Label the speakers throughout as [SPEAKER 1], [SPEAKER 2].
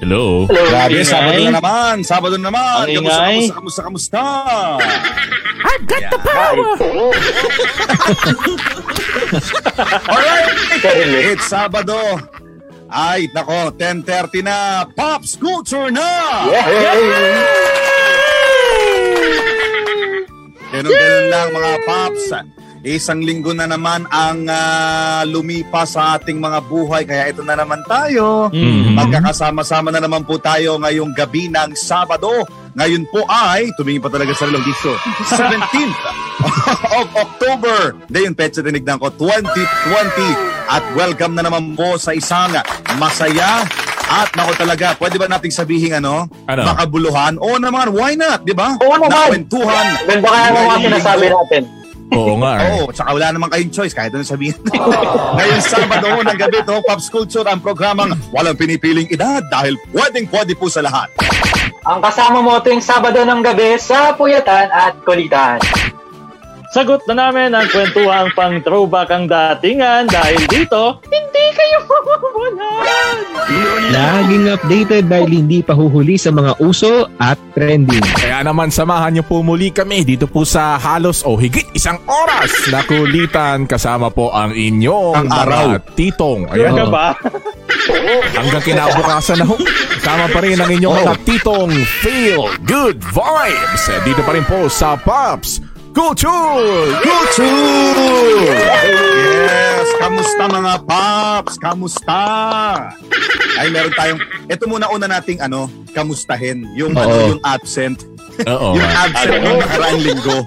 [SPEAKER 1] Hello?
[SPEAKER 2] Grabe,
[SPEAKER 3] Ingay.
[SPEAKER 2] Sabado na naman. Sabado na naman.
[SPEAKER 3] Ang
[SPEAKER 2] Kamusta,
[SPEAKER 3] ingay.
[SPEAKER 2] kamusta, kamusta, kamusta?
[SPEAKER 1] I've got the power!
[SPEAKER 2] Alright! It's Sabado. Ay, nako, 10.30 na. Pops Culture na! Ganun-ganun lang mga Pops. Isang linggo na naman ang ah, lumipas sa ating mga buhay. Kaya ito na naman
[SPEAKER 3] Mm.
[SPEAKER 2] tayo.
[SPEAKER 1] Mhm.
[SPEAKER 2] Magkakasama-sama na naman po tayo ngayong gabi ng Sabado. Ngayon po ay, tumingin pa talaga sa lalong dito, 17th of October. Hindi yung petsa tinignan ko, 2020. At welcome na naman po sa isang masaya at nako talaga, pwede ba nating sabihin ano?
[SPEAKER 1] Ano?
[SPEAKER 2] Makabuluhan? Oo naman, why not? Di ba?
[SPEAKER 4] Ano
[SPEAKER 3] Oo naman.
[SPEAKER 2] Nakwentuhan.
[SPEAKER 3] Ganda kaya ng mga
[SPEAKER 2] Ngayong
[SPEAKER 3] sinasabi
[SPEAKER 2] linggo.
[SPEAKER 3] natin.
[SPEAKER 1] Oo nga. eh.
[SPEAKER 2] Oo, Oh, tsaka wala naman kayong choice kahit ano sabihin. Ngayon Sabado ng gabi to, Pops Culture ang programang walang pinipiling edad dahil pwedeng pwede po sa lahat.
[SPEAKER 4] Ang kasama mo tuwing Sabado ng gabi sa Puyatan at Kulitan.
[SPEAKER 3] Sagot na namin ang kwentuhang pang throwback ang datingan dahil dito, hindi kayo mawawalan!
[SPEAKER 5] Laging updated dahil hindi pa huhuli sa mga uso at trending.
[SPEAKER 1] Kaya naman samahan niyo po muli kami dito po sa halos o higit isang oras na kulitan kasama po ang inyong
[SPEAKER 2] Ang araw.
[SPEAKER 1] mga titong.
[SPEAKER 3] Sure ka
[SPEAKER 1] Ayan.
[SPEAKER 3] ba?
[SPEAKER 1] Hanggang kinabukasan na ho. Kasama pa rin ang inyong
[SPEAKER 2] Oh.
[SPEAKER 1] mga titong feel good vibes. Eh, Dito pa rin po sa Pops Culture.
[SPEAKER 2] Culture! Yes, kamusta mga Pops? Kamusta? Ay, meron tayong, ito muna una nating ano, kamustahin. Yung, ano,
[SPEAKER 5] Oo.
[SPEAKER 2] yung absent.
[SPEAKER 1] Oo.
[SPEAKER 2] Yung absent ng nakaraang linggo.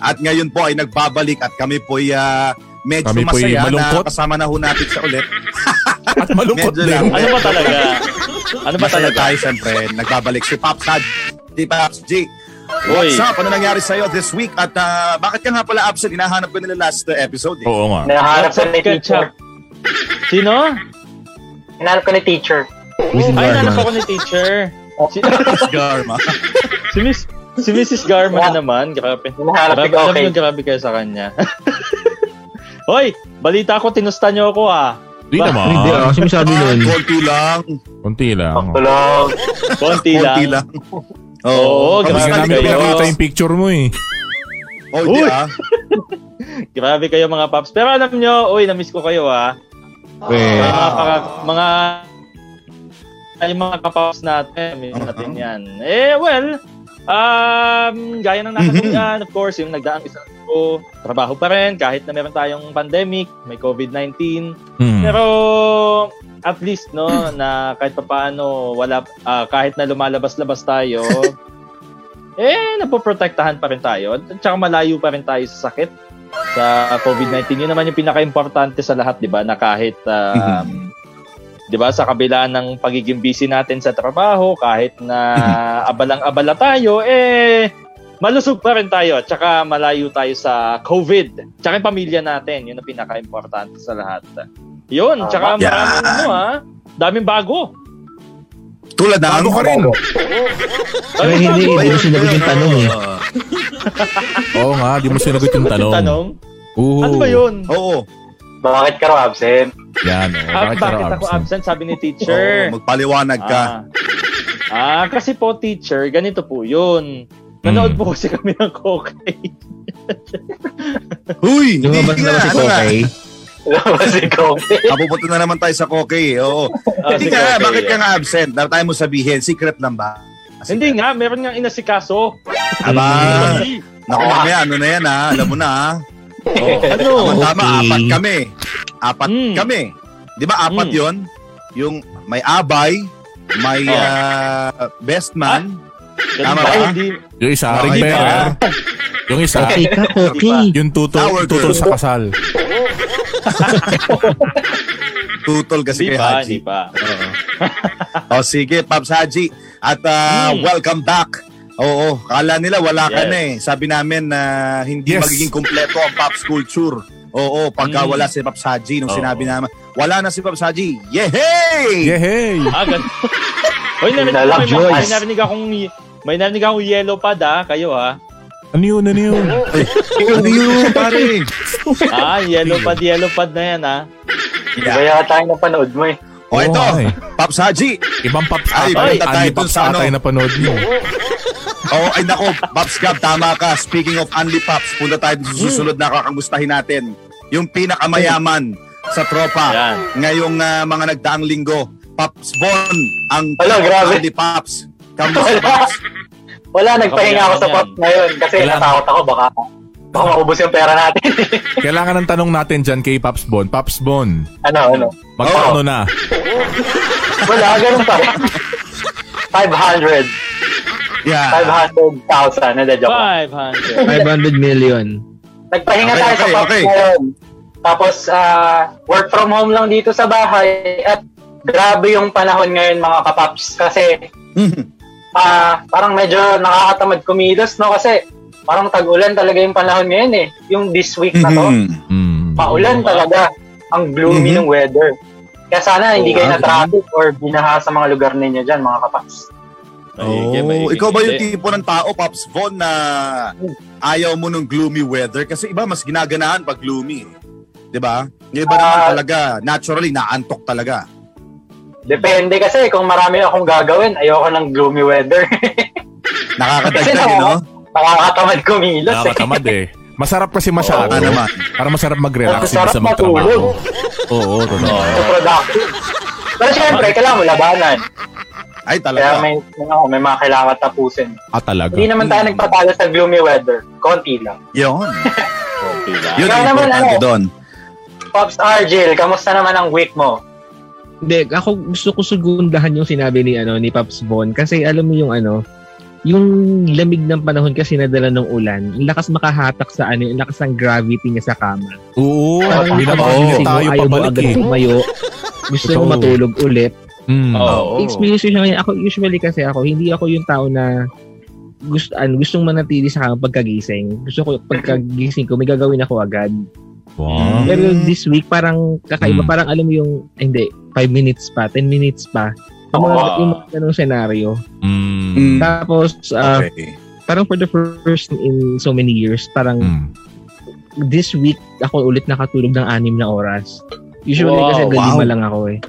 [SPEAKER 2] At ngayon po ay nagbabalik at kami po ay ah, medyo
[SPEAKER 1] Kami po'y
[SPEAKER 2] masaya na
[SPEAKER 1] malungkot.
[SPEAKER 2] kasama na ho natin siya ulit.
[SPEAKER 1] At malungkot
[SPEAKER 2] Medyo lang.
[SPEAKER 1] din.
[SPEAKER 3] Ano ba talaga? Ano ba
[SPEAKER 2] Masaya
[SPEAKER 3] talaga?
[SPEAKER 2] tayo, siyempre. Nagbabalik si Pops Had. Si Pops G. What's
[SPEAKER 3] Uy.
[SPEAKER 2] up? Ano nangyari sa'yo this week? At ah, bakit ka nga pala absent? Hinahanap ko nila last uh, episode. Eh.
[SPEAKER 1] Oo nga.
[SPEAKER 4] Nahanap
[SPEAKER 3] What's
[SPEAKER 4] ko
[SPEAKER 3] up,
[SPEAKER 4] ni teacher.
[SPEAKER 3] ketchup? Sino?
[SPEAKER 4] Hinahanap ko ni teacher.
[SPEAKER 5] Within
[SPEAKER 3] Ay, nanap
[SPEAKER 5] Garma.
[SPEAKER 3] ako ni teacher. Si,
[SPEAKER 2] Garma.
[SPEAKER 3] si, Miss, si Mrs. Garma na naman. Grabe.
[SPEAKER 4] Hinahanap
[SPEAKER 3] Grabe,
[SPEAKER 4] ko,
[SPEAKER 3] alam
[SPEAKER 4] okay.
[SPEAKER 3] niyo, grabe kayo sa kanya. Hoy, balita ko, tinusta niyo ako ah.
[SPEAKER 1] Hindi
[SPEAKER 3] Ba-
[SPEAKER 1] naman.
[SPEAKER 5] Hindi ako sinasabi nun.
[SPEAKER 2] Konti lang.
[SPEAKER 1] Konti lang.
[SPEAKER 4] Tulog.
[SPEAKER 2] Konti
[SPEAKER 3] Konti lang.
[SPEAKER 2] lang.
[SPEAKER 3] Oo,
[SPEAKER 1] Hindi
[SPEAKER 3] grabe
[SPEAKER 1] nga namin
[SPEAKER 3] kayo.
[SPEAKER 1] pinakita yung picture mo eh.
[SPEAKER 2] Oh, hindi
[SPEAKER 3] Uy.
[SPEAKER 2] ah.
[SPEAKER 3] Grabe kayo mga paps. Pero alam niyo, uy, na-miss ko kayo ah.
[SPEAKER 5] Eh,
[SPEAKER 3] Mga paka- mga ay mga kapaps natin, may natin yan. Eh, well, um, gaya ng nakatulian, of course, yung nagdaang isang ko, trabaho pa rin, kahit na meron tayong pandemic, may COVID-19,
[SPEAKER 1] Mm.
[SPEAKER 3] Pero at least no na kahit papaano wala ah, kahit na lumalabas-labas tayo eh napoprotektahan pa rin tayo at tsaka malayo pa rin tayo sa sakit sa COVID-19 yun naman yung pinaka-importante sa lahat 'di ba na kahit
[SPEAKER 2] Mm-hmm. Um,
[SPEAKER 3] ah, 'di ba sa kabila ng pagiging busy natin sa trabaho kahit na abalang-abala tayo eh malusog pa rin tayo at tsaka malayo tayo sa COVID. Tsaka yung pamilya natin, yun ang pinaka-importante sa lahat. Yun, tsaka
[SPEAKER 2] Yan.
[SPEAKER 3] maraming ano ha, daming bago.
[SPEAKER 2] Tulad ng...
[SPEAKER 1] Bago ka rin.
[SPEAKER 5] pero hindi, hindi ko sinagot yung tanong eh.
[SPEAKER 1] Oo nga, di mo sinagot yung tanong. Oo.
[SPEAKER 3] Ano ba yun?
[SPEAKER 2] Oo.
[SPEAKER 4] Bakit ka raw absent?
[SPEAKER 1] Yan. oo.
[SPEAKER 3] Ah,
[SPEAKER 1] Bakit ka
[SPEAKER 3] bakit
[SPEAKER 1] raw
[SPEAKER 3] ako
[SPEAKER 1] absent?
[SPEAKER 3] absent? Sabi ni teacher.
[SPEAKER 2] Oo, magpaliwanag ka.
[SPEAKER 3] Ah, ah, kasi po teacher, ganito po yun.
[SPEAKER 1] Mm.
[SPEAKER 2] Hmm.
[SPEAKER 3] Nanood po kasi kami ng Kokay.
[SPEAKER 2] Huy!
[SPEAKER 5] Lumabas
[SPEAKER 2] hindi
[SPEAKER 5] na ba si
[SPEAKER 2] ano nga?
[SPEAKER 5] Kokay?
[SPEAKER 4] Lumabas si Kobe.
[SPEAKER 2] Kapupunta na naman tayo sa Kokay. eh. Oo.
[SPEAKER 3] Ah,
[SPEAKER 2] Hindi
[SPEAKER 3] si
[SPEAKER 2] ka,
[SPEAKER 3] Kokay,
[SPEAKER 2] bakit ka
[SPEAKER 3] ah.
[SPEAKER 2] nga absent? Dapat tayo mo sabihin. Secret lang ba?
[SPEAKER 3] Hindi nga, meron nga inasikaso.
[SPEAKER 2] Aba,
[SPEAKER 3] Kasi,
[SPEAKER 2] naku mamaya, ano na yan ha? Alam mo na ha? Oo.
[SPEAKER 3] ano?
[SPEAKER 2] Tama,
[SPEAKER 5] Okay.
[SPEAKER 2] apat kami. Apat
[SPEAKER 3] Mm.
[SPEAKER 2] kami. Di ba apat
[SPEAKER 3] Mm.
[SPEAKER 2] yon? Yung may abay, may
[SPEAKER 3] Oh.
[SPEAKER 2] ah, best man.
[SPEAKER 3] Ganun
[SPEAKER 2] Tama
[SPEAKER 3] ba?
[SPEAKER 2] ba?
[SPEAKER 3] Hindi,
[SPEAKER 1] Yung isa,
[SPEAKER 3] Ah,
[SPEAKER 2] Okay
[SPEAKER 1] ring
[SPEAKER 2] ka.
[SPEAKER 1] bearer. Yung isa,
[SPEAKER 5] Okay ka, Kokay.
[SPEAKER 1] yung tutol,
[SPEAKER 2] Tower girl.
[SPEAKER 1] tutol sa kasal.
[SPEAKER 2] Tutol kasi
[SPEAKER 3] hindi
[SPEAKER 2] kay
[SPEAKER 3] pa,
[SPEAKER 2] Haji.
[SPEAKER 3] hindi pa.
[SPEAKER 2] O sige, Pops Haji. At ah,
[SPEAKER 3] Mm.
[SPEAKER 2] welcome back. Oo, kala nila wala ka
[SPEAKER 3] Yes.
[SPEAKER 2] na eh. Sabi namin na hindi
[SPEAKER 1] Yes.
[SPEAKER 2] magiging kumpleto ang Pops Culture. Oo, pagka
[SPEAKER 3] Mm.
[SPEAKER 2] wala si Pops Haji nung
[SPEAKER 1] Oo.
[SPEAKER 2] sinabi namin, wala na si Pops Haji. Yehey!
[SPEAKER 1] Yehey!
[SPEAKER 3] Ah, ganun. Hoy, narinig ako, may,
[SPEAKER 4] Joyce.
[SPEAKER 3] may narinig akong may narinig akong yellow pad ah, kayo ah.
[SPEAKER 1] Ano yun, ano yun?
[SPEAKER 2] Ano yun, pare?
[SPEAKER 3] Ah, yellow pad, yellow pad na yan ah.
[SPEAKER 4] Iba yata yung napanood mo eh.
[SPEAKER 1] Oo,
[SPEAKER 2] O ito,
[SPEAKER 1] ay.
[SPEAKER 2] Pops Haji.
[SPEAKER 1] Ibang Pops
[SPEAKER 2] Ay,
[SPEAKER 1] Atay.
[SPEAKER 2] punta tayo
[SPEAKER 1] Andy
[SPEAKER 2] dun
[SPEAKER 1] Pops
[SPEAKER 2] sa ano.
[SPEAKER 1] Atay na panood niyo.
[SPEAKER 2] Oh, ay nako, Pops Gab, tama ka. Speaking of Only Pops, punta tayo sa susunod na kakamustahin natin. Yung pinakamayaman sa tropa
[SPEAKER 3] Yan.
[SPEAKER 2] ngayong ah, mga nagdaang linggo. Pops Bon, ang
[SPEAKER 4] Wala, grabe.
[SPEAKER 2] Only Pops. Kamusta, Pops?
[SPEAKER 4] Wala, nagpahinga
[SPEAKER 3] Okay,
[SPEAKER 4] ako sa
[SPEAKER 3] yan.
[SPEAKER 4] pop ngayon kasi
[SPEAKER 1] Kailangan-
[SPEAKER 4] natakot ako baka baka maubos yung pera natin.
[SPEAKER 1] Kailangan ng tanong natin dyan kay Pops Bon. Pops Bon,
[SPEAKER 4] ano, ano?
[SPEAKER 1] magpaano na?
[SPEAKER 4] Wala, ganun pa. 500.
[SPEAKER 2] Yeah.
[SPEAKER 4] 500,000. Hindi, joke. lang.
[SPEAKER 3] 500.
[SPEAKER 5] 500 million.
[SPEAKER 4] Nagpahinga
[SPEAKER 2] Okay,
[SPEAKER 4] tayo sa
[SPEAKER 2] okay,
[SPEAKER 4] pop
[SPEAKER 2] okay.
[SPEAKER 4] ngayon. Tapos, ah, work from home lang dito sa bahay. At grabe yung panahon ngayon mga kapaps. Kasi ah parang medyo nakakatamad kumilos, no? Kasi parang tag-ulan talaga yung panahon ngayon eh. Yung this week na to,
[SPEAKER 2] Mhm.
[SPEAKER 1] Mm.
[SPEAKER 4] paulan
[SPEAKER 2] Diba?
[SPEAKER 3] Oo.
[SPEAKER 4] talaga. Ang gloomy
[SPEAKER 2] Mhm.
[SPEAKER 4] ng weather. Kaya sana hindi
[SPEAKER 3] Oo,
[SPEAKER 4] kayo
[SPEAKER 2] ah,
[SPEAKER 4] na-traffic or binaha sa mga lugar ninyo dyan, mga kapaps.
[SPEAKER 3] Maigi,
[SPEAKER 2] Oh,
[SPEAKER 3] maigi.
[SPEAKER 2] ikaw ba yung
[SPEAKER 3] Hindi.
[SPEAKER 2] tipo ng tao, Pops Von, na ayaw mo ng gloomy weather? Kasi iba, mas ginaganahan pag gloomy. eh. Di ba? Yung iba naman
[SPEAKER 4] Ah.
[SPEAKER 2] talaga, naturally, naantok talaga.
[SPEAKER 4] Depende kasi kung marami akong gagawin, ayoko ng gloomy weather.
[SPEAKER 2] Nakakadagdag,
[SPEAKER 4] Kasi
[SPEAKER 2] eh, no?
[SPEAKER 4] Nakakatamad kumilos eh.
[SPEAKER 1] Nakatamad eh. Masarap kasi masyado.
[SPEAKER 2] Oo, naman.
[SPEAKER 1] Para masarap mag-relax
[SPEAKER 4] Masarap
[SPEAKER 1] sa magtrabaho.
[SPEAKER 4] matulog.
[SPEAKER 1] Oo, totoo.
[SPEAKER 4] So productive. Pero syempre, kailangan mo labanan. Kaya
[SPEAKER 2] Ay, talaga. Mm-hmm.
[SPEAKER 4] may, ano, may mga kailangan tapusin.
[SPEAKER 1] Ah, talaga.
[SPEAKER 4] Hindi naman tayo nagpatalo sa gloomy weather. Konti lang.
[SPEAKER 2] Yun.
[SPEAKER 3] Okay lang.
[SPEAKER 2] Yun
[SPEAKER 4] Ikaw
[SPEAKER 2] ang
[SPEAKER 4] naman,
[SPEAKER 2] importante
[SPEAKER 4] ano?
[SPEAKER 2] doon.
[SPEAKER 4] Pops Argel, kamusta naman ang week mo?
[SPEAKER 5] Hindi, ako gusto ko sugundahan yung sinabi ni ano ni Pops Von kasi alam mo yung ano, yung lamig ng panahon kasi nadala ng ulan, ang lakas makahatak sa ano, ang lakas ng gravity niya sa kama.
[SPEAKER 1] Oo,
[SPEAKER 5] Parang
[SPEAKER 1] binabahin
[SPEAKER 5] napapansin mo,
[SPEAKER 1] tayo
[SPEAKER 5] ayaw mo
[SPEAKER 1] pabalik
[SPEAKER 5] agad
[SPEAKER 1] eh.
[SPEAKER 5] tumayo. Gusto mo
[SPEAKER 1] Totoo.
[SPEAKER 5] matulog ulit.
[SPEAKER 1] Mm.
[SPEAKER 3] Oo.
[SPEAKER 5] Experience ko siya ngayon. Ako usually kasi ako, hindi ako yung tao na gusto ano, gustong manatili sa kama pagkagising. Gusto ko pagkagising ko may gagawin ako agad.
[SPEAKER 1] Wow.
[SPEAKER 5] Pero
[SPEAKER 2] Mm.
[SPEAKER 5] this week, parang kakaiba.
[SPEAKER 1] Mm.
[SPEAKER 5] Parang alam mo yung, ay, hindi, 5 minutes pa, 10 minutes pa. Yung mga,
[SPEAKER 3] Oo.
[SPEAKER 5] yung mga ganong senaryo.
[SPEAKER 1] Mm.
[SPEAKER 5] Tapos, ah,
[SPEAKER 2] Okay.
[SPEAKER 5] parang for the first in so many years, parang
[SPEAKER 2] Hmm.
[SPEAKER 1] Mm.
[SPEAKER 5] this week, ako ulit nakatulog ng anim na oras. Usually
[SPEAKER 3] Wow.
[SPEAKER 5] kasi galima
[SPEAKER 2] Wow.
[SPEAKER 5] lang ako eh.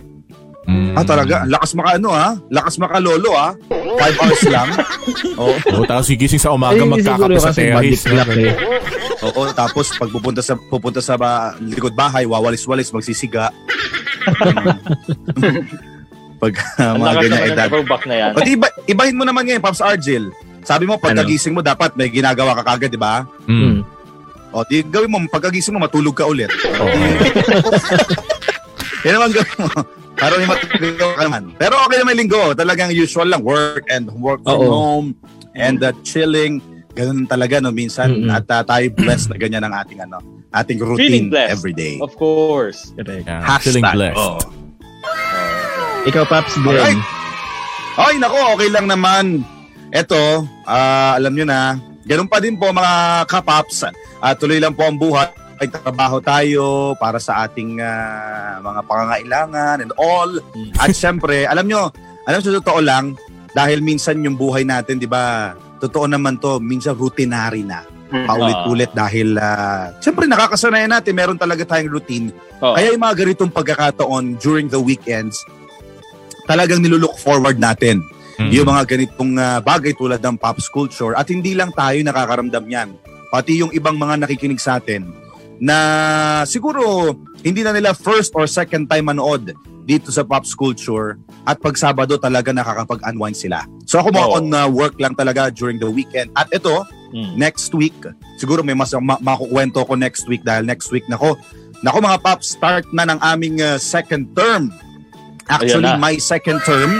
[SPEAKER 1] Mm.
[SPEAKER 2] Ah, talaga. Lakas maka ano, ha? Lakas maka lolo, ha? Five hours lang. Oo.
[SPEAKER 1] Oo, tapos gigising sa umaga
[SPEAKER 5] Ay, hindi
[SPEAKER 1] magkakape
[SPEAKER 5] siguro
[SPEAKER 1] sa
[SPEAKER 5] kasi
[SPEAKER 1] terrace.
[SPEAKER 5] body clock eh.
[SPEAKER 2] Oo, tapos pag pupunta sa, pupunta sa ba, likod bahay, wawalis-walis, magsisiga. Mm. pag ah,
[SPEAKER 3] Ang
[SPEAKER 2] mga
[SPEAKER 3] lakas
[SPEAKER 2] ganyang
[SPEAKER 3] naman ng
[SPEAKER 2] edad.
[SPEAKER 3] throwback na yan.
[SPEAKER 2] O di iba, ibahin mo naman ngayon, Pops Argel. Sabi mo, pagkagising mo, dapat may ginagawa ka kagad, di ba?
[SPEAKER 1] Mm.
[SPEAKER 5] Mm.
[SPEAKER 2] O, di gawin mo, pagkagising mo, matulog ka ulit.
[SPEAKER 1] Oo.
[SPEAKER 2] Yan naman gawin mo. Para may matulog ka naman. Pero okay naman yung linggo. Talagang usual lang, work and work from
[SPEAKER 5] Oo.
[SPEAKER 2] home and uh, chilling. Ganun talaga, no, minsan.
[SPEAKER 5] Mm-mm.
[SPEAKER 2] At uh, tayo blessed na ganyan ang ating, ano, ating
[SPEAKER 3] Feeling
[SPEAKER 2] routine
[SPEAKER 3] blessed.
[SPEAKER 2] everyday.
[SPEAKER 3] Of course.
[SPEAKER 5] Correct.
[SPEAKER 1] Yeah,
[SPEAKER 2] Hashtag.
[SPEAKER 1] Feeling blessed.
[SPEAKER 2] Oo.
[SPEAKER 5] Ikaw, Paps
[SPEAKER 2] Alright.
[SPEAKER 5] Glenn.
[SPEAKER 2] Ay, nako, okay lang naman. Eto, ah, alam nyo na, ganun pa din po mga kapaps. Ah, tuloy lang po ang buhay. Ay, trabaho tayo para sa ating ah, mga pangangailangan and all. At syempre, alam nyo, alam nyo, sa totoo lang, dahil minsan yung buhay natin, di ba, totoo naman to, minsan rutinary na.
[SPEAKER 4] Mm.
[SPEAKER 2] Paulit-ulit dahil, ah, syempre, nakakasanayan natin, meron talaga tayong routine.
[SPEAKER 3] Oh.
[SPEAKER 2] Kaya yung mga ganitong pagkakataon during the weekends, talagang nilulook forward natin
[SPEAKER 1] Mm.
[SPEAKER 2] yung Oh, mga ganitong ah, bagay tulad ng pop culture at hindi lang tayo nakakaramdam yan. Pati yung ibang mga nakikinig sa atin na siguro hindi na nila first or second time manood dito sa pop culture at pag Sabado talaga nakakapag-unwind sila. So ako mga
[SPEAKER 3] Oo.
[SPEAKER 2] on ah, work lang talaga during the weekend. At ito,
[SPEAKER 3] Mm.
[SPEAKER 2] next week. Siguro may mas ma- makukwento ko next week dahil next week nako. Nako mga paps, start na ng aming uh, second term. Actually,
[SPEAKER 3] Ayan na.
[SPEAKER 2] my second term,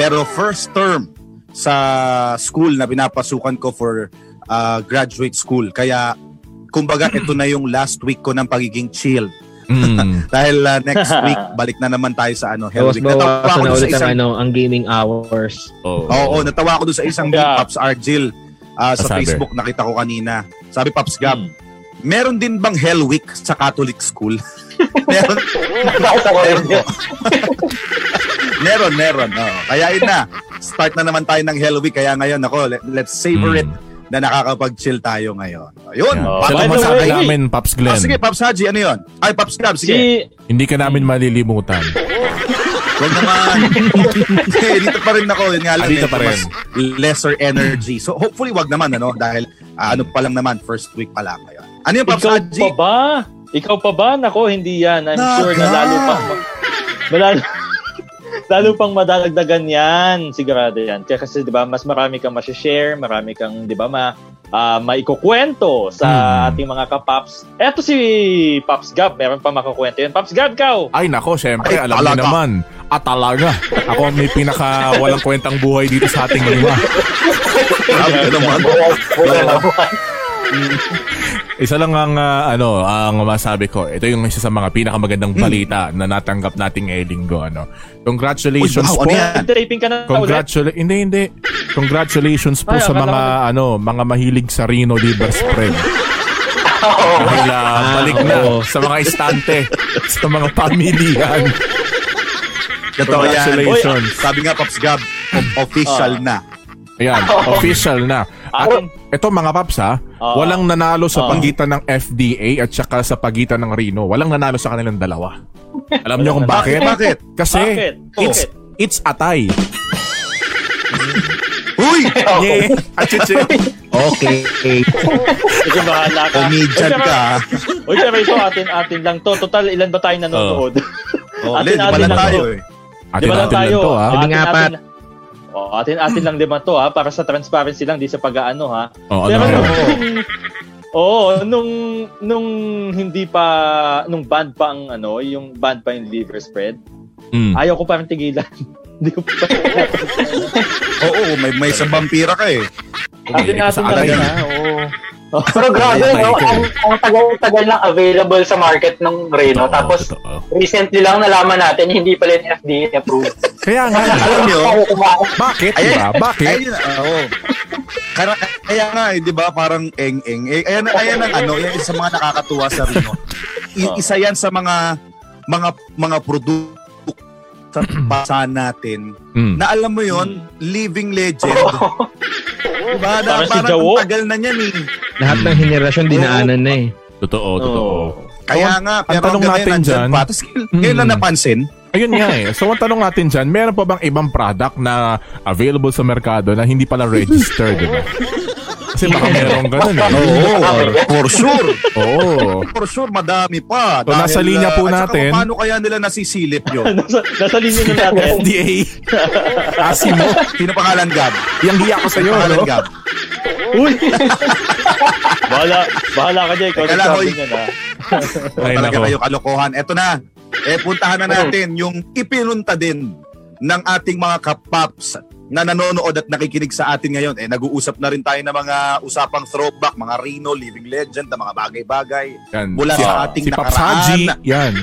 [SPEAKER 2] pero first term sa school na pinapasukan ko for uh, graduate school. Kaya kumbaga ito na yung last week ko ng pagiging chill
[SPEAKER 1] Mm.
[SPEAKER 2] dahil uh, next week balik na naman tayo sa ano, Hell
[SPEAKER 5] Bawas
[SPEAKER 2] Week. Natawa ako
[SPEAKER 5] bawasan na
[SPEAKER 2] dun sa
[SPEAKER 5] ulit ang,
[SPEAKER 2] isang
[SPEAKER 5] ano, ang gaming hours.
[SPEAKER 1] Oo.
[SPEAKER 2] Oo, natawa ako dun sa isang
[SPEAKER 3] Yeah.
[SPEAKER 2] Pops Argil ah, sa
[SPEAKER 1] Sabi. Hmm.
[SPEAKER 2] Facebook nakita ko kanina. Sabi Pops Gab,
[SPEAKER 3] Mm.
[SPEAKER 2] Meron din bang Hell Week sa Catholic school? meron,
[SPEAKER 4] Bakit ako rin yun?
[SPEAKER 2] meron, meron. oo. Kaya yun na. Start na naman tayo ng Hell Week. Kaya ngayon, ako, let, let's savor it
[SPEAKER 1] Mm.
[SPEAKER 2] na nakakapag-chill tayo ngayon. Yun.
[SPEAKER 1] Yeah.
[SPEAKER 3] Oh.
[SPEAKER 1] Siya lang
[SPEAKER 2] Paps-
[SPEAKER 3] By the
[SPEAKER 1] masabi
[SPEAKER 3] way-
[SPEAKER 1] namin, Pops
[SPEAKER 2] Ah,
[SPEAKER 1] Glenn.
[SPEAKER 2] sige, Pops Haji, ano yun? Ay, Pops Gab, sige.
[SPEAKER 3] Si,
[SPEAKER 1] Hindi ka namin malilimutan.
[SPEAKER 2] Huwag naman. Eh, dito pa rin ako. Yun nga
[SPEAKER 1] Ah,
[SPEAKER 2] lang.
[SPEAKER 1] dito
[SPEAKER 2] medyo
[SPEAKER 1] pa rin.
[SPEAKER 2] mas Lesser energy. So hopefully wag naman ano dahil ah, ano pa lang naman first week pa lang ngayon. Ano yung Pops
[SPEAKER 3] Ikaw
[SPEAKER 2] Adji?
[SPEAKER 3] pa ba? Ikaw pa ba? Nako, hindi yan. I'm
[SPEAKER 2] Naka.
[SPEAKER 3] sure na lalo pang malalo, lalo pang madalagdagan yan. Sigurado yan. Kaya kasi, di ba, mas marami kang share marami kang, di ba, ma, ah, maikukwento sa
[SPEAKER 1] Hmm.
[SPEAKER 3] ating mga kapaps. Eto si Paps Gab, meron pa makakwento yan. Paps Gab, kau!
[SPEAKER 1] Ay nako, syempre,
[SPEAKER 2] Ay,
[SPEAKER 1] alam niyo
[SPEAKER 2] talaga.
[SPEAKER 1] naman. At talaga. Ako ang may pinaka walang kwentang buhay dito sa ating lima.
[SPEAKER 2] Grabe ka naman.
[SPEAKER 1] Isa lang ang ah, ano, ang masabi ko. Ito yung isa sa mga pinakamagandang
[SPEAKER 2] Hmm.
[SPEAKER 1] balita na natanggap nating ngayong linggo, ano.
[SPEAKER 2] Uy,
[SPEAKER 1] Congratulations
[SPEAKER 2] wow,
[SPEAKER 1] po.
[SPEAKER 2] ano yan?
[SPEAKER 3] Draping ka na ulit.
[SPEAKER 1] Congratulations. Hindi, hindi. Congratulations po
[SPEAKER 3] Ay,
[SPEAKER 1] sa
[SPEAKER 3] akala
[SPEAKER 1] mga
[SPEAKER 3] ko
[SPEAKER 1] ano, mga mahilig sa Rhino Liver Spread.
[SPEAKER 4] Oo.
[SPEAKER 1] Dahil ah, balik na
[SPEAKER 5] oo.
[SPEAKER 1] sa mga istante, sa mga pamilihan.
[SPEAKER 2] Totoo yan.
[SPEAKER 1] Congratulations.
[SPEAKER 2] Uy, Sabi nga Pops Gab, o- official na.
[SPEAKER 1] Ayan, official na. At
[SPEAKER 3] Akin.
[SPEAKER 1] ito mga paps ha,
[SPEAKER 3] Oo.
[SPEAKER 1] walang nanalo sa
[SPEAKER 3] Oo.
[SPEAKER 1] pagitan ng FDA at saka sa pagitan ng Rino. Walang nanalo sa kanilang dalawa. Alam niyo kung bakit?
[SPEAKER 2] Bakit?
[SPEAKER 1] Kasi
[SPEAKER 3] Bakit?
[SPEAKER 1] it's it's atay.
[SPEAKER 2] Uy!
[SPEAKER 1] Nye, achiche.
[SPEAKER 5] Okay.
[SPEAKER 3] Medyo bahala ka.
[SPEAKER 2] Comedian
[SPEAKER 3] Uy, pero-
[SPEAKER 2] ka.
[SPEAKER 3] Uy, pero ito, atin-atin lang to. Total, ilan ba tayo nanonood?
[SPEAKER 2] Oh, Len, di
[SPEAKER 3] Atin-atin
[SPEAKER 2] pala
[SPEAKER 3] lang
[SPEAKER 2] tayo
[SPEAKER 3] to.
[SPEAKER 2] eh.
[SPEAKER 1] Atin
[SPEAKER 3] Di ba lang
[SPEAKER 1] natin
[SPEAKER 3] tayo?
[SPEAKER 1] lang ah. to ha.
[SPEAKER 5] Hindi nga
[SPEAKER 3] atin, oh, atin, atin lang lima to ha, para sa transparency lang, di sa pag-aano ha.
[SPEAKER 1] Oo,
[SPEAKER 3] Pero
[SPEAKER 1] ano yun?
[SPEAKER 3] nung, oo, nung, nung hindi pa, nung band pa ang ano, yung band pa yung liver spread,
[SPEAKER 1] Mm.
[SPEAKER 3] ayaw ko parang tigilan. Hindi ko pa.
[SPEAKER 2] Oo, may, may isang vampira ka eh.
[SPEAKER 3] atin
[SPEAKER 1] Sa
[SPEAKER 3] atin
[SPEAKER 1] alay.
[SPEAKER 3] lang ha, oo.
[SPEAKER 4] Pero grabe,
[SPEAKER 1] Ay,
[SPEAKER 4] no?
[SPEAKER 1] Michael.
[SPEAKER 4] Ang, ang tagal-tagal lang available sa market ng Reno.
[SPEAKER 1] Totoo,
[SPEAKER 4] Tapos,
[SPEAKER 1] totoo.
[SPEAKER 4] recently lang nalaman natin, hindi pala yung FDA approved.
[SPEAKER 1] Kaya nga,
[SPEAKER 2] Alam niyo,
[SPEAKER 4] Tayo kumain.
[SPEAKER 1] bakit?
[SPEAKER 2] Ayan.
[SPEAKER 1] Diba? Bakit?
[SPEAKER 2] Ayun, oo. Kaya, kaya nga, eh, di ba, parang eng-eng. Eh, ayan, ayan ang ano, yan sa mga nakakatuwa sa Rino. I-
[SPEAKER 3] Oo.
[SPEAKER 2] isa yan sa mga mga mga produkto sa bansa natin
[SPEAKER 1] Mm.
[SPEAKER 2] na alam mo yon living legend. diba? Na,
[SPEAKER 3] Parang si
[SPEAKER 2] Hmm. parang
[SPEAKER 3] Jawo.
[SPEAKER 2] ang tagal na niyan eh.
[SPEAKER 5] Lahat ng henerasyon dinaanan na eh.
[SPEAKER 1] Totoo, totoo.
[SPEAKER 2] Kaya nga, pero
[SPEAKER 1] Oh. tanong
[SPEAKER 2] ang ganda
[SPEAKER 1] natin
[SPEAKER 2] yan, nandyan
[SPEAKER 1] dyan-
[SPEAKER 2] pa. Tapos ngayon lang
[SPEAKER 1] Mm.
[SPEAKER 2] napansin,
[SPEAKER 1] Ayun nga eh. So, ang tanong natin dyan, meron pa bang ibang product na available sa merkado na hindi pala registered, di ba? Kasi baka merong ganun eh.
[SPEAKER 2] Oo, for sure.
[SPEAKER 1] Oo.
[SPEAKER 2] For sure, madami pa.
[SPEAKER 1] So, nasa
[SPEAKER 2] Dahil,
[SPEAKER 1] linya
[SPEAKER 2] ah,
[SPEAKER 1] po
[SPEAKER 2] at saka
[SPEAKER 1] natin.
[SPEAKER 2] Paano kaya nila nasisilip yun?
[SPEAKER 3] nasa, nasa linya na natin.
[SPEAKER 1] FDA. Kasi mo,
[SPEAKER 2] Sino pangalan, Gab?
[SPEAKER 1] yung hiya ko sa'yo,
[SPEAKER 2] Sino pangalan,
[SPEAKER 1] no?
[SPEAKER 2] Gab?
[SPEAKER 3] Uy! bahala, bahala ka dyan. Ikaw
[SPEAKER 2] Teka lang,
[SPEAKER 3] nagsabi
[SPEAKER 2] hoy.
[SPEAKER 3] niya na.
[SPEAKER 1] Ay,
[SPEAKER 2] Talaga
[SPEAKER 1] nako. Oh.
[SPEAKER 2] kayo kalokohan. Eto na. Eh, puntahan na natin yung ipinunta din ng ating mga kapaps na nanonood at nakikinig sa atin ngayon. Eh, nag-uusap na rin tayo ng mga usapang throwback, mga Reno, Living Legend, ang mga bagay-bagay.
[SPEAKER 1] Yan.
[SPEAKER 2] Mula
[SPEAKER 1] si,
[SPEAKER 2] sa ating
[SPEAKER 1] si Paps
[SPEAKER 2] nakaraan.
[SPEAKER 1] Haji. Yan.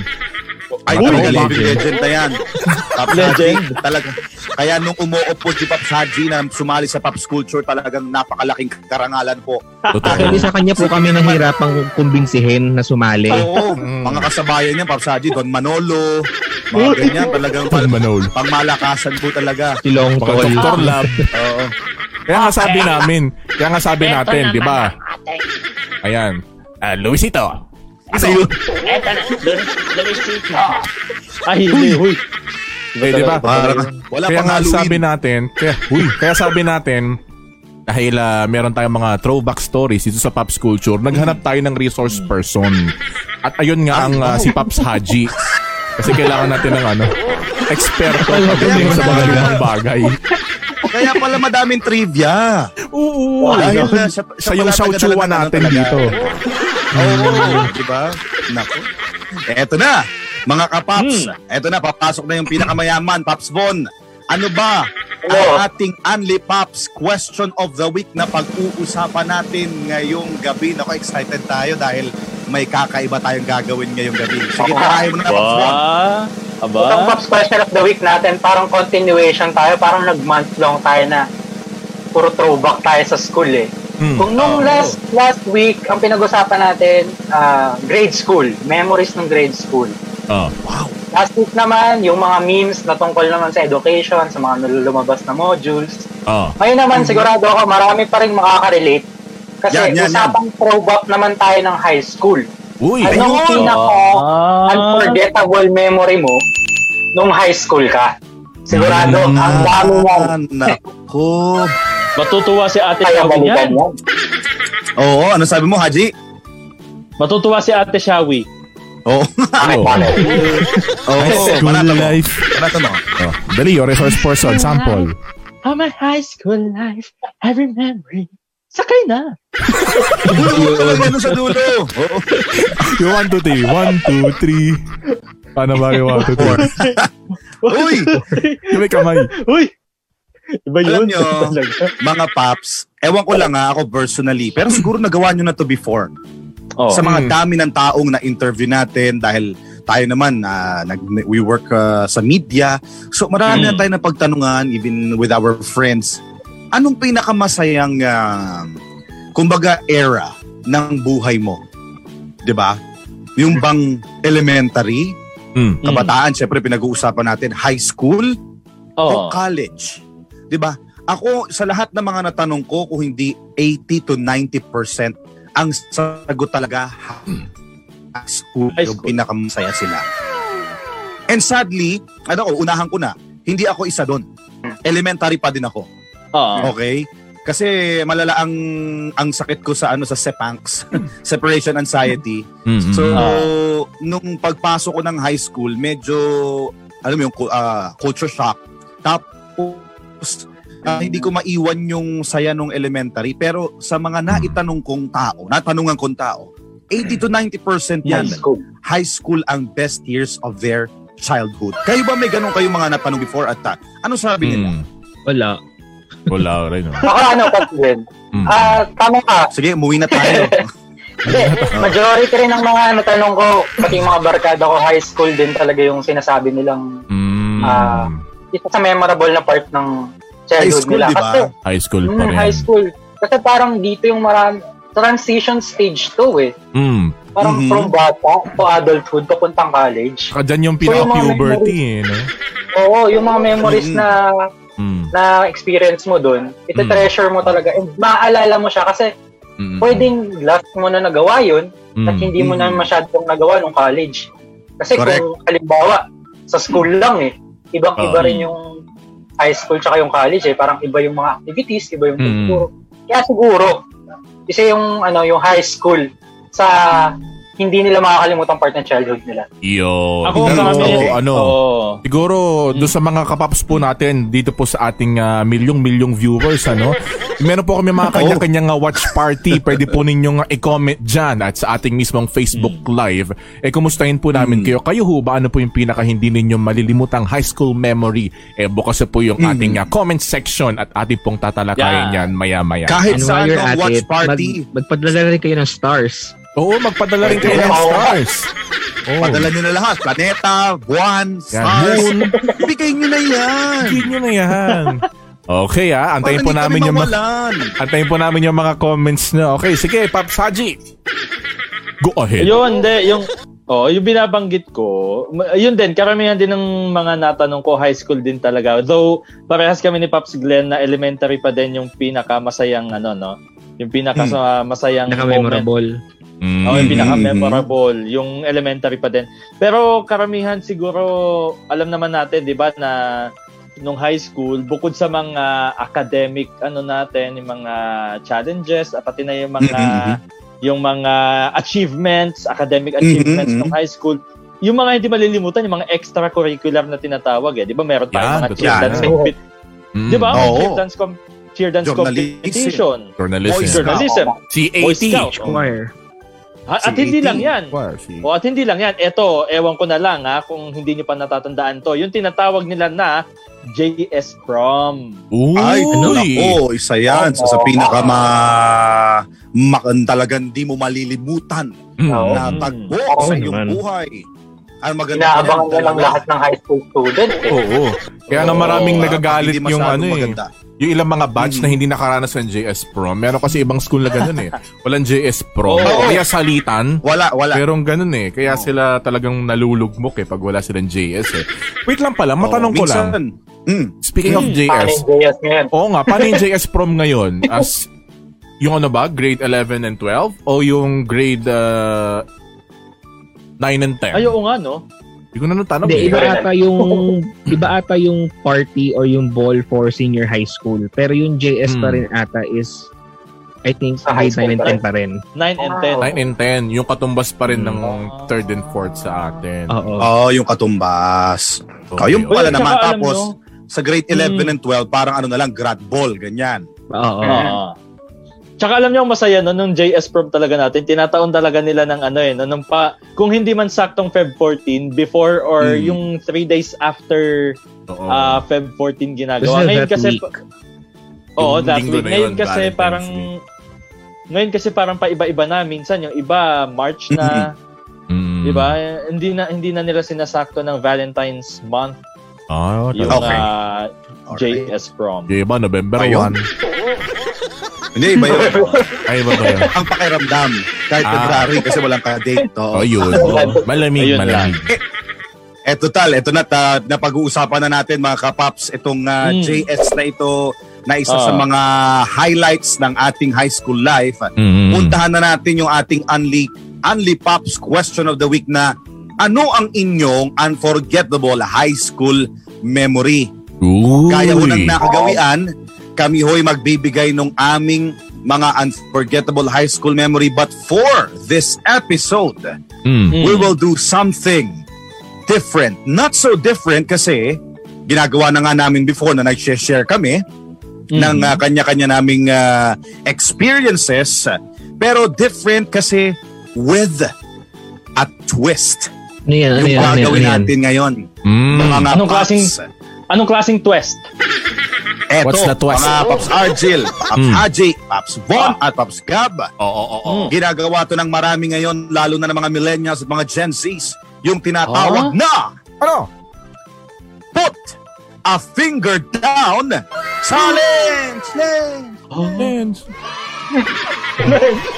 [SPEAKER 2] Ay,
[SPEAKER 1] Uy,
[SPEAKER 2] talaga,
[SPEAKER 1] legend.
[SPEAKER 2] living legend na yan. Pops Haji,
[SPEAKER 3] Legend.
[SPEAKER 2] talaga. Kaya nung umuupo si Pops Haji na sumali sa Pops Culture, talagang napakalaking karangalan po.
[SPEAKER 5] Actually,
[SPEAKER 1] Totoo.
[SPEAKER 5] sa kanya po kami nahirapang kumbinsihin na sumali.
[SPEAKER 2] Oo,
[SPEAKER 1] Mm.
[SPEAKER 2] mga kasabayan niya, Pops Haji, Don Manolo, mga ganyan, talagang
[SPEAKER 1] Paul Manol.
[SPEAKER 2] pangmalakasan po talaga.
[SPEAKER 5] Si Long
[SPEAKER 1] Baka
[SPEAKER 5] Tol.
[SPEAKER 1] Dr. Lab.
[SPEAKER 2] Oo.
[SPEAKER 1] Kaya nga sabi namin, kaya nga sabi natin, di ba? Ayan. Ah, Luisito.
[SPEAKER 2] Ano yun?
[SPEAKER 6] Eto na, Luisito.
[SPEAKER 3] Ay, Ah, hindi, huy.
[SPEAKER 1] Eh, di ba?
[SPEAKER 2] Parang, wala
[SPEAKER 1] kaya
[SPEAKER 2] pang
[SPEAKER 1] nga
[SPEAKER 2] Halloween.
[SPEAKER 1] sabi natin, kaya, uy, kaya sabi natin, dahil ah, meron tayong mga throwback stories dito sa Pops Culture, naghanap tayo ng resource person. At ayun nga ang ah, si Pops Haji. Kasi kailangan natin ng ano, eksperto pagdating sa mga lumang bagay.
[SPEAKER 2] Kaya pala madaming trivia.
[SPEAKER 1] Oo. Dahil
[SPEAKER 2] Dahil uh, siya, siya
[SPEAKER 1] sa yung
[SPEAKER 2] pala
[SPEAKER 1] Xiao
[SPEAKER 2] taga-dala
[SPEAKER 1] Chua
[SPEAKER 2] ng ano
[SPEAKER 1] natin
[SPEAKER 2] talaga.
[SPEAKER 1] dito.
[SPEAKER 2] Oo, di ba? Nako. Eto na, mga
[SPEAKER 1] Hmm.
[SPEAKER 2] kapaps. Eto na, papasok na yung pinakamayaman, Paps Von. Ano ba
[SPEAKER 4] Oo.
[SPEAKER 2] ang ating Unli Paps question of the week na pag-uusapan natin ngayong gabi? Nako, excited tayo dahil may kakaiba tayong gagawin ngayong gabi. Sige,
[SPEAKER 4] Oo.
[SPEAKER 2] tarahin mo na, Paps Von.
[SPEAKER 3] Ba? Aba?
[SPEAKER 4] Itong Pops Question of the Week natin, parang continuation tayo, parang nag-month long tayo na puro throwback tayo sa school eh.
[SPEAKER 1] Hmm.
[SPEAKER 4] Kung nung
[SPEAKER 2] Oo.
[SPEAKER 4] last last week, ang pinag-usapan natin, ah, grade school, memories ng grade school.
[SPEAKER 1] Oh.
[SPEAKER 4] Last week naman, yung mga memes na tungkol naman sa education, sa mga nalulumabas na modules.
[SPEAKER 1] Oh.
[SPEAKER 4] Ngayon naman, sigurado ako, marami pa rin makaka-relate. Kasi
[SPEAKER 2] Mm-hmm. Yan, yan, yan.
[SPEAKER 4] usapang throwback naman tayo ng high school.
[SPEAKER 1] Uy.
[SPEAKER 4] Anong pinaka
[SPEAKER 3] Ah.
[SPEAKER 4] unforgettable memory mo nung high school ka. Sigurado, ang dami yan.
[SPEAKER 2] Mm. Ah, Naku.
[SPEAKER 3] Matutuwa si Ate
[SPEAKER 4] Kaya
[SPEAKER 3] Shawi
[SPEAKER 4] balikan
[SPEAKER 3] niyan.
[SPEAKER 4] yan.
[SPEAKER 2] Oo, ano sabi mo, Haji?
[SPEAKER 3] Matutuwa si Ate Shawi.
[SPEAKER 2] Oo.
[SPEAKER 4] Bakit,
[SPEAKER 1] Oo.
[SPEAKER 4] bakit?
[SPEAKER 2] Oo,
[SPEAKER 1] School
[SPEAKER 2] panata mo.
[SPEAKER 1] life.
[SPEAKER 2] Panata mo.
[SPEAKER 1] Oh, dali, your resource person. Sample.
[SPEAKER 3] How my high school life, I remember. it. Sakay na.
[SPEAKER 2] Dulo mo talaga dun sa dulo. Oo.
[SPEAKER 1] Yung 1, 2, 3. 1, 2, 3. Paano ba yung 1, 2, 3?
[SPEAKER 2] Uy!
[SPEAKER 1] Yung may kamay.
[SPEAKER 3] Uy! Iba
[SPEAKER 2] Alam
[SPEAKER 3] yun.
[SPEAKER 2] nyo.
[SPEAKER 3] Talaga.
[SPEAKER 2] Mga paps, ewan ko lang ha, ako personally, pero siguro nagawa nyo na to before.
[SPEAKER 3] Oh.
[SPEAKER 2] Sa
[SPEAKER 1] Mm.
[SPEAKER 2] mga dami ng taong na-interview natin dahil tayo naman, ah, nag, we work ah, sa media. So marami na tayo na pagtanungan, even with our friends. Anong pinakamasayang, ah, kumbaga, era ng buhay mo? 'Di ba? Yung bang elementary,
[SPEAKER 1] Mm.
[SPEAKER 2] kabataan, syempre pinag-uusapan natin, high school, o
[SPEAKER 3] Oh.
[SPEAKER 2] college. 'Di ba? Ako sa lahat ng mga natanong ko kung hindi 80 to 90% ang sagot talaga ha- high school,
[SPEAKER 3] High
[SPEAKER 2] yung
[SPEAKER 3] school.
[SPEAKER 2] pinakamasaya sila. And sadly, ano ko, unahan ko na, hindi ako isa doon. Elementary pa din ako.
[SPEAKER 3] Oh.
[SPEAKER 2] Okay? Kasi malala ang ang sakit ko sa ano sa sepangs, separation anxiety.
[SPEAKER 1] Mm-mm.
[SPEAKER 2] So,
[SPEAKER 3] Ah.
[SPEAKER 2] nung pagpasok ko ng high school, medyo, alam mo yung cu- ah, culture shock. Tapos, ah, hindi ko maiwan yung saya nung elementary. Pero sa mga naitanong kong tao, natanungan kong tao, 80 to 90% yan,
[SPEAKER 4] High school.
[SPEAKER 2] high school ang best years of their childhood. Kayo ba may ganun kayo mga natanong before at that? Ano sabi nila?
[SPEAKER 1] Mm.
[SPEAKER 5] Wala.
[SPEAKER 1] Wala rin. oh.
[SPEAKER 4] Ako ano, Pops Ben?
[SPEAKER 1] Mm.
[SPEAKER 4] Ah, tama ka.
[SPEAKER 2] Sige, umuwi na tayo.
[SPEAKER 4] Hindi, majority rin ng mga natanong ko, pati yung mga barkada ko, high school din talaga yung sinasabi nilang
[SPEAKER 1] Mm.
[SPEAKER 4] Ah. isa sa memorable na part ng
[SPEAKER 2] high
[SPEAKER 4] childhood
[SPEAKER 2] school,
[SPEAKER 4] nila.
[SPEAKER 2] di
[SPEAKER 4] Kasi,
[SPEAKER 2] ba?
[SPEAKER 1] High school pa
[SPEAKER 4] mm,
[SPEAKER 1] rin.
[SPEAKER 4] high school. Kasi parang dito yung marami, transition stage to eh.
[SPEAKER 1] Mm.
[SPEAKER 4] Parang
[SPEAKER 2] Mhm.
[SPEAKER 4] from bata to adulthood, papuntang college.
[SPEAKER 1] Saka dyan yung pinaka-puberty. Eh, no?
[SPEAKER 4] Oo, yung mga memories
[SPEAKER 2] Mhm.
[SPEAKER 4] na
[SPEAKER 1] Mm.
[SPEAKER 4] na experience mo doon, ite-treasure mo talaga. And maaalala mo siya kasi
[SPEAKER 1] Mm.
[SPEAKER 4] pwedeng last mo na nagawa yun at
[SPEAKER 1] Mm.
[SPEAKER 4] hindi mo na
[SPEAKER 2] Mm.
[SPEAKER 4] masyadong nagawa nung college. Kasi
[SPEAKER 2] Correct.
[SPEAKER 4] kung halimbawa, sa school lang eh, ibang-iba
[SPEAKER 1] Ah.
[SPEAKER 4] rin yung high school tsaka yung college eh. Parang iba yung mga activities, iba yung
[SPEAKER 1] Mm.
[SPEAKER 4] kulturo. Kaya siguro, isa yung, ano, yung high school sa hindi nila makakalimutang part ng childhood nila.
[SPEAKER 1] Yun.
[SPEAKER 3] Ako
[SPEAKER 2] Ganun,
[SPEAKER 3] kami.
[SPEAKER 2] okay.
[SPEAKER 1] ano?
[SPEAKER 3] Oo.
[SPEAKER 1] Siguro do
[SPEAKER 2] Hmm.
[SPEAKER 1] sa mga kapaps po natin dito po sa ating ah, milyong-milyong viewers ano. Meron po kami
[SPEAKER 2] Oh.
[SPEAKER 1] mga kanya-kanyang ah, watch party. Pwede po ninyong ah, i-comment diyan at sa ating mismong Facebook
[SPEAKER 2] Hmm.
[SPEAKER 1] Live. Eh kumustahin po namin
[SPEAKER 2] Mm.
[SPEAKER 1] kayo. Kayo ho ba ano po yung pinaka hindi ninyo malilimutang high school memory? Eh bukas na po yung
[SPEAKER 2] Mm.
[SPEAKER 1] ating ah, comment section at ating pong tatalakayin
[SPEAKER 3] Yeah.
[SPEAKER 1] yan maya-maya.
[SPEAKER 2] Kahit
[SPEAKER 5] And
[SPEAKER 2] sa
[SPEAKER 5] while you're
[SPEAKER 2] ano,
[SPEAKER 5] at
[SPEAKER 2] watch
[SPEAKER 5] it,
[SPEAKER 2] party,
[SPEAKER 5] Mag, magpadala rin kayo ng stars.
[SPEAKER 1] Oo, magpadala rin kayo ng
[SPEAKER 4] Oo.
[SPEAKER 1] stars. Oh.
[SPEAKER 2] padala nyo na lahat. Planeta,
[SPEAKER 1] Yan,
[SPEAKER 2] buwan, stars.
[SPEAKER 1] moon.
[SPEAKER 2] Bigay nyo na yan.
[SPEAKER 1] Bigyan nyo na yan. Okay ah, antayin po
[SPEAKER 2] Para
[SPEAKER 1] namin
[SPEAKER 2] hindi
[SPEAKER 1] yung
[SPEAKER 2] kami
[SPEAKER 1] mga
[SPEAKER 2] mawalan.
[SPEAKER 1] Antayin po namin yung mga comments na. Okay, sige, Pops Haji. Go ahead.
[SPEAKER 3] Yun, de, yung Oh, yung binabanggit ko, ma- yun din, karamihan din ng mga natanong ko, high school din talaga. Though, parehas kami ni Pops Glenn na elementary pa din yung pinakamasayang, ano, no? Yung pinakamasayang moment
[SPEAKER 5] Naka-memorable.
[SPEAKER 1] Mm.
[SPEAKER 3] Oh, yung
[SPEAKER 2] Mhm.
[SPEAKER 3] pinaka-memorable, yung elementary pa din. Pero karamihan siguro, alam naman natin, di ba, na nung high school, bukod sa mga academic, ano natin, yung mga challenges, at pati na yung mga,
[SPEAKER 1] Mm-hmm,
[SPEAKER 2] Mhm,
[SPEAKER 3] yung mga achievements, academic
[SPEAKER 1] Mm-hmm,
[SPEAKER 3] achievements
[SPEAKER 2] mhm.
[SPEAKER 3] nung high school, yung mga hindi malilimutan, yung mga extracurricular na tinatawag eh. Di ba meron tayong
[SPEAKER 1] Yan,
[SPEAKER 3] mga
[SPEAKER 1] totoo
[SPEAKER 3] cheer
[SPEAKER 2] yan.
[SPEAKER 3] dance, compe-
[SPEAKER 1] Mm.
[SPEAKER 3] di ba? May
[SPEAKER 2] Oo.
[SPEAKER 3] Cheer dance, com- cheer dance
[SPEAKER 2] Journalism.
[SPEAKER 3] competition,
[SPEAKER 1] Journalism. E
[SPEAKER 2] Boys Scout.
[SPEAKER 3] journalism, Boy
[SPEAKER 1] C80.
[SPEAKER 3] Scout.
[SPEAKER 5] Choir.
[SPEAKER 3] Ha- At hindi
[SPEAKER 2] C80.
[SPEAKER 3] lang yan. O at hindi lang yan, eto, ewan ko na lang ha, kung hindi nyo pa natatandaan to, yung tinatawag nila na JS Prom.
[SPEAKER 1] Uy. Mm.
[SPEAKER 2] Ay, ano nako, isa yan. Sa, sa pinaka ma... Makan talagang di mo malilimutan
[SPEAKER 1] Mm.
[SPEAKER 4] Oo.
[SPEAKER 2] na tagbo
[SPEAKER 4] Oo
[SPEAKER 2] sa iyong
[SPEAKER 5] naman.
[SPEAKER 2] buhay. Ang maganda
[SPEAKER 4] Inaabangan na lang
[SPEAKER 2] dalawa.
[SPEAKER 4] lahat ng high school student eh.
[SPEAKER 1] Oo. Kaya na maraming
[SPEAKER 2] Oo,
[SPEAKER 1] nagagalit
[SPEAKER 2] hindi
[SPEAKER 1] yung
[SPEAKER 2] masyadong
[SPEAKER 1] ano eh.
[SPEAKER 2] maganda.
[SPEAKER 1] Yung ilang mga batch
[SPEAKER 2] Mm.
[SPEAKER 1] na hindi nakaranas ng JS Prom. Meron kasi ibang school na ganun eh. Walang JS Prom.
[SPEAKER 3] Oo.
[SPEAKER 1] Kaya salitan.
[SPEAKER 2] Wala, wala.
[SPEAKER 1] Pero ganun eh. Kaya sila talagang nalulugmok eh pag wala silang JS eh. Wait lang pala, matanong ko lang.
[SPEAKER 2] Minsan, Mm.
[SPEAKER 1] Speaking of
[SPEAKER 4] Paano
[SPEAKER 1] JS,
[SPEAKER 4] yung JS ngayon?
[SPEAKER 1] Oo nga, paano yung JS prom ngayon? As yung ano ba, grade 11 and 12 o yung grade uh, 9 and 10?
[SPEAKER 3] Ay, oo nga, no?
[SPEAKER 1] Hindi ko na natanong eh.
[SPEAKER 5] Hindi, iba ata yung iba ata yung party or yung ball for senior high school. Pero yung JS pa
[SPEAKER 1] Hmm.
[SPEAKER 5] rin ata is I think
[SPEAKER 4] Ah, high
[SPEAKER 5] high
[SPEAKER 4] school
[SPEAKER 5] 9 and
[SPEAKER 4] pa rin.
[SPEAKER 5] 10 pa rin.
[SPEAKER 3] 9 and 10.
[SPEAKER 1] 9 and 10, yung katumbas pa rin ng
[SPEAKER 3] Hmm.
[SPEAKER 1] 3rd and 4th sa atin. oh,
[SPEAKER 5] Oo.
[SPEAKER 2] Oh, yung katumbas.
[SPEAKER 1] So,
[SPEAKER 2] Ayun
[SPEAKER 1] yun.
[SPEAKER 2] pala
[SPEAKER 3] Uy,
[SPEAKER 2] naman.
[SPEAKER 3] tsaka alam
[SPEAKER 2] Tapos,
[SPEAKER 3] nyo-
[SPEAKER 2] sa grade 11
[SPEAKER 3] Mm.
[SPEAKER 2] and 12, parang ano na lang, grad ball, ganyan.
[SPEAKER 1] Ah.
[SPEAKER 5] Oo.
[SPEAKER 3] Oo. ah. Tsaka alam niyo ang masaya no, nung JS prom talaga natin, tinataon talaga nila ng ano eh, no, nung pa, kung hindi man saktong Feb 14, before or
[SPEAKER 1] Hmm.
[SPEAKER 2] Mm.
[SPEAKER 3] yung 3 days after
[SPEAKER 1] Oo.
[SPEAKER 3] ah, Feb 14
[SPEAKER 5] Basta
[SPEAKER 3] ginagawa. Ngayon
[SPEAKER 5] that
[SPEAKER 3] kasi,
[SPEAKER 5] week.
[SPEAKER 3] oo,
[SPEAKER 1] Yung
[SPEAKER 3] that
[SPEAKER 1] linggo
[SPEAKER 3] week.
[SPEAKER 1] na
[SPEAKER 3] Ngayon
[SPEAKER 1] yun,
[SPEAKER 3] kasi
[SPEAKER 1] Valentine's
[SPEAKER 3] parang,
[SPEAKER 1] Day.
[SPEAKER 3] ngayon kasi parang paiba-iba na. Minsan yung iba, March na,
[SPEAKER 1] Mm.
[SPEAKER 3] di ba? Diba? Hindi na, hindi na nila sinasakto ng Valentine's month
[SPEAKER 1] Ah,
[SPEAKER 3] yung
[SPEAKER 1] talaga.
[SPEAKER 2] Okay.
[SPEAKER 3] ah,
[SPEAKER 2] Alright.
[SPEAKER 3] JS prom.
[SPEAKER 1] Yung iba, November
[SPEAKER 2] Ayun.
[SPEAKER 1] 1.
[SPEAKER 2] Hindi, iba yun.
[SPEAKER 1] Ay, iba ba yun?
[SPEAKER 2] Ang pakiramdam. Kahit
[SPEAKER 1] Ah.
[SPEAKER 2] February kasi walang ka-date. Oo.
[SPEAKER 1] Oh, yun. Oh, malamig,
[SPEAKER 3] Ayun
[SPEAKER 1] malamig.
[SPEAKER 2] Eh total, ito na ta, napag-uusapan na natin mga kapaps itong ah,
[SPEAKER 3] Mm.
[SPEAKER 2] JS na ito na isa sa
[SPEAKER 3] Ah.
[SPEAKER 2] mga highlights ng ating high school life.
[SPEAKER 1] Mm.
[SPEAKER 2] Puntahan na natin yung ating Unli Unli Pops question of the week na ano ang inyong unforgettable high school memory?
[SPEAKER 1] Uy.
[SPEAKER 2] Kaya unang nakagawian, kami ho'y magbibigay ng aming mga unforgettable high school memory. But for this episode,
[SPEAKER 1] Mm.
[SPEAKER 2] we will do something different. Not so different kasi ginagawa na nga namin before na nag-share kami
[SPEAKER 5] Mm-hmm.
[SPEAKER 2] ng uh, kanya-kanya naming uh, experiences. Pero different kasi with a twist.
[SPEAKER 5] Ano yan?
[SPEAKER 2] yung
[SPEAKER 5] Ano yan? Ano yan?
[SPEAKER 2] gagawin
[SPEAKER 5] Ano yan?
[SPEAKER 2] natin ngayon.
[SPEAKER 1] Mm.
[SPEAKER 2] Mga
[SPEAKER 3] Anong
[SPEAKER 2] paps,
[SPEAKER 3] klaseng- Anong klaseng twist?
[SPEAKER 2] Eto,
[SPEAKER 1] What's the twist?
[SPEAKER 2] mga Paps Argel, Paps
[SPEAKER 1] Mm.
[SPEAKER 2] AJ, Paps Von, at Paps Gab. Hmm.
[SPEAKER 1] Oo, oo, oo.
[SPEAKER 2] Ginagawa to ng marami ngayon, lalo na ng mga millennials at mga Gen Zs, yung tinatawag na
[SPEAKER 1] Ano?
[SPEAKER 2] Put a Finger Down Challenge! Challenge!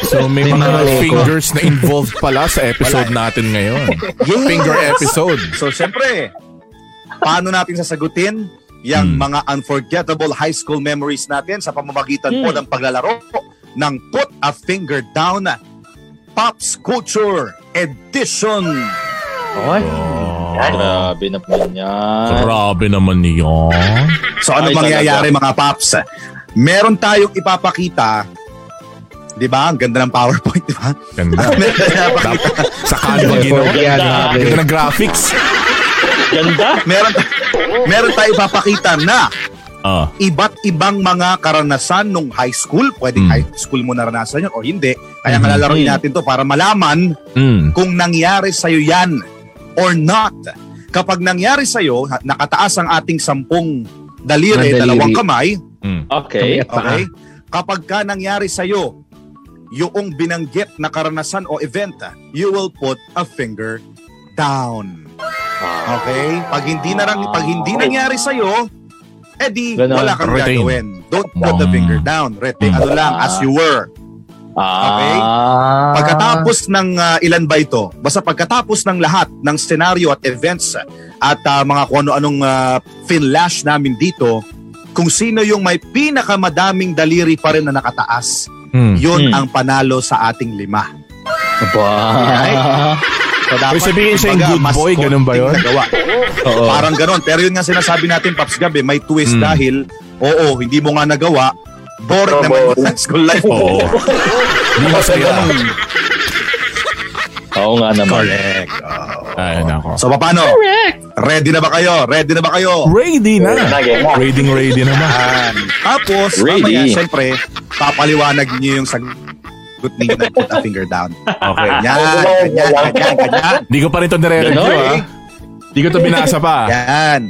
[SPEAKER 1] So may,
[SPEAKER 5] May
[SPEAKER 1] mga
[SPEAKER 5] mga loko.
[SPEAKER 1] fingers na involved pala sa episode natin ngayon. Finger episode.
[SPEAKER 2] So, syempre, paano natin sasagutin yung
[SPEAKER 1] Hmm.
[SPEAKER 2] mga unforgettable high school memories natin sa pamamagitan po ng paglalaro ng Put a Finger Down Pops Culture Edition.
[SPEAKER 3] Ay,
[SPEAKER 1] Oh,
[SPEAKER 3] grabe na po niya.
[SPEAKER 1] grabe naman yun.
[SPEAKER 2] So ano
[SPEAKER 3] Ay,
[SPEAKER 2] mangyayari mga paps? Meron tayong ipapakita 'Di ba? Ang ganda ng PowerPoint, 'di ba?
[SPEAKER 1] Ganda.
[SPEAKER 2] Meron tayong ipapakita-
[SPEAKER 1] sa kanwa ginawa.
[SPEAKER 5] Ano yan?
[SPEAKER 3] Ganda.
[SPEAKER 5] Grabe.
[SPEAKER 1] Ganda ng graphics.
[SPEAKER 3] Ganda.
[SPEAKER 2] meron meron tayong ipapakita na
[SPEAKER 1] Ah,
[SPEAKER 2] iba't ibang mga karanasan nung high school. Pwedeng
[SPEAKER 5] Hmm.
[SPEAKER 1] Mm.
[SPEAKER 2] high school mo naranasan 'yon o hindi.
[SPEAKER 1] Mhm.
[SPEAKER 2] Kaya nga lalaroin natin 'to para malaman
[SPEAKER 1] mm.
[SPEAKER 2] kung nangyari sa 'yan or not. Kapag nangyari sa nakataas ang ating sampung daliri,
[SPEAKER 5] Mga daliri.
[SPEAKER 2] dalawang kamay,
[SPEAKER 3] Okay.
[SPEAKER 5] At paa.
[SPEAKER 2] Okay? Kapag ka nangyari sa'yo, yung binanggit na karanasan o event, ah, you will put a finger down. Okay? Pag hindi na pag hindi nangyari sa edi
[SPEAKER 3] Ganun.
[SPEAKER 2] wala kang
[SPEAKER 1] Retain.
[SPEAKER 2] gagawin. Don't put the
[SPEAKER 1] Mm.
[SPEAKER 2] finger down. Rete, ano lang as you were.
[SPEAKER 3] Ah.
[SPEAKER 2] Okay? Pagkatapos ng ah, ilan ba ito? Basta pagkatapos ng lahat ng senaryo at events ah, at ah, mga kung ano-anong ah, finlash namin dito, kung sino yung may pinakamadaming daliri pa rin na nakataas,
[SPEAKER 1] Mm.
[SPEAKER 2] yun
[SPEAKER 3] Hmm.
[SPEAKER 2] ang panalo sa ating lima.
[SPEAKER 3] Ba.
[SPEAKER 2] Okay? So dapat,
[SPEAKER 1] Uy, sabihin siya yung
[SPEAKER 2] kumbaga,
[SPEAKER 1] good
[SPEAKER 2] mas
[SPEAKER 1] boy,
[SPEAKER 2] konting
[SPEAKER 1] ganun ba yun?
[SPEAKER 2] nagawa.
[SPEAKER 1] Oh.
[SPEAKER 2] Parang ganun. Pero yun nga sinasabi natin, Paps Gab, eh, may twist
[SPEAKER 1] Hmm.
[SPEAKER 2] dahil, oo, hindi mo nga nagawa, boring
[SPEAKER 4] Tama.
[SPEAKER 2] naman yung high school life.
[SPEAKER 1] Oo. Hindi masaya.
[SPEAKER 3] Oo nga naman.
[SPEAKER 2] Correct.
[SPEAKER 1] Ayun Ah, ako.
[SPEAKER 2] So paano? Ready na ba kayo? Ready na ba kayo?
[SPEAKER 1] Ready na.
[SPEAKER 4] Lagi na.
[SPEAKER 1] Rating ready naman.
[SPEAKER 2] Yan. Tapos,
[SPEAKER 3] Ready.
[SPEAKER 2] mamaya, syempre, papaliwanag niyo yung sagot ninyo ng put a finger down.
[SPEAKER 1] Okay.
[SPEAKER 2] Yan, Ah, ganyan, ganyan, ganyan.
[SPEAKER 1] Hindi ko pa rin ito nire-review
[SPEAKER 3] Ganon.
[SPEAKER 1] ah. Hindi ko ito binasa pa.
[SPEAKER 2] Yan.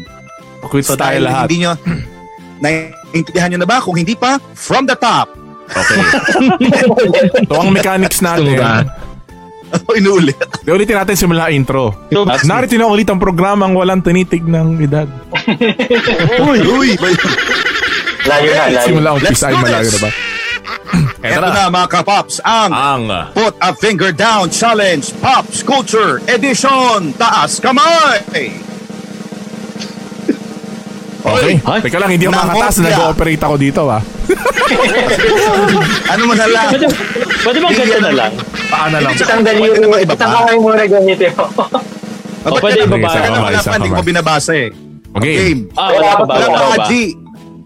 [SPEAKER 1] Quit
[SPEAKER 2] So
[SPEAKER 1] tayo
[SPEAKER 2] dahil
[SPEAKER 1] lahat.
[SPEAKER 2] hindi nyo, naiintindihan nyo na ba? Kung hindi pa, from the top.
[SPEAKER 1] Okay. so ang mechanics natin,
[SPEAKER 5] Sura.
[SPEAKER 2] Inuulit.
[SPEAKER 1] ulitin natin simula intro. Narito na ulit ang programang walang tinitig ng edad.
[SPEAKER 2] Uy, uy.
[SPEAKER 4] Layo na, layo.
[SPEAKER 1] Simula ang
[SPEAKER 2] Let's
[SPEAKER 1] pisa ay
[SPEAKER 2] do
[SPEAKER 1] malayo
[SPEAKER 2] this.
[SPEAKER 1] na ba? Eto
[SPEAKER 2] Ito na mga kapops,
[SPEAKER 3] Ah.
[SPEAKER 2] ang
[SPEAKER 1] Ang
[SPEAKER 2] Put a Finger Down Challenge Pops Culture Edition. Taas kamay!
[SPEAKER 1] Okay. Teka lang, hindi ako
[SPEAKER 2] Nangopya.
[SPEAKER 1] makatas na nag-ooperate ako dito ah.
[SPEAKER 2] Ano mo na lang?
[SPEAKER 3] Pwede, pwede bang ganito na lang?
[SPEAKER 1] Paano lang?
[SPEAKER 4] Isang dali
[SPEAKER 2] Pwede na mga iba
[SPEAKER 4] Isang
[SPEAKER 2] pa?
[SPEAKER 4] kamay muna ganito.
[SPEAKER 2] Ah,
[SPEAKER 3] O,
[SPEAKER 2] ba't
[SPEAKER 3] Oh, pwede
[SPEAKER 2] yan ang-
[SPEAKER 1] ibaba.
[SPEAKER 2] yan ang
[SPEAKER 1] Isa pa ba,
[SPEAKER 2] wala
[SPEAKER 1] isa
[SPEAKER 2] pa,
[SPEAKER 1] pa
[SPEAKER 2] hindi
[SPEAKER 1] ba?
[SPEAKER 2] ko binabasa eh.
[SPEAKER 1] Okay.
[SPEAKER 2] Game.
[SPEAKER 3] Ah, wala pa ba?
[SPEAKER 2] Wala
[SPEAKER 3] Wala
[SPEAKER 2] pa,
[SPEAKER 3] pa ba?
[SPEAKER 2] Haji.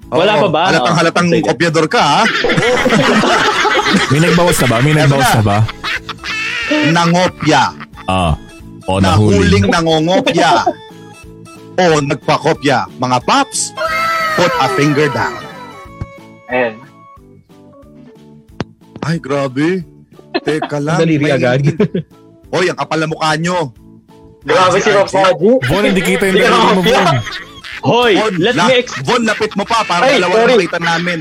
[SPEAKER 3] Wala
[SPEAKER 2] Oo,
[SPEAKER 3] pa ba?
[SPEAKER 2] Halatang
[SPEAKER 3] Oo.
[SPEAKER 2] halatang
[SPEAKER 3] Sige.
[SPEAKER 2] kopyador ka ha.
[SPEAKER 1] May nagbawas na ba? May nagbawas na ba?
[SPEAKER 2] Nangopya.
[SPEAKER 1] Ah. O, nahuli.
[SPEAKER 2] Nahuling nangongopya. o nagpakopya. Mga paps, put a finger down.
[SPEAKER 4] Ayan.
[SPEAKER 2] Ay, grabe. Teka lang.
[SPEAKER 5] Ang daliri
[SPEAKER 2] may-
[SPEAKER 5] agad.
[SPEAKER 2] Hoy, ang kapal na mukha nyo.
[SPEAKER 4] Grabe si Pops Haji.
[SPEAKER 1] Bon, hindi kita yung daliri mo, Bon.
[SPEAKER 3] Hoy,
[SPEAKER 2] Von,
[SPEAKER 3] let
[SPEAKER 2] la-
[SPEAKER 3] me ex-
[SPEAKER 2] Von, lapit mo pa para
[SPEAKER 4] Ay,
[SPEAKER 2] dalawa
[SPEAKER 4] sorry.
[SPEAKER 2] nakita namin.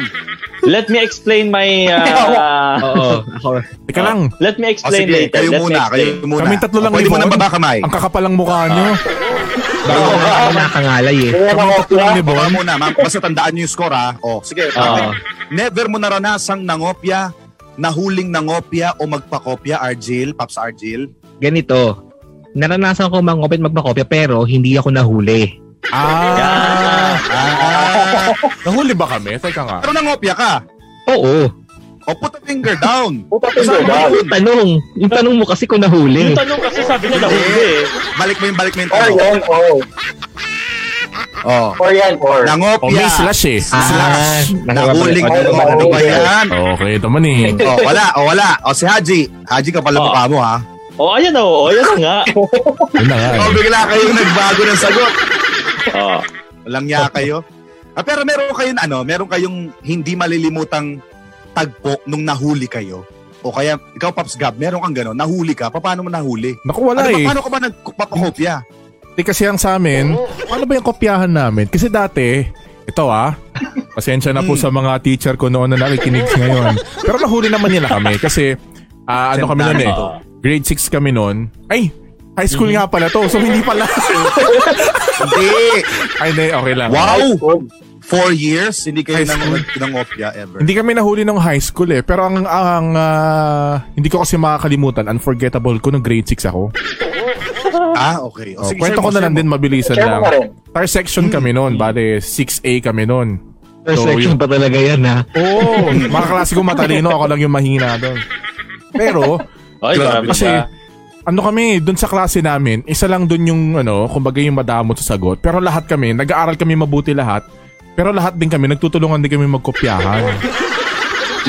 [SPEAKER 3] let me explain my uh,
[SPEAKER 5] Oo, ako.
[SPEAKER 1] Teka lang.
[SPEAKER 3] Let me
[SPEAKER 2] O Oh,
[SPEAKER 3] explain
[SPEAKER 2] sige,
[SPEAKER 3] later.
[SPEAKER 2] Oh. kayo
[SPEAKER 3] Let me
[SPEAKER 2] muna,
[SPEAKER 3] explain.
[SPEAKER 2] kayo muna.
[SPEAKER 1] Kaming tatlo lang
[SPEAKER 2] Pwede
[SPEAKER 1] ni
[SPEAKER 2] mo na
[SPEAKER 1] Von.
[SPEAKER 2] baka kamay.
[SPEAKER 1] Ang kakapalang mukha nyo.
[SPEAKER 5] Bago
[SPEAKER 4] Oo.
[SPEAKER 5] ako nakakangalay eh.
[SPEAKER 4] Ayan ang
[SPEAKER 1] Kaming tatlo lang ni
[SPEAKER 2] Baka
[SPEAKER 1] Bon.
[SPEAKER 2] muna, ma'am. Basta tandaan nyo yung score, ha? O, sige.
[SPEAKER 3] Ah.
[SPEAKER 2] Never mo naranasang nangopya, nahuling nangopya o magpakopya, Argil, Paps Argil.
[SPEAKER 5] Ganito, naranasan ko mangopit magpakopya pero hindi ako nahuli.
[SPEAKER 1] Ah.
[SPEAKER 2] Ah.
[SPEAKER 1] Nahuli ba kami? Teka nga.
[SPEAKER 2] Pero nangopya ka.
[SPEAKER 5] Oo.
[SPEAKER 2] O, put a finger down.
[SPEAKER 4] Puta finger down.
[SPEAKER 5] Yung tanong, yung tanong mo kasi kung nahuli.
[SPEAKER 3] Yung tanong kasi sabi niya nahuli eh.
[SPEAKER 2] Balik mo yung balik mo yung
[SPEAKER 4] Or
[SPEAKER 2] tanong.
[SPEAKER 4] yan, or.
[SPEAKER 2] O,
[SPEAKER 4] Or yan, or.
[SPEAKER 1] O, may
[SPEAKER 2] nangopya.
[SPEAKER 1] slash eh.
[SPEAKER 5] Ah,
[SPEAKER 2] Nahuling
[SPEAKER 5] nakakabalik.
[SPEAKER 4] Ano,
[SPEAKER 2] ano ba
[SPEAKER 4] nangopya.
[SPEAKER 2] yan?
[SPEAKER 1] Okay, naman eh.
[SPEAKER 2] O, wala, o, wala. O, si Haji. Haji, kapal na
[SPEAKER 3] Oh.
[SPEAKER 2] mukha mo, ha?
[SPEAKER 3] O, ayan na, o, ayan na nga.
[SPEAKER 1] Yun na nga
[SPEAKER 2] O,
[SPEAKER 1] eh.
[SPEAKER 2] bigla kayong nagbago ng sagot.
[SPEAKER 3] O,
[SPEAKER 2] Walang ya kayo. Ah, pero meron kayong ano, meron kayong hindi malilimutang tagpo nung nahuli kayo. O kaya, ikaw, Pops Gab, meron kang gano'n, nahuli ka, pa- paano mo nahuli?
[SPEAKER 1] Naku, wala
[SPEAKER 2] Ano, ba-
[SPEAKER 1] eh.
[SPEAKER 2] paano ka ba nagpapakopya?
[SPEAKER 1] Di Eh, kasi ang sa amin, ano ba yung kopyahan namin? Kasi dati, ito ah, pasensya na po
[SPEAKER 2] Mm.
[SPEAKER 1] sa mga teacher ko noon na nakikinig ngayon. Pero nahuli naman nila kami kasi ah, ano kami noon eh,
[SPEAKER 2] Sentado. Mhm.
[SPEAKER 1] grade 6 kami noon. Ay, high school nga pala to, so hindi pala.
[SPEAKER 2] Hindi!
[SPEAKER 1] Ay, hindi, okay lang.
[SPEAKER 2] wow! Four years, hindi kayo
[SPEAKER 1] High
[SPEAKER 2] nang,
[SPEAKER 1] school.
[SPEAKER 2] nangopya ever.
[SPEAKER 1] Hindi kami nahuli ng high school eh, pero ang, ang ah, hindi ko kasi makakalimutan, unforgettable ko nung grade 6 ako.
[SPEAKER 2] Ah, okay. O,
[SPEAKER 1] Oh,
[SPEAKER 2] sige,
[SPEAKER 1] kwento
[SPEAKER 2] share
[SPEAKER 1] ko
[SPEAKER 2] mo,
[SPEAKER 1] na
[SPEAKER 2] share
[SPEAKER 1] lang
[SPEAKER 2] mo.
[SPEAKER 1] din, mabilisan
[SPEAKER 4] Share mo
[SPEAKER 1] lang.
[SPEAKER 4] ka rin.
[SPEAKER 1] Tar section kami
[SPEAKER 2] Hmm.
[SPEAKER 1] noon, bale 6A kami noon.
[SPEAKER 5] First
[SPEAKER 1] So,
[SPEAKER 5] section
[SPEAKER 1] yun.
[SPEAKER 5] pa talaga yan ha.
[SPEAKER 1] Oo, mga klase ko matalino, ako lang yung mahina doon. Pero,
[SPEAKER 5] Diba?
[SPEAKER 3] ay, grabe
[SPEAKER 1] kasi,
[SPEAKER 3] ka.
[SPEAKER 1] ano kami, doon sa klase namin, isa lang doon yung, ano, kumbaga yung madamot sa sagot. Pero lahat kami, nag-aaral kami mabuti lahat. Pero lahat din kami, nagtutulungan din kami magkopyahan.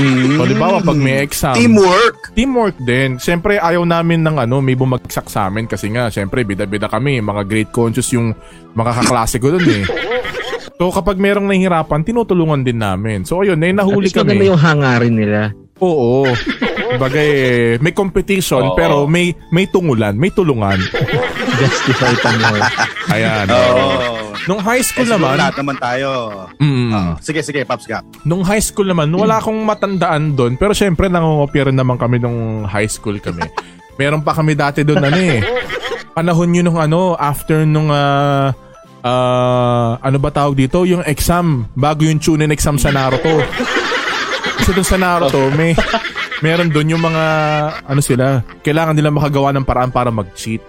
[SPEAKER 2] Mm.
[SPEAKER 1] O, halimbawa, pag may exam,
[SPEAKER 2] Teamwork!
[SPEAKER 1] teamwork din. Siyempre, ayaw namin ng ano, may bumagsak sa amin kasi nga, siyempre, bida-bida kami. Mga great conscious yung mga kaklase ko doon eh. So, kapag merong nahihirapan, tinutulungan din namin. So, ayun, eh,
[SPEAKER 5] At
[SPEAKER 1] nahuli
[SPEAKER 5] least
[SPEAKER 1] kami.
[SPEAKER 5] maganda yung hangarin nila.
[SPEAKER 1] Oo. Bagay, eh, may competition
[SPEAKER 3] Oo.
[SPEAKER 1] pero may may tungulan, may tulungan.
[SPEAKER 5] Justify pa nyo.
[SPEAKER 1] Ayan.
[SPEAKER 2] Oh.
[SPEAKER 1] Nung high school
[SPEAKER 2] Cool naman.
[SPEAKER 1] naman,
[SPEAKER 2] Lahat naman tayo.
[SPEAKER 1] mm,
[SPEAKER 2] Ah, sige, sige, Pops Gab.
[SPEAKER 1] nung high school naman, wala akong matandaan doon. Pero syempre, nangungopya rin naman kami nung high school kami. Meron pa kami dati doon, ano eh. Panahon yun nung ano, after nung, ah, ah, ano ba tawag dito? Yung exam, bago yung tune-in exam sa Naruto. Kasi doon sa Naruto, may, meron doon yung mga, ano sila, kailangan nila makagawa ng paraan para mag-cheat.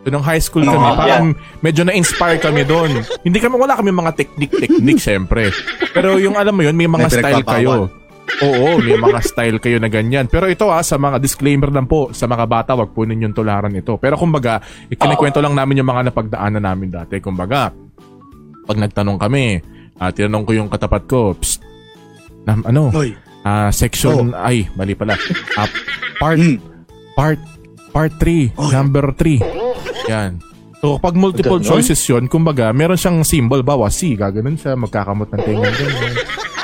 [SPEAKER 1] So, nung high school kami,
[SPEAKER 3] Oo,
[SPEAKER 1] parang medyo na-inspire kami doon. Hindi kami, wala kami mga technique-technique, syempre. Pero yung alam mo yun, may mga
[SPEAKER 2] May
[SPEAKER 1] style
[SPEAKER 2] pinagpapawal.
[SPEAKER 1] kayo. Oo, may mga style kayo na ganyan. Pero ito ah, sa mga disclaimer lang po, sa mga bata, wag po ninyong tularan ito. Pero kumbaga, ikinikwento lang namin yung mga napagdaanan namin dati. Kumbaga, pag nagtanong kami, ah, tinanong ko yung katapat ko, Psst, nam, ano,
[SPEAKER 2] Hoy.
[SPEAKER 1] ah, section,
[SPEAKER 2] Oh.
[SPEAKER 1] ay, mali pala. Ah, part,
[SPEAKER 2] Mm.
[SPEAKER 1] part, part 3,
[SPEAKER 2] Oh.
[SPEAKER 1] number 3. Yan. So, pag multiple
[SPEAKER 3] Ganun?
[SPEAKER 1] choices yun, kumbaga, meron siyang symbol, bawa C, gaganon siya, magkakamot ng tinga. ganyan.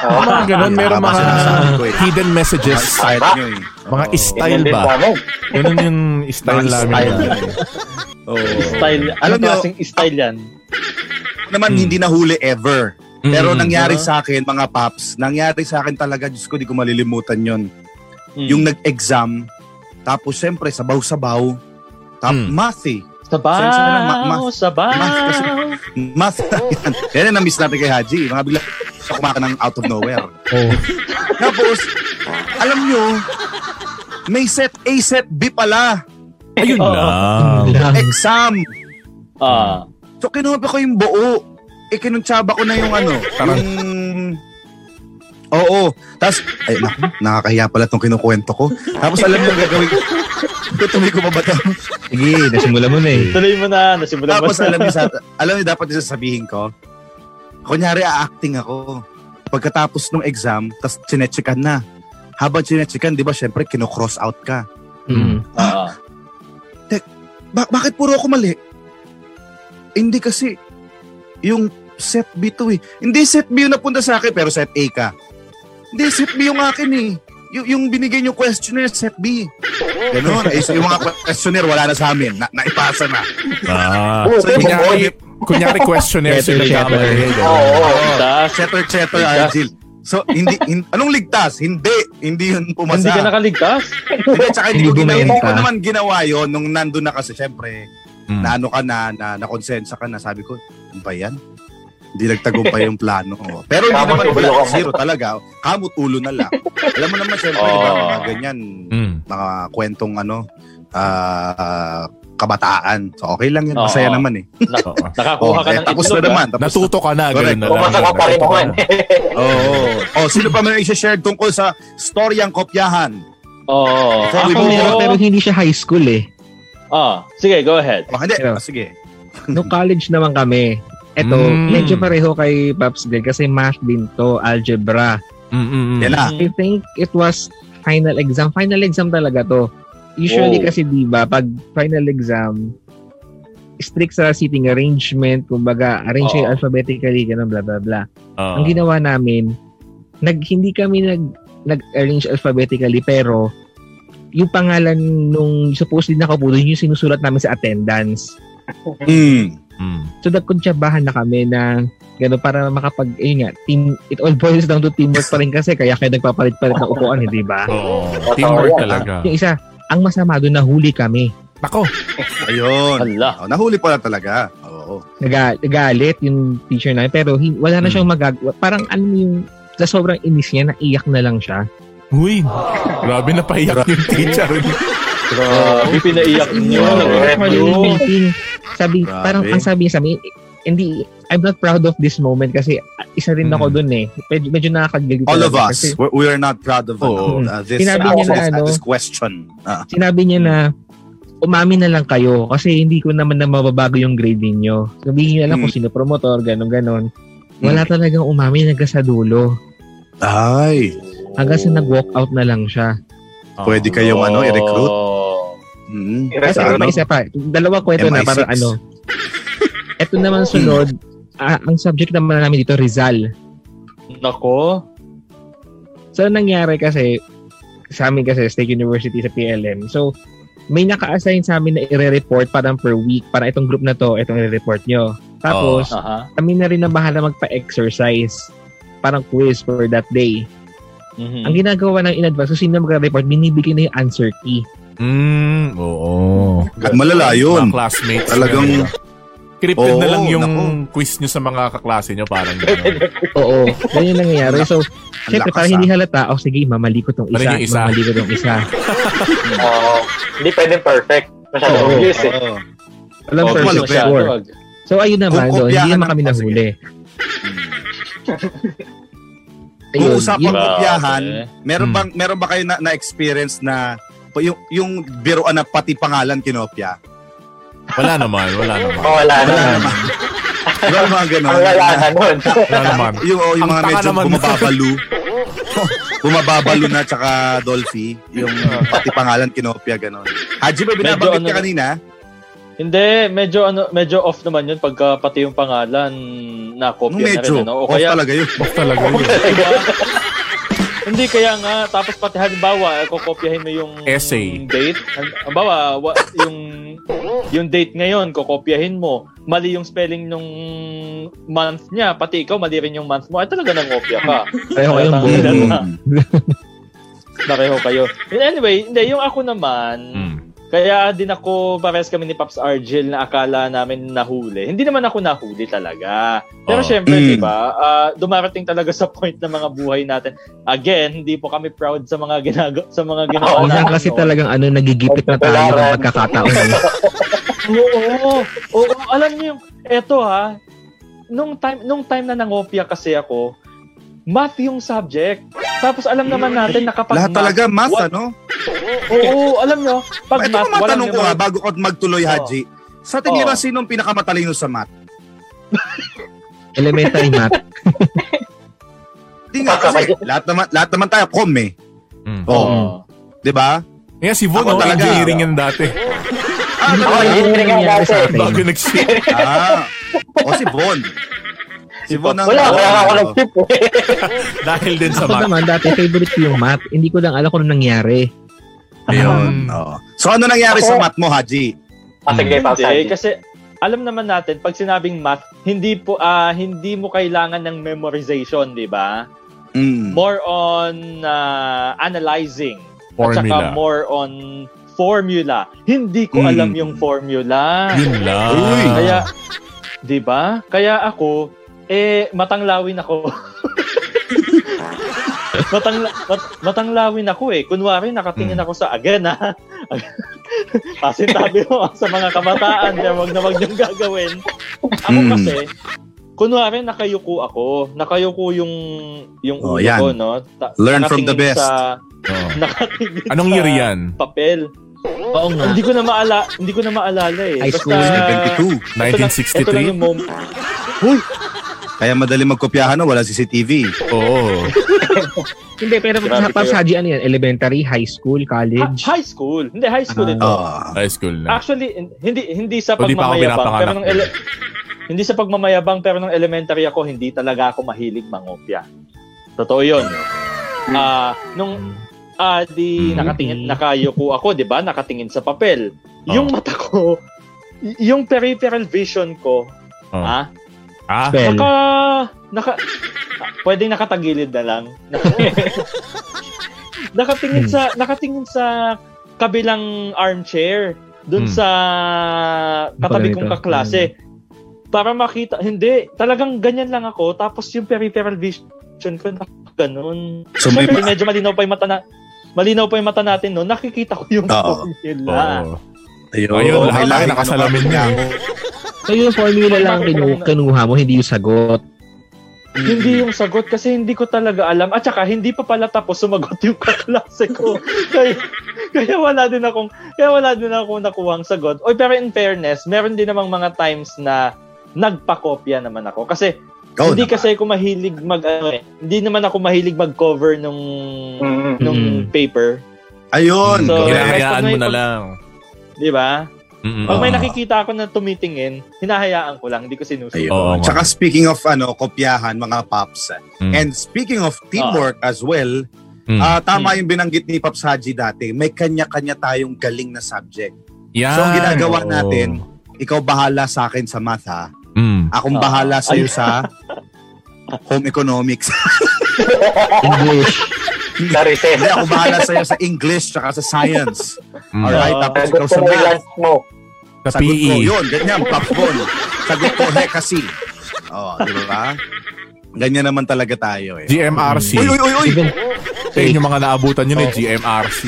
[SPEAKER 1] Mga ganon, meron
[SPEAKER 2] Ah. Tama
[SPEAKER 1] mga
[SPEAKER 2] sinasabi ko eh.
[SPEAKER 1] hidden messages,
[SPEAKER 2] Style nyo eh.
[SPEAKER 1] mga
[SPEAKER 2] Oo.
[SPEAKER 1] style ba? Ganun yung style
[SPEAKER 2] Mga
[SPEAKER 1] namin.
[SPEAKER 2] style. Oo.
[SPEAKER 3] Style,
[SPEAKER 2] Alam ah,
[SPEAKER 3] ano
[SPEAKER 2] niyo-
[SPEAKER 3] klaseng style yan?
[SPEAKER 2] Ako naman
[SPEAKER 1] Mm.
[SPEAKER 2] hindi nahuli ever. Pero
[SPEAKER 1] Mm.
[SPEAKER 2] nangyari sa akin, mga paps, nangyari sa akin talaga, Diyos ko, di ko malilimutan yon
[SPEAKER 3] Mm.
[SPEAKER 2] Yung nag-exam, tapos syempre, sabaw-sabaw, tap,
[SPEAKER 1] Mm.
[SPEAKER 2] math eh. Sense na lang, ma-
[SPEAKER 3] Sabaw,
[SPEAKER 2] ma-
[SPEAKER 3] sabaw.
[SPEAKER 2] mas kasi- Math na yan. Yan ang na-miss natin kay Haji. Mga bigla, sa kumaka ng out of nowhere.
[SPEAKER 1] Oo.
[SPEAKER 2] tapos, alam nyo, may set A, set B pala.
[SPEAKER 1] Ayun
[SPEAKER 2] Oh.
[SPEAKER 3] Oo.
[SPEAKER 1] lang.
[SPEAKER 2] Exam.
[SPEAKER 3] Ah,
[SPEAKER 2] So, kinuha ko yung buo. E, kinuntsaba ko na yung ano, yung... Oo. Tapos, ay, naku, nakakahiya pala itong kinukwento ko. Tapos, alam mo, gagawin ko. Tutuloy ko pa ba to?
[SPEAKER 5] Sige, nasimula mo na eh.
[SPEAKER 3] Tuloy mo na, nasimulan mo
[SPEAKER 2] Tapos
[SPEAKER 3] na.
[SPEAKER 2] alam niyo, sa, alam niyo dapat yung sasabihin ko. Kunyari, a-acting ako. Pagkatapos ng exam, tas chinechikan na. Habang chinechikan, di ba, syempre, kino-cross out ka.
[SPEAKER 5] Mm.
[SPEAKER 3] Oo.
[SPEAKER 2] Ba- bakit puro ako mali? Hindi kasi, yung set B to eh. Hindi set B yung napunta sa akin, pero set A ka. Hindi, set B yung akin eh. Y- yung binigay niyo questionnaire, set B. Ganun. Eh, so yung mga questionnaire, wala na sa amin. Na- naipasa na.
[SPEAKER 1] Ah.
[SPEAKER 2] Oh, So, yung
[SPEAKER 1] Kunyari, kunyari questionnaire sila
[SPEAKER 5] Cheddar,
[SPEAKER 1] gamay.
[SPEAKER 4] Oo.
[SPEAKER 3] Tapos,
[SPEAKER 2] Chetter, chetter,
[SPEAKER 3] Ligtas.
[SPEAKER 2] Argil. So, hindi, hin- anong ligtas? Hindi, hindi yun pumasa.
[SPEAKER 3] hindi ka nakaligtas.
[SPEAKER 2] Hindi, tsaka hindi,
[SPEAKER 5] Hindi
[SPEAKER 2] ko, ginawa,
[SPEAKER 5] bumenta.
[SPEAKER 2] hindi ko naman ginawa yun nung nandun na kasi, syempre,
[SPEAKER 1] Mm.
[SPEAKER 2] na ano ka na, na, nakonsensya ka na, sabi ko, ano ba yan? Hindi nagtagumpay yung plano. Oo. Pero hindi
[SPEAKER 4] Kamot
[SPEAKER 2] naman
[SPEAKER 4] ulo
[SPEAKER 2] wala,
[SPEAKER 4] ka.
[SPEAKER 2] zero talaga. Kamot ulo na lang. Alam mo naman, syempre,
[SPEAKER 3] Oo.
[SPEAKER 2] di ba, mga ganyan,
[SPEAKER 1] Mm.
[SPEAKER 2] mga kwentong ano, ah, kabataan. So, okay lang yun.
[SPEAKER 3] Oo.
[SPEAKER 2] Masaya naman eh.
[SPEAKER 1] Oo.
[SPEAKER 3] Nakakuha
[SPEAKER 2] Oo,
[SPEAKER 3] ka
[SPEAKER 2] eh,
[SPEAKER 3] ng
[SPEAKER 2] tapos na
[SPEAKER 3] itlog,
[SPEAKER 2] naman. Tapos na
[SPEAKER 1] Natuto ka na,
[SPEAKER 2] Correct.
[SPEAKER 1] ganun na lang.
[SPEAKER 4] Pumasa ka pa rin
[SPEAKER 1] Natuto ka
[SPEAKER 2] eh.
[SPEAKER 4] naman.
[SPEAKER 1] na.
[SPEAKER 2] Oo. Oh, sino pa may i-share tungkol sa storyang kopyahan?
[SPEAKER 3] ah. Oo.
[SPEAKER 2] So, we
[SPEAKER 5] Ako
[SPEAKER 2] move
[SPEAKER 5] meron
[SPEAKER 2] on.
[SPEAKER 5] pero hindi siya high school eh.
[SPEAKER 3] Ah, sige, go ahead.
[SPEAKER 2] Oh, hindi.
[SPEAKER 5] Sino?
[SPEAKER 2] Ah, sige.
[SPEAKER 5] No college naman kami. Eto,
[SPEAKER 1] Mm.
[SPEAKER 3] Hmm.
[SPEAKER 5] medyo pareho kay Pops din kasi math din to, algebra.
[SPEAKER 1] Mm, mm,
[SPEAKER 5] Hmm.
[SPEAKER 1] mm.
[SPEAKER 2] Yan na.
[SPEAKER 5] I think it was final exam. Final exam talaga to. Usually
[SPEAKER 3] Wow.
[SPEAKER 5] kasi 'di ba pag final exam strict sa seating arrangement, kumbaga arrange
[SPEAKER 3] Oo.
[SPEAKER 5] kayo alphabetically ganun blah blah blah.
[SPEAKER 1] Ah.
[SPEAKER 5] Ang ginawa namin, nag hindi kami nag nag-arrange alphabetically pero yung pangalan nung supposedly nakaupo doon yung sinusulat namin sa attendance.
[SPEAKER 2] Mm.
[SPEAKER 1] Mm.
[SPEAKER 5] So nagkuntsabahan na kami na gano'n para makapag, ayun nga, team, it all boils down to teamwork pa rin kasi kaya kaya nagpapalit-palit ng upuan, hindi ba?
[SPEAKER 1] Oo. Teamwork talaga.
[SPEAKER 5] Yung isa, ang masama doon, nahuli kami.
[SPEAKER 1] Ako.
[SPEAKER 2] Ayun.
[SPEAKER 3] Hala.
[SPEAKER 2] Oh, nahuli pala talaga. Oo.
[SPEAKER 5] Naga, nagalit yung teacher namin pero hin- wala na
[SPEAKER 2] Hmm.
[SPEAKER 5] siyang magagawa. Parang ano yung, sa sobrang inis niya, naiyak na lang siya.
[SPEAKER 1] Uy. Grabe na paiyak yung teacher.
[SPEAKER 2] oh,
[SPEAKER 3] Grabe, pinaiyak Ah, niyo.
[SPEAKER 5] Iyak,
[SPEAKER 3] Nag-rep
[SPEAKER 5] parang
[SPEAKER 3] niyo.
[SPEAKER 5] melting. Sabi,
[SPEAKER 2] Grabe.
[SPEAKER 5] parang ang sabi niya sa amin, hindi, I'm not proud of this moment kasi isa rin ako
[SPEAKER 1] Mm.
[SPEAKER 5] doon eh. Medyo, medyo nakakagilit.
[SPEAKER 2] Hmm. All of
[SPEAKER 5] talaga
[SPEAKER 2] us, we, we are not proud of
[SPEAKER 1] Oo.
[SPEAKER 2] uh, this,
[SPEAKER 5] Sinabi
[SPEAKER 2] uh,
[SPEAKER 5] niya na
[SPEAKER 2] this, uh,
[SPEAKER 5] ano.
[SPEAKER 2] this question. Ah.
[SPEAKER 5] sinabi niya na umamin na lang kayo kasi hindi ko naman na mababago yung grade ninyo. Sabihin niyo na lang kung sino promotor, ganon ganon. Wala talagang umamin hanggang sa dulo.
[SPEAKER 2] Ay,
[SPEAKER 5] Hanggang
[SPEAKER 3] Oh.
[SPEAKER 5] sa nag-walk out na lang siya.
[SPEAKER 2] pwede kayong ano, i-recruit.
[SPEAKER 3] Oo.
[SPEAKER 2] Mm.
[SPEAKER 5] Kasi
[SPEAKER 2] Sa
[SPEAKER 5] ano?
[SPEAKER 2] ano?
[SPEAKER 5] isa pa, dalawa kwento na
[SPEAKER 2] MI6.
[SPEAKER 5] para ano. Ito naman sunod, ah, ang subject naman namin dito, Rizal.
[SPEAKER 3] Nako.
[SPEAKER 5] So, nangyari kasi, sa amin kasi, State University sa PLM. So, may naka-assign sa amin na i-report parang per week. Para itong group na to, itong i-report nyo. Tapos,
[SPEAKER 3] Aha.
[SPEAKER 5] kami na rin na bahala magpa-exercise parang quiz for that day.
[SPEAKER 3] Mhm.
[SPEAKER 5] Ang ginagawa ng in-advance, kung sino magre-report, binibigay na yung answer key.
[SPEAKER 1] Mm, oo.
[SPEAKER 2] At malala yun.
[SPEAKER 1] Mga classmates.
[SPEAKER 2] Talagang-
[SPEAKER 1] nyo. Scripted na
[SPEAKER 2] Oo,
[SPEAKER 1] lang yung
[SPEAKER 2] naku.
[SPEAKER 1] quiz nyo sa mga kaklase nyo. Parang gano'n.
[SPEAKER 5] Oo, ganyan yung nangyayari. So, syempre,
[SPEAKER 2] lakas,
[SPEAKER 5] para
[SPEAKER 2] ah.
[SPEAKER 5] hindi halata, oh, sige, mamali ko tong
[SPEAKER 1] Mali
[SPEAKER 5] isa,
[SPEAKER 1] yung isa.
[SPEAKER 5] mamali ko tong isa.
[SPEAKER 4] Oo. Hindi pwedeng perfect. Masyadong
[SPEAKER 5] Oo.
[SPEAKER 4] obvious eh.
[SPEAKER 2] Oo.
[SPEAKER 5] Walang
[SPEAKER 2] Oh,
[SPEAKER 5] perfect
[SPEAKER 2] malupit.
[SPEAKER 5] score. So, ayun naman,
[SPEAKER 2] Kung
[SPEAKER 5] so, hindi
[SPEAKER 2] kopyahan
[SPEAKER 5] naman kami
[SPEAKER 2] ng- oh, sige.
[SPEAKER 5] nahuli.
[SPEAKER 2] Hmm. Kung
[SPEAKER 5] Ayun,
[SPEAKER 2] usapang
[SPEAKER 5] yun. Hmm.
[SPEAKER 2] kopyahan,
[SPEAKER 3] Grabe.
[SPEAKER 2] meron
[SPEAKER 1] Mm.
[SPEAKER 2] bang meron ba kayo na, na experience na pa- yung yung biroan na pati pangalan kinopya?
[SPEAKER 1] Wala naman. Wala naman.
[SPEAKER 4] Oh, wala na.
[SPEAKER 2] Wala naman. Wala naman ganun.
[SPEAKER 4] Ang lala na nun.
[SPEAKER 1] Wala naman.
[SPEAKER 2] Yung, oh, yung
[SPEAKER 1] Ang
[SPEAKER 2] mga
[SPEAKER 1] taka
[SPEAKER 2] medyo
[SPEAKER 1] naman.
[SPEAKER 2] bumababalo. bumababalo na tsaka Dolphy. Yung
[SPEAKER 1] Ah.
[SPEAKER 2] pati pangalan, kinopia, gano'n. Haji, ba binabanggit
[SPEAKER 3] Medyo
[SPEAKER 2] ka
[SPEAKER 3] ano-
[SPEAKER 2] kanina?
[SPEAKER 3] Hindi, medyo ano, medyo off naman 'yun pagka pati yung pangalan na
[SPEAKER 2] Nung
[SPEAKER 3] kopya na
[SPEAKER 2] medyo,
[SPEAKER 3] rin ano. O
[SPEAKER 2] off
[SPEAKER 3] kaya
[SPEAKER 2] talaga yun.
[SPEAKER 1] Off talaga yun.
[SPEAKER 3] Diba? Hindi kaya nga tapos pati halimbawa kokopyahin mo yung
[SPEAKER 1] Essay.
[SPEAKER 3] date. Halimbawa wa, yung yung date ngayon kokopyahin mo. Mali yung spelling nung month niya, pati ikaw mali rin yung month mo. Ay talaga nang kopya ka.
[SPEAKER 5] Pareho kayong
[SPEAKER 3] Wala
[SPEAKER 5] buo.
[SPEAKER 3] na.
[SPEAKER 2] Mm.
[SPEAKER 3] Pareho kayo. Anyway, hindi yung ako naman,
[SPEAKER 2] Hmm.
[SPEAKER 1] Mm.
[SPEAKER 3] Kaya din ako, pares kami ni Pops Argel na akala namin nahuli. Hindi naman ako nahuli talaga.
[SPEAKER 1] Oo.
[SPEAKER 3] Pero syempre,
[SPEAKER 2] Mm.
[SPEAKER 3] di ba, ah, dumarating talaga sa point ng mga buhay natin. Again, hindi po kami proud sa mga ginago sa mga ginawa
[SPEAKER 5] Minsan
[SPEAKER 3] natin.
[SPEAKER 5] kasi
[SPEAKER 3] no?
[SPEAKER 5] talagang ano, nagigipit na tayo ng pagkakataon.
[SPEAKER 3] Oo, oo, oo, alam niyo yung, eto ha, nung time, nung time na nangopya kasi ako, math yung subject. Tapos alam naman natin na kapag
[SPEAKER 2] Mm. Lahat
[SPEAKER 3] math,
[SPEAKER 2] talaga, mas,
[SPEAKER 3] wa-
[SPEAKER 2] ano?
[SPEAKER 3] Oo, alam nyo, pag
[SPEAKER 2] Ito
[SPEAKER 3] math,
[SPEAKER 2] ang mga
[SPEAKER 3] walang
[SPEAKER 2] tanong ko nga,
[SPEAKER 3] numero-
[SPEAKER 2] bago ko magtuloy,
[SPEAKER 3] Oo.
[SPEAKER 2] Haji. Sa tingin
[SPEAKER 3] Oo.
[SPEAKER 2] ba sinong pinakamatalino sa math?
[SPEAKER 5] Elementary math.
[SPEAKER 2] Hindi nga kasi, lahat naman, lahat naman tayo, com eh.
[SPEAKER 1] Mm.
[SPEAKER 2] Oo.
[SPEAKER 3] Oo.
[SPEAKER 2] Di ba?
[SPEAKER 1] Kaya si Von, oh,
[SPEAKER 2] Ako talaga.
[SPEAKER 1] engineering yan dati.
[SPEAKER 2] Ah, ano
[SPEAKER 4] Ako,
[SPEAKER 2] ba?
[SPEAKER 4] engineering ang
[SPEAKER 5] nangyari sa
[SPEAKER 4] dati.
[SPEAKER 5] atin.
[SPEAKER 1] Bago nag-ship.
[SPEAKER 2] Ah, o si Von. Si Von ang...
[SPEAKER 4] Wala, wala
[SPEAKER 2] Oo.
[SPEAKER 4] ako
[SPEAKER 3] oh.
[SPEAKER 4] nag-tip eh.
[SPEAKER 1] Dahil din sa
[SPEAKER 5] Ako
[SPEAKER 1] math.
[SPEAKER 5] naman, dati favorite ko yung math. Hindi ko lang alam kung anong nangyari.
[SPEAKER 2] Ayun. oo. So ano nangyari
[SPEAKER 4] Ako-
[SPEAKER 2] sa math mo, Haji?
[SPEAKER 4] Ah, sige, pa
[SPEAKER 3] Hindi, kasi alam naman natin pag sinabing math, hindi po ah, hindi mo kailangan ng memorization, 'di ba?
[SPEAKER 1] Hmm.
[SPEAKER 2] Mm.
[SPEAKER 3] More on ah, analyzing at saka
[SPEAKER 1] Formula. Hmm.
[SPEAKER 3] more on formula. Hindi ko
[SPEAKER 2] Mm.
[SPEAKER 3] alam yung formula.
[SPEAKER 1] Yun lang.
[SPEAKER 2] Uy.
[SPEAKER 3] Kaya 'di ba? Kaya ako eh matanglawin ako. Matangla- mat- matanglawin ako eh. Kunwari,
[SPEAKER 1] Mm.
[SPEAKER 3] nakatingin
[SPEAKER 2] Hmm.
[SPEAKER 3] ako sa again ha. Pasintabi mo sa mga kabataan kaya wag na wag niyong gagawin. Ako
[SPEAKER 2] Mm.
[SPEAKER 3] kasi, kunwari, nakayuko ako. Nakayuko yung, yung
[SPEAKER 2] Oh,
[SPEAKER 3] ulo
[SPEAKER 2] yan.
[SPEAKER 3] ko, no? Ta-
[SPEAKER 2] Learn from the
[SPEAKER 3] nakatingin
[SPEAKER 2] best.
[SPEAKER 3] Sa,
[SPEAKER 1] Oo.
[SPEAKER 3] nakatingin
[SPEAKER 1] Anong
[SPEAKER 3] sa
[SPEAKER 1] year yan?
[SPEAKER 3] Papel.
[SPEAKER 5] Oo nga.
[SPEAKER 3] Hindi ko na maala, hindi ko na maalala eh.
[SPEAKER 5] High school,
[SPEAKER 2] 72.
[SPEAKER 3] ito lang- Ito lang
[SPEAKER 1] 1963?
[SPEAKER 3] yung moment.
[SPEAKER 2] Kaya madali magkopyahan na wala CCTV.
[SPEAKER 1] Oo.
[SPEAKER 5] Hindi, pero
[SPEAKER 3] Grabe
[SPEAKER 5] sa Pops
[SPEAKER 3] kayo.
[SPEAKER 5] Haji, ano yan? Elementary, high school,
[SPEAKER 3] Ha-
[SPEAKER 5] college?
[SPEAKER 3] high school. Hindi, high school
[SPEAKER 5] Ah.
[SPEAKER 3] ito.
[SPEAKER 2] Ah.
[SPEAKER 1] High school na.
[SPEAKER 3] Actually, hindi hindi sa
[SPEAKER 1] O, di pa ako
[SPEAKER 3] pagmamayabang, pero
[SPEAKER 1] pinapanganak.
[SPEAKER 3] nung ele- hindi sa pagmamayabang pero nung elementary ako hindi talaga ako mahilig mangopya. Totoo 'yon. Ah, nung ah di
[SPEAKER 1] Mm.
[SPEAKER 3] nakatingin nakayuko ako, 'di ba? Nakatingin sa papel.
[SPEAKER 1] Oh.
[SPEAKER 3] Yung mata ko, y- yung peripheral vision ko,
[SPEAKER 1] Oh.
[SPEAKER 3] ah,
[SPEAKER 1] Ah,
[SPEAKER 5] Spell.
[SPEAKER 3] naka naka ah, pwedeng nakatagilid na lang. nakatingin sa nakatingin sa kabilang armchair doon
[SPEAKER 1] Hmm.
[SPEAKER 3] sa
[SPEAKER 5] Pala
[SPEAKER 3] katabi
[SPEAKER 5] nito.
[SPEAKER 3] kong kaklase. Para makita, hindi, talagang ganyan lang ako. Tapos yung peripheral vision ko, nak- ganun.
[SPEAKER 2] So may...
[SPEAKER 3] Siyempre, medyo malinaw pa yung mata na, malinaw pa yung mata natin, no? Nakikita ko yung
[SPEAKER 2] Oo.
[SPEAKER 3] formula.
[SPEAKER 1] oo.
[SPEAKER 2] Ayun,
[SPEAKER 1] Ayun, lahat
[SPEAKER 2] Kailangan
[SPEAKER 1] tayo
[SPEAKER 2] ano-
[SPEAKER 1] nakasalamin niya.
[SPEAKER 5] So yung formula lang kinu- kinuha mo, hindi yung sagot.
[SPEAKER 3] Hindi yung sagot kasi hindi ko talaga alam. At saka, hindi pa pala tapos sumagot yung kaklase ko. kaya, kaya wala din akong, kaya wala din akong nakuhang sagot. Oy, pero in fairness, meron din namang mga times na nagpakopya naman ako. Kasi
[SPEAKER 2] Ikaw
[SPEAKER 3] hindi
[SPEAKER 2] naman.
[SPEAKER 3] kasi ako mahilig mag ano eh. Hindi naman ako mahilig mag-cover nung
[SPEAKER 4] Mm.
[SPEAKER 3] nung
[SPEAKER 5] Mm.
[SPEAKER 3] paper,
[SPEAKER 2] Ayun.
[SPEAKER 3] So,
[SPEAKER 2] correct.
[SPEAKER 3] Kailangan
[SPEAKER 1] Hinahayaan mo
[SPEAKER 3] may-
[SPEAKER 1] na lang.
[SPEAKER 3] 'di ba?
[SPEAKER 1] Mm-mm.
[SPEAKER 3] Pag may
[SPEAKER 2] Ah.
[SPEAKER 3] nakikita ako na tumitingin, hinahayaan ko lang, hindi ko sinusunod.
[SPEAKER 2] Ayun.
[SPEAKER 1] Oo nga.
[SPEAKER 2] Tsaka speaking of ano, kopyahan mga paps.
[SPEAKER 1] Mm.
[SPEAKER 2] And speaking of teamwork
[SPEAKER 3] Ah.
[SPEAKER 2] as well,
[SPEAKER 1] Mm.
[SPEAKER 2] ah tama yung binanggit ni Paps Haji dati, may kanya-kanya tayong galing na subject.
[SPEAKER 1] Yan.
[SPEAKER 2] So, ang ginagawa
[SPEAKER 1] Ah, Oo.
[SPEAKER 2] natin, ikaw bahala sa akin sa math ha.
[SPEAKER 1] Mm.
[SPEAKER 2] Akong
[SPEAKER 3] Ah.
[SPEAKER 2] bahala sa iyo sa home economics.
[SPEAKER 5] English.
[SPEAKER 4] Narises.
[SPEAKER 2] Hindi, ako bahala sa iyo sa English tsaka sa science.
[SPEAKER 1] Mm.
[SPEAKER 3] Ah.
[SPEAKER 2] Alright, tapos
[SPEAKER 4] Sagot
[SPEAKER 2] ikaw
[SPEAKER 4] ko
[SPEAKER 2] sa
[SPEAKER 4] mo yung
[SPEAKER 2] math.
[SPEAKER 4] lunch mo.
[SPEAKER 1] Sa E,
[SPEAKER 2] Sagot ko,
[SPEAKER 1] PE.
[SPEAKER 2] yun, ganyan, popcorn. Sagot ko, hekasi. Oo, oh, di ba? Ganyan naman talaga tayo eh.
[SPEAKER 1] GMRC.
[SPEAKER 2] Uy, uy, uy, uy! Oh.
[SPEAKER 5] Even,
[SPEAKER 1] Ayun yung mga naabutan yun eh, GMRC.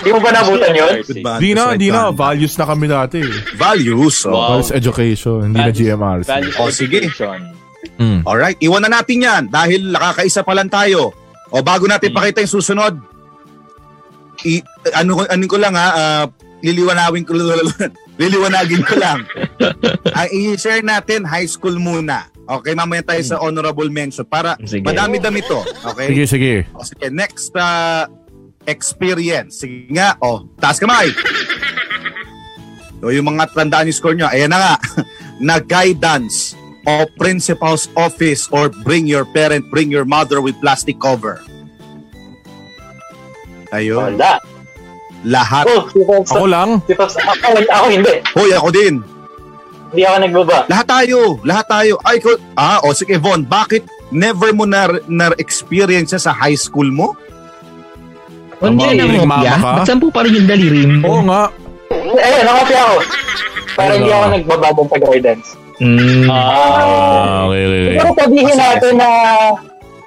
[SPEAKER 4] Di mo ba nabutan yun?
[SPEAKER 2] Good ba?
[SPEAKER 1] Di na,
[SPEAKER 2] Right
[SPEAKER 1] di na.
[SPEAKER 2] hand.
[SPEAKER 1] Values na kami dati. eh.
[SPEAKER 2] Values. Oh.
[SPEAKER 3] Wow.
[SPEAKER 1] Values education, hindi na GMRC.
[SPEAKER 3] Values
[SPEAKER 2] Oh, sige.
[SPEAKER 3] education.
[SPEAKER 1] Mm.
[SPEAKER 2] Alright, iwan na natin yan dahil nakakaisa pa lang tayo. O bago natin
[SPEAKER 1] Mm-hmm.
[SPEAKER 3] Hmm.
[SPEAKER 2] pakita yung susunod, i- ano, ko- ano ko lang ha, ah, liliwanawin ko, liliwanagin ko lang. Ang i-share natin, high school muna. Okay, mamaya tayo sa honorable mention para
[SPEAKER 5] sige.
[SPEAKER 2] madami-dami to. Okay?
[SPEAKER 1] Mm. Sige, sige.
[SPEAKER 2] O sige, next uh, experience. Sige nga, o, taas kamay. O yung mga tandaan yung score nyo, ayan na nga. na guidance o principal's office or bring your parent, bring your mother with plastic cover. Ayun,
[SPEAKER 4] Wala.
[SPEAKER 2] lahat.
[SPEAKER 4] Oh, si Pops.
[SPEAKER 1] Ako lang?
[SPEAKER 4] Si Pops. Ako, ako hindi.
[SPEAKER 2] Hoy, ako din.
[SPEAKER 4] Hindi ako nagbaba.
[SPEAKER 2] Lahat tayo, lahat tayo. Ay, ko, ah, o sige, Von, bakit never mo na, na-experience sa high school mo?
[SPEAKER 5] Hindi
[SPEAKER 1] Ang
[SPEAKER 5] na
[SPEAKER 1] mga
[SPEAKER 5] mo,
[SPEAKER 1] mama
[SPEAKER 5] ya?
[SPEAKER 1] ka?
[SPEAKER 5] Ba't saan po parang yung daliri
[SPEAKER 1] Oo
[SPEAKER 5] mo?
[SPEAKER 1] nga.
[SPEAKER 4] Eh, nakapi ako. Pero hindi ako nagbaba doon sa guidance.
[SPEAKER 5] Mm.
[SPEAKER 1] Ah, okay, okay, okay.
[SPEAKER 4] Siguro sabihin
[SPEAKER 2] Kasi-
[SPEAKER 4] natin na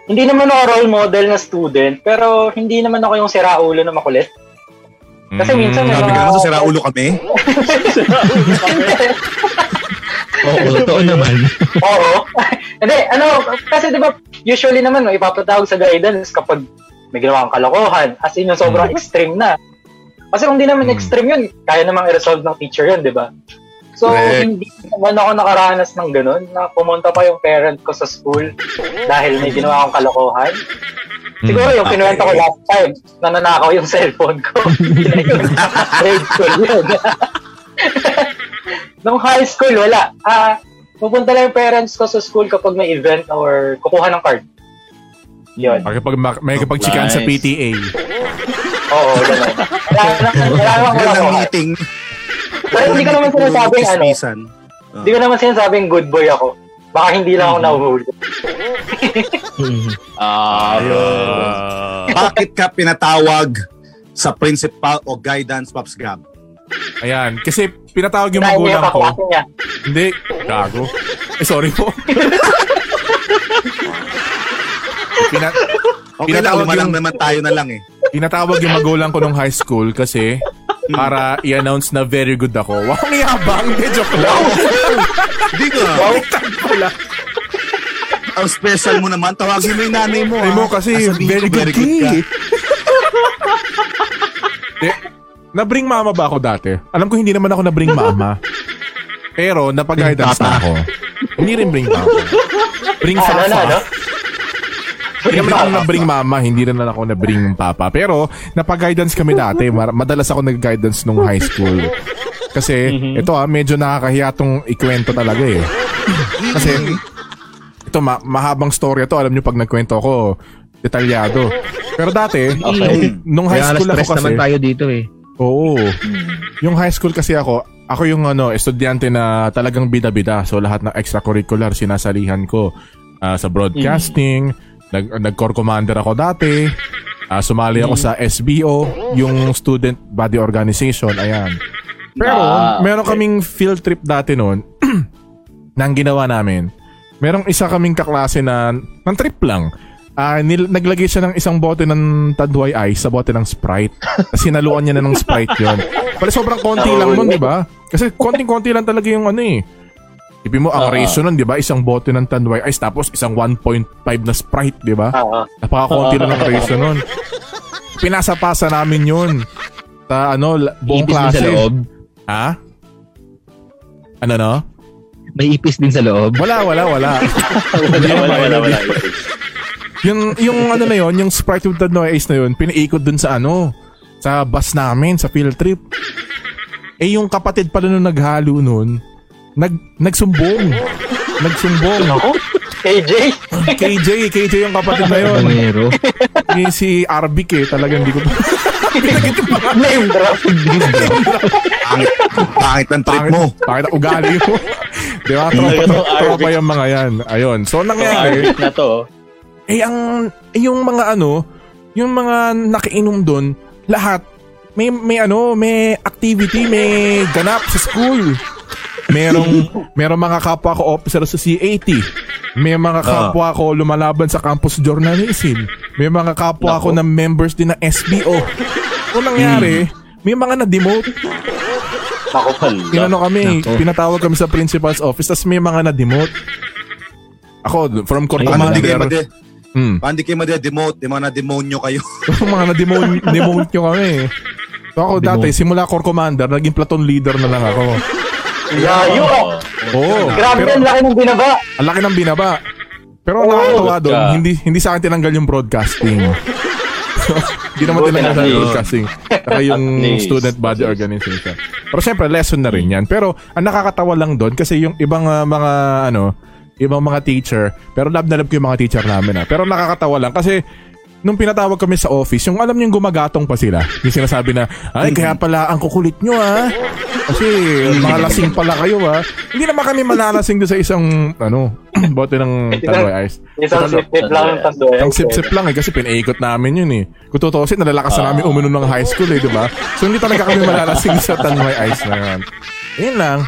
[SPEAKER 4] hindi naman ako role model na student, pero hindi naman ako yung siraulo na makulit. Kasi
[SPEAKER 1] Mm.
[SPEAKER 4] minsan eh, may
[SPEAKER 2] Sabi
[SPEAKER 4] mga...
[SPEAKER 2] ka kasi sira ulo kami.
[SPEAKER 5] Oo, totoo naman.
[SPEAKER 4] Oo. Hindi, ano, kasi di ba, usually naman, no, ipapatawag sa guidance kapag may ginawa kang kalokohan. As in, yung sobrang extreme na. Kasi kung di naman
[SPEAKER 1] Mm.
[SPEAKER 4] extreme yun, kaya namang i-resolve ng teacher yun, di ba? So,
[SPEAKER 2] Correct.
[SPEAKER 4] hindi naman ako nakaranas ng ganun, na pumunta pa yung parent ko sa school dahil may ginawa akong kalokohan. Siguro yung
[SPEAKER 2] Okay.
[SPEAKER 4] kinuwento ko last time, nananakaw yung cellphone ko. Yun, Grade school yun. Nung high school, wala. Ah, pupunta lang yung parents ko sa school kapag may event or kukuha ng card. Yun.
[SPEAKER 1] Pakipag, may kapagchikan sa
[SPEAKER 6] Nice.
[SPEAKER 1] PTA.
[SPEAKER 4] Oo, ganun. Wala lang, wala lang,
[SPEAKER 2] Yun
[SPEAKER 4] wala
[SPEAKER 2] ang
[SPEAKER 4] lang.
[SPEAKER 2] meeting.
[SPEAKER 4] Pero hindi ko naman sinasabing ano, hindi ko naman sinasabing good boy ako. Baka hindi lang ako nahuhuli.
[SPEAKER 6] Ah,
[SPEAKER 2] Bakit ka pinatawag sa principal o guidance, Pops Gab?
[SPEAKER 1] Ayan. Kasi pinatawag yung
[SPEAKER 4] Dahil niya
[SPEAKER 1] magulang
[SPEAKER 4] yung
[SPEAKER 1] ko.
[SPEAKER 4] kaklase niya.
[SPEAKER 1] Hindi. Gago. Eh, sorry po. Pina-
[SPEAKER 2] Okay lang,
[SPEAKER 1] Pinatawag
[SPEAKER 2] umalang
[SPEAKER 1] yung-
[SPEAKER 2] naman tayo na lang eh.
[SPEAKER 1] pinatawag yung magulang ko nung high school kasi para i-announce na very good ako. Wow, ang yabang! Hindi, joke lang.
[SPEAKER 2] Hindi ko.
[SPEAKER 1] Wow, tagpo lang.
[SPEAKER 2] Ang special mo naman, tawagin mo yung nanay mo.
[SPEAKER 1] Ay
[SPEAKER 2] ah.
[SPEAKER 1] mo kasi
[SPEAKER 2] Sasabihin
[SPEAKER 1] very
[SPEAKER 2] ko,
[SPEAKER 1] good,
[SPEAKER 2] ka.
[SPEAKER 1] kid. Eh, nabring mama ba ako dati? Alam ko hindi naman ako nabring mama. Pero napag-guidance na ako. Hindi rin bring mama. Bring
[SPEAKER 4] Ah,
[SPEAKER 1] fafa.
[SPEAKER 4] ano, ano?
[SPEAKER 1] Hindi naman ako nabring mama, hindi rin na ako nabring papa. Pero napag-guidance kami dati. Mar- Madalas ako nag-guidance nung high school. Kasi
[SPEAKER 4] Mhm.
[SPEAKER 1] ito ah, medyo nakakahiya tong ikwento talaga eh. Kasi ito ma- mahabang story to. Alam nyo pag nagkwento ko, detalyado. Pero dati, nung, nung high
[SPEAKER 5] Kaya
[SPEAKER 1] school ako
[SPEAKER 5] stress
[SPEAKER 1] kasi,
[SPEAKER 5] naman tayo dito eh.
[SPEAKER 1] Oo. Yung high school kasi ako, ako yung ano, estudyante na talagang bida-bida. So lahat ng extracurricular sinasalihan ko Ah, sa
[SPEAKER 6] Mm.
[SPEAKER 1] broadcasting, nag nag-core commander ako dati. Ah, sumali ako sa SBO, yung student body organization, ayan. Pero
[SPEAKER 6] Ah,
[SPEAKER 1] meron
[SPEAKER 6] okay.
[SPEAKER 1] kaming field trip dati noon na ang ginawa namin. Merong isa kaming kaklase na ng trip lang. Ah, nil- naglagay siya ng isang bote ng Tadway Ice sa bote ng Sprite. Tapos Sinaluan niya na ng Sprite yon. Pala sobrang konti lang nun, di ba? Kasi konting-konti lang talaga yung ano eh. Ipin mo, ang
[SPEAKER 5] Ah.
[SPEAKER 6] Oo.
[SPEAKER 1] ratio nun, di ba? Isang bote ng Tadway Ice tapos isang 1.5 na Sprite, di ba?
[SPEAKER 4] Oo.
[SPEAKER 5] Ah.
[SPEAKER 1] Napakakonti lang ang ratio nun. Pinasapasa namin yun. Sa ano, la- buong
[SPEAKER 5] Ipis din
[SPEAKER 1] klase.
[SPEAKER 5] sa loob.
[SPEAKER 1] Ha? Ano no?
[SPEAKER 5] May ipis din sa loob.
[SPEAKER 1] Wala, wala, wala.
[SPEAKER 6] wala, wala, wala, wala.
[SPEAKER 1] yung yung ano na yon, yung Sprite with the Noise na yon, pinaikot dun sa ano, sa bus namin, sa field trip. Eh yung kapatid pala nung naghalo nun, nag nagsumbong. Nagsumbong.
[SPEAKER 4] KJ?
[SPEAKER 1] KJ, KJ yung kapatid na yon.
[SPEAKER 5] Bangero.
[SPEAKER 1] Yung si Arbic eh, talagang hindi ko pa. Pinagit yung pangalan.
[SPEAKER 4] Name drop.
[SPEAKER 2] Pangit, pangit ng trip mo.
[SPEAKER 1] Bakit ang ugali mo? Di ba? Tropa,
[SPEAKER 6] Talaga to,
[SPEAKER 1] tropa
[SPEAKER 6] Arbic.
[SPEAKER 1] yung mga yan. Ayun. So, nangyari,
[SPEAKER 6] Arctic na to.
[SPEAKER 1] Eh, ang, eh, yung mga ano, yung mga nakiinom doon, lahat, may, may ano, may activity, may ganap sa school. Merong, merong mga kapwa ko officer sa C80. May mga kapwa ko lumalaban sa campus journalism. May mga kapwa ko na members din ng SBO. Ano nangyari, may mga na-demote.
[SPEAKER 6] Ako pala.
[SPEAKER 1] Inano kami,
[SPEAKER 5] Nako.
[SPEAKER 1] pinatawag kami sa principal's office, tapos may mga na-demote. Ako, from Corps
[SPEAKER 5] Ayun,
[SPEAKER 2] Paano di kayo
[SPEAKER 1] Commander.
[SPEAKER 2] madi?
[SPEAKER 1] Mm.
[SPEAKER 2] Paano di kayo madi-demote? Yung mga na-demonyo kayo.
[SPEAKER 1] Yung mga na-demote demote nyo kami. So ako
[SPEAKER 5] Demote.
[SPEAKER 1] dati, simula core commander, naging platoon leader na lang ako.
[SPEAKER 4] Layo ah.
[SPEAKER 1] Oo.
[SPEAKER 4] Grabe
[SPEAKER 1] pero
[SPEAKER 4] ang laki ng binaba.
[SPEAKER 1] ang laki ng binaba.
[SPEAKER 6] Oh,
[SPEAKER 1] Pero ang nakakatawa
[SPEAKER 6] good
[SPEAKER 1] doon,
[SPEAKER 6] ka.
[SPEAKER 1] hindi, hindi sa akin tinanggal yung broadcasting. So, hindi naman tinanggal yung
[SPEAKER 6] least.
[SPEAKER 1] broadcasting. Saka yung
[SPEAKER 6] At least.
[SPEAKER 1] student body organization. Pero syempre, lesson na rin yan. Pero ang nakakatawa lang doon, kasi yung ibang ah, mga, ano, ibang mga teacher, pero love na love ko yung mga teacher namin. Ah. Pero nakakatawa lang kasi nung pinatawag kami sa office, yung alam niyong gumagatong pa sila. Yung sinasabi na, ay, kaya pala ang kukulit nyo ah. Kasi
[SPEAKER 6] Hmm.
[SPEAKER 1] mga lasing pala kayo ah. Hindi naman kami malalasing doon sa isang, ano, bote ng Taloy Ice.
[SPEAKER 4] Isang sip-sip lang yung tando.
[SPEAKER 1] Ang sip-sip lang eh, kasi pinaikot namin yun eh. Kung tutuusin, nalalakas na namin uminom ng high school eh, di ba? So hindi talaga kami malalasing sa Tanway Ice na yan. Yun lang.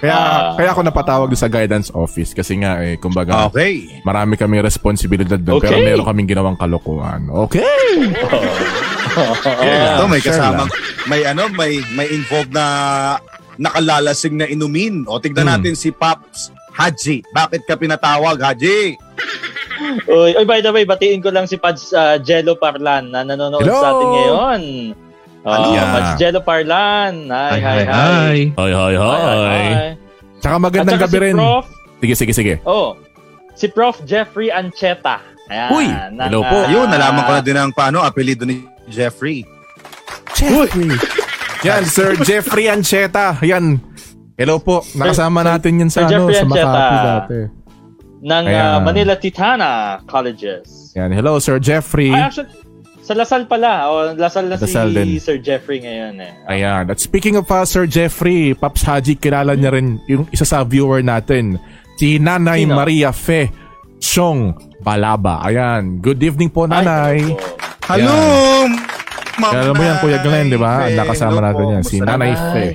[SPEAKER 1] Kaya,
[SPEAKER 6] Ah.
[SPEAKER 1] kaya ako napatawag doon sa guidance office kasi nga eh, kumbaga,
[SPEAKER 2] Okay.
[SPEAKER 1] marami kami responsibilidad doon pero
[SPEAKER 6] Okay.
[SPEAKER 1] meron kaming ginawang kalokohan. Okay.
[SPEAKER 2] Ito may
[SPEAKER 1] sure
[SPEAKER 2] kasamang, may ano, may, may involved na nakalalasing na inumin. O tignan
[SPEAKER 1] Hmm.
[SPEAKER 2] natin si Pops Haji. Bakit ka pinatawag, Haji?
[SPEAKER 3] Uy, uy, by the way, batiin ko lang si Pads ah, Jello Parlan na nanonood
[SPEAKER 1] Hello!
[SPEAKER 3] sa atin ngayon. Oh,
[SPEAKER 1] Yeah.
[SPEAKER 3] Pads Jello Parlan. Hi, hi, hi.
[SPEAKER 1] Hi, hi, Tsaka
[SPEAKER 3] At
[SPEAKER 1] magandang
[SPEAKER 3] saka
[SPEAKER 1] gabi
[SPEAKER 3] si
[SPEAKER 1] rin.
[SPEAKER 3] Prof,
[SPEAKER 1] Sige, sige, sige.
[SPEAKER 3] oh, si Prof Jeffrey Ancheta. Ayan, ah,
[SPEAKER 1] Uy,
[SPEAKER 3] na-
[SPEAKER 1] hello po.
[SPEAKER 2] Yun, nalaman ko na din ang paano, apelido ni Jeffrey.
[SPEAKER 1] Yan, Sir Jeffrey Ancheta. Yan. Hello po. Nakasama natin yan
[SPEAKER 3] Sir
[SPEAKER 1] sa, ano,
[SPEAKER 3] Jeffrey
[SPEAKER 1] sa
[SPEAKER 3] Ancheta.
[SPEAKER 1] Makati dati.
[SPEAKER 3] ng
[SPEAKER 1] Ayan.
[SPEAKER 3] ah, Manila Titana Colleges.
[SPEAKER 1] Yan. Hello, Sir Jeffrey.
[SPEAKER 3] Ay, actually, sa Lasal pala. O, Lasal na
[SPEAKER 1] Lasal
[SPEAKER 3] si
[SPEAKER 1] din.
[SPEAKER 3] Sir Jeffrey ngayon eh.
[SPEAKER 1] Ayan. At speaking of uh, Sir Jeffrey, Paps Haji, kilala niya rin yung isa sa viewer natin. Si Nanay
[SPEAKER 3] Sino?
[SPEAKER 1] Maria Fe Chong Balaba. Ayan. Good evening po,
[SPEAKER 3] Ay,
[SPEAKER 1] Nanay.
[SPEAKER 3] hello po.
[SPEAKER 2] Hello! Ma'am
[SPEAKER 1] Alam mo yan, Kuya Glenn, di ba?
[SPEAKER 2] Nanay.
[SPEAKER 1] Ang nakasama
[SPEAKER 2] Hello
[SPEAKER 1] natin
[SPEAKER 2] po.
[SPEAKER 1] yan. Si
[SPEAKER 2] Kumusta
[SPEAKER 1] Nanay
[SPEAKER 2] na?
[SPEAKER 1] Fe.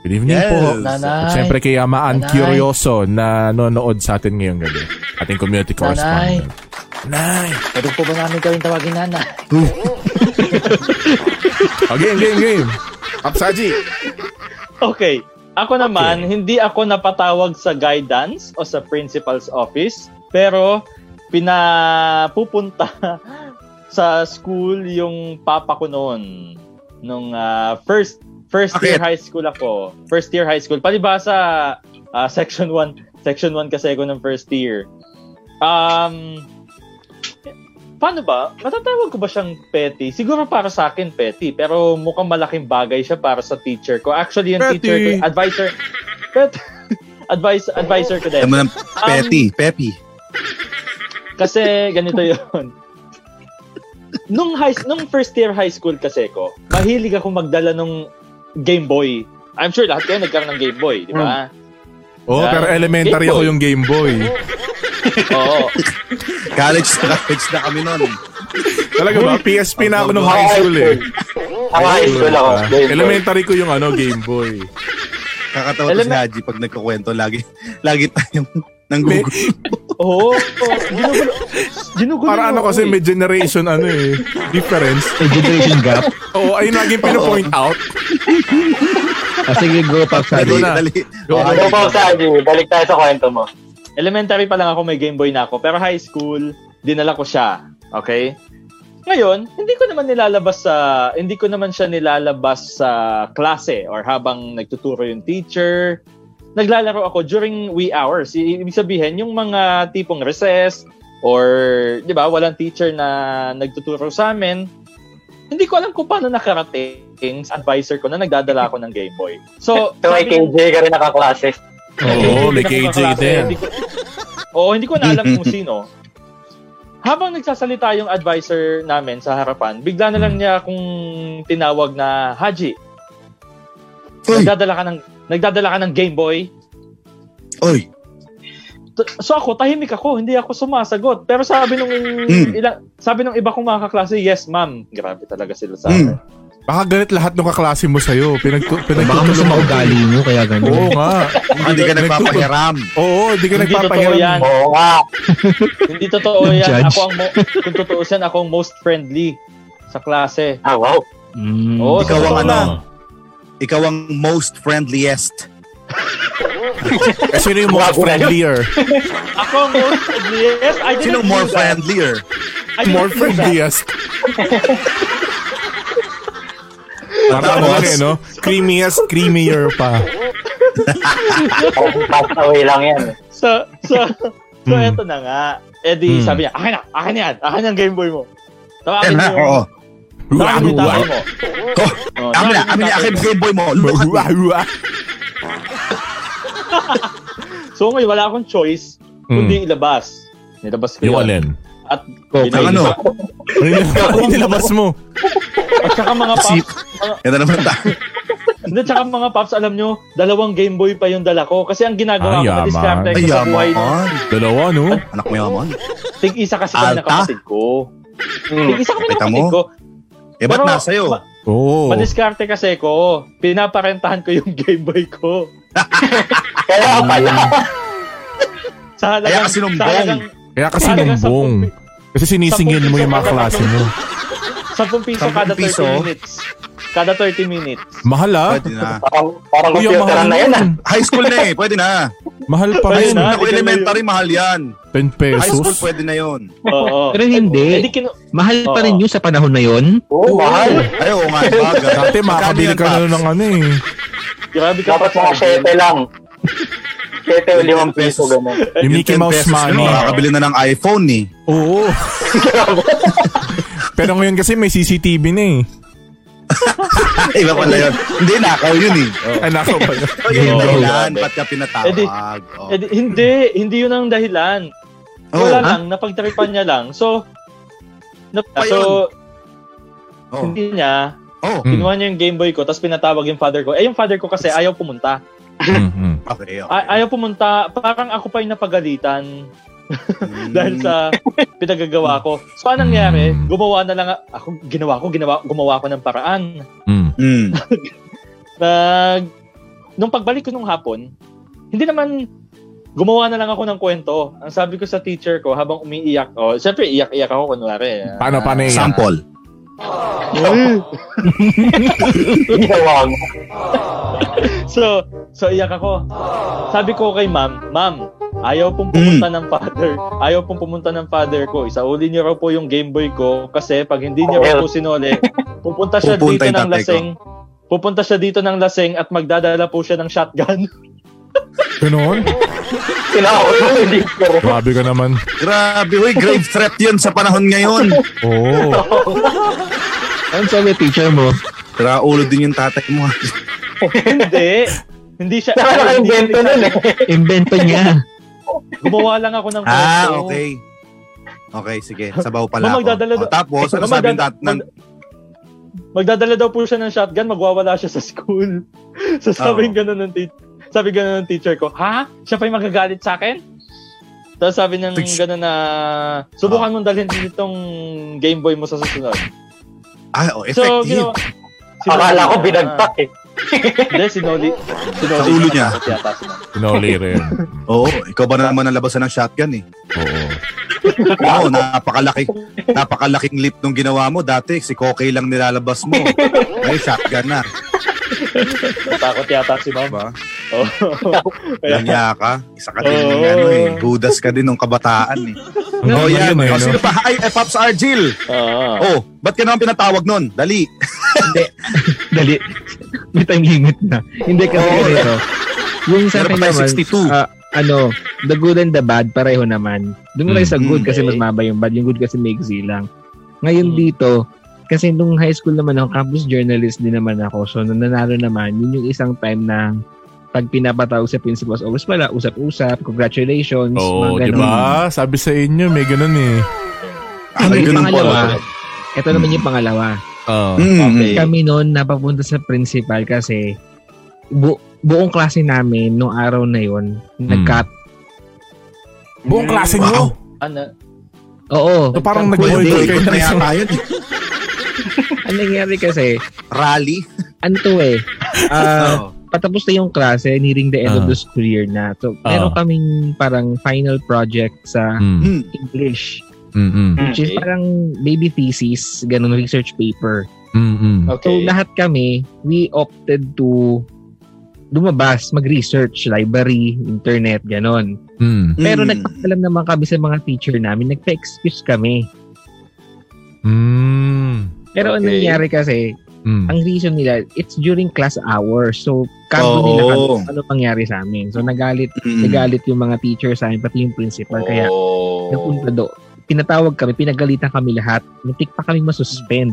[SPEAKER 1] Good evening
[SPEAKER 2] Yes.
[SPEAKER 1] po.
[SPEAKER 7] Nanay.
[SPEAKER 1] At syempre kay Amaan
[SPEAKER 7] Nanay.
[SPEAKER 1] Curioso na nanonood sa atin ngayong gabi. Ating community correspondent. Nanay.
[SPEAKER 7] Pwede po ba namin gawin tawagin nana?
[SPEAKER 1] Oh, game, game, game. Paps Haji.
[SPEAKER 3] Okay. Ako naman, hindi ako napatawag sa guidance o sa principal's office, pero pinapupunta sa school yung papa ko noon nung ah, first first year
[SPEAKER 2] Bakit?
[SPEAKER 3] high school ako. First year high school. Palibasa ah, section 1, section 1 kasi ako ng first year. Um Paano ba? Matatawag ko ba siyang petty? Siguro para sa akin petty, pero mukhang malaking bagay siya para sa teacher ko. Actually, yung
[SPEAKER 1] Petty.
[SPEAKER 3] teacher ko, advisor, pet, advice, advisor ko din.
[SPEAKER 2] Alam mo ng Petty,
[SPEAKER 3] Um,
[SPEAKER 2] Peppy.
[SPEAKER 3] Kasi ganito 'yon. Nung high nung first year high school kasi ko, mahilig ako magdala ng Game Boy. I'm sure lahat kayo nagkaroon ng Game Boy, di ba?
[SPEAKER 4] Hmm.
[SPEAKER 1] Oh,
[SPEAKER 3] Yan.
[SPEAKER 1] pero elementary
[SPEAKER 3] Game
[SPEAKER 1] ako
[SPEAKER 3] Boy.
[SPEAKER 1] yung Game Boy.
[SPEAKER 3] Oo.
[SPEAKER 2] College na college na kami noon.
[SPEAKER 1] Talaga ba? PSP na ako nung high school eh.
[SPEAKER 4] Ang high school ako.
[SPEAKER 1] Ah, Elementary ko yung ano, Game Boy.
[SPEAKER 2] Kakatawa to
[SPEAKER 3] Alam
[SPEAKER 2] si
[SPEAKER 3] na-
[SPEAKER 2] Haji pag nagkukwento. Lagi, lagi tayong nanggugulo.
[SPEAKER 1] May,
[SPEAKER 3] Oo. Ginugulo. Ginugulo.
[SPEAKER 1] para ano
[SPEAKER 3] ako
[SPEAKER 1] kasi
[SPEAKER 3] eh.
[SPEAKER 1] may generation ano eh, difference.
[SPEAKER 5] May generation gap.
[SPEAKER 1] Oo, ayun laging pinapoint out.
[SPEAKER 5] Ah, sige, go, Pops
[SPEAKER 1] Ano
[SPEAKER 5] Haji.
[SPEAKER 1] na?
[SPEAKER 2] Dali.
[SPEAKER 1] Go.
[SPEAKER 2] Okay.
[SPEAKER 4] Ano ba sa Haji? Balik tayo sa kwento mo.
[SPEAKER 3] Elementary pa lang ako may Game Boy na ako, pero high school, dinala ko siya. Okay? Ngayon, hindi ko naman nilalabas sa hindi ko naman siya nilalabas sa klase or habang nagtuturo yung teacher. Naglalaro ako during wee hours. I- Ibig sabihin, yung mga tipong recess or 'di ba, walang teacher na nagtuturo sa amin. Hindi ko alam kung paano nakarating sa advisor ko na nagdadala ako ng Game Boy. So,
[SPEAKER 4] So, kay
[SPEAKER 3] sabi ko,
[SPEAKER 4] KJ ka rin nakaklase.
[SPEAKER 1] Oo, like
[SPEAKER 3] Hindi
[SPEAKER 1] KJ
[SPEAKER 3] ko kaklase,
[SPEAKER 1] din.
[SPEAKER 3] hindi ko- Oo, hindi ko na alam kung sino. Habang nagsasalita yung advisor namin sa harapan, bigla na lang niya akong tinawag na, Haji,
[SPEAKER 2] Uy,
[SPEAKER 3] nagdadala ka ng, nagdadala ka ng Game Boy.
[SPEAKER 2] uy.
[SPEAKER 3] T- So ako, tahimik ako, hindi ako sumasagot. Pero sabi nung,
[SPEAKER 2] Mm.
[SPEAKER 3] ilang, sabi nung iba kong mga kaklase, yes ma'am. Grabe talaga sila sa
[SPEAKER 2] Mm.
[SPEAKER 3] akin.
[SPEAKER 1] Baka ganit lahat ng kaklase mo sa'yo. Pinag
[SPEAKER 5] Baka
[SPEAKER 1] pinagtutulungan
[SPEAKER 5] masama ugali nyo, kaya
[SPEAKER 1] Oo
[SPEAKER 5] ganun.
[SPEAKER 1] nga.
[SPEAKER 2] Hindi ka nagpapahiram.
[SPEAKER 1] Oo, hindi ka
[SPEAKER 3] Hindi totoo
[SPEAKER 1] nagpapahiram.
[SPEAKER 3] yan.
[SPEAKER 4] Oo nga.
[SPEAKER 3] Hindi totoo yan.
[SPEAKER 5] Judge.
[SPEAKER 3] Ako ang, mo- kung totoo yan, ako ang most friendly sa klase.
[SPEAKER 4] Ah, wow.
[SPEAKER 5] Mm.
[SPEAKER 3] Oo,
[SPEAKER 2] Ikaw ang
[SPEAKER 3] totoo
[SPEAKER 2] ano.
[SPEAKER 3] lang.
[SPEAKER 2] Ikaw ang most friendliest.
[SPEAKER 1] Eh, sino yung most friendlier?
[SPEAKER 3] Ako ang most yes, I didn't
[SPEAKER 2] Sino
[SPEAKER 3] do
[SPEAKER 2] more
[SPEAKER 3] that.
[SPEAKER 2] friendlier?
[SPEAKER 3] I didn't
[SPEAKER 1] More
[SPEAKER 3] do that.
[SPEAKER 1] friendliest. Parang ano lang eh, no? Creamiest, creamier pa.
[SPEAKER 4] Pass away lang yan.
[SPEAKER 3] So, so,
[SPEAKER 1] Hmm.
[SPEAKER 3] so eto na nga. Eh di,
[SPEAKER 1] Hmm.
[SPEAKER 3] sabi niya, akin na, akin na yan, akin ang Game Boy mo. Tawagin mo yung,
[SPEAKER 2] Oo.
[SPEAKER 3] tawagin mo yung tatay mo.
[SPEAKER 2] Oh,
[SPEAKER 3] Oh,
[SPEAKER 2] Amin na,
[SPEAKER 3] tawagin mo yung
[SPEAKER 2] amin na,
[SPEAKER 3] tatay
[SPEAKER 2] akin
[SPEAKER 3] mo.
[SPEAKER 2] Game Boy mo. Look at me.
[SPEAKER 3] So ngayon, wala akong choice,
[SPEAKER 2] Hmm.
[SPEAKER 3] kundi ilabas. Nilabas ko
[SPEAKER 1] Yung
[SPEAKER 3] yun.
[SPEAKER 1] alin?
[SPEAKER 3] At
[SPEAKER 5] Okay.
[SPEAKER 2] Ang
[SPEAKER 3] binalik-
[SPEAKER 2] ano?
[SPEAKER 1] Ano yung nilabas mo?
[SPEAKER 3] At saka mga
[SPEAKER 2] Sip.
[SPEAKER 3] paps,
[SPEAKER 2] Yan na naman tayo.
[SPEAKER 3] hindi, saka mga paps, alam nyo, dalawang Game Boy pa yung dala ko. Kasi ang ginagawa
[SPEAKER 1] Ay,
[SPEAKER 3] ko na
[SPEAKER 1] yaman.
[SPEAKER 3] discarte ko
[SPEAKER 2] Ay,
[SPEAKER 3] sa buhay.
[SPEAKER 2] yaman.
[SPEAKER 1] Dalawa, no?
[SPEAKER 2] Anak mo yaman.
[SPEAKER 3] Tig-isa kasi kami
[SPEAKER 2] Alta?
[SPEAKER 3] ng kapatid ko. Tig-isa kami ng
[SPEAKER 2] Kita mo?
[SPEAKER 3] kapatid ko.
[SPEAKER 2] Eh, ba't
[SPEAKER 3] Pero,
[SPEAKER 2] nasa'yo?
[SPEAKER 3] ma-
[SPEAKER 1] Oo.
[SPEAKER 3] Padiskarte kasi ko, pinaparentahan ko yung Game Boy ko.
[SPEAKER 4] Kaya pala.
[SPEAKER 3] Sa halagang,
[SPEAKER 2] Kaya kasi nung
[SPEAKER 3] sa halagang
[SPEAKER 1] Kaya kasi
[SPEAKER 3] Talaga,
[SPEAKER 1] lumbong. Kasi sinisingil mo yung mga klase mo.
[SPEAKER 3] 10 piso
[SPEAKER 2] 10
[SPEAKER 3] kada 30
[SPEAKER 2] piso?
[SPEAKER 3] minutes. Kada 30 minutes.
[SPEAKER 1] Mahal ah.
[SPEAKER 2] Pwede na.
[SPEAKER 4] Parang, parang
[SPEAKER 1] Kuya,
[SPEAKER 4] computer
[SPEAKER 1] mahal
[SPEAKER 4] na yan.
[SPEAKER 1] nun.
[SPEAKER 2] High school na eh. Pwede na.
[SPEAKER 1] Mahal pa rin.
[SPEAKER 3] Ayun na.
[SPEAKER 2] Ako elementary, mahal yan.
[SPEAKER 1] 10
[SPEAKER 2] High school,
[SPEAKER 1] pesos.
[SPEAKER 2] pwede na yun.
[SPEAKER 3] Oo.
[SPEAKER 5] Pero hindi.
[SPEAKER 3] Eh, di kinu-
[SPEAKER 5] Mahal pa
[SPEAKER 3] Oo.
[SPEAKER 5] rin yun sa panahon na yun.
[SPEAKER 4] Oo, mahal.
[SPEAKER 2] Ay, oo nga, eh, bagay.
[SPEAKER 1] Dati makakabili ka na ng ano eh.
[SPEAKER 3] Grabe ka
[SPEAKER 4] Dapat mga 7 lang. 7 o 5 piso, gano'n.
[SPEAKER 1] Yung Mickey Mouse money.
[SPEAKER 2] Makakabili na ng iPhone eh.
[SPEAKER 1] Oo. Pero ngayon kasi may CCTV na eh.
[SPEAKER 2] Ay, Iba pala yun. Hindi, nakaw yun eh.
[SPEAKER 1] Ay, Ah, nako pa.
[SPEAKER 2] Ano yung
[SPEAKER 5] Oh,
[SPEAKER 3] Oo.
[SPEAKER 2] dahilan? Ba't ka pinatawag? Oh.
[SPEAKER 3] Eh di-
[SPEAKER 2] Oo.
[SPEAKER 3] Eh, di- hindi, hindi yun ang dahilan.
[SPEAKER 2] Oo.
[SPEAKER 3] Wala
[SPEAKER 2] ah?
[SPEAKER 3] lang, napagtripan niya lang. So, na,
[SPEAKER 2] Pa Oh.
[SPEAKER 3] so
[SPEAKER 2] Oo.
[SPEAKER 3] hindi niya,
[SPEAKER 2] Oo.
[SPEAKER 1] Mm.
[SPEAKER 3] kinuha niya yung Game Boy ko, tapos pinatawag yung father ko. Eh, yung father ko kasi ayaw pumunta.
[SPEAKER 1] Mm-mm.
[SPEAKER 2] Okay, oh. okay.
[SPEAKER 3] Ay- ayaw pumunta, parang ako pa yung napagalitan
[SPEAKER 2] Hmm.
[SPEAKER 3] dahil sa pinagagawa ko. So, anong nangyari?
[SPEAKER 1] Mm.
[SPEAKER 3] Gumawa na lang, a- ako, ginawa ko, ginawa, gumawa ko ng paraan.
[SPEAKER 1] Mm.
[SPEAKER 2] Mm.
[SPEAKER 3] Nag, nung pagbalik ko nung hapon, hindi naman gumawa na lang ako ng kwento. Ang sabi ko sa teacher ko habang umiiyak, oh, syempre iyak-iyak ako kunwari. ah.
[SPEAKER 1] Paano, paano yan?
[SPEAKER 2] Sample.
[SPEAKER 4] Ginawa mo.
[SPEAKER 3] So, so iyak ako. Sabi ko kay ma'am, ma'am, ayaw pong pumunta
[SPEAKER 2] Mm.
[SPEAKER 3] ng father. Ayaw pong pumunta ng father ko. Isauli niyo raw po yung Game Boy ko kasi pag hindi niyo raw po sinuli, pupunta siya
[SPEAKER 2] Pupunta
[SPEAKER 3] dito
[SPEAKER 2] yung tatay
[SPEAKER 3] ng
[SPEAKER 2] ko.
[SPEAKER 3] lasing. Pupunta siya dito ng lasing at magdadala po siya ng shotgun.
[SPEAKER 1] Ganun?
[SPEAKER 4] Ginawa ko yung dito.
[SPEAKER 1] Grabe ka naman.
[SPEAKER 2] Grabe, uy, grave threat yun sa panahon ngayon.
[SPEAKER 1] Oo.
[SPEAKER 5] Ang sabi teacher mo,
[SPEAKER 2] Tara, ulo din yung tatay mo.
[SPEAKER 3] hindi. Hindi siya. hindi-
[SPEAKER 4] Nakakaimbento nun eh.
[SPEAKER 5] invento niya.
[SPEAKER 3] Gumawa lang ako ng
[SPEAKER 2] ah,
[SPEAKER 3] kwento.
[SPEAKER 2] okay. Okay, sige. Sabaw pala
[SPEAKER 3] Ma'am,
[SPEAKER 2] ako.
[SPEAKER 3] magdadala
[SPEAKER 2] O, tapos, ano
[SPEAKER 3] Ma'am,
[SPEAKER 2] sabi ng
[SPEAKER 3] magdad-
[SPEAKER 2] tat- ng
[SPEAKER 3] Magdadala daw po siya ng shotgun, magwawala siya sa school. So sabi
[SPEAKER 2] Oo.
[SPEAKER 3] ganun ng teacher. Sabi ganun ng teacher ko, ha? Siya pa yung magagalit sa akin? Tapos sabi ng
[SPEAKER 2] Tigs-
[SPEAKER 3] ganun na, subukan mong dalhin itong Game Boy mo sa susunod.
[SPEAKER 2] Ah, oh,
[SPEAKER 3] So,
[SPEAKER 2] effective.
[SPEAKER 3] ginawa.
[SPEAKER 4] Akala ko
[SPEAKER 3] niya. ah,
[SPEAKER 4] binagpak eh.
[SPEAKER 3] Hindi, sinoli. sinoli
[SPEAKER 2] Sa ulo niya.
[SPEAKER 3] naman ako yata siya.
[SPEAKER 1] Pinoli rin.
[SPEAKER 2] Oo, ikaw ba naman ang labasan ng shotgun eh?
[SPEAKER 1] Oo.
[SPEAKER 2] Oo, napakalaki. Napakalaking lip nung ginawa mo dati. Si Koke lang nilalabas mo. Ay, shotgun na.
[SPEAKER 3] Natakot yata si ma'am.
[SPEAKER 2] Diba?
[SPEAKER 3] Oo. Kaya-
[SPEAKER 2] Lanya ka. Isa ka din ng
[SPEAKER 3] Oo.
[SPEAKER 2] ano eh. Budas ka din nung kabataan eh. Oh,
[SPEAKER 1] Ngayon,
[SPEAKER 2] yan.
[SPEAKER 1] eh,
[SPEAKER 2] Oh,
[SPEAKER 1] no?
[SPEAKER 2] sino pa? Ay, eh, Pops Argil. Oh,
[SPEAKER 3] Oo.
[SPEAKER 2] ba't ka naman pinatawag nun? Dali.
[SPEAKER 5] Dali. May time limit na. Hindi kasi
[SPEAKER 2] Oo.
[SPEAKER 5] ganito. Yung
[SPEAKER 2] Meron
[SPEAKER 5] sa akin
[SPEAKER 2] pa tayo
[SPEAKER 5] naman,
[SPEAKER 2] 62.
[SPEAKER 5] ah, ano, the good and the bad, pareho naman. Doon tayo sa
[SPEAKER 2] Mm,
[SPEAKER 5] good
[SPEAKER 2] mm.
[SPEAKER 5] kasi mas maba yung bad. Yung good kasi may exe lang. Ngayon
[SPEAKER 3] Mm.
[SPEAKER 5] dito, kasi nung high school naman ako, campus journalist din naman ako. So, nung nanalo naman, yun yung isang time na pag pinapatawag sa principal sa office pala, usap-usap, congratulations,
[SPEAKER 1] Oo, di
[SPEAKER 5] mga
[SPEAKER 1] ba?
[SPEAKER 5] ganun.
[SPEAKER 1] Diba? Sabi sa inyo, may ganun eh.
[SPEAKER 5] Ano
[SPEAKER 2] Ay,
[SPEAKER 5] yung
[SPEAKER 2] ganun
[SPEAKER 5] pangalawa?
[SPEAKER 2] pala.
[SPEAKER 5] Ito naman yung pangalawa.
[SPEAKER 1] Oo.
[SPEAKER 2] Mm.
[SPEAKER 5] kami noon napapunta sa principal kasi bu- buong klase namin nung araw na yon nag-cut.
[SPEAKER 1] Buong klase
[SPEAKER 2] Wow.
[SPEAKER 1] nyo.
[SPEAKER 3] Ano?
[SPEAKER 5] Oo.
[SPEAKER 1] So, parang
[SPEAKER 5] Full
[SPEAKER 1] nag-boycott
[SPEAKER 5] day.
[SPEAKER 1] kayo.
[SPEAKER 2] Ikot na yata yun.
[SPEAKER 5] Ang nangyari kasi,
[SPEAKER 2] Rally. Oh.
[SPEAKER 5] ano to eh, ah, patapos na yung klase, nearing the end
[SPEAKER 1] Ah.
[SPEAKER 5] of the school year na. So,
[SPEAKER 1] Ah.
[SPEAKER 5] meron kaming parang final project sa
[SPEAKER 1] Mm.
[SPEAKER 2] Mm.
[SPEAKER 5] English.
[SPEAKER 1] Mm-mm.
[SPEAKER 5] Which is
[SPEAKER 3] Okay.
[SPEAKER 5] parang baby thesis, ganun, research paper.
[SPEAKER 1] Mm-mm.
[SPEAKER 5] So,
[SPEAKER 3] Okay.
[SPEAKER 5] lahat kami, we opted to lumabas, mag-research, library, internet, ganon.
[SPEAKER 1] Mm.
[SPEAKER 5] Pero
[SPEAKER 2] Mm.
[SPEAKER 5] nagpaalam naman kami sa mga teacher namin, nagpa-excuse kami.
[SPEAKER 1] Mm.
[SPEAKER 5] Pero ang
[SPEAKER 3] Okay.
[SPEAKER 5] nangyari kasi,
[SPEAKER 1] Mm.
[SPEAKER 5] ang reason nila, it's during class hours. So,
[SPEAKER 2] Oo.
[SPEAKER 5] cargo nila kami kung ano pangyari sa amin. So, nagalit,
[SPEAKER 2] Mm.
[SPEAKER 5] nagalit yung mga teacher sa amin, pati yung principal. Kaya,
[SPEAKER 3] Oh.
[SPEAKER 5] napunta do. Pinatawag kami, pinagalitan kami lahat. Muntik pa kami masuspend.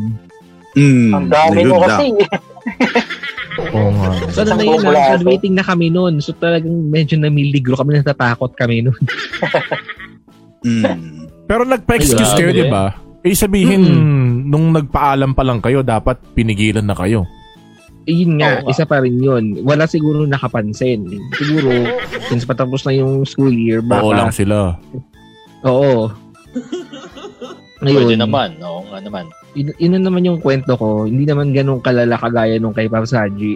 [SPEAKER 2] Mm.
[SPEAKER 4] Ang dami
[SPEAKER 2] Ayun
[SPEAKER 4] mo
[SPEAKER 2] na.
[SPEAKER 4] kasi. eh.
[SPEAKER 1] Oo nga.
[SPEAKER 5] So, ano na yun,
[SPEAKER 4] Isang bubulaso.
[SPEAKER 5] graduating na kami noon. So, talagang medyo namiligro kami, natatakot kami noon.
[SPEAKER 2] Mm.
[SPEAKER 1] Pero nagpa-excuse
[SPEAKER 3] Ay,
[SPEAKER 1] kayo,
[SPEAKER 3] grabe.
[SPEAKER 1] di ba? Eh sabihin, nung nagpaalam pa lang kayo, dapat pinigilan na kayo.
[SPEAKER 5] Yun nga,
[SPEAKER 3] Oo nga.
[SPEAKER 5] isa pa rin yun. Wala siguro nakapansin. Siguro, since patapos na yung school year, baka
[SPEAKER 1] Oo lang sila.
[SPEAKER 5] Oo.
[SPEAKER 3] Pwede
[SPEAKER 5] Ngayon,
[SPEAKER 3] naman. Oo nga naman.
[SPEAKER 5] yun, yun na naman yung kwento ko. Hindi naman ganun kalala kagaya nung kay Pops Haji.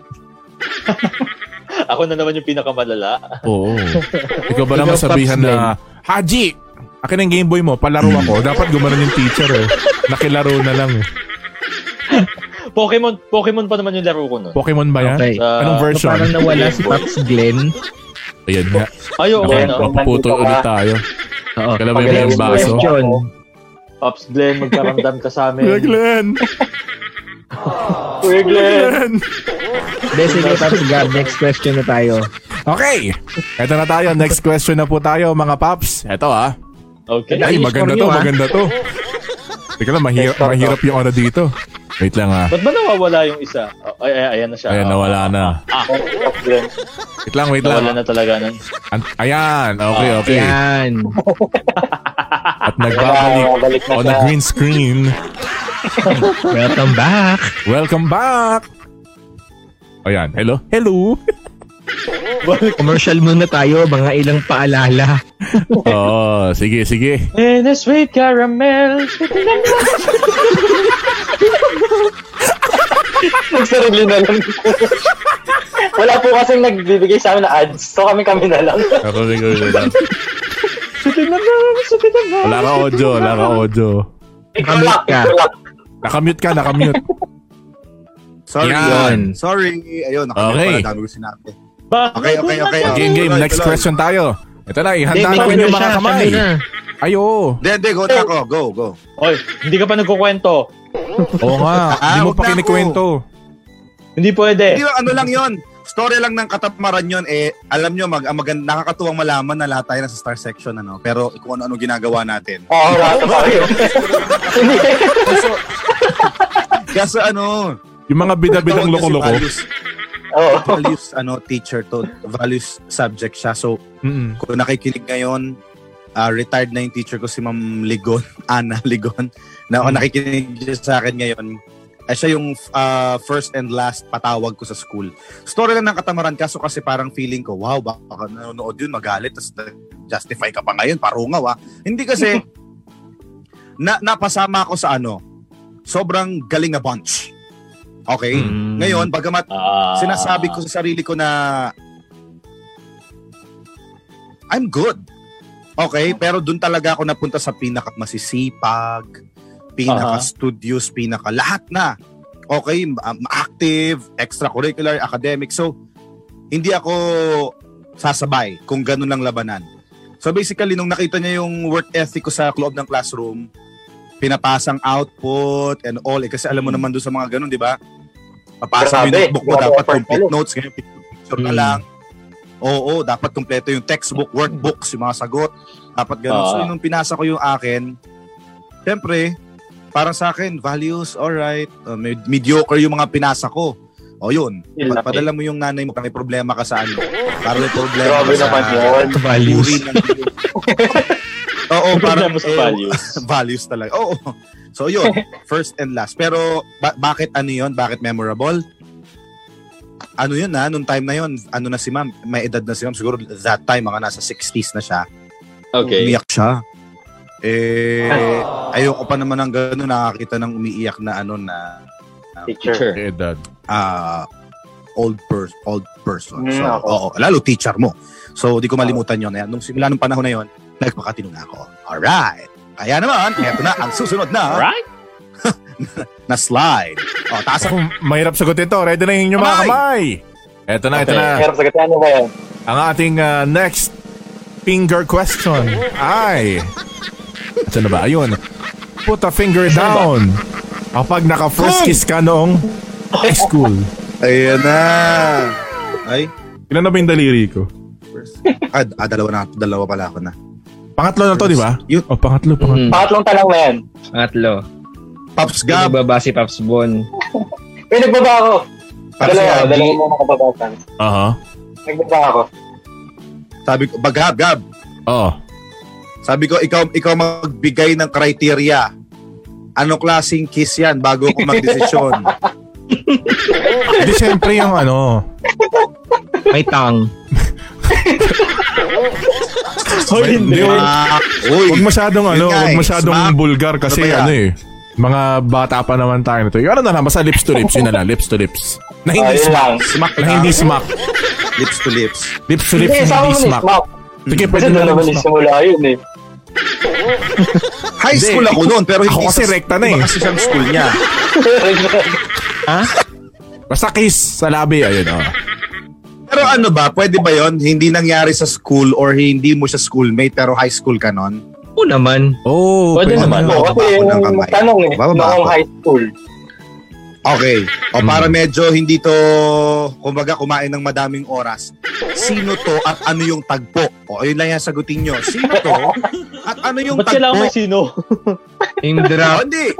[SPEAKER 3] Ako na naman yung pinakamalala.
[SPEAKER 1] Oo. Ikaw ba naman
[SPEAKER 5] Ikaw,
[SPEAKER 1] sabihan
[SPEAKER 5] Pops
[SPEAKER 1] na, Haji! Akin ang Game Boy mo, palaro ako.
[SPEAKER 5] Mm.
[SPEAKER 1] Dapat gumanon yung teacher eh. Nakilaro na lang eh.
[SPEAKER 3] Pokemon, Pokemon pa naman yung laro ko nun.
[SPEAKER 1] Pokemon ba yan?
[SPEAKER 5] Okay.
[SPEAKER 3] Sa-
[SPEAKER 1] Anong
[SPEAKER 5] So,
[SPEAKER 1] version?
[SPEAKER 5] parang nawala si Pops Glenn.
[SPEAKER 1] Ayan nga.
[SPEAKER 3] Ayo,
[SPEAKER 1] Naka-
[SPEAKER 3] ano?
[SPEAKER 1] Mapuputol
[SPEAKER 4] nandito ka.
[SPEAKER 1] ulit tayo.
[SPEAKER 5] Oo.
[SPEAKER 1] Kailan ba yung
[SPEAKER 5] Next
[SPEAKER 1] baso?
[SPEAKER 5] question.
[SPEAKER 3] Pops Glenn, magkaramdam ka sa amin.
[SPEAKER 1] Glenn!
[SPEAKER 3] Kuya Glenn.
[SPEAKER 5] Hindi, sige, Pops Gab, next question na tayo.
[SPEAKER 1] Okay! Eto na tayo. Next question na po tayo, mga paps. Eto ah.
[SPEAKER 3] Okay.
[SPEAKER 1] Ay,
[SPEAKER 5] Ayos
[SPEAKER 1] maganda to,
[SPEAKER 5] from you, ah.
[SPEAKER 1] maganda to. Teka lang, mahirap, mahirap yung ano dito. Wait lang ah.
[SPEAKER 3] Ba't ba nawawala yung isa? Oh, ay, ay, ayan na siya.
[SPEAKER 1] Ayan,
[SPEAKER 3] Oh,
[SPEAKER 1] nawala na.
[SPEAKER 4] Ah. Pops Glenn.
[SPEAKER 1] Wait lang, wait
[SPEAKER 3] nawala
[SPEAKER 1] lang.
[SPEAKER 3] na talaga nun.
[SPEAKER 1] An- Ayan, okay,
[SPEAKER 4] Ah,
[SPEAKER 1] okay.
[SPEAKER 5] Yan.
[SPEAKER 1] At nagbabalik
[SPEAKER 4] Balik na
[SPEAKER 1] on
[SPEAKER 4] siya.
[SPEAKER 1] a green screen.
[SPEAKER 5] Welcome back.
[SPEAKER 1] Welcome back! Ayan, hello? Hello!
[SPEAKER 5] Commercial muna tayo, mga ilang paalala.
[SPEAKER 1] Oo, sige, sige.
[SPEAKER 3] In a sweet caramel. sweet lang-
[SPEAKER 4] Nagsarili na lang. Wala po kasing nagbibigay sa amin na ads. So kami-kami na lang.
[SPEAKER 1] Ako siguro lang.
[SPEAKER 3] Sweet lang lang, sweet lang lang.
[SPEAKER 1] ah. Wala ka audio, wala ka audio.
[SPEAKER 5] Nakamute ka.
[SPEAKER 1] Nakamute ka, nakamute.
[SPEAKER 2] Sorry.
[SPEAKER 1] Yan.
[SPEAKER 2] Sorry. Ayun, nakamit
[SPEAKER 1] Okay.
[SPEAKER 2] pala. Dami ko sinabi.
[SPEAKER 3] Bakit
[SPEAKER 2] Okay, okay,
[SPEAKER 3] wala
[SPEAKER 2] okay.
[SPEAKER 3] ka?
[SPEAKER 1] Game, game. Next question tayo. Ito na,
[SPEAKER 5] Hindi,
[SPEAKER 1] ihanda
[SPEAKER 5] may
[SPEAKER 1] ko
[SPEAKER 5] ano
[SPEAKER 1] yung
[SPEAKER 5] siya,
[SPEAKER 1] mga
[SPEAKER 5] siya
[SPEAKER 1] kamay.
[SPEAKER 5] muna.
[SPEAKER 1] Ayo.
[SPEAKER 2] Hindi, hindi. Go, Taco. Go, go.
[SPEAKER 3] Oy, hindi ka pa nagkukwento.
[SPEAKER 1] Oo nga. Hindi mo
[SPEAKER 2] huwag
[SPEAKER 1] pa
[SPEAKER 2] na ako.
[SPEAKER 1] kinikwento.
[SPEAKER 3] Hindi
[SPEAKER 2] Hindi
[SPEAKER 3] pwede.
[SPEAKER 2] ba, ano lang yon Story lang ng katamaran yon eh alam nyo mag, ang magand- nakakatuwang malaman na lahat tayo nasa star section ano pero kung ano-ano ginagawa natin.
[SPEAKER 4] Oo, oh, rato pa kayo.
[SPEAKER 2] Kasi ano
[SPEAKER 1] Yung mga bida-bidang
[SPEAKER 2] tawag niya si
[SPEAKER 1] loko-loko.
[SPEAKER 2] Values,
[SPEAKER 4] Oo.
[SPEAKER 2] values ano teacher to values subject siya so
[SPEAKER 1] Mm-mm.
[SPEAKER 2] kung nakikinig ngayon ah, retired na yung teacher ko si Ma'am Ligon Ana Ligon na kung nakikinig siya sa akin ngayon ay siya yung ah, first and last patawag ko sa school story lang ng katamaran kaso kasi parang feeling ko wow baka nanonood yun magalit tas justify ka pa ngayon parungaw ah hindi kasi na napasama ako sa ano sobrang galing na bunch okay
[SPEAKER 5] Mm.
[SPEAKER 2] ngayon bagamat
[SPEAKER 3] Ah.
[SPEAKER 2] sinasabi ko sa sarili ko na I'm good. Okay, pero doon talaga ako napunta sa pinaka masisipag, pinaka studious, pinaka lahat na. Okay, ma- active, extracurricular, academic. So hindi ako sasabay kung ganun lang labanan. So basically nung nakita niya yung work ethic ko sa loob ng classroom, pinapasang output and all eh, kasi alam mo
[SPEAKER 3] Hmm.
[SPEAKER 2] naman doon sa mga ganun, 'di ba? Papasa mo yung
[SPEAKER 4] Grabe,
[SPEAKER 2] notebook mo,
[SPEAKER 4] grabe
[SPEAKER 2] dapat
[SPEAKER 4] effort
[SPEAKER 2] complete
[SPEAKER 4] pala.
[SPEAKER 2] notes, ngayon picture ka
[SPEAKER 5] Mm.
[SPEAKER 2] lang. Oo, dapat kumpleto yung textbook, workbooks, yung mga sagot. Dapat ganun. so
[SPEAKER 3] Ah.
[SPEAKER 2] nung pinasa ko yung akin, syempre, parang sa akin, values, alright. Uh, med- mediocre yung mga pinasa ko. O yun,
[SPEAKER 3] Yun lang, eh.
[SPEAKER 2] padala mo yung nanay mo, may problema ka sa ano. Para may problema
[SPEAKER 4] Grabe
[SPEAKER 2] ka sa
[SPEAKER 4] naman yun.
[SPEAKER 5] Values.
[SPEAKER 2] uri ng- Oo,
[SPEAKER 3] May
[SPEAKER 2] parang
[SPEAKER 3] problema sa
[SPEAKER 2] eh,
[SPEAKER 3] values.
[SPEAKER 2] values talaga. Oo. So yun, first and last. Pero ba- bakit ano yun? Bakit memorable? Ano yun na, nung time na yun, ano na si ma'am, may edad na si ma'am, siguro that time, mga nasa 60s na siya.
[SPEAKER 3] Okay.
[SPEAKER 2] Umiyak siya. Eh, ayoko pa naman ng gano'n, nakakita ng umiiyak na ano na
[SPEAKER 4] Teacher.
[SPEAKER 1] Eh, dad.
[SPEAKER 2] ah, old person, old person. So,
[SPEAKER 4] Mm, ako.
[SPEAKER 2] oo, lalo teacher mo. So, di ko malimutan yun. Ayan, nung simula ng panahon na yun, nagpakatino na ako. Alright. Kaya naman, eto na ang susunod na,
[SPEAKER 3] Alright?
[SPEAKER 2] na slide. O, taas
[SPEAKER 1] Ako,
[SPEAKER 2] ako.
[SPEAKER 1] Hmm, mahirap sagutin to. Ready na yung inyong mga
[SPEAKER 2] Kamay!
[SPEAKER 1] kamay. Eto na, eto na.
[SPEAKER 4] Hirap sagot. Ano ba yan?
[SPEAKER 1] Ang ating ah, next finger question ay... Saan na ba? Ayun. Put a finger down kapag naka-first kiss ka noong high school.
[SPEAKER 2] Ayan na. Ay,
[SPEAKER 1] Ilan na ba yung daliri ko?
[SPEAKER 2] first. Ah, ah, dalawa na, dalawa pala ako na.
[SPEAKER 1] Pangatlo na to, di ba?
[SPEAKER 2] Yun.
[SPEAKER 1] Oh, pangatlo, pangatlo.
[SPEAKER 5] Mm.
[SPEAKER 4] Pangatlong tanong na yan.
[SPEAKER 5] Pangatlo.
[SPEAKER 2] Pops
[SPEAKER 5] Gab.
[SPEAKER 2] Gab.
[SPEAKER 5] ba si Pops Bon?
[SPEAKER 4] May nagbaba ako.
[SPEAKER 2] Pops
[SPEAKER 4] Dalawa,
[SPEAKER 2] Gab.
[SPEAKER 4] dalawa mo makababatan.
[SPEAKER 1] Aha.
[SPEAKER 4] Nagbaba ako.
[SPEAKER 2] Sabi ko, "Ba, Gab, Gab.
[SPEAKER 1] Oo.
[SPEAKER 2] Sabi ko, ikaw, ikaw magbigay ng criteria. Ano klaseng kiss yan bago ko magdesisyon?
[SPEAKER 1] Hindi, syempre yung ano.
[SPEAKER 5] May tang.
[SPEAKER 1] Oh,
[SPEAKER 3] Hoy, hindi.
[SPEAKER 2] Ah, uy.
[SPEAKER 1] Huwag masyadong ano,
[SPEAKER 2] Yun nga
[SPEAKER 1] huwag
[SPEAKER 2] eh,
[SPEAKER 1] masyadong
[SPEAKER 2] smack.
[SPEAKER 1] bulgar kasi
[SPEAKER 2] Ano ba yan?
[SPEAKER 1] ano eh. Mga bata pa naman tayo nito. Yung ano na lang, basta lips to lips. Yun na lang, lips to lips. Na
[SPEAKER 4] Ah,
[SPEAKER 1] hindi
[SPEAKER 4] yun
[SPEAKER 1] smack.
[SPEAKER 4] lang.
[SPEAKER 1] Smack na hindi smack.
[SPEAKER 2] Lips to lips.
[SPEAKER 1] Lips to lips,
[SPEAKER 4] Hindi, sama
[SPEAKER 1] hindi
[SPEAKER 4] mo
[SPEAKER 1] smack.
[SPEAKER 4] smack.
[SPEAKER 1] Sige,
[SPEAKER 4] Kasi
[SPEAKER 1] pwede na
[SPEAKER 4] doon
[SPEAKER 1] lang
[SPEAKER 4] naman
[SPEAKER 1] smack.
[SPEAKER 4] nagsimula yun eh.
[SPEAKER 2] High school ako noon, pero hindi
[SPEAKER 1] Ako kasi
[SPEAKER 2] sa- Diba?
[SPEAKER 1] rekta na
[SPEAKER 2] iba
[SPEAKER 1] eh.
[SPEAKER 2] Kasi siyang school niya.
[SPEAKER 1] Basta kiss sa labi. Ayun, oh.
[SPEAKER 2] Pero ano ba, pwede ba yon Hindi nangyari sa school or hindi mo siya schoolmate pero high school ka nun?
[SPEAKER 5] Oo naman.
[SPEAKER 1] Oh,
[SPEAKER 3] Pwede
[SPEAKER 1] pwede
[SPEAKER 3] naman.
[SPEAKER 1] naman.
[SPEAKER 4] Oo, kasi
[SPEAKER 2] Bababa ako ng
[SPEAKER 4] yung
[SPEAKER 2] kamay.
[SPEAKER 4] tanong eh,
[SPEAKER 2] Bababa
[SPEAKER 4] noong
[SPEAKER 2] ako.
[SPEAKER 4] high school.
[SPEAKER 2] Okay. O
[SPEAKER 1] Hmm.
[SPEAKER 2] para medyo hindi to, kumbaga, kumain ng madaming oras. Sino to at ano yung tagpo? O, yun lang yung sagutin nyo. Sino to at ano yung
[SPEAKER 3] Ba't kailangan
[SPEAKER 2] tagpo?
[SPEAKER 3] may sino?
[SPEAKER 2] O,
[SPEAKER 5] Yung draft.
[SPEAKER 2] hindi.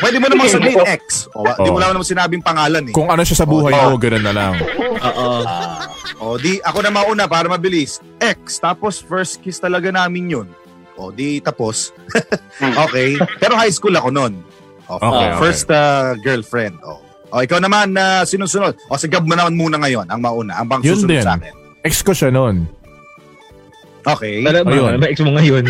[SPEAKER 2] Pwede mo namang sabihin X. O, di
[SPEAKER 1] Oo.
[SPEAKER 2] mo lang naman sinabing pangalan eh.
[SPEAKER 1] Kung ano siya sa buhay
[SPEAKER 2] Oh.
[SPEAKER 1] mo, ganun na lang.
[SPEAKER 5] Oo.
[SPEAKER 2] O di, ako na mauna para mabilis. X, tapos first kiss talaga namin yun. O di, tapos. okay. Pero high school ako nun. O,
[SPEAKER 1] Okay, okay.
[SPEAKER 2] First uh, girlfriend. O. o, ikaw naman na sinusunod. O, si Gab mo naman muna ngayon, ang mauna. Ang bang
[SPEAKER 1] Yun
[SPEAKER 2] susunod
[SPEAKER 1] din.
[SPEAKER 2] sa akin.
[SPEAKER 1] Ex ko siya noon.
[SPEAKER 2] Okay.
[SPEAKER 5] Alam mo,
[SPEAKER 1] Ayun.
[SPEAKER 5] alam mo, ex mo ngayon.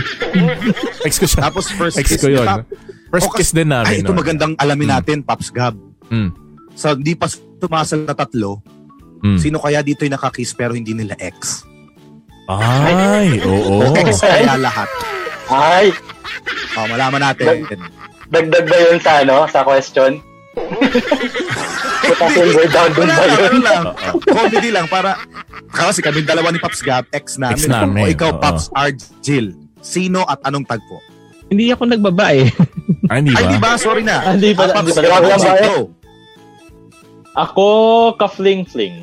[SPEAKER 1] Ex ko siya.
[SPEAKER 2] Tapos first
[SPEAKER 1] Ex
[SPEAKER 2] kiss
[SPEAKER 1] ko yun.
[SPEAKER 2] niya, tap-
[SPEAKER 1] First
[SPEAKER 2] Oh, kasi-
[SPEAKER 1] kiss din
[SPEAKER 2] Ay,
[SPEAKER 1] namin.
[SPEAKER 2] ito
[SPEAKER 1] noon.
[SPEAKER 2] magandang alamin
[SPEAKER 1] Mm.
[SPEAKER 2] natin, Pops Gab.
[SPEAKER 1] Mm.
[SPEAKER 2] Sa hindi pa tumasal na tatlo,
[SPEAKER 1] Mm.
[SPEAKER 2] sino kaya dito yung nakakiss pero hindi nila ex?
[SPEAKER 1] Ay, oo.
[SPEAKER 2] Ex kaya lahat.
[SPEAKER 4] Ay,
[SPEAKER 2] O, malaman natin.
[SPEAKER 4] dagdag ba yun sa ano, sa question? Puta silver down dun
[SPEAKER 2] Wala
[SPEAKER 4] ba
[SPEAKER 2] lang,
[SPEAKER 4] yun?
[SPEAKER 2] ano lang. Comedy lang para kasi kami dalawa ni Pops Gab, ex namin.
[SPEAKER 1] Ex namin,
[SPEAKER 2] O
[SPEAKER 1] oo.
[SPEAKER 2] ikaw, Pops Argil. Sino at anong tagpo?
[SPEAKER 5] Hindi ako nagbaba eh.
[SPEAKER 1] Ay, di
[SPEAKER 2] Ay, di
[SPEAKER 1] ba?
[SPEAKER 2] ba? Sorry na.
[SPEAKER 3] Ah, Hindi
[SPEAKER 2] Ah,
[SPEAKER 3] pala. Hindi
[SPEAKER 2] Pops
[SPEAKER 3] pala.
[SPEAKER 2] Gab, oh.
[SPEAKER 4] Grabe lang ba, eh?
[SPEAKER 2] go.
[SPEAKER 3] Ako, ka-fling-fling.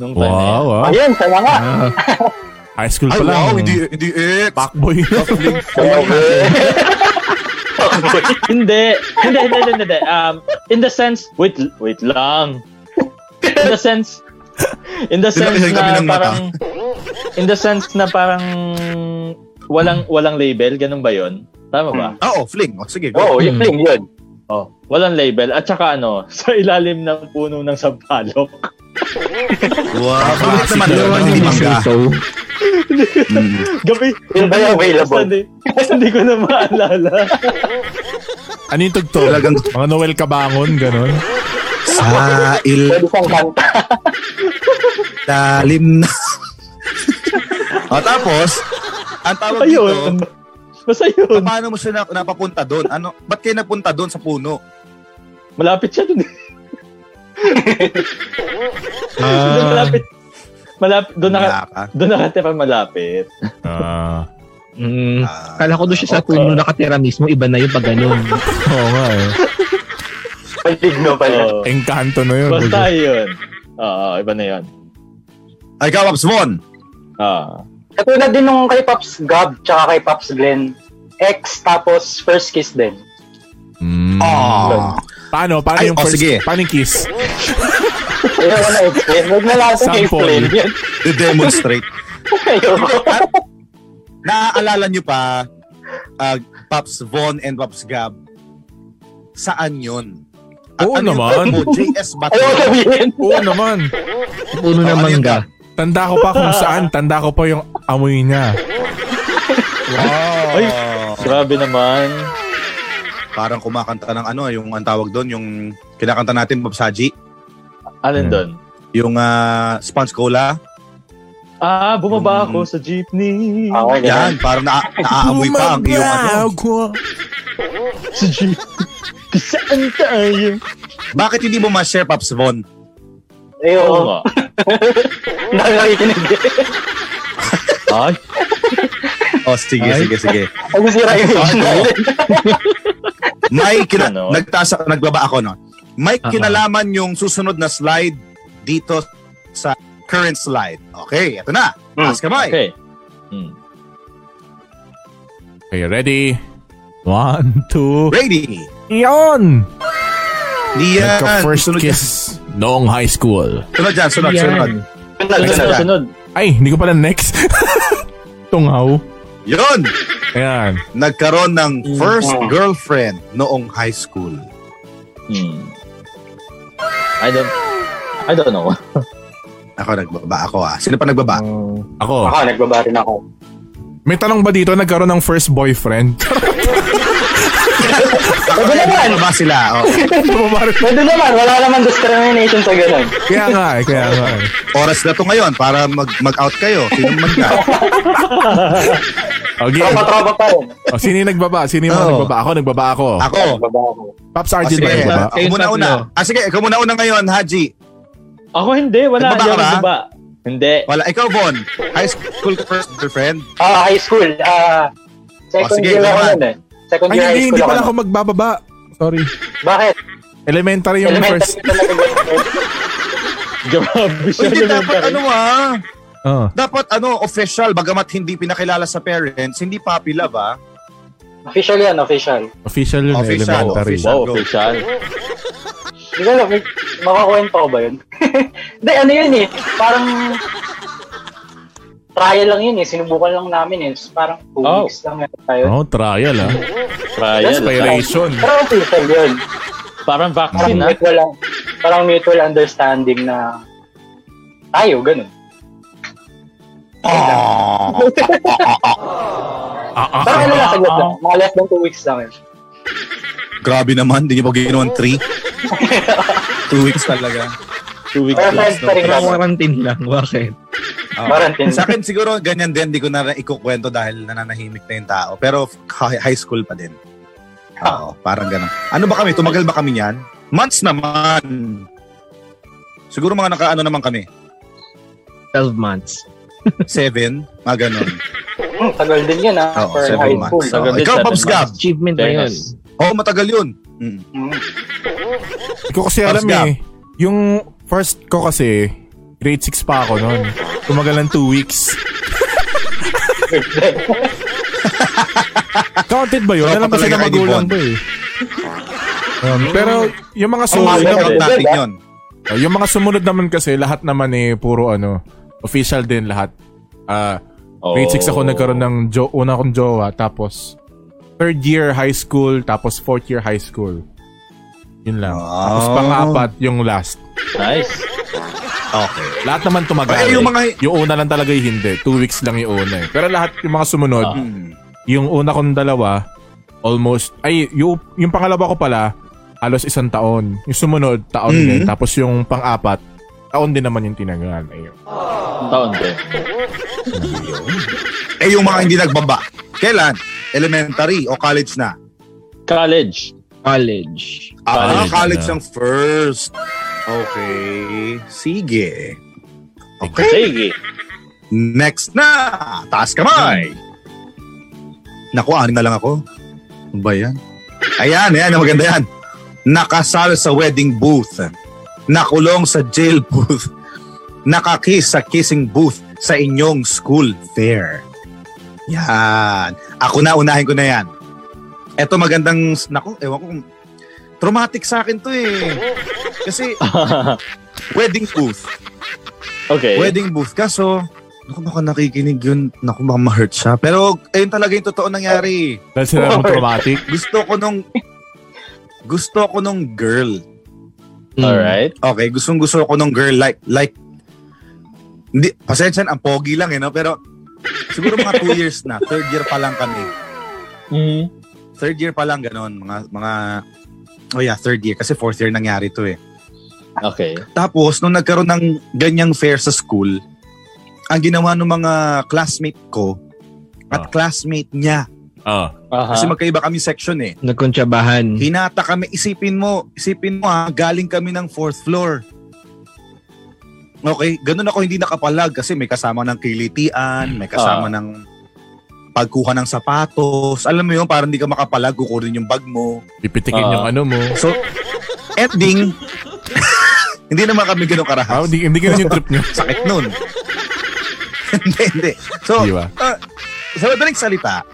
[SPEAKER 3] Nung time na
[SPEAKER 1] Wow,
[SPEAKER 3] yan.
[SPEAKER 1] wow.
[SPEAKER 4] Ayun, sana nga.
[SPEAKER 5] Ah.
[SPEAKER 1] High school
[SPEAKER 2] Ay,
[SPEAKER 1] pa lang.
[SPEAKER 2] wow, hindi, hindi eh, ex.
[SPEAKER 1] Fuckboy.
[SPEAKER 3] Hindi. Hindi, hindi, hindi, hindi. Um, in the sense, wait, wait lang. In the sense, in the sense
[SPEAKER 2] Dinamihan kami
[SPEAKER 3] na
[SPEAKER 2] ng mata.
[SPEAKER 3] parang, in the sense na parang, walang, walang label, ganun ba yon? Tama ba?
[SPEAKER 2] Oo, ah, oh, fling. O, sige,
[SPEAKER 4] Oo,
[SPEAKER 2] go.
[SPEAKER 4] yung fling yun.
[SPEAKER 2] Hmm.
[SPEAKER 3] Oh, walang label. At saka ano, sa ilalim ng puno ng sampalok.
[SPEAKER 2] Wow, kulit Ah,
[SPEAKER 1] Classic.
[SPEAKER 2] naman. Parang
[SPEAKER 5] Hindi
[SPEAKER 2] Hindi
[SPEAKER 5] ko
[SPEAKER 2] mangga.
[SPEAKER 5] show.
[SPEAKER 3] Gabi.
[SPEAKER 4] Yun ba yung available?
[SPEAKER 3] Basta Hindi, basta hindi ko na maalala.
[SPEAKER 1] Ano yung tugtog?
[SPEAKER 2] Talagang-
[SPEAKER 1] Mga Noel Kabangon, ganun.
[SPEAKER 2] Sa il
[SPEAKER 4] Pwede siyang kanta.
[SPEAKER 2] Talim na. o tapos, ang tawag
[SPEAKER 3] Ayun.
[SPEAKER 2] dito,
[SPEAKER 3] Basta yun.
[SPEAKER 2] paano mo siya na, napapunta doon? Ano, ba't kayo napunta doon sa puno?
[SPEAKER 3] Malapit siya dun. eh. Dun
[SPEAKER 5] Ah.
[SPEAKER 3] malapit. Malapit. Doon naka,
[SPEAKER 2] Wala ka.
[SPEAKER 3] doon nakatira malapit.
[SPEAKER 1] Ah.
[SPEAKER 5] Mm.
[SPEAKER 2] Ah,
[SPEAKER 5] Kala ko doon siya sa
[SPEAKER 2] okay.
[SPEAKER 5] puno nakatira mismo, iba na yun pag ganun.
[SPEAKER 1] Oo nga eh. Hmm.
[SPEAKER 4] Maligno pala.
[SPEAKER 1] Oh.
[SPEAKER 3] Oo.
[SPEAKER 1] Engkanto na yun.
[SPEAKER 3] Oh, Basta yun. Oo, iba na yun.
[SPEAKER 2] Ay, ka, Pops Von.
[SPEAKER 3] Ah.
[SPEAKER 4] Katulad din nung kay Pops Gab tsaka kay Pops Glenn. X tapos first kiss din.
[SPEAKER 1] Mm.
[SPEAKER 2] Ah.
[SPEAKER 1] Paano? Paano
[SPEAKER 2] Ay,
[SPEAKER 1] yung
[SPEAKER 2] oh,
[SPEAKER 1] first?
[SPEAKER 2] sige.
[SPEAKER 1] Paano yung kiss?
[SPEAKER 4] Ayoko na explain. Huwag na lang akong
[SPEAKER 1] Sample.
[SPEAKER 4] explain yun.
[SPEAKER 2] To demonstrate.
[SPEAKER 4] Ayoko.
[SPEAKER 2] Naaalala nyo pa, ah, Pops Von and Pops Gab, saan yun?
[SPEAKER 1] Oo
[SPEAKER 2] ano yung
[SPEAKER 1] naman.
[SPEAKER 2] tag mo? JS Bato.
[SPEAKER 4] Ayoko sabihin.
[SPEAKER 1] Oo naman.
[SPEAKER 5] Puno
[SPEAKER 2] Oh,
[SPEAKER 5] ng
[SPEAKER 2] ano yun,
[SPEAKER 5] mangga.
[SPEAKER 2] Gab?
[SPEAKER 1] Tanda ko pa kung saan. Tanda ko pa yung amoy niya.
[SPEAKER 2] Wow.
[SPEAKER 3] Ay, grabe naman.
[SPEAKER 2] Parang kumakanta ng ano, yung ang tawag doon, yung kinakanta natin, Pops Haji,
[SPEAKER 3] Alin
[SPEAKER 1] Hmm.
[SPEAKER 3] doon?
[SPEAKER 2] yung ah, Sponge Cola.
[SPEAKER 3] Ah, bumaba
[SPEAKER 2] Hmm.
[SPEAKER 3] ako sa jeepney.
[SPEAKER 4] Ako yan.
[SPEAKER 2] Yan, parang na, naaamoy pa ang iyong ano.
[SPEAKER 1] Bumabago.
[SPEAKER 3] Sa jeepney. Saan tayo?
[SPEAKER 2] Bakit hindi mo ma-share, Pops Von?
[SPEAKER 3] Oo
[SPEAKER 4] Ayoko.
[SPEAKER 3] nga.
[SPEAKER 4] Nakakinig din.
[SPEAKER 3] Ay,
[SPEAKER 2] Oh, sige,
[SPEAKER 5] Ay.
[SPEAKER 2] sige, sige.
[SPEAKER 4] Ang sira yung
[SPEAKER 2] Ay,
[SPEAKER 4] emotional.
[SPEAKER 2] no. May kina-
[SPEAKER 3] Ano?
[SPEAKER 2] nagtasa, nagbaba ako, no? May
[SPEAKER 5] Ah.
[SPEAKER 2] kinalaman yung susunod na slide dito sa current slide. Okay, ito na.
[SPEAKER 4] Hmm,
[SPEAKER 2] Ask Mike.
[SPEAKER 3] okay. Hmm.
[SPEAKER 1] Okay, ready? One, two.
[SPEAKER 2] Brady.
[SPEAKER 1] Iyon!
[SPEAKER 2] Diyan.
[SPEAKER 1] Nagka-first
[SPEAKER 2] Sunod dyan.
[SPEAKER 1] kiss noong high school.
[SPEAKER 2] Sunod dyan, sunod,
[SPEAKER 5] Yan.
[SPEAKER 2] sunod.
[SPEAKER 4] Sunod,
[SPEAKER 3] Sunod,
[SPEAKER 4] sunod.
[SPEAKER 3] sunod, sunod.
[SPEAKER 1] Ay, hindi ko pala next. Tungaw.
[SPEAKER 2] Yun!
[SPEAKER 1] Ayan.
[SPEAKER 2] Nagkaroon ng
[SPEAKER 5] Hmm.
[SPEAKER 2] first girlfriend noong high school.
[SPEAKER 3] Hmm. I don't, I don't know.
[SPEAKER 2] Ako, nagbaba ako ah. Sino pa nagbaba?
[SPEAKER 5] Hmm.
[SPEAKER 1] Ako.
[SPEAKER 4] Ako, nagbaba rin ako.
[SPEAKER 1] May tanong ba dito nagkaroon ng first boyfriend?
[SPEAKER 2] Ako, nagbaba sila. Oh.
[SPEAKER 1] Bumabago.
[SPEAKER 4] Pwede naman, wala naman discrimination sa ganun.
[SPEAKER 1] kaya nga eh, kaya nga eh.
[SPEAKER 2] Oras na to ngayon para mag, mag-out kayo. Sino man ka?
[SPEAKER 1] Okay.
[SPEAKER 4] Tropa-tropa pa rin.
[SPEAKER 1] O, sino yung nagbaba? Sino yung mga
[SPEAKER 2] Oo.
[SPEAKER 1] nagbaba? Ako, nagbaba ako.
[SPEAKER 2] Ako.
[SPEAKER 4] Nagbaba ako.
[SPEAKER 1] Pops
[SPEAKER 2] Ah,
[SPEAKER 1] Arjun ba
[SPEAKER 2] sige,
[SPEAKER 1] nagbaba?
[SPEAKER 2] ako muna una. Ah, sige, ikaw muna una ngayon, Haji.
[SPEAKER 3] Ako hindi, wala.
[SPEAKER 2] Nagbaba
[SPEAKER 3] Hindi
[SPEAKER 2] ka
[SPEAKER 3] ako
[SPEAKER 2] ba?
[SPEAKER 3] nagbaba. Hindi.
[SPEAKER 2] Wala. Ikaw, Bon, high school ka first girlfriend?
[SPEAKER 4] Ah, high school. Ah, second
[SPEAKER 2] Oh, sige,
[SPEAKER 4] year
[SPEAKER 2] go
[SPEAKER 4] ako
[SPEAKER 2] on.
[SPEAKER 4] nun eh. Second
[SPEAKER 1] Ay,
[SPEAKER 4] year high
[SPEAKER 1] hindi,
[SPEAKER 4] school
[SPEAKER 1] hindi pala
[SPEAKER 4] ako.
[SPEAKER 1] ako magbababa. Sorry.
[SPEAKER 4] Bakit?
[SPEAKER 1] Elementary yung
[SPEAKER 4] Elementary
[SPEAKER 1] first.
[SPEAKER 4] talaga.
[SPEAKER 3] Grabe
[SPEAKER 2] O,
[SPEAKER 3] siya.
[SPEAKER 2] Hindi, dapat
[SPEAKER 3] elementary.
[SPEAKER 2] ano ah.
[SPEAKER 1] Oh.
[SPEAKER 2] Dapat ano, official, bagamat hindi pinakilala sa parents, hindi puppy love ah.
[SPEAKER 4] official yan, official.
[SPEAKER 1] Official yun,
[SPEAKER 2] Official,
[SPEAKER 1] elementary.
[SPEAKER 2] official.
[SPEAKER 6] Wow,
[SPEAKER 2] Go.
[SPEAKER 6] official.
[SPEAKER 4] Hindi ko alam, may- makakwento ko ba yun? Hindi, ano yun eh. Parang trial lang yun eh. Sinubukan lang namin eh. So, parang two
[SPEAKER 3] Oh.
[SPEAKER 4] weeks lang yata tayo.
[SPEAKER 1] Oh, trial ah.
[SPEAKER 6] Trial.
[SPEAKER 1] Inspiration.
[SPEAKER 4] Pero official yun. Parang
[SPEAKER 3] Parang vaccine Ano na.
[SPEAKER 4] mutual, lang- parang mutual understanding na tayo, ganun.
[SPEAKER 1] Ah, ah,
[SPEAKER 4] Parang ano
[SPEAKER 1] ah.
[SPEAKER 4] lang, saglit lang. Mga less than two weeks lang yun.
[SPEAKER 2] Grabe naman, hindi niyo pa ginawan three. Two weeks talaga.
[SPEAKER 3] Two weeks
[SPEAKER 4] Pero
[SPEAKER 3] lang.
[SPEAKER 4] friends pa rin
[SPEAKER 5] Pero
[SPEAKER 4] kami.
[SPEAKER 5] quarantine lang. Bakit?
[SPEAKER 2] Ah.
[SPEAKER 4] Quarantine.
[SPEAKER 2] Sa akin siguro ganyan din, hindi ko na rin ikukwento dahil nananahimik na yung tao. Pero hi- high school pa din.
[SPEAKER 4] Ah.
[SPEAKER 2] Oo, parang ganun. Ano ba kami? Tumagal ba kami niyan? Months naman. Siguro mga nakaano naman kami.
[SPEAKER 5] 12 months.
[SPEAKER 2] Seven, mga ganun.
[SPEAKER 4] Hmm, tagal din yun ah.
[SPEAKER 2] Oo,
[SPEAKER 4] for
[SPEAKER 2] seven
[SPEAKER 4] high school.
[SPEAKER 2] months.
[SPEAKER 6] Tagal
[SPEAKER 2] Oo,
[SPEAKER 6] din,
[SPEAKER 2] Ikaw,
[SPEAKER 6] seven
[SPEAKER 2] Pops Gab.
[SPEAKER 5] Achievement na yun.
[SPEAKER 3] Fairness.
[SPEAKER 2] Oo, matagal yun. Mm.
[SPEAKER 4] Hmm.
[SPEAKER 1] Hindi ko kasi alam
[SPEAKER 2] Gab.
[SPEAKER 1] eh. Yung first ko kasi, grade 6 pa ako noon. Tumagal ng 2 weeks. Counted ba yun?
[SPEAKER 2] Tropa
[SPEAKER 1] Alam kasi
[SPEAKER 2] talaga
[SPEAKER 1] na
[SPEAKER 2] kayo ni
[SPEAKER 1] magulang
[SPEAKER 2] Bon.
[SPEAKER 1] ko eh. Ayun, pero yung mga
[SPEAKER 2] So,
[SPEAKER 1] sumunod,
[SPEAKER 4] Tumagal
[SPEAKER 2] count
[SPEAKER 4] din.
[SPEAKER 2] natin yun.
[SPEAKER 1] Oh, yung mga sumunod naman kasi, lahat naman eh, puro ano, official din lahat. Ah, grade 6
[SPEAKER 3] Oh.
[SPEAKER 1] ako nagkaroon ng jo- una akong jowa, tapos third year high school, tapos fourth year hang high school. Yun lang. Tapos
[SPEAKER 2] Wow.
[SPEAKER 1] pang-apat, yung last.
[SPEAKER 3] Nice.
[SPEAKER 2] Okay.
[SPEAKER 1] Lahat naman tumagal.
[SPEAKER 2] Ay, yung
[SPEAKER 1] eh.
[SPEAKER 2] mga-
[SPEAKER 1] yung una lang talaga yung hindi. Two weeks lang yung una eh. Pero lahat yung mga sumunod,
[SPEAKER 2] Mm.
[SPEAKER 1] yung una kong dalawa, almost, ay, yung, yung pangalawa ko pala, halos isang taon. Yung sumunod, taon
[SPEAKER 2] Mm.
[SPEAKER 1] din. Tapos yung pang-apat, taon din naman yung tinagal. Ayun.
[SPEAKER 3] Taon din.
[SPEAKER 2] Eh, yung mga hindi nagbaba. Kailan? Elementary o college na?
[SPEAKER 3] College.
[SPEAKER 5] College.
[SPEAKER 2] Ah,
[SPEAKER 1] College
[SPEAKER 2] college
[SPEAKER 1] na.
[SPEAKER 2] ang first. Okay. Sige. Okay.
[SPEAKER 6] Sige.
[SPEAKER 2] Next na! Taas kamay! Naku, anim na lang ako. Ano ba yan? Ayan, ayan, maganda yan. Nakasal sa wedding booth. Nakulong sa jail booth. Nakakiss sa kissing booth sa inyong school fair. Yan. Ako na, unahin ko na yan. Eto magandang, naku, ewan ko, kung- traumatic sa akin to eh. Kasi, wedding booth.
[SPEAKER 3] Okay.
[SPEAKER 2] Wedding booth. Kaso, naku baka nakikinig yun. Naku baka ma-hurt siya. Pero ayun talaga yung totoo nangyari.
[SPEAKER 1] Dahil sila naman traumatic.
[SPEAKER 2] Gusto ko nung... Gusto ko nung girl.
[SPEAKER 5] Hmm.
[SPEAKER 3] Alright.
[SPEAKER 2] Okay, gustong gusto ko nung girl. Like, like... Hindi, pasensya na, ang pogi lang eh, no? Pero siguro mga two years na. Third year pa lang kami.
[SPEAKER 3] Mm.
[SPEAKER 2] Third year pa lang ganun. Mga, mga... Oh yeah, third year. Kasi fourth year nangyari to eh.
[SPEAKER 3] Okay.
[SPEAKER 2] Tapos, nung nagkaroon ng ganyang fair sa school, ang ginawa ng mga classmate ko at
[SPEAKER 1] Ah.
[SPEAKER 2] classmate niya,
[SPEAKER 1] Ah. Hmm.
[SPEAKER 3] Aha.
[SPEAKER 2] kasi magkaiba kami section eh,
[SPEAKER 5] Nagkuntsabahan.
[SPEAKER 2] hinata kami, isipin mo, isipin mo ha, galing kami ng fourth floor. Okay, ganun ako hindi nakapalag kasi may kasama ng kilitian, may kasama
[SPEAKER 1] Ah.
[SPEAKER 2] ng pagkuha ng sapatos. Alam mo yun, parang hindi ka makapalag, kukunin yung bag mo.
[SPEAKER 1] Pipitikin
[SPEAKER 3] Ah.
[SPEAKER 1] yung ano mo.
[SPEAKER 2] So, ending, hindi naman kami ganun
[SPEAKER 1] Ah,
[SPEAKER 2] karahas.
[SPEAKER 1] hindi, hindi ganun yung trip nyo.
[SPEAKER 2] Sakit nun. hindi, hindi. So,
[SPEAKER 1] Di ba?
[SPEAKER 2] sa madaling salita,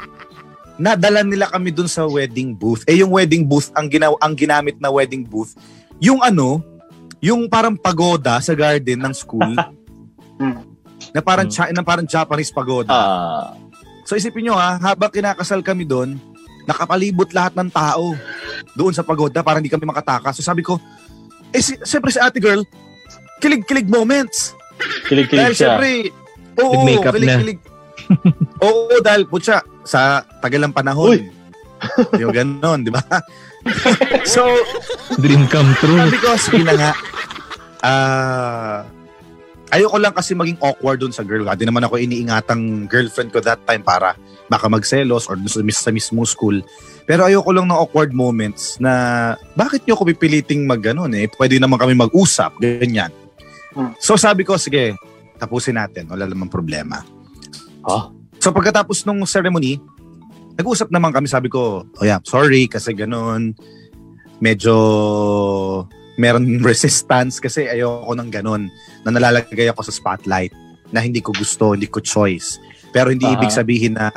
[SPEAKER 2] nadala nila kami dun sa wedding booth. Eh, yung wedding booth, ang, ginaw ang ginamit na wedding booth, yung ano, yung parang pagoda sa garden ng school, na parang, cha- na parang Japanese pagoda.
[SPEAKER 3] Ah.
[SPEAKER 2] So, isipin nyo ha, habang kinakasal kami dun, nakapalibot lahat ng tao doon sa pagoda para hindi kami makatakas. So, sabi ko, eh, si- siyempre si ate girl, kilig-kilig moments. Dahil
[SPEAKER 3] Kilig-kilig siya.
[SPEAKER 2] syempre, oo,
[SPEAKER 5] Nag-makeup na.
[SPEAKER 2] kilig-kilig. oo, dahil putya, sa tagal ng panahon.
[SPEAKER 3] Uy!
[SPEAKER 2] Di ba ganon, di ba? so,
[SPEAKER 5] Dream come true.
[SPEAKER 2] sabi ko, sige na nga. Ah, ayoko lang kasi maging awkward dun sa girl. Hindi naman ako iniingatang girlfriend ko that time para baka magselos or dun sa, mis- sa mismo school. Pero ayoko lang ng awkward moments na bakit niyo ako ano, pipiliting mag ganun eh? Pwede naman kami mag-usap, ganyan.
[SPEAKER 4] Hmm.
[SPEAKER 2] So sabi ko, sige, tapusin natin. Wala namang problema.
[SPEAKER 6] Ah.
[SPEAKER 2] So pagkatapos nung ceremony, nag-usap naman kami. Sabi ko, oh yeah, sorry kasi ganun. Medyo meron resistance kasi ayoko ng ganun. Na nalalagay ako sa spotlight na hindi ko gusto, hindi ko choice. Pero hindi
[SPEAKER 3] Ah.
[SPEAKER 2] ibig sabihin na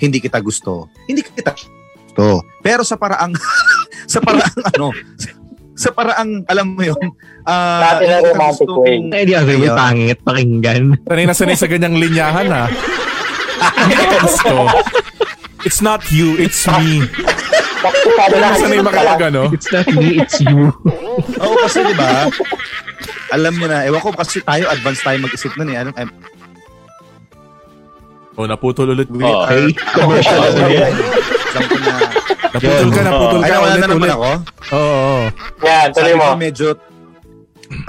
[SPEAKER 2] hindi kita gusto. Hindi kita gusto. Pero sa paraang sa paraang ano, sa paraang alam mo 'yun. ah,
[SPEAKER 4] Dati na
[SPEAKER 2] hindi kita
[SPEAKER 4] romantic
[SPEAKER 2] gusto-
[SPEAKER 4] way.
[SPEAKER 5] Eh, di ako sabi,
[SPEAKER 2] Ayun.
[SPEAKER 5] pangit, pakinggan.
[SPEAKER 1] Sanay na sanay sa ganyang linyahan ah. ha. Gets ko. It's not you, it's me.
[SPEAKER 4] Paktikado
[SPEAKER 1] Sanay na
[SPEAKER 4] lahat.
[SPEAKER 1] sanay ano.
[SPEAKER 4] Walang-
[SPEAKER 1] makalaga, no?
[SPEAKER 5] It's not me, it's you.
[SPEAKER 2] Oo, kasi di ba? Alam mo na, ewan ko kasi tayo advance tayo mag-isip nun eh. Anong, eh,
[SPEAKER 1] Oh, naputol ulit.
[SPEAKER 2] we
[SPEAKER 6] Oh.
[SPEAKER 2] are...
[SPEAKER 6] Commercial
[SPEAKER 2] Oh,
[SPEAKER 6] ulit.
[SPEAKER 2] yeah. Example na...
[SPEAKER 1] Naputol ka, naputol
[SPEAKER 2] Ay,
[SPEAKER 1] ka
[SPEAKER 2] wala na
[SPEAKER 1] ulit,
[SPEAKER 2] naman
[SPEAKER 1] ulit.
[SPEAKER 2] ako.
[SPEAKER 1] Oo, oo.
[SPEAKER 4] Yan, tuloy
[SPEAKER 2] Sabi
[SPEAKER 4] mo.
[SPEAKER 2] ko medyo...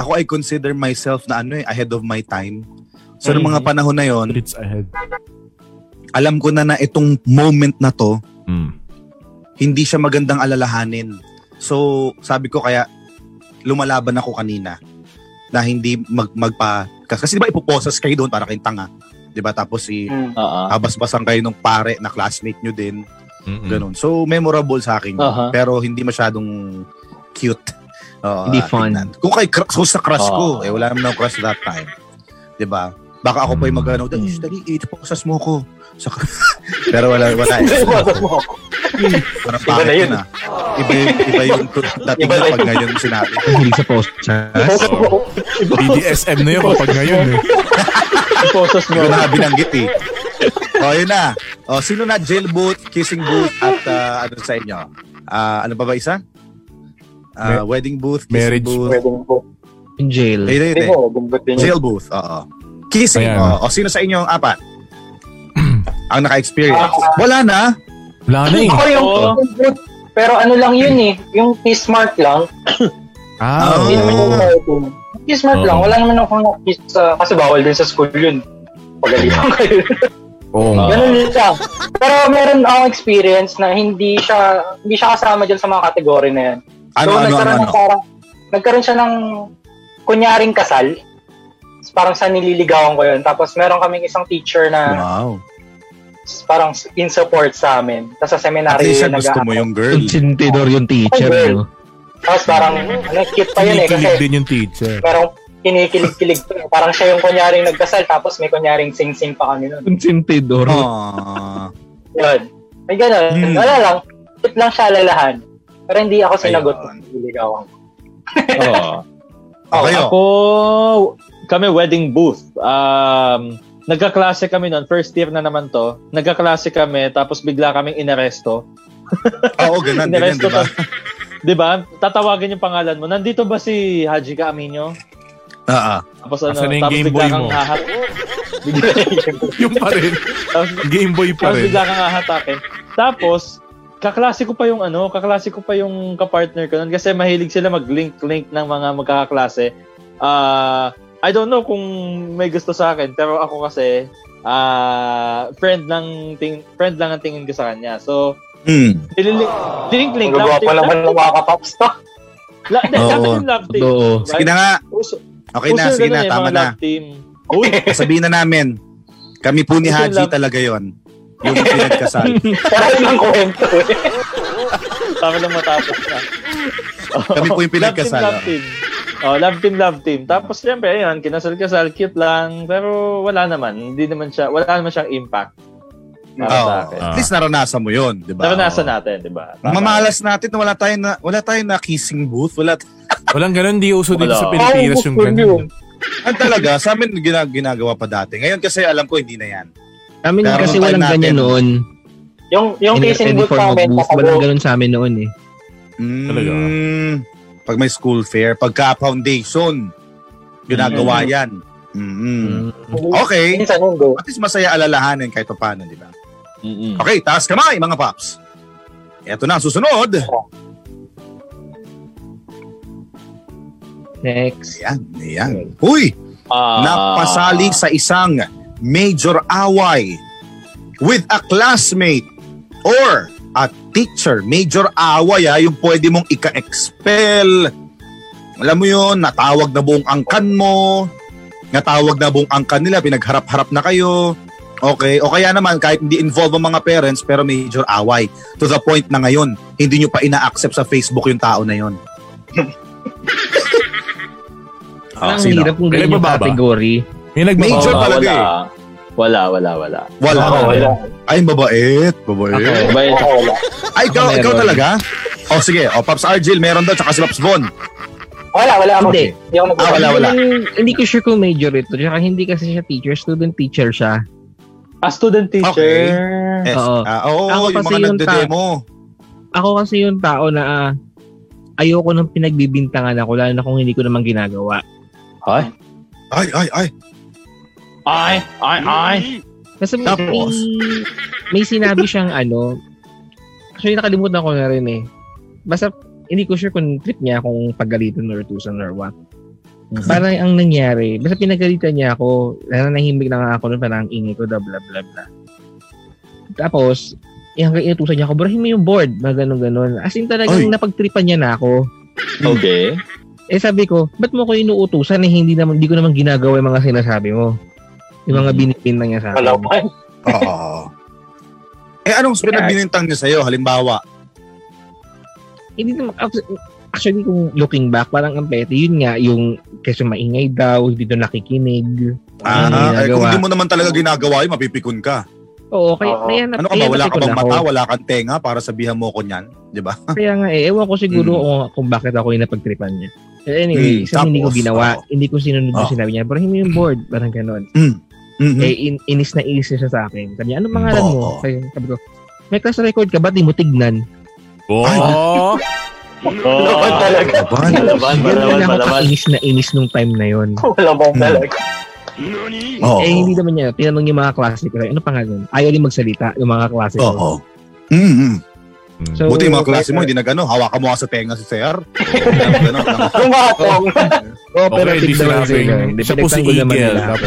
[SPEAKER 2] Ako ay consider myself na ano eh, ahead of my time. So, noong mga panahon na yon,
[SPEAKER 1] It's ahead.
[SPEAKER 2] alam ko na na itong moment na to,
[SPEAKER 1] Mm.
[SPEAKER 2] hindi siya magandang alalahanin. So, sabi ko kaya, lumalaban ako kanina na hindi mag, magpa... Kasi di ba ipoposas kayo doon para kayong tanga? Di ba? Tapos i...
[SPEAKER 4] Hmm.
[SPEAKER 3] Uh-huh.
[SPEAKER 6] Oo.
[SPEAKER 2] habas-basan Ah, kayo ng pare na classmate nyo din.
[SPEAKER 1] Mm-mm.
[SPEAKER 2] Ganun. So, memorable sa akin.
[SPEAKER 4] Ah.
[SPEAKER 2] yun.
[SPEAKER 6] Aha.
[SPEAKER 3] Uh-huh.
[SPEAKER 2] Pero hindi masyadong cute. Oo,
[SPEAKER 5] Hindi
[SPEAKER 2] ah,
[SPEAKER 5] fun.
[SPEAKER 2] tignan. Kung kay crush, kung sa crush
[SPEAKER 4] Ah.
[SPEAKER 2] ko,
[SPEAKER 6] Oo.
[SPEAKER 2] eh, wala naman akong crush that time. 'Di ba? Baka ako pa yung mag-ano,
[SPEAKER 4] Hmm.
[SPEAKER 7] Mm.
[SPEAKER 2] dali, age po sa mo ko. Sa Pero wala, wala.
[SPEAKER 4] Iwasan mo ako.
[SPEAKER 2] Parang
[SPEAKER 4] Iba na
[SPEAKER 2] pangit
[SPEAKER 4] yun.
[SPEAKER 2] yun ah. Iba, yung- iba yung dating
[SPEAKER 4] Iba na
[SPEAKER 2] na pag
[SPEAKER 4] yun.
[SPEAKER 2] ngayon sinabi.
[SPEAKER 5] Ang Hindi sa post siya.
[SPEAKER 4] Iwasan mo ako.
[SPEAKER 1] BDSM na yun kapag ngayon eh.
[SPEAKER 3] Poses
[SPEAKER 2] Hindi
[SPEAKER 3] mo.
[SPEAKER 2] ko na binanggit eh. O, yun na. O, sino na jail boot, kissing booth, at ah, ano sa inyo? Ah, ano pa ba isa? Ah, wedding booth, kissing
[SPEAKER 1] marriage
[SPEAKER 2] booth.
[SPEAKER 4] Pwede mo.
[SPEAKER 5] In jail.
[SPEAKER 2] Ayun, ayun,
[SPEAKER 4] Hindi
[SPEAKER 2] ayun.
[SPEAKER 4] mo, gumbatin niya.
[SPEAKER 2] Jail booth, oo. Kissing,
[SPEAKER 1] Ayan.
[SPEAKER 2] oo. O, sino sa inyo ang apat? ang naka-experience. Wala na.
[SPEAKER 1] Wala
[SPEAKER 2] Ano
[SPEAKER 1] na eh.
[SPEAKER 4] Ako yung
[SPEAKER 3] Oo.
[SPEAKER 4] Pero ano lang yun eh. Yung kiss mark lang.
[SPEAKER 1] Ah,
[SPEAKER 2] Oo.
[SPEAKER 4] Hindi naman yung
[SPEAKER 1] oo.
[SPEAKER 4] typing. Kiss mark
[SPEAKER 1] Oo.
[SPEAKER 4] lang. Wala naman akong kiss sa... Kasi bawal din sa school yun. Pagalitan kayo.
[SPEAKER 1] Oo nga.
[SPEAKER 4] Ganun din siya. Pero meron akong experience na hindi siya hindi siya kasama dyan sa mga kategory na yan.
[SPEAKER 2] Ano,
[SPEAKER 4] so,
[SPEAKER 2] ano, ano,
[SPEAKER 4] nagkaroon
[SPEAKER 2] ano?
[SPEAKER 4] ng parang, nagkaroon siya ng kunyaring kasal. Parang sa nililigawan ko yun. Tapos meron kaming isang teacher na
[SPEAKER 2] Wow.
[SPEAKER 4] parang in support sa amin. Tapos sa
[SPEAKER 2] At
[SPEAKER 4] seminary
[SPEAKER 2] least
[SPEAKER 4] yun
[SPEAKER 2] siya gusto mo yung girl.
[SPEAKER 5] Consentidor yung teacher,
[SPEAKER 4] Ay,
[SPEAKER 5] no?
[SPEAKER 4] Tapos parang ano, cute pa yun eh. Kasi
[SPEAKER 1] Kinikilig din yung teacher.
[SPEAKER 4] parang kinikilig-kilig pa. eh. Parang siya yung kunyaring nagkasal. Tapos may kunyaring sing-sing pa kami nun.
[SPEAKER 5] Consentidor.
[SPEAKER 4] Oh.
[SPEAKER 2] Aww.
[SPEAKER 4] Yun. Ay, ganun.
[SPEAKER 2] Hmm.
[SPEAKER 4] Wala lang. Tip lang siya lalahan. Pero hindi ako sinagot
[SPEAKER 2] Ayun.
[SPEAKER 4] kung nililigawan ko.
[SPEAKER 3] Oo.
[SPEAKER 2] O, kayo.
[SPEAKER 3] Oh, Ako, kami wedding booth. Um, nagkaklase kami noon. First year na naman to. Nagkaklase kami, tapos bigla kaming inaresto.
[SPEAKER 2] Oo, ganun, ganyan,
[SPEAKER 3] Inaresto
[SPEAKER 2] di ba?
[SPEAKER 3] tas- Di ba? Tatawagin yung pangalan mo. Nandito ba si Haji Camino?
[SPEAKER 2] Oo.
[SPEAKER 3] Tapos ano,
[SPEAKER 1] Asan na yung
[SPEAKER 3] tapos
[SPEAKER 1] Game
[SPEAKER 3] bigla
[SPEAKER 1] Boy
[SPEAKER 3] kang
[SPEAKER 1] mo?
[SPEAKER 3] hahat.
[SPEAKER 1] Yung pa rin.
[SPEAKER 3] tapos,
[SPEAKER 1] Game Boy pa
[SPEAKER 3] tapos
[SPEAKER 1] rin.
[SPEAKER 3] bigla kang hahatakin. Tapos, kaklase ko pa yung ano, kaklase ko pa yung kapartner ko nun kasi mahilig sila mag-link-link ng mga magkakaklase. Ah, I don't know kung may gusto sa akin, pero ako kasi ah friend lang ting friend lang ang tingin ko sa kanya. So,
[SPEAKER 2] Hmm.
[SPEAKER 3] nililink link link
[SPEAKER 4] Ang gagawa pa naman ng mga kapaps to.
[SPEAKER 3] La, de,
[SPEAKER 2] Oo.
[SPEAKER 3] dati yung love team.
[SPEAKER 5] Oo.
[SPEAKER 3] Right?
[SPEAKER 2] Sige na nga.
[SPEAKER 3] Uso,
[SPEAKER 2] Okay na,
[SPEAKER 3] uso
[SPEAKER 2] sige
[SPEAKER 3] ganun
[SPEAKER 2] na,
[SPEAKER 3] eh,
[SPEAKER 2] tama
[SPEAKER 3] mga
[SPEAKER 2] na.
[SPEAKER 3] love team.
[SPEAKER 2] Sabihin na namin, kami po ni
[SPEAKER 3] Ito yung
[SPEAKER 2] Haji
[SPEAKER 3] love-
[SPEAKER 2] talaga yon Yung pinagkasal.
[SPEAKER 4] Pero yun ang kwento eh.
[SPEAKER 3] Tama lang matapos na.
[SPEAKER 2] Kami po yung pinagkasal.
[SPEAKER 3] Love team, love team. Oh, love team, love team. Tapos syempre, ayun, kinasal-kasal, cute lang, pero wala naman. Hindi naman siya, wala naman siyang impact. Para
[SPEAKER 2] Oo.
[SPEAKER 3] sa akin.
[SPEAKER 2] At least naranasan mo yun, di ba?
[SPEAKER 3] Naranasan natin, di ba?
[SPEAKER 2] Oo. Mamalas natin na wala tayo na wala tayo na kissing booth, wala t-
[SPEAKER 1] Walang ganun, di uso dito
[SPEAKER 3] Wala.
[SPEAKER 1] sa Pilipinas yung ganun.
[SPEAKER 2] Ang talaga sa amin gina- ginagawa pa dati. Ngayon kasi alam ko hindi na yan.
[SPEAKER 5] Amin
[SPEAKER 2] Pero
[SPEAKER 5] kasi
[SPEAKER 2] tayo
[SPEAKER 5] walang
[SPEAKER 2] natin.
[SPEAKER 5] ganyan noon.
[SPEAKER 4] Yung, yung
[SPEAKER 5] In-
[SPEAKER 4] kissing
[SPEAKER 5] in
[SPEAKER 4] booth
[SPEAKER 5] form of
[SPEAKER 4] namin,
[SPEAKER 5] booth, Walang
[SPEAKER 4] kakabo.
[SPEAKER 5] ganun sa amin noon eh.
[SPEAKER 2] Mm,
[SPEAKER 1] Talaga?
[SPEAKER 2] Pag may school fair, pagka foundation, ginagawa yan. Mm-mm.
[SPEAKER 5] Mm.
[SPEAKER 2] Okay.
[SPEAKER 4] Minsan yun, go.
[SPEAKER 2] At least masaya alalahanin kahit pa paano, di ba?
[SPEAKER 3] Mm. Mm-mm.
[SPEAKER 2] Okay, taas kamay mga paps. Ito na ang susunod.
[SPEAKER 5] Next.
[SPEAKER 2] Ayan, ayan. Uy,
[SPEAKER 3] Ah,
[SPEAKER 2] napasali sa isang major away with a classmate or a teacher. Major away ha, yung pwede mong ika-expel. Alam mo yun, natawag na buong angkan mo. natawag na buong angkan nila, pinagharap-harap na kayo. Okay, o kaya naman kahit hindi involved ang mga parents pero major away to the point na ngayon hindi nyo pa ina-accept sa Facebook yung tao na yon. Ah,
[SPEAKER 5] Ang
[SPEAKER 2] sino?
[SPEAKER 5] hirap kung
[SPEAKER 1] Kailan
[SPEAKER 5] ganyan yung
[SPEAKER 1] ba ba?
[SPEAKER 5] category.
[SPEAKER 1] May
[SPEAKER 2] Major
[SPEAKER 1] nagbababa.
[SPEAKER 3] Oo,
[SPEAKER 2] talaga eh.
[SPEAKER 3] wala. Wala, wala, wala.
[SPEAKER 2] Wala.
[SPEAKER 6] Ako, wala.
[SPEAKER 2] Ay, mabait. Mabait.
[SPEAKER 3] Iba yun.
[SPEAKER 6] Ako, wala.
[SPEAKER 2] Ay, ikaw,
[SPEAKER 5] Ako
[SPEAKER 2] ikaw
[SPEAKER 5] meron.
[SPEAKER 2] talaga? O sige, o Pops Argel, meron daw, tsaka si Pops Von.
[SPEAKER 4] Wala, wala ako.
[SPEAKER 5] Hindi.
[SPEAKER 4] Hindi ako
[SPEAKER 2] Ah, wala,
[SPEAKER 5] Hindi ko
[SPEAKER 2] wala.
[SPEAKER 5] lang- Hindi ko sure kung major ito. Tsaka hindi kasi siya teacher. Student teacher siya.
[SPEAKER 3] A student teacher.
[SPEAKER 2] Okay. Eh,
[SPEAKER 5] Oo.
[SPEAKER 2] ah, oo,
[SPEAKER 5] Ako
[SPEAKER 2] yung
[SPEAKER 5] kasi
[SPEAKER 2] mga
[SPEAKER 5] yung
[SPEAKER 2] nagde-demo.
[SPEAKER 5] Ako kasi yung tao na ah, ayoko nang pinagbibintangan ako lalo na kung hindi ko naman ginagawa.
[SPEAKER 2] Ay, ay, ay.
[SPEAKER 3] Ay, ay, ay.
[SPEAKER 5] Kasi may,
[SPEAKER 2] Tapos?
[SPEAKER 5] may- may sinabi siyang ano, actually nakalimutan ko na rin eh. Basta hindi ko sure kung trip niya kung paggalitan or tusan or what.
[SPEAKER 2] Mhm.
[SPEAKER 5] Parang ang nangyari, basta pinagalitan niya ako, nananahimik na nga ako nun, parang ang ingay ko, bla bla bla bla. Tapos, eh, hanggang inutusan niya ako, burahin mo yung board, mga ganun ganon As in talagang
[SPEAKER 2] Ay.
[SPEAKER 5] napagtripan niya na ako.
[SPEAKER 3] Okay.
[SPEAKER 5] Eh sabi ko, ba't mo ko inuutusan eh, hindi, naman, hindi ko naman ginagawa yung mga sinasabi mo. Yung
[SPEAKER 2] Mhm.
[SPEAKER 5] mga binibintang niya sa akin.
[SPEAKER 4] Wala ko.
[SPEAKER 2] Oo. eh, anong pinagbinintang niya sa'yo? Halimbawa,
[SPEAKER 5] hindi naman, actually kung looking back, parang ang petty, yun nga, yung kasi maingay daw, hindi doon nakikinig.
[SPEAKER 2] ah, eh,
[SPEAKER 5] Ano
[SPEAKER 2] kung
[SPEAKER 5] ginagawa?
[SPEAKER 2] hindi mo naman talaga ginagawa yun, mapipikon ka.
[SPEAKER 5] Oo, kaya,
[SPEAKER 4] Oo.
[SPEAKER 5] kaya, na,
[SPEAKER 2] Ano ka
[SPEAKER 5] kaya
[SPEAKER 2] ba? Wala ka
[SPEAKER 5] napikon
[SPEAKER 2] bang
[SPEAKER 5] ako.
[SPEAKER 2] mata, wala kang tenga para sabihan mo ko niyan? Di ba?
[SPEAKER 5] Kaya nga eh, ewan ko siguro
[SPEAKER 2] Mm.
[SPEAKER 5] kung, kung bakit ako yung napagtripan niya. Eh, Anyway,
[SPEAKER 2] Mm,
[SPEAKER 5] isa hindi ko
[SPEAKER 2] tapos,
[SPEAKER 5] ginawa, hindi ko sinunod yung
[SPEAKER 2] Oo. Hmm.
[SPEAKER 5] sinabi niya, pero hindi mo yung board, parang ganon.
[SPEAKER 2] Mhm.
[SPEAKER 5] Eh, in- inis na inis siya sa akin. Sabi niya, anong pangalan mo?
[SPEAKER 2] Oo.
[SPEAKER 5] Kaya sabi ko, may class record ka ba? Di mo tignan.
[SPEAKER 1] Oh,
[SPEAKER 6] Oo.
[SPEAKER 4] Laban talaga.
[SPEAKER 2] Laban.
[SPEAKER 6] Laban,
[SPEAKER 5] Ganun
[SPEAKER 6] balawan,
[SPEAKER 5] na ako
[SPEAKER 6] balawan.
[SPEAKER 5] kainis na inis nung time na yon.
[SPEAKER 4] Wala bang talaga.
[SPEAKER 2] Oo.
[SPEAKER 5] Eh, hindi naman niya. Tinanong yung mga klase ko. Ano pangalan? Ayaw din magsalita yung mga klase ko.
[SPEAKER 2] Oo. Mm-hmm.
[SPEAKER 5] So, eh,
[SPEAKER 2] Buti yung mga klase mo, hindi na gano'n. Hawakan mo nga sa tenga si Sir. Ganun, ganun.
[SPEAKER 4] Lumatong.
[SPEAKER 5] Oh, pero
[SPEAKER 1] okay, di
[SPEAKER 5] tignan mo
[SPEAKER 1] sinabing,
[SPEAKER 5] sila.
[SPEAKER 1] siya po si
[SPEAKER 5] Pinagtanggol naman
[SPEAKER 1] Eagle.
[SPEAKER 5] nila ako.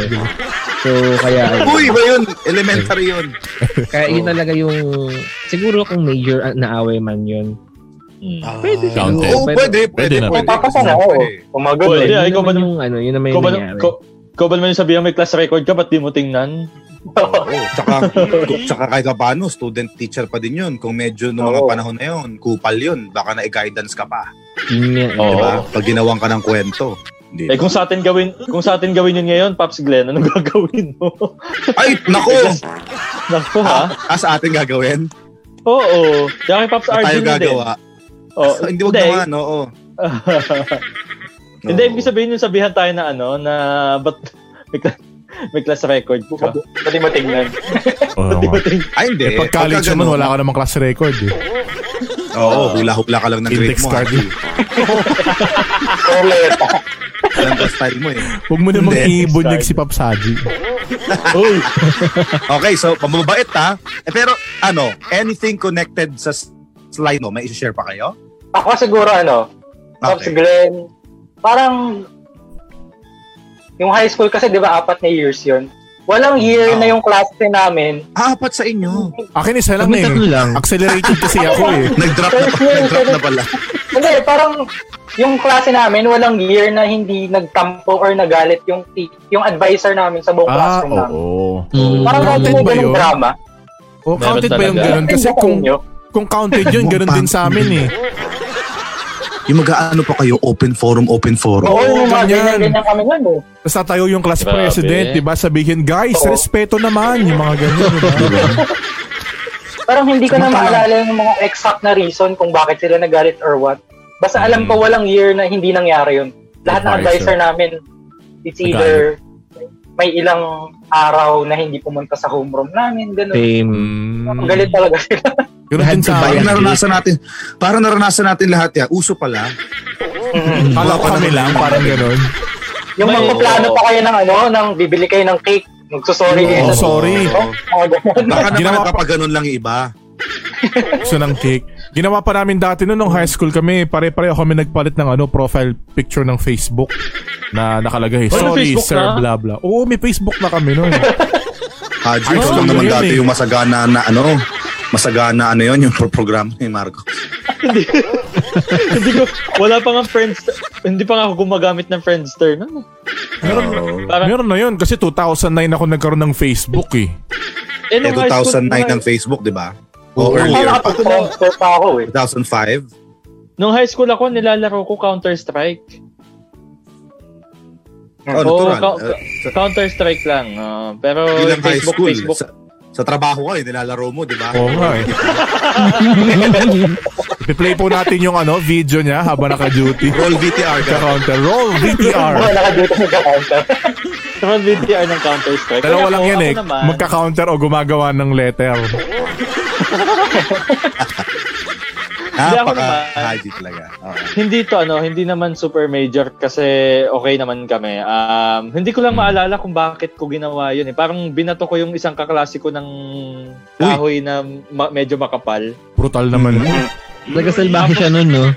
[SPEAKER 5] So, kaya,
[SPEAKER 2] Uy, ba yun? Elementary yun.
[SPEAKER 5] kaya yun talaga yung, siguro kung major uh, naaway man yun. Pwede
[SPEAKER 2] Ah,
[SPEAKER 1] Counted.
[SPEAKER 2] Oo, pwede, pwede,
[SPEAKER 1] Pwede na.
[SPEAKER 2] pwede.
[SPEAKER 4] Papasa na ako. Umagot
[SPEAKER 3] Pwede,
[SPEAKER 4] eh.
[SPEAKER 5] Yun
[SPEAKER 3] ay, ikaw ba
[SPEAKER 5] naman
[SPEAKER 3] naman-
[SPEAKER 5] yung, ano, yun naman
[SPEAKER 3] Ikaw
[SPEAKER 5] yung
[SPEAKER 3] ba,
[SPEAKER 5] nangyari.
[SPEAKER 3] ko, ikaw ba naman sabihan may class record ka, ba't di mo tingnan?
[SPEAKER 2] Oo. Tsaka, tsaka kahit pa paano, student teacher pa din yun. Kung medyo noong mga
[SPEAKER 4] Oo.
[SPEAKER 2] panahon na yun, kupal yun. Baka na-guidance ka pa.
[SPEAKER 5] Yun nga. eh. Diba?
[SPEAKER 2] Di
[SPEAKER 3] Oo.
[SPEAKER 2] ba? Pag ginawan ka ng kwento. Di ba?
[SPEAKER 3] Eh kung sa atin gawin, kung sa atin gawin yun ngayon, Pops Glenn, anong gagawin mo?
[SPEAKER 2] Ay, nako!
[SPEAKER 3] Naku ha?
[SPEAKER 2] Ah, sa atin gagawin?
[SPEAKER 3] Oo. Kaya kay Pops
[SPEAKER 2] Sa tayo
[SPEAKER 3] Arjun na din.
[SPEAKER 2] gagawa? Ah,
[SPEAKER 3] Oh,
[SPEAKER 2] Hindi, wag naman, oo. Oo.
[SPEAKER 3] Hindi, ibig sabihin yung sabihan tayo na ano, na ba't may, cla- may class record ka?
[SPEAKER 4] Pwede mo tingnan.
[SPEAKER 1] Oo
[SPEAKER 3] Ba't di
[SPEAKER 1] nga.
[SPEAKER 3] mo tingnan?
[SPEAKER 2] Ay, Ah, hindi.
[SPEAKER 1] Eh, pag college
[SPEAKER 2] Pagka
[SPEAKER 1] naman,
[SPEAKER 2] ganun,
[SPEAKER 1] wala ka namang class record eh.
[SPEAKER 2] Oo, hula-hula ka lang ng grade
[SPEAKER 1] Index
[SPEAKER 2] mo. ah.
[SPEAKER 1] card.
[SPEAKER 2] Arjun.
[SPEAKER 4] Roulette.
[SPEAKER 2] Alam ko style mo eh.
[SPEAKER 1] Huwag mo namang
[SPEAKER 2] Hindi.
[SPEAKER 1] ibunyag si Pops Haji.
[SPEAKER 3] Uy!
[SPEAKER 2] Okay, so pamabait ha. Eh, pero ano, anything connected sa s- slide mo, may isi-share pa kayo?
[SPEAKER 4] Ako siguro ano, Pops
[SPEAKER 2] Okay.
[SPEAKER 4] Glenn, parang yung high school kasi 'di ba apat na years 'yun. Walang year
[SPEAKER 2] Oo.
[SPEAKER 4] na yung class namin.
[SPEAKER 2] Ah, apat sa inyo.
[SPEAKER 1] Akin isa lang
[SPEAKER 5] May
[SPEAKER 1] eh.
[SPEAKER 5] tatlo lang.
[SPEAKER 1] Accelerated kasi ako eh.
[SPEAKER 2] Nag-drop na, pa- nag-drop na pala.
[SPEAKER 4] Hindi, parang yung klase namin walang year na hindi nagtampo or nagalit yung te- yung advisor namin sa buong
[SPEAKER 1] Ah,
[SPEAKER 4] classroom namin.
[SPEAKER 1] oo.
[SPEAKER 5] Mm.
[SPEAKER 4] Parang kahit
[SPEAKER 1] Counted
[SPEAKER 4] may
[SPEAKER 1] ba
[SPEAKER 4] ganung
[SPEAKER 1] yun?
[SPEAKER 4] drama.
[SPEAKER 1] Oh,
[SPEAKER 3] Meron
[SPEAKER 1] counted ba yung
[SPEAKER 3] talaga.
[SPEAKER 1] ganun? Kasi
[SPEAKER 4] Tingnan
[SPEAKER 1] kung
[SPEAKER 4] niyo.
[SPEAKER 1] kung counted yun, ganun din sa amin eh.
[SPEAKER 2] Yung mag-aano pa kayo, open forum, open forum.
[SPEAKER 4] Oo,
[SPEAKER 1] Oo,
[SPEAKER 4] yung mga
[SPEAKER 1] ganyan.
[SPEAKER 4] ganyan-ganyan kami nun eh.
[SPEAKER 1] Tapos tatayo yung class
[SPEAKER 3] Grabe.
[SPEAKER 1] president, di ba? Sabihin, guys,
[SPEAKER 4] Oo.
[SPEAKER 1] respeto naman. Yung mga ganun, di ba?
[SPEAKER 4] Parang hindi ko na
[SPEAKER 2] Samantalang-
[SPEAKER 4] maalala yung mga exact na reason kung bakit sila nagalit or what. Basta alam ko walang year na hindi nangyari yun. Lahat ng
[SPEAKER 1] Advisor.
[SPEAKER 4] advisor namin, it's either may ilang araw na hindi pumunta sa homeroom namin, gano'n.
[SPEAKER 5] Same.
[SPEAKER 4] Ang galit talaga sila.
[SPEAKER 1] Ganun din sa
[SPEAKER 2] Parang
[SPEAKER 1] amin.
[SPEAKER 2] naranasan natin, parang naranasan natin lahat yan. Uso pala.
[SPEAKER 1] Mm. Kala ko kami lang, parang ganun.
[SPEAKER 4] yung
[SPEAKER 3] May-
[SPEAKER 4] magpaplano pa kayo ng ano, ng bibili kayo ng cake, magsusorry kayo
[SPEAKER 1] Oh,
[SPEAKER 4] sa
[SPEAKER 1] sorry.
[SPEAKER 4] mga gano'n.
[SPEAKER 2] Baka naman
[SPEAKER 1] Ginawa pa-
[SPEAKER 2] napapaganon lang yung iba.
[SPEAKER 1] Gusto ng cake. Ginawa pa namin dati noon nung high school kami, pare-pareho kami nagpalit ng ano profile picture ng Facebook na nakalagay.
[SPEAKER 3] Oh, may
[SPEAKER 1] Sorry,
[SPEAKER 3] Facebook
[SPEAKER 1] sir,
[SPEAKER 3] na?
[SPEAKER 1] bla bla. Oo, may Facebook na kami noon.
[SPEAKER 2] Haji,
[SPEAKER 1] Ay,
[SPEAKER 2] Ah, ikaw
[SPEAKER 1] oo,
[SPEAKER 2] lang naman
[SPEAKER 1] yun
[SPEAKER 2] dati
[SPEAKER 1] eh.
[SPEAKER 2] yung masagana na ano, Masagana ano yon yung pro- programa ni Marco.
[SPEAKER 3] hindi, hindi ko, wala pa nga friends, hindi pa nga ako gumagamit ng Friendster.
[SPEAKER 1] Oh.
[SPEAKER 3] No?
[SPEAKER 2] Eh,
[SPEAKER 3] Parang,
[SPEAKER 1] Meron na yun kasi 2009 ako nagkaroon ng Facebook eh.
[SPEAKER 2] Eh,
[SPEAKER 3] eh, nung high
[SPEAKER 2] 2009
[SPEAKER 3] school pa nga-
[SPEAKER 2] ng Facebook, di ba? O
[SPEAKER 4] Ay,
[SPEAKER 2] earlier pa.
[SPEAKER 4] nakapag-transfer pa ako eh.
[SPEAKER 2] 2005.
[SPEAKER 3] Nung high school ako, nilalaro ko Counter-Strike.
[SPEAKER 2] Oh,
[SPEAKER 3] Oo,
[SPEAKER 2] natural.
[SPEAKER 3] ka-
[SPEAKER 2] Eh, sa-
[SPEAKER 3] Counter-Strike lang. ah, pero
[SPEAKER 2] Bilang high
[SPEAKER 3] Facebook,
[SPEAKER 2] school.
[SPEAKER 3] Facebook.
[SPEAKER 2] Sa, sa trabaho ka, eh, nilalaro mo, di ba?
[SPEAKER 1] Oo nga eh. Ipi-play po natin yung ano, video niya habang naka-duty.
[SPEAKER 2] Roll VTR ka.
[SPEAKER 1] Ka-counter. Roll
[SPEAKER 4] Wala
[SPEAKER 1] VTR.
[SPEAKER 4] nakadito sa counter.
[SPEAKER 3] Pero VTR ng Counter-Strike.
[SPEAKER 1] Dalawa
[SPEAKER 3] Kaya
[SPEAKER 1] lang
[SPEAKER 3] ako-
[SPEAKER 1] yan eh.
[SPEAKER 3] ako naman,
[SPEAKER 1] Magka-counter o gumagawa ng letter.
[SPEAKER 3] ako
[SPEAKER 2] Napaka-haji talaga. Oo.
[SPEAKER 3] Hindi to ano, hindi naman super major kasi okay naman kami. Um, hindi ko lang maalala kung bakit ko ginawa yun eh. Parang binato ko yung isang kaklase ko ng kahoy na ma- medyo makapal.
[SPEAKER 1] Brutal naman.
[SPEAKER 5] Nagasalbahe siya nun, no?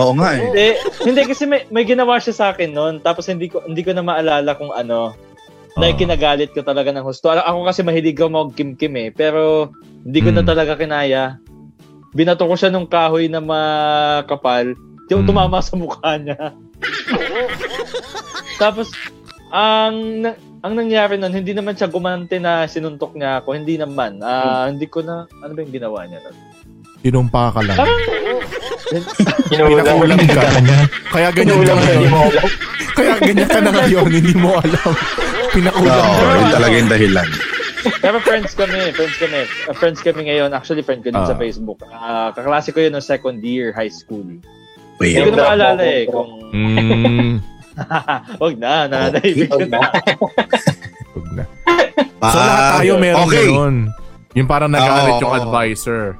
[SPEAKER 2] Oo nga eh.
[SPEAKER 3] Hindi, hindi kasi may, may ginawa siya sa akin noon tapos hindi ko hindi ko na maalala kung ano.
[SPEAKER 1] Ah.
[SPEAKER 3] Na kinagalit ko talaga ng husto. Ala- Ako kasi mahilig ako magkimkim eh, pero hindi ko na
[SPEAKER 1] Hmm.
[SPEAKER 3] talaga kinaya. Binato ko siya nung kahoy na makapal. Yung
[SPEAKER 1] Hmm.
[SPEAKER 3] tumama sa mukha niya. tapos ang na- ang nangyari nun, hindi naman siya gumante na sinuntok niya ako. Hindi naman. Ah,
[SPEAKER 1] Hmm.
[SPEAKER 3] hindi ko na ano ba yung ginawa niya nun?
[SPEAKER 1] Tinumpa ka lang.
[SPEAKER 3] Parang
[SPEAKER 1] Pinakaulam ka. Kaya ganyan ka
[SPEAKER 4] Inuulam na
[SPEAKER 1] ngayon.
[SPEAKER 4] hindi mo alam.
[SPEAKER 1] Kaya ganyan ka na ngayon. Hindi mo alam. Pinakaulam
[SPEAKER 2] Oo,
[SPEAKER 1] ka.
[SPEAKER 2] yun talaga yung dahilan.
[SPEAKER 3] Pero friends kami, friends kami. Uh, friends kami ngayon. Actually, friend ko din
[SPEAKER 1] Ah.
[SPEAKER 3] sa Facebook. Ah, kaklase ko yun noong second year high school. Hindi ko
[SPEAKER 2] Weird.
[SPEAKER 3] na maalala eh kung...
[SPEAKER 1] Mm,
[SPEAKER 3] Wag na, na, naibig ko na.
[SPEAKER 1] wag na. So lahat tayo meron
[SPEAKER 2] okay.
[SPEAKER 1] ganun. Yung parang nagalit
[SPEAKER 2] Oo,
[SPEAKER 1] yung
[SPEAKER 2] oo.
[SPEAKER 1] advisor.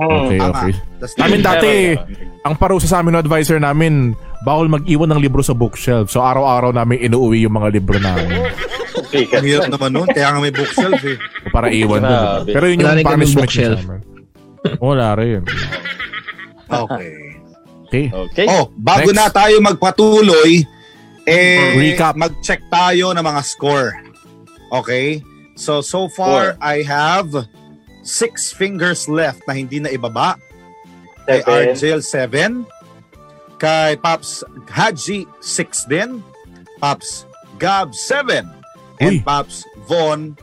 [SPEAKER 4] Hmm.
[SPEAKER 1] Okay,
[SPEAKER 2] Tama.
[SPEAKER 1] okay.
[SPEAKER 2] Tas-
[SPEAKER 1] Amin dati,
[SPEAKER 3] Meron,
[SPEAKER 1] ang parusa sa amin ng advisor namin, bawal mag-iwan ng libro sa bookshelf. So araw-araw namin inuuwi yung mga libro namin
[SPEAKER 2] Ang hirap naman nun. Kaya nga may bookshelf eh.
[SPEAKER 1] para iwan mo.
[SPEAKER 3] Grabe.
[SPEAKER 1] Pero yun
[SPEAKER 5] Wala
[SPEAKER 1] yung
[SPEAKER 5] rin ganun
[SPEAKER 1] punishment niya
[SPEAKER 5] bookshelf.
[SPEAKER 1] sa amin. Wala rin.
[SPEAKER 2] Okay.
[SPEAKER 1] Okay.
[SPEAKER 3] Okay.
[SPEAKER 2] Oh, bago
[SPEAKER 1] Next.
[SPEAKER 2] na tayo magpatuloy, eh,
[SPEAKER 1] Recap.
[SPEAKER 2] mag-check tayo ng mga score. Okay? So, so far, I have six fingers left na hindi na ibaba. Kay
[SPEAKER 4] Seven.
[SPEAKER 2] Argel, seven. Kay Pops Haji, six din. Pops Gab, seven.
[SPEAKER 1] Uy.
[SPEAKER 2] And Pops Von,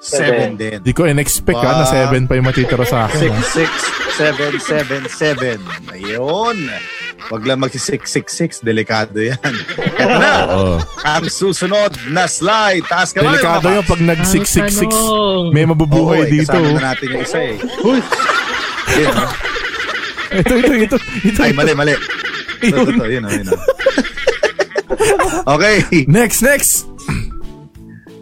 [SPEAKER 2] seven
[SPEAKER 4] Seven.
[SPEAKER 2] din.
[SPEAKER 1] Di ko in-expect ah, na
[SPEAKER 2] Wow.
[SPEAKER 1] 7 pa yung matitira sa akin.
[SPEAKER 2] Six,
[SPEAKER 1] ah.
[SPEAKER 2] six, seven, seven, seven. Ayun. Huwag lang magsi-666. Delikado yan. Eto na.
[SPEAKER 1] Oo.
[SPEAKER 2] Ang susunod na slide. Taas ka
[SPEAKER 1] Delikado yun pag nag-666.
[SPEAKER 2] ano,
[SPEAKER 1] May mabubuhay dito.
[SPEAKER 2] eh, Kasama na natin yung isa eh. Yun, ah.
[SPEAKER 1] Ito, ito, ito. ito,
[SPEAKER 2] Ay,
[SPEAKER 1] ito.
[SPEAKER 2] mali, mali. Ito,
[SPEAKER 1] Yun.
[SPEAKER 2] ito, yun, ah, yun. ah. Okay.
[SPEAKER 1] Next, next!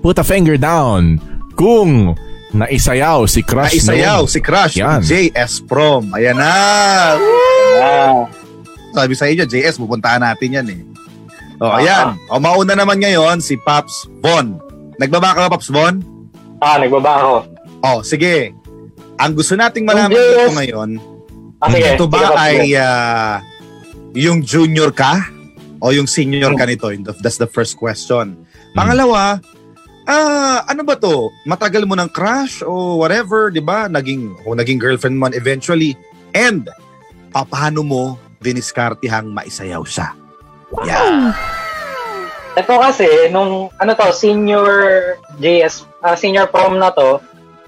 [SPEAKER 1] Put a finger down kung naisayaw si Crush
[SPEAKER 2] Naisayaw
[SPEAKER 1] Noon.
[SPEAKER 2] si Crush.
[SPEAKER 1] Yan.
[SPEAKER 2] JS Prom. Ayan na.
[SPEAKER 4] Ah,
[SPEAKER 2] Sabi sa inyo, JS, pupuntahan natin yan eh. O,
[SPEAKER 4] Ah,
[SPEAKER 2] ayan. O, mauna naman ngayon si Pops Von. Nagbaba ka ba, Pops Von?
[SPEAKER 4] ah, nagbaba ako.
[SPEAKER 2] O, sige. Ang gusto nating malaman
[SPEAKER 4] Yung JS.
[SPEAKER 2] dito ngayon,
[SPEAKER 4] Ah, sige.
[SPEAKER 2] ito
[SPEAKER 4] Sige,
[SPEAKER 2] ba
[SPEAKER 4] boss.
[SPEAKER 2] ay ah, yung junior ka? O yung senior ka nito? Yun, That's the first question.
[SPEAKER 4] Hmm.
[SPEAKER 2] Pangalawa, ah, ano ba to? Matagal mo ng crush o whatever, di ba? Naging, o naging girlfriend mo man eventually. And, paano mo diniskartihang maisayaw siya? Yeah.
[SPEAKER 4] Ito kasi, nung, ano to, senior JS, ah, senior prom na to,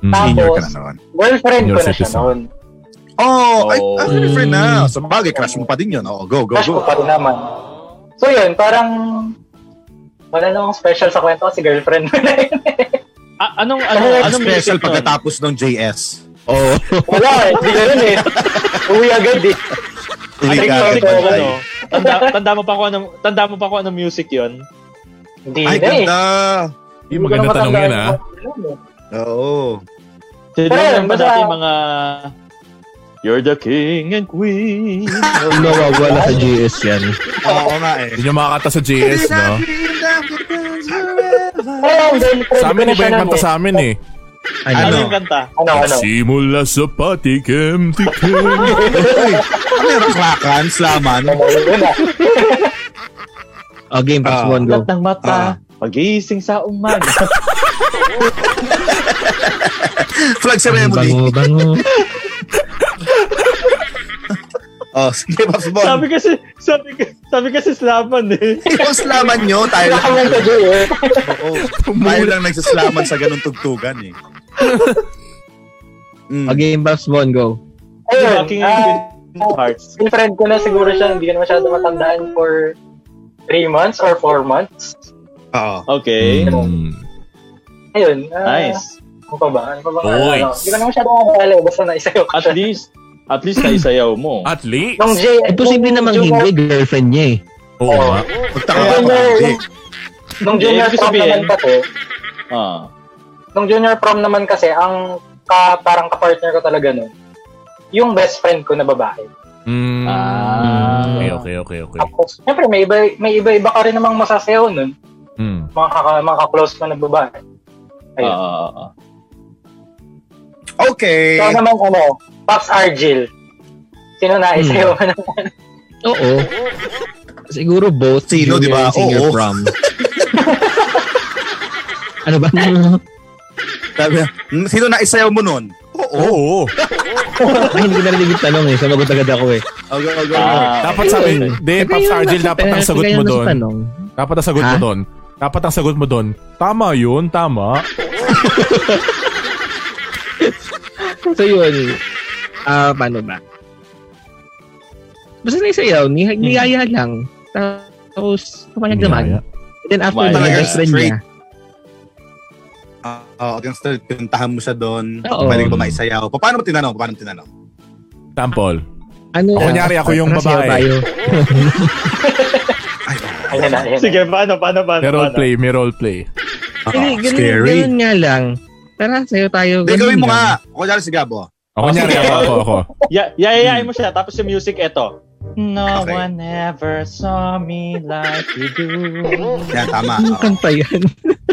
[SPEAKER 1] Mm.
[SPEAKER 2] Senior ka na
[SPEAKER 4] Tapos,
[SPEAKER 2] naman.
[SPEAKER 4] girlfriend
[SPEAKER 1] Senior
[SPEAKER 4] ko na siya
[SPEAKER 1] citizen.
[SPEAKER 4] noon.
[SPEAKER 2] Oh, ay,
[SPEAKER 3] Oh.
[SPEAKER 2] actually friend na. Sa bagay, crush mo pa din yun. Oo, go,
[SPEAKER 4] Hmm.
[SPEAKER 2] go,
[SPEAKER 4] Crush ko
[SPEAKER 2] go.
[SPEAKER 4] pa rin naman. So yun, parang, wala namang special sa kwento kasi girlfriend mo na yun.
[SPEAKER 3] Ah, anong, ano,
[SPEAKER 2] Ano, special
[SPEAKER 3] anong music Ah, nun?
[SPEAKER 2] pagkatapos ng JS?
[SPEAKER 1] Oo.
[SPEAKER 4] Wala eh, hindi ganun eh. Uwi agad eh.
[SPEAKER 2] Uwi
[SPEAKER 4] Ay,
[SPEAKER 2] ka,
[SPEAKER 4] sorry,
[SPEAKER 2] ibantay.
[SPEAKER 4] sorry,
[SPEAKER 3] Ano, tanda, tanda mo pa ko anong, tanda mo pa ko anong music yun?
[SPEAKER 4] Hindi na eh.
[SPEAKER 2] Ay, ganda.
[SPEAKER 4] Hindi ko
[SPEAKER 1] Maganda
[SPEAKER 4] na
[SPEAKER 1] tanong yan,
[SPEAKER 4] matandaan
[SPEAKER 1] ah.
[SPEAKER 4] yung-
[SPEAKER 2] Oo.
[SPEAKER 3] Sila
[SPEAKER 4] Ayun,
[SPEAKER 3] lang ba
[SPEAKER 4] basta-
[SPEAKER 3] dati mga... You're the king and queen.
[SPEAKER 2] Ano?
[SPEAKER 5] Nawawala sa GS yan.
[SPEAKER 2] Oo nga eh.
[SPEAKER 1] Yun yung mga kanta sa JS, no?
[SPEAKER 4] Pero yung girlfriend
[SPEAKER 1] Sa amin,
[SPEAKER 4] ko na
[SPEAKER 1] iba
[SPEAKER 4] siya
[SPEAKER 1] yung
[SPEAKER 4] nun
[SPEAKER 1] kanta
[SPEAKER 4] eh.
[SPEAKER 1] sa amin, eh.
[SPEAKER 3] Ano
[SPEAKER 2] Ano?
[SPEAKER 3] yung kanta?
[SPEAKER 4] Ano, ano?
[SPEAKER 1] Simula sa patikim, tikim.
[SPEAKER 2] Uy, ano yung rakrakan, slaman?
[SPEAKER 4] Ano yun na?
[SPEAKER 5] O, game, pass
[SPEAKER 2] Ah.
[SPEAKER 5] one, go.
[SPEAKER 3] Lat ng mata. Pagising sa umaga.
[SPEAKER 2] Flag
[SPEAKER 5] Ang
[SPEAKER 2] ceremony.
[SPEAKER 5] bango, bango.
[SPEAKER 2] Oh, sige, Pops Bon.
[SPEAKER 3] Sabi kasi, sabi, sabi kasi slaman eh.
[SPEAKER 2] Yung slaman nyo, tayo lang.
[SPEAKER 4] Nakakamang ka, Joy, eh.
[SPEAKER 2] Oo. Tayo lang nagsaslaman sa ganung tugtugan eh. Mm.
[SPEAKER 5] Okay, Babs Bon, go.
[SPEAKER 4] Ayun,
[SPEAKER 3] Yung aking
[SPEAKER 4] ah,
[SPEAKER 3] hearts.
[SPEAKER 4] yung friend ko na siguro siya, hindi ko na masyado matandaan for 3 months or 4 months.
[SPEAKER 2] Oo.
[SPEAKER 3] Okay.
[SPEAKER 1] Mm.
[SPEAKER 4] Ayun. ah,
[SPEAKER 3] Nice.
[SPEAKER 4] Ano pa ba? Ano pa ba?
[SPEAKER 1] Oy.
[SPEAKER 4] Ano? Hindi ko na masyado maalala. eh, Basta naisayaw ko
[SPEAKER 3] At
[SPEAKER 4] siya.
[SPEAKER 3] least, at least naisayaw mo.
[SPEAKER 1] At least.
[SPEAKER 4] Nung J...
[SPEAKER 5] Eh, posible
[SPEAKER 4] nung
[SPEAKER 5] namang
[SPEAKER 4] junior-
[SPEAKER 5] hindi, girlfriend niya eh.
[SPEAKER 1] Oo. nga.
[SPEAKER 2] Magtaka ka pa. eh. Hindi.
[SPEAKER 4] Nung junior
[SPEAKER 3] Ibig
[SPEAKER 4] prom
[SPEAKER 3] sabihin-
[SPEAKER 4] naman kasi,
[SPEAKER 3] Ah.
[SPEAKER 4] nung junior prom naman kasi, ang ka, parang kapartner ko talaga nun, yung best friend ko na babae.
[SPEAKER 1] Mm.
[SPEAKER 3] Ah.
[SPEAKER 1] Okay, okay, okay, okay.
[SPEAKER 4] Tapos, syempre, may iba, may iba-iba ka rin namang masasayaw nun,
[SPEAKER 1] Mm.
[SPEAKER 4] mga, kaka, mga ka-close ko na babae.
[SPEAKER 3] Ah,
[SPEAKER 4] Ayun.
[SPEAKER 3] ah, ah.
[SPEAKER 2] Okay.
[SPEAKER 4] Ikaw naman, ano, Pops Argil. Sino na
[SPEAKER 3] Hmm.
[SPEAKER 4] ano? isayaw mo na?
[SPEAKER 5] Oo. Siguro both.
[SPEAKER 2] Sino,
[SPEAKER 5] junior
[SPEAKER 2] di ba?
[SPEAKER 5] and senior
[SPEAKER 2] Oo.
[SPEAKER 5] prom. ano ba?
[SPEAKER 2] Sabi niya, "Hmm, sino na isayaw mo nun?
[SPEAKER 1] Oo.
[SPEAKER 2] Oo.
[SPEAKER 5] Ay, hindi ko narinig yung tanong eh. Sumagot agad ako eh.
[SPEAKER 2] Oh, go, go, go.
[SPEAKER 3] Ah,
[SPEAKER 1] Dapat sabi,
[SPEAKER 3] okay.
[SPEAKER 1] de, Pops
[SPEAKER 5] Kaya
[SPEAKER 1] Argel,
[SPEAKER 5] nasa
[SPEAKER 1] Eh, dapat
[SPEAKER 5] pera-
[SPEAKER 1] ang sagot
[SPEAKER 5] kaya
[SPEAKER 1] mo
[SPEAKER 5] nasa
[SPEAKER 1] doon.
[SPEAKER 5] tanong.
[SPEAKER 1] Dapat ang sagot mo
[SPEAKER 5] Ha?
[SPEAKER 1] doon. Dapat ang sagot mo doon. Tama yun, tama.
[SPEAKER 5] So yun, ah, paano ba? Basta naisayaw, ni niyaya lang. Tapos, pumayag naman.
[SPEAKER 1] Hmm. Niyaya.
[SPEAKER 5] And then after
[SPEAKER 3] Pumayag.
[SPEAKER 5] the best friend niya,
[SPEAKER 2] Ah, Oo, yung straight, pinuntahan mo siya doon.
[SPEAKER 5] Oo.
[SPEAKER 2] Pwede ka ba maisayaw? Paano mo tinanong? Paano mo tinanong?
[SPEAKER 1] Sample.
[SPEAKER 5] ano
[SPEAKER 1] Ako, kunyari, ako yung
[SPEAKER 5] Tara, sayaw
[SPEAKER 1] babae.
[SPEAKER 5] tayo.
[SPEAKER 2] Ah,
[SPEAKER 4] Ayun na, ayun na.
[SPEAKER 3] Sige, paano, paano, paano?
[SPEAKER 1] May
[SPEAKER 3] paano?
[SPEAKER 1] roleplay, may roleplay.
[SPEAKER 5] Hindi,
[SPEAKER 2] Ah,
[SPEAKER 5] ganun, ganun nga lang. Tara, sayo tayo.
[SPEAKER 2] Hindi,
[SPEAKER 5] ganun
[SPEAKER 2] gawin mo
[SPEAKER 5] lang.
[SPEAKER 2] nga. Kunyari si Gabo.
[SPEAKER 1] Ako, kunyari, ako, ako, ako.
[SPEAKER 3] Ya, yayayain mo siya, tapos yung music, eto. No
[SPEAKER 2] Okay.
[SPEAKER 3] one ever saw me like you do.
[SPEAKER 2] Yan, tama. Oo.
[SPEAKER 5] Anong kanta yan?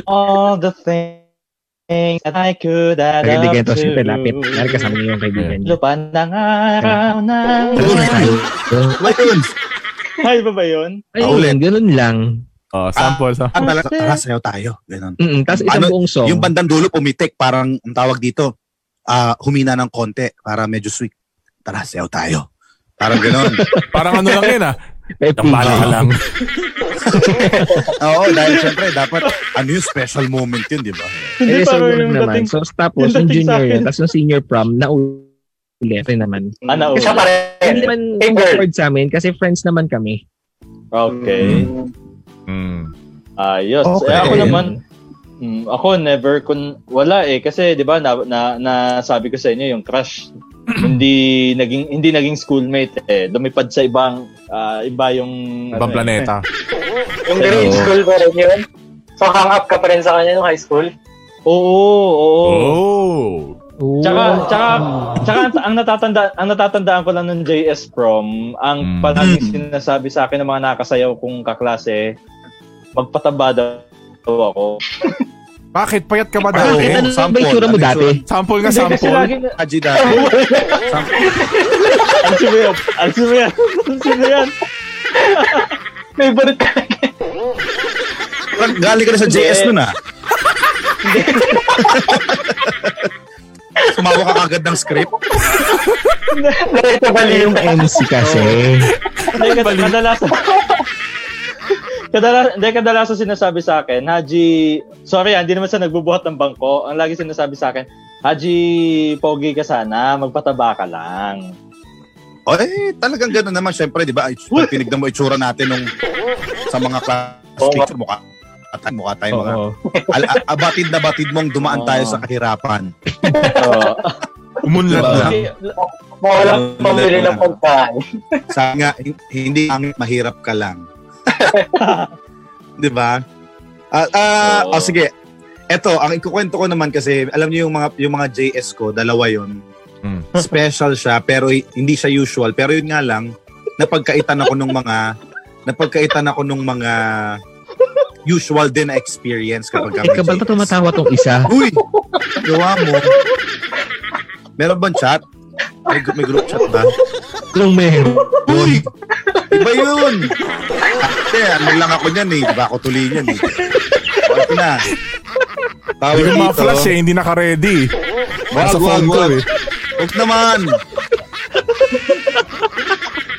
[SPEAKER 3] All the things that I could add
[SPEAKER 5] Nakilig
[SPEAKER 3] up
[SPEAKER 5] ito, siyempre lapit. Lari kasama
[SPEAKER 3] to.
[SPEAKER 5] niyo yung kaibigan niya.
[SPEAKER 3] Lupa ng araw ng
[SPEAKER 5] Tara, tayo.
[SPEAKER 2] Wait, yun.
[SPEAKER 3] Ay, ba ba yun?
[SPEAKER 5] Ayun, ganun lang.
[SPEAKER 1] Oh, sample. sa
[SPEAKER 2] Ah, talaga, tara, sayaw tayo. Ganun.
[SPEAKER 5] Mm Tapos isang
[SPEAKER 2] Ano,
[SPEAKER 5] buong song.
[SPEAKER 2] Yung bandang dulo pumitik, parang ang tawag dito, ah, humina ng konti para medyo sweet. Tara, sayaw tayo. Parang ganun.
[SPEAKER 1] Parang ano lang yun, ah.
[SPEAKER 5] May
[SPEAKER 1] Tambala ka lang.
[SPEAKER 2] Oo, dahil syempre, dapat, ano yung special moment yun, di ba?
[SPEAKER 3] Hindi
[SPEAKER 5] Eh, so,
[SPEAKER 3] parang
[SPEAKER 5] yun
[SPEAKER 3] yung
[SPEAKER 5] naman.
[SPEAKER 3] dating...
[SPEAKER 5] So, tapos, yung
[SPEAKER 3] yung dating sa
[SPEAKER 5] junior
[SPEAKER 3] akin.
[SPEAKER 5] yun, tapos yung senior prom, na ulit rin naman.
[SPEAKER 3] Ah, na-
[SPEAKER 4] Isa pa rin.
[SPEAKER 2] Eh,
[SPEAKER 5] Hindi naman
[SPEAKER 4] Same girl.
[SPEAKER 5] awkward sa amin kasi friends naman kami.
[SPEAKER 3] Okay.
[SPEAKER 1] Mm.
[SPEAKER 3] Ayos.
[SPEAKER 2] Okay.
[SPEAKER 3] Eh, ako naman, mm, ako never kun wala eh kasi 'di ba na, na nasabi ko sa inyo yung crush hindi naging hindi naging schoolmate eh lumipad sa ibang ah, iba yung
[SPEAKER 1] Ibang
[SPEAKER 3] ano eh.
[SPEAKER 1] planeta.
[SPEAKER 4] Yung grade
[SPEAKER 3] Oo.
[SPEAKER 4] school pa rin yun. So, hang up ka pa rin sa kanya nung high school.
[SPEAKER 3] Oo, oo.
[SPEAKER 1] Oh.
[SPEAKER 3] Tsaka, tsaka, tsaka ang, ang natatanda ang natatandaan ko lang ng JS prom,
[SPEAKER 1] Mm.
[SPEAKER 3] ang palaging sinasabi sa akin ng mga nakasayaw kong kaklase, magpataba daw ako.
[SPEAKER 1] Bakit? Payat ka ba
[SPEAKER 2] Bakit?
[SPEAKER 1] dati?
[SPEAKER 5] ano ba
[SPEAKER 2] sample,
[SPEAKER 5] itsura mo
[SPEAKER 2] ano
[SPEAKER 5] dati?
[SPEAKER 2] itsura?
[SPEAKER 1] Sample nga,
[SPEAKER 3] Hindi kasi
[SPEAKER 1] sample.
[SPEAKER 3] lagi na,
[SPEAKER 2] Haji dati.
[SPEAKER 3] alsin mo yan, alsin mo yan, alsin mo yan.
[SPEAKER 4] Favorite ka.
[SPEAKER 2] Parang galing ka na sa JS nun, ah. Sumawa ka agad ng script.
[SPEAKER 4] Diretso
[SPEAKER 5] Ay,
[SPEAKER 4] baliw.
[SPEAKER 5] Ano yung MC kasi.
[SPEAKER 3] Hindi, kad- kadalasan, kadalasan, hindi, kadalasan sinasabi sa akin, Haji, sorry, ah, hindi naman sa nagbubuhat ng bangko, ang lagi sinasabi sa akin, Haji, pogi ka sana, magpataba ka lang.
[SPEAKER 2] O, eh, talagang ganun naman. Siyempre, di ba? Pag tinignan mo itsura natin nung sa mga class
[SPEAKER 4] Oo nga.
[SPEAKER 2] teacher, mukha at mukha tayo mga
[SPEAKER 5] Oh.
[SPEAKER 2] al- a- abatid na batid mong dumaan tayo sa kahirapan.
[SPEAKER 3] Oo.
[SPEAKER 1] Umunlad na.
[SPEAKER 2] Diba?
[SPEAKER 4] Mawalang pambili ng pagkain.
[SPEAKER 2] Sa nga hin- hindi ang mahirap ka lang. 'Di ba? Ah, ah,
[SPEAKER 3] Oo.
[SPEAKER 2] oh, sige. Eto, ang ikukwento ko naman kasi alam niyo yung mga yung mga JS ko, dalawa 'yon.
[SPEAKER 1] Mm.
[SPEAKER 2] Special siya pero hi- hindi siya usual. Pero yun nga lang, napagkaitan ako nung mga napagkaitan ako nung mga usual din na experience kapag
[SPEAKER 5] Eh,
[SPEAKER 2] kami
[SPEAKER 5] kabal pa
[SPEAKER 2] JS.
[SPEAKER 5] tumatawa tong isa.
[SPEAKER 2] Uy! Gawa mo. Meron bang chat? May, may group chat ba?
[SPEAKER 5] Anong meron?
[SPEAKER 2] Uy! Iba yun! Ate, ano lang ako niyan eh. Diba ako tuloy niyan eh. O, ito na. Tawag
[SPEAKER 1] Yung mga
[SPEAKER 2] dito.
[SPEAKER 1] flash eh, hindi naka-ready.
[SPEAKER 2] Wag,
[SPEAKER 1] Nasa
[SPEAKER 2] wag,
[SPEAKER 1] phone ko
[SPEAKER 2] wag.
[SPEAKER 1] eh.
[SPEAKER 2] Huwag naman.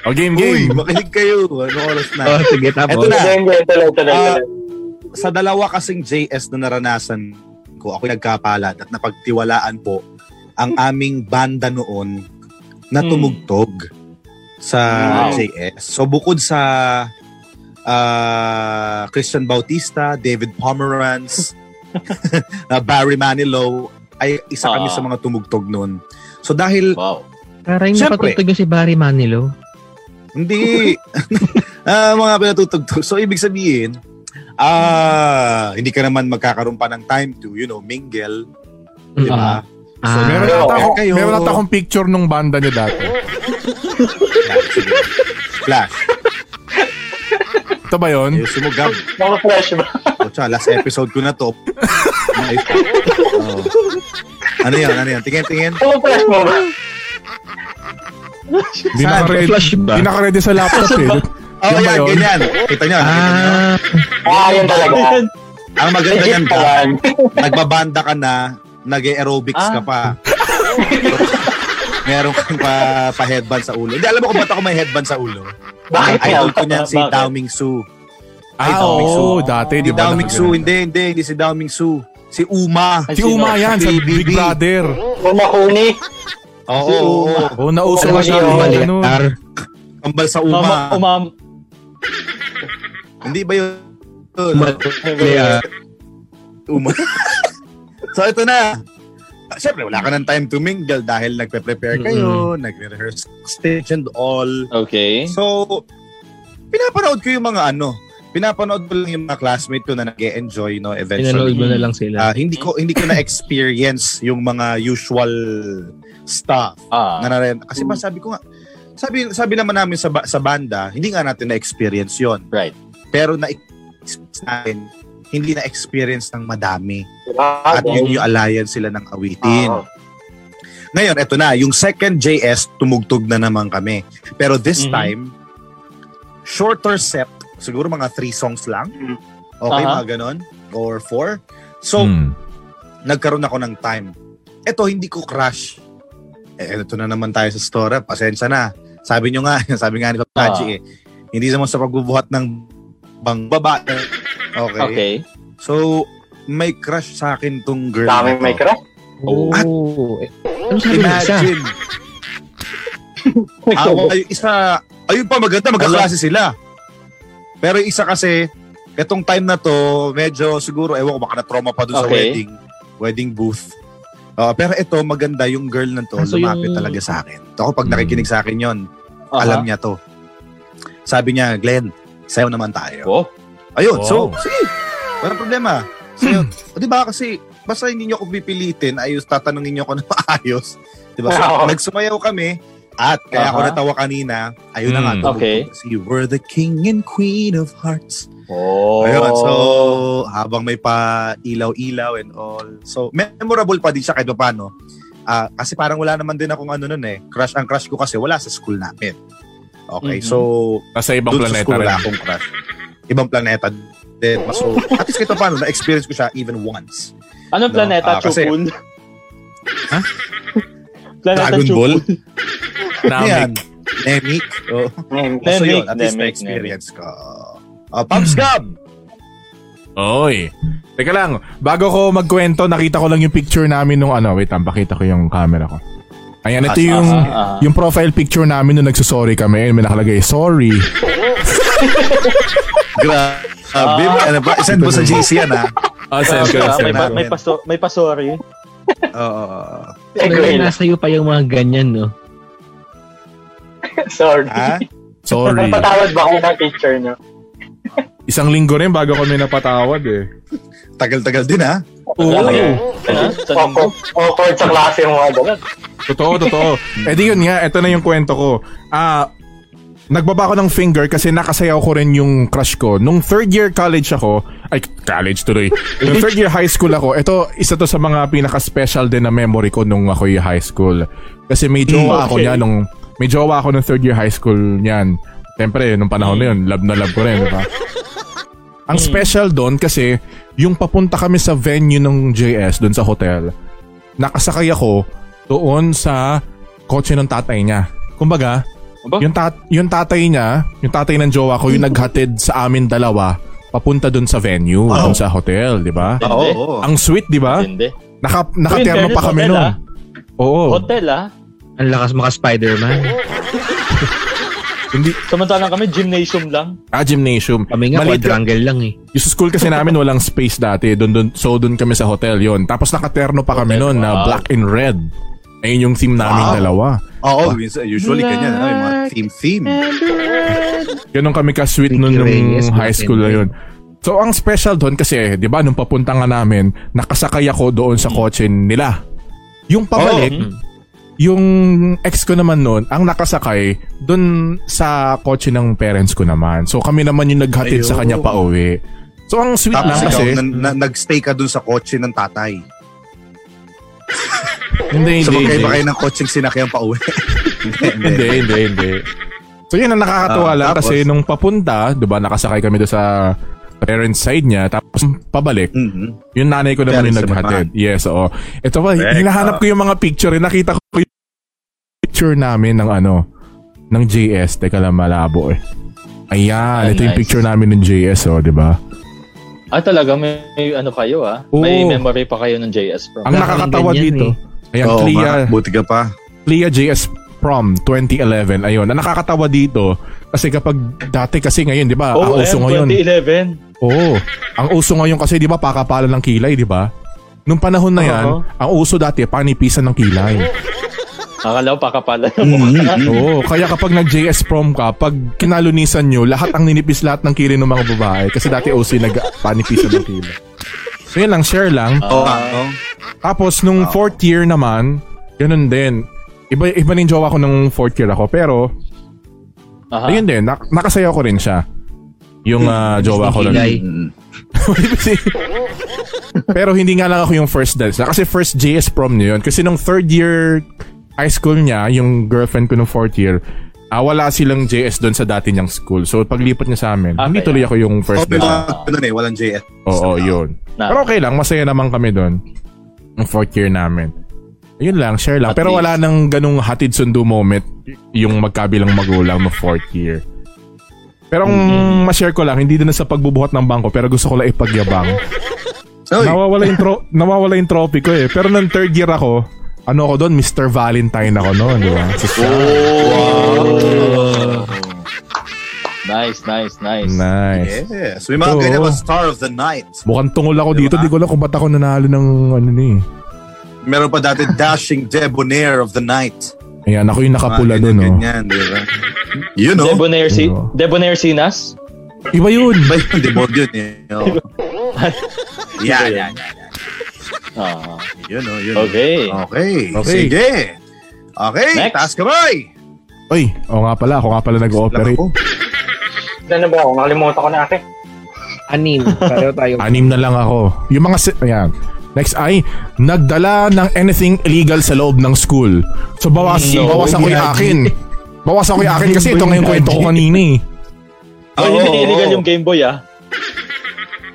[SPEAKER 1] O, Oh, game,
[SPEAKER 2] Uy,
[SPEAKER 1] game. Ah,
[SPEAKER 2] makinig kayo. Ano oras na?
[SPEAKER 5] Oh, sige,
[SPEAKER 2] Eto
[SPEAKER 5] tapos.
[SPEAKER 2] na.
[SPEAKER 4] Hindi, hindi. Tuloy, tuloy,
[SPEAKER 2] Ah,
[SPEAKER 4] tuloy.
[SPEAKER 2] sa dalawa kasing JS na naranasan ko, ako nagkapalad at napagtiwalaan po ang aming banda noon na tumugtog sa
[SPEAKER 3] Hmm. Wow.
[SPEAKER 2] JS. So bukod sa ah, Christian Bautista, David Pomeranz, na Barry Manilow, ay isa kami
[SPEAKER 3] Ah.
[SPEAKER 2] sa mga tumugtog noon. So dahil
[SPEAKER 3] Wow.
[SPEAKER 5] Taray,
[SPEAKER 2] Siyempre.
[SPEAKER 5] napatutog yung si Barry Manilow.
[SPEAKER 2] Hindi. Ah, mga pinatutugtog. So, ibig sabihin, ah, hindi ka naman magkakaroon pa ng time to, you know, mingle. Di ba?
[SPEAKER 5] Ah,
[SPEAKER 2] So,
[SPEAKER 1] Meron
[SPEAKER 2] meron
[SPEAKER 1] ata, ako,
[SPEAKER 2] kayo.
[SPEAKER 1] meron ata akong picture nung banda niyo dati.
[SPEAKER 2] Flash.
[SPEAKER 1] Ito ba yun?
[SPEAKER 2] Ayusin mo, Gab.
[SPEAKER 4] Mga flash ba?
[SPEAKER 2] O, tsaka, last episode ko na to. Ayos pa. Oo. Ano yan? Ano yan? Tingin, tingin.
[SPEAKER 4] Mga flash mo ba?
[SPEAKER 1] Hindi naka-ready.
[SPEAKER 5] Flash ba?
[SPEAKER 1] Hindi naka-ready sa laptop eh.
[SPEAKER 2] Oh,
[SPEAKER 1] Yan ba
[SPEAKER 2] yan,
[SPEAKER 1] yun?
[SPEAKER 2] ganyan. Kita nyo, nakita nyo.
[SPEAKER 5] Ah,
[SPEAKER 4] Ah, yun talaga.
[SPEAKER 2] Ang maganda
[SPEAKER 4] Legit
[SPEAKER 2] yan,
[SPEAKER 4] pa
[SPEAKER 2] Gab.
[SPEAKER 4] yan.
[SPEAKER 2] Nagbabanda ka na, nag-aerobics ka pa. meron kang pa, pa headband sa ulo. Hindi, alam mo kung ba't ako may headband sa ulo?
[SPEAKER 4] Bakit
[SPEAKER 2] Ang idol ko niyan si
[SPEAKER 3] Bakit?
[SPEAKER 2] Dao Ming Su.
[SPEAKER 1] Ah, oo. dati,
[SPEAKER 2] Si
[SPEAKER 1] di ba?
[SPEAKER 2] Dao Ming Su, hindi, hindi, hindi si Dao Ming Su. Si Uma.
[SPEAKER 1] Si Uma yan sa
[SPEAKER 2] Si
[SPEAKER 1] Big
[SPEAKER 2] BB.
[SPEAKER 1] Brother.
[SPEAKER 4] Kumakuni.
[SPEAKER 2] Oo,
[SPEAKER 4] Si
[SPEAKER 2] oo,
[SPEAKER 4] Uma.
[SPEAKER 2] oo.
[SPEAKER 1] Oo, nauso
[SPEAKER 5] Ano
[SPEAKER 1] na
[SPEAKER 5] ba
[SPEAKER 1] siya.
[SPEAKER 5] siya
[SPEAKER 1] yung Ano,
[SPEAKER 5] umalitar?
[SPEAKER 2] Kambal sa
[SPEAKER 3] Uma,
[SPEAKER 2] Uma.
[SPEAKER 3] uma,
[SPEAKER 2] Hindi ba yun?
[SPEAKER 5] Umalitar.
[SPEAKER 2] Uma. so, ito na. Siyempre, wala ka ng time to mingle dahil nagpe-prepare kayo, nagre-rehearse stage and all.
[SPEAKER 3] Okay.
[SPEAKER 2] So, pinapanood ko yung mga ano, pinapanood ko lang yung mga classmate ko na nag-enjoy, no, eventually.
[SPEAKER 5] Pinanood mo na lang sila.
[SPEAKER 2] Ah, hindi ko hindi ko na-experience yung mga usual stuff
[SPEAKER 3] Ah.
[SPEAKER 2] na naren. Kasi ba sabi ko nga, sabi sabi naman namin sa ba- sa banda, hindi nga natin na-experience 'yon.
[SPEAKER 3] Right.
[SPEAKER 2] Pero na natin hindi na experience ng madami. At
[SPEAKER 4] Grabe.
[SPEAKER 2] yun yung alliance sila ng awitin.
[SPEAKER 4] Oo.
[SPEAKER 2] Ngayon, eto na, yung second JS, tumugtog na naman kami. Pero this
[SPEAKER 3] Mhm.
[SPEAKER 2] time, shorter set, siguro mga three songs lang. Okay,
[SPEAKER 3] Aha.
[SPEAKER 2] mga ganon. Or four. So,
[SPEAKER 1] Hmm.
[SPEAKER 2] nagkaroon ako ng time. Eto, hindi ko crush. Eh, eto na naman tayo sa store. Pasensya na. Sabi nyo nga, sabi nga ni Papaji eh, hindi naman sa pagbubuhat ng bang babae. Okay.
[SPEAKER 3] Okay.
[SPEAKER 2] So, may crush sa akin tong girl.
[SPEAKER 4] Dami
[SPEAKER 2] na to.
[SPEAKER 4] may crush.
[SPEAKER 5] Oo. Eh, Ano sabi mo siya?
[SPEAKER 2] oh. Imagine. Ako, ay, isa, ayun pa maganda, magkaklase sila. Pero yung isa kasi, etong time na to, medyo siguro, ewan ko, baka na-trauma pa dun sa
[SPEAKER 3] Okay.
[SPEAKER 2] wedding, wedding booth. Ah, pero ito, maganda yung girl na to,
[SPEAKER 5] Ah, so
[SPEAKER 2] lumapit
[SPEAKER 5] yung- Hmm.
[SPEAKER 2] talaga sa akin. Ako, pag nakikinig sa akin yon
[SPEAKER 3] Aha.
[SPEAKER 2] alam niya to. Sabi niya, Glenn, sayo naman tayo.
[SPEAKER 3] Oh.
[SPEAKER 2] Ayun,
[SPEAKER 1] Wow.
[SPEAKER 2] so, sige, walang problema. Sayo, O, di ba kasi, basta hindi niyo ako pipilitin, ayos, tatanungin niyo ako na maayos. Di ba? So,
[SPEAKER 4] Oo.
[SPEAKER 2] nagsumayaw kami, at kaya ako
[SPEAKER 3] Aha.
[SPEAKER 2] natawa kanina, ayun na nga.
[SPEAKER 1] Mm.
[SPEAKER 2] tumugtog
[SPEAKER 3] Okay.
[SPEAKER 2] Si We're the King and Queen of Hearts.
[SPEAKER 3] Oh.
[SPEAKER 2] Ayun, so, habang may pa ilaw-ilaw and all. So, memorable pa din siya kahit paano. Ah, kasi parang wala naman din akong ano nun eh. Crush ang crush ko kasi wala sa school namin. Okay,
[SPEAKER 3] Mhm.
[SPEAKER 2] so,
[SPEAKER 1] Nasa ibang
[SPEAKER 2] doon sa
[SPEAKER 1] planeta
[SPEAKER 2] school
[SPEAKER 1] rin.
[SPEAKER 2] wala akong crush. Ibang planeta din. So, at least kahit paano, na-experience ko siya even once. No,
[SPEAKER 3] Anong Ano, planeta,
[SPEAKER 2] ah, kasi-
[SPEAKER 3] Chukul?
[SPEAKER 2] Ha?
[SPEAKER 3] planeta
[SPEAKER 2] Dragon Ball?
[SPEAKER 3] Chukul.
[SPEAKER 2] Yan.
[SPEAKER 1] Namin.
[SPEAKER 2] Nemic. Oh.
[SPEAKER 4] Name.
[SPEAKER 2] So,
[SPEAKER 3] Nemic,
[SPEAKER 2] yun, at least
[SPEAKER 3] Nemic,
[SPEAKER 2] na-experience ko. Uh, Pops Gab!
[SPEAKER 1] Oy. Teka lang, bago ko magkwento, nakita ko lang yung picture namin nung ano. Wait, lang, pakita ko yung camera ko. Ayan, ito yung
[SPEAKER 3] Aha, aha.
[SPEAKER 1] yung profile picture namin nung nagsusorry kami. Ayun, may nakalagay, sorry.
[SPEAKER 2] Grabe. ano ba? Isend mo sa GC yan, ha?
[SPEAKER 1] Ah,
[SPEAKER 3] Ah,
[SPEAKER 1] send ko na,
[SPEAKER 3] may,
[SPEAKER 1] send
[SPEAKER 3] pa,
[SPEAKER 1] ko.
[SPEAKER 3] may, paso, may pasori.
[SPEAKER 2] Oo.
[SPEAKER 4] Eh,
[SPEAKER 5] Talagang
[SPEAKER 4] Glenn.
[SPEAKER 5] nasa iyo pa yung mga ganyan, no?
[SPEAKER 4] Sorry.
[SPEAKER 2] Ha?
[SPEAKER 1] Sorry.
[SPEAKER 4] Napatawad ba ako ng picture niyo?
[SPEAKER 1] Isang linggo rin bago kami napatawad eh.
[SPEAKER 2] Tagal-tagal din, ha?
[SPEAKER 1] Oo.
[SPEAKER 3] Ano? Sa linggo?
[SPEAKER 4] Awkward awkward sa klase yung mga ganun.
[SPEAKER 1] Totoo, totoo. Eh di yun nga, ito na yung kwento ko. Ah, nagbaba ko ng finger kasi nakasayaw ko rin yung crush ko. Nung third year college ako, ay college tuloy. Nung third year high school ako, ito isa to sa mga pinaka-special din na memory ko nung ako'y high school. Kasi may jowa ako niya nung may jowa Mm. ako nung third year high school niyan. Siyempre, nung panahon na yun, love na love ko rin, di ba? Ang special doon kasi yung papunta kami sa venue ng JS doon sa hotel. Nakasakay ako doon sa kotse ng tatay niya. Kumbaga,
[SPEAKER 3] Aba?
[SPEAKER 1] yung, tat- yung tatay niya, yung tatay ng jowa ko, yung naghatid sa amin dalawa papunta doon sa venue, doon sa hotel, di ba?
[SPEAKER 2] Ah, oo, oo.
[SPEAKER 1] Ang sweet, di
[SPEAKER 2] Ah?
[SPEAKER 1] ba?
[SPEAKER 3] Hindi.
[SPEAKER 1] Naka, nakaterno
[SPEAKER 3] fairness,
[SPEAKER 1] pa kami
[SPEAKER 3] hotel,
[SPEAKER 1] noon.
[SPEAKER 3] ah.
[SPEAKER 1] Oo.
[SPEAKER 3] Hotel ah.
[SPEAKER 5] Ang lakas maka Spider-Man.
[SPEAKER 1] Hindi,
[SPEAKER 3] Samantalang kami, gymnasium lang.
[SPEAKER 1] ah, gymnasium.
[SPEAKER 5] Kami nga,
[SPEAKER 1] Maliit lang.
[SPEAKER 5] quadrangle lang eh.
[SPEAKER 1] Yung sa school kasi namin walang space dati. Dun, dun, so, dun kami sa hotel yon. Tapos nakaterno pa kami noon na
[SPEAKER 3] wow.
[SPEAKER 1] black and red. Ayun yung theme namin
[SPEAKER 2] Wow.
[SPEAKER 1] dalawa.
[SPEAKER 2] Oo, minsan- usually ganyan. Ano, yung mga theme-theme.
[SPEAKER 1] Ganun kami ka-sweet nun
[SPEAKER 5] Pinky
[SPEAKER 1] nung
[SPEAKER 5] Reyes,
[SPEAKER 1] high
[SPEAKER 5] black
[SPEAKER 1] school
[SPEAKER 5] and
[SPEAKER 1] na
[SPEAKER 5] red.
[SPEAKER 1] yun. So, ang special doon kasi, di ba, nung papunta nga namin, nakasakay ako doon sa kotse nila. Yung pabalik,
[SPEAKER 3] Oh.
[SPEAKER 1] yung ex ko naman noon, ang nakasakay doon sa kotse ng parents ko naman. So, kami naman yung naghatid sa kanya pa uwi. So, ang sweet
[SPEAKER 2] Tapos
[SPEAKER 1] lang
[SPEAKER 2] ikaw,
[SPEAKER 1] kasi.
[SPEAKER 2] na, na, nag-stay ka dun sa kotse ng tatay.
[SPEAKER 1] hindi,
[SPEAKER 2] So,
[SPEAKER 1] hindi,
[SPEAKER 2] magkaiba
[SPEAKER 1] hindi.
[SPEAKER 2] kayo ng kotseng sinakyan pa uwi. Hindi,
[SPEAKER 1] hindi, hindi, hindi. So yun ang nakakatuwa
[SPEAKER 2] Ah,
[SPEAKER 1] lang
[SPEAKER 2] tapos?
[SPEAKER 1] kasi nung papunta, 'di ba, nakasakay kami doon sa parents side niya tapos pabalik,
[SPEAKER 2] Mhm.
[SPEAKER 1] yung nanay ko naman
[SPEAKER 2] Parents
[SPEAKER 1] yung naghatid. Yes, oo. Ito pa,
[SPEAKER 2] Correct,
[SPEAKER 1] hinahanap ko yung mga picture, eh. nakita ko yung picture namin ng ano, ng JS, teka lang malabo eh. Ayan,
[SPEAKER 3] Ah,
[SPEAKER 1] ito yung
[SPEAKER 3] nice.
[SPEAKER 1] picture namin ng JS, oh, 'di ba?
[SPEAKER 3] Ah, talaga, may, may ano kayo ah. May
[SPEAKER 1] Oo.
[SPEAKER 3] memory pa kayo ng JS
[SPEAKER 2] Ah,
[SPEAKER 3] from.
[SPEAKER 1] Ang
[SPEAKER 5] Wala
[SPEAKER 1] nakakatawa
[SPEAKER 5] kaming ganyan
[SPEAKER 1] dito. Ayan,
[SPEAKER 2] Oo,
[SPEAKER 1] Clea,
[SPEAKER 2] ma, buti ka pa.
[SPEAKER 1] Clea JS Prom 2011. Ayun, ang nakakatawa dito kasi kapag dati kasi ngayon, 'di ba?
[SPEAKER 2] ah,
[SPEAKER 1] ang uso ngayon.
[SPEAKER 3] 2011.
[SPEAKER 1] Oo. Ang uso ngayon kasi, di ba, pakapalan ng kilay, di ba? Nung panahon na yan,
[SPEAKER 3] Oo.
[SPEAKER 1] ang uso dati, panipisan ng kilay.
[SPEAKER 3] Akala ko pakapala na
[SPEAKER 1] Oo. Kaya kapag nag-JS prom ka, pag kinalunisan nyo, lahat ang ninipis lahat ng kilay ng mga babae. Kasi dati OC nag-panipisan ng kilay. So yun lang, share lang.
[SPEAKER 2] Oo, oo.
[SPEAKER 1] Tapos nung fourth year naman, ganun din. Iba, iba na yung jowa ko nung fourth year ako. Pero,
[SPEAKER 3] Aha.
[SPEAKER 1] ayun din, nak- nakasaya ko rin siya. Yung ah, jowa ko nun.
[SPEAKER 5] Kilay.
[SPEAKER 1] Pero hindi nga lang ako yung first dance na. Kasi first JS prom niya yun. Kasi nung third year high school niya, yung girlfriend ko nung fourth year, ah, wala silang JS doon sa dati niyang school. So, paglipat niya sa amin,
[SPEAKER 3] Ah,
[SPEAKER 1] hindi
[SPEAKER 3] kaya.
[SPEAKER 1] tuloy ako yung
[SPEAKER 2] Oh,
[SPEAKER 1] first
[SPEAKER 2] may
[SPEAKER 1] dance.
[SPEAKER 2] mga
[SPEAKER 1] na.
[SPEAKER 2] ganun eh, walang JS.
[SPEAKER 1] Oo, yun.
[SPEAKER 3] Na-
[SPEAKER 1] Pero okay lang, masaya naman kami doon. Yung fourth year namin. Yun lang, share lang.
[SPEAKER 3] At
[SPEAKER 1] Pero
[SPEAKER 3] least.
[SPEAKER 1] wala nang ganung hatid sundo moment yung magkabilang magulang mo fourth year. Pero ang
[SPEAKER 3] Mm-hmm.
[SPEAKER 1] ma-share ko lang, hindi din sa pagbubuhat ng bangko, pero gusto ko lang ipagyabang.
[SPEAKER 2] So,
[SPEAKER 1] Nawawala yung, tro- nawawala yung trophy ko eh. Pero nung third year ako, ano ako doon, Mr. Valentine ako noon, di ba? So,
[SPEAKER 3] Nice, nice, nice.
[SPEAKER 1] nice.
[SPEAKER 2] yes. May mga
[SPEAKER 1] Oo.
[SPEAKER 2] ganyan pa, Star of the Night.
[SPEAKER 1] Mukhang tungol ako
[SPEAKER 2] Di
[SPEAKER 1] dito,
[SPEAKER 2] ba?
[SPEAKER 1] di ko alam kung ba't ako nanalo ng ano ni.
[SPEAKER 2] Meron pa dati Dashing Debonair of the Night.
[SPEAKER 1] Ayan, ako yung
[SPEAKER 2] Mga
[SPEAKER 1] nakapula oh. doon,
[SPEAKER 2] ganyan,
[SPEAKER 1] no?
[SPEAKER 2] Ganyan, di ba? You know.
[SPEAKER 3] Debonair, si-
[SPEAKER 1] Oo.
[SPEAKER 3] Debonair Sinas?
[SPEAKER 1] Iba yun.
[SPEAKER 2] Ba yung demon yun eh. Oo. Yeah, yeah, yeah.
[SPEAKER 3] Ah,
[SPEAKER 2] Yun oh, yun. oh.
[SPEAKER 3] okay.
[SPEAKER 2] Okay.
[SPEAKER 1] Okay.
[SPEAKER 2] Sige. Okay,
[SPEAKER 3] Next.
[SPEAKER 2] taas ka boy!
[SPEAKER 1] Oy, oo nga pala, ako nga pala
[SPEAKER 2] Lang
[SPEAKER 1] nag-ooperate.
[SPEAKER 2] ako.
[SPEAKER 4] Ano ba ako? Nakalimutan ko na ate.
[SPEAKER 5] Anim. Pareho tayo.
[SPEAKER 1] Anim na lang ako. Yung mga, si- ayan. Next ay, nagdala ng anything illegal sa loob ng school. So, bawas, bawas ako yung akin. Bawas ako yung akin kasi ito nga yung kwento ko kanina eh.
[SPEAKER 3] Oh,
[SPEAKER 2] Oo,
[SPEAKER 3] hindi illegal
[SPEAKER 2] oo.
[SPEAKER 3] yung Game Boy ah.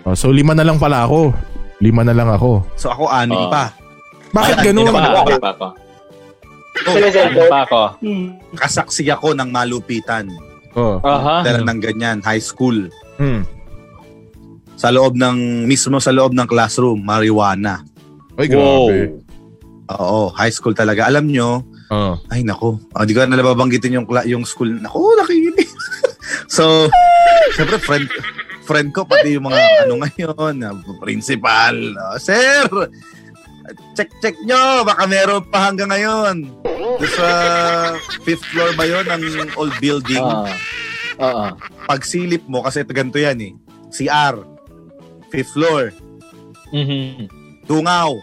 [SPEAKER 1] Oh, so, lima na lang pala ako. Lima na lang ako.
[SPEAKER 2] So ako anim
[SPEAKER 3] Oo.
[SPEAKER 2] pa.
[SPEAKER 1] Bakit
[SPEAKER 2] Ay, ay,
[SPEAKER 1] ganun?
[SPEAKER 2] hindi naman.
[SPEAKER 3] Ah, ano pa ako?
[SPEAKER 2] Oh,
[SPEAKER 4] Sila
[SPEAKER 3] Ano pa ako?
[SPEAKER 2] kasaksi ako ng malupitan.
[SPEAKER 1] Oh.
[SPEAKER 3] Aha.
[SPEAKER 2] Dala ng ganyan, high school.
[SPEAKER 1] Hmm.
[SPEAKER 2] Sa loob ng, mismo sa loob ng classroom, marijuana.
[SPEAKER 1] Ay,
[SPEAKER 3] Wow.
[SPEAKER 1] grabe.
[SPEAKER 2] Oo, high school talaga. Alam nyo,
[SPEAKER 1] Oo.
[SPEAKER 2] ay nako, hindi ko na nababanggitin yung, kla- yung school. Nako, nakikinig. so, syempre friend, friend ko, pati yung mga ano ngayon, ah, principal. ah, Sir, check check nyo, baka meron pa hanggang ngayon. Doon Sa fifth floor ba yun ng old building?
[SPEAKER 3] Ah. Ah, ah.
[SPEAKER 2] Pagsilip mo, kasi ganito yan eh. CR, fifth floor,
[SPEAKER 3] Mhm.
[SPEAKER 2] Tungaw,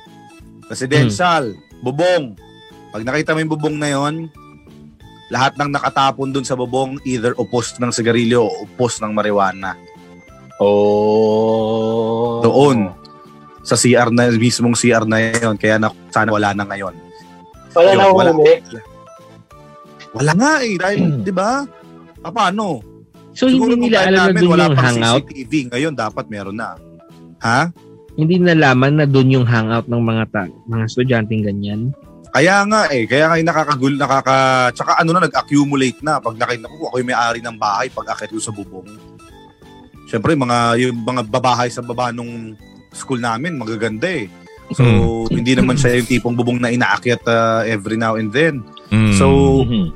[SPEAKER 2] Residential, Bubong. Pag nakita mo yung bubong na yon, lahat ng nakatapon dun sa bubong, either upos ng sigarilyo o upos ng marijuana.
[SPEAKER 3] Oh.
[SPEAKER 2] Doon, sa CR na, mismong CR na yon, kaya na, sana wala na ngayon.
[SPEAKER 4] Wala
[SPEAKER 2] Yun,
[SPEAKER 4] na
[SPEAKER 2] wala.
[SPEAKER 4] ako
[SPEAKER 2] Wala nga eh, dahil, di ba? Ah, Paano?
[SPEAKER 5] Hmm. So, hindi
[SPEAKER 2] kung
[SPEAKER 5] nila
[SPEAKER 2] time
[SPEAKER 5] alam na
[SPEAKER 2] namin,
[SPEAKER 5] doon
[SPEAKER 2] wala
[SPEAKER 5] yung
[SPEAKER 2] pang
[SPEAKER 5] hangout.
[SPEAKER 2] CCTV. Ngayon, dapat meron na. Ha?
[SPEAKER 5] Hindi nalaman na doon yung hangout ng mga ta- mga estudyanteng ganyan.
[SPEAKER 2] Kaya nga eh, kaya nga yung nakakagul, nakaka... Tsaka ano na, nag-accumulate na. Pag nakita ko, ako yung may-ari ng bahay pag akit ko sa bubong. Siyempre, mga, yung mga babahay sa baba nung school namin, magaganda eh. So,
[SPEAKER 1] Hmm.
[SPEAKER 2] hindi naman siya yung tipong bubong na inaakyat ah, every now and then.
[SPEAKER 1] Mm.
[SPEAKER 2] So,
[SPEAKER 3] Mhm.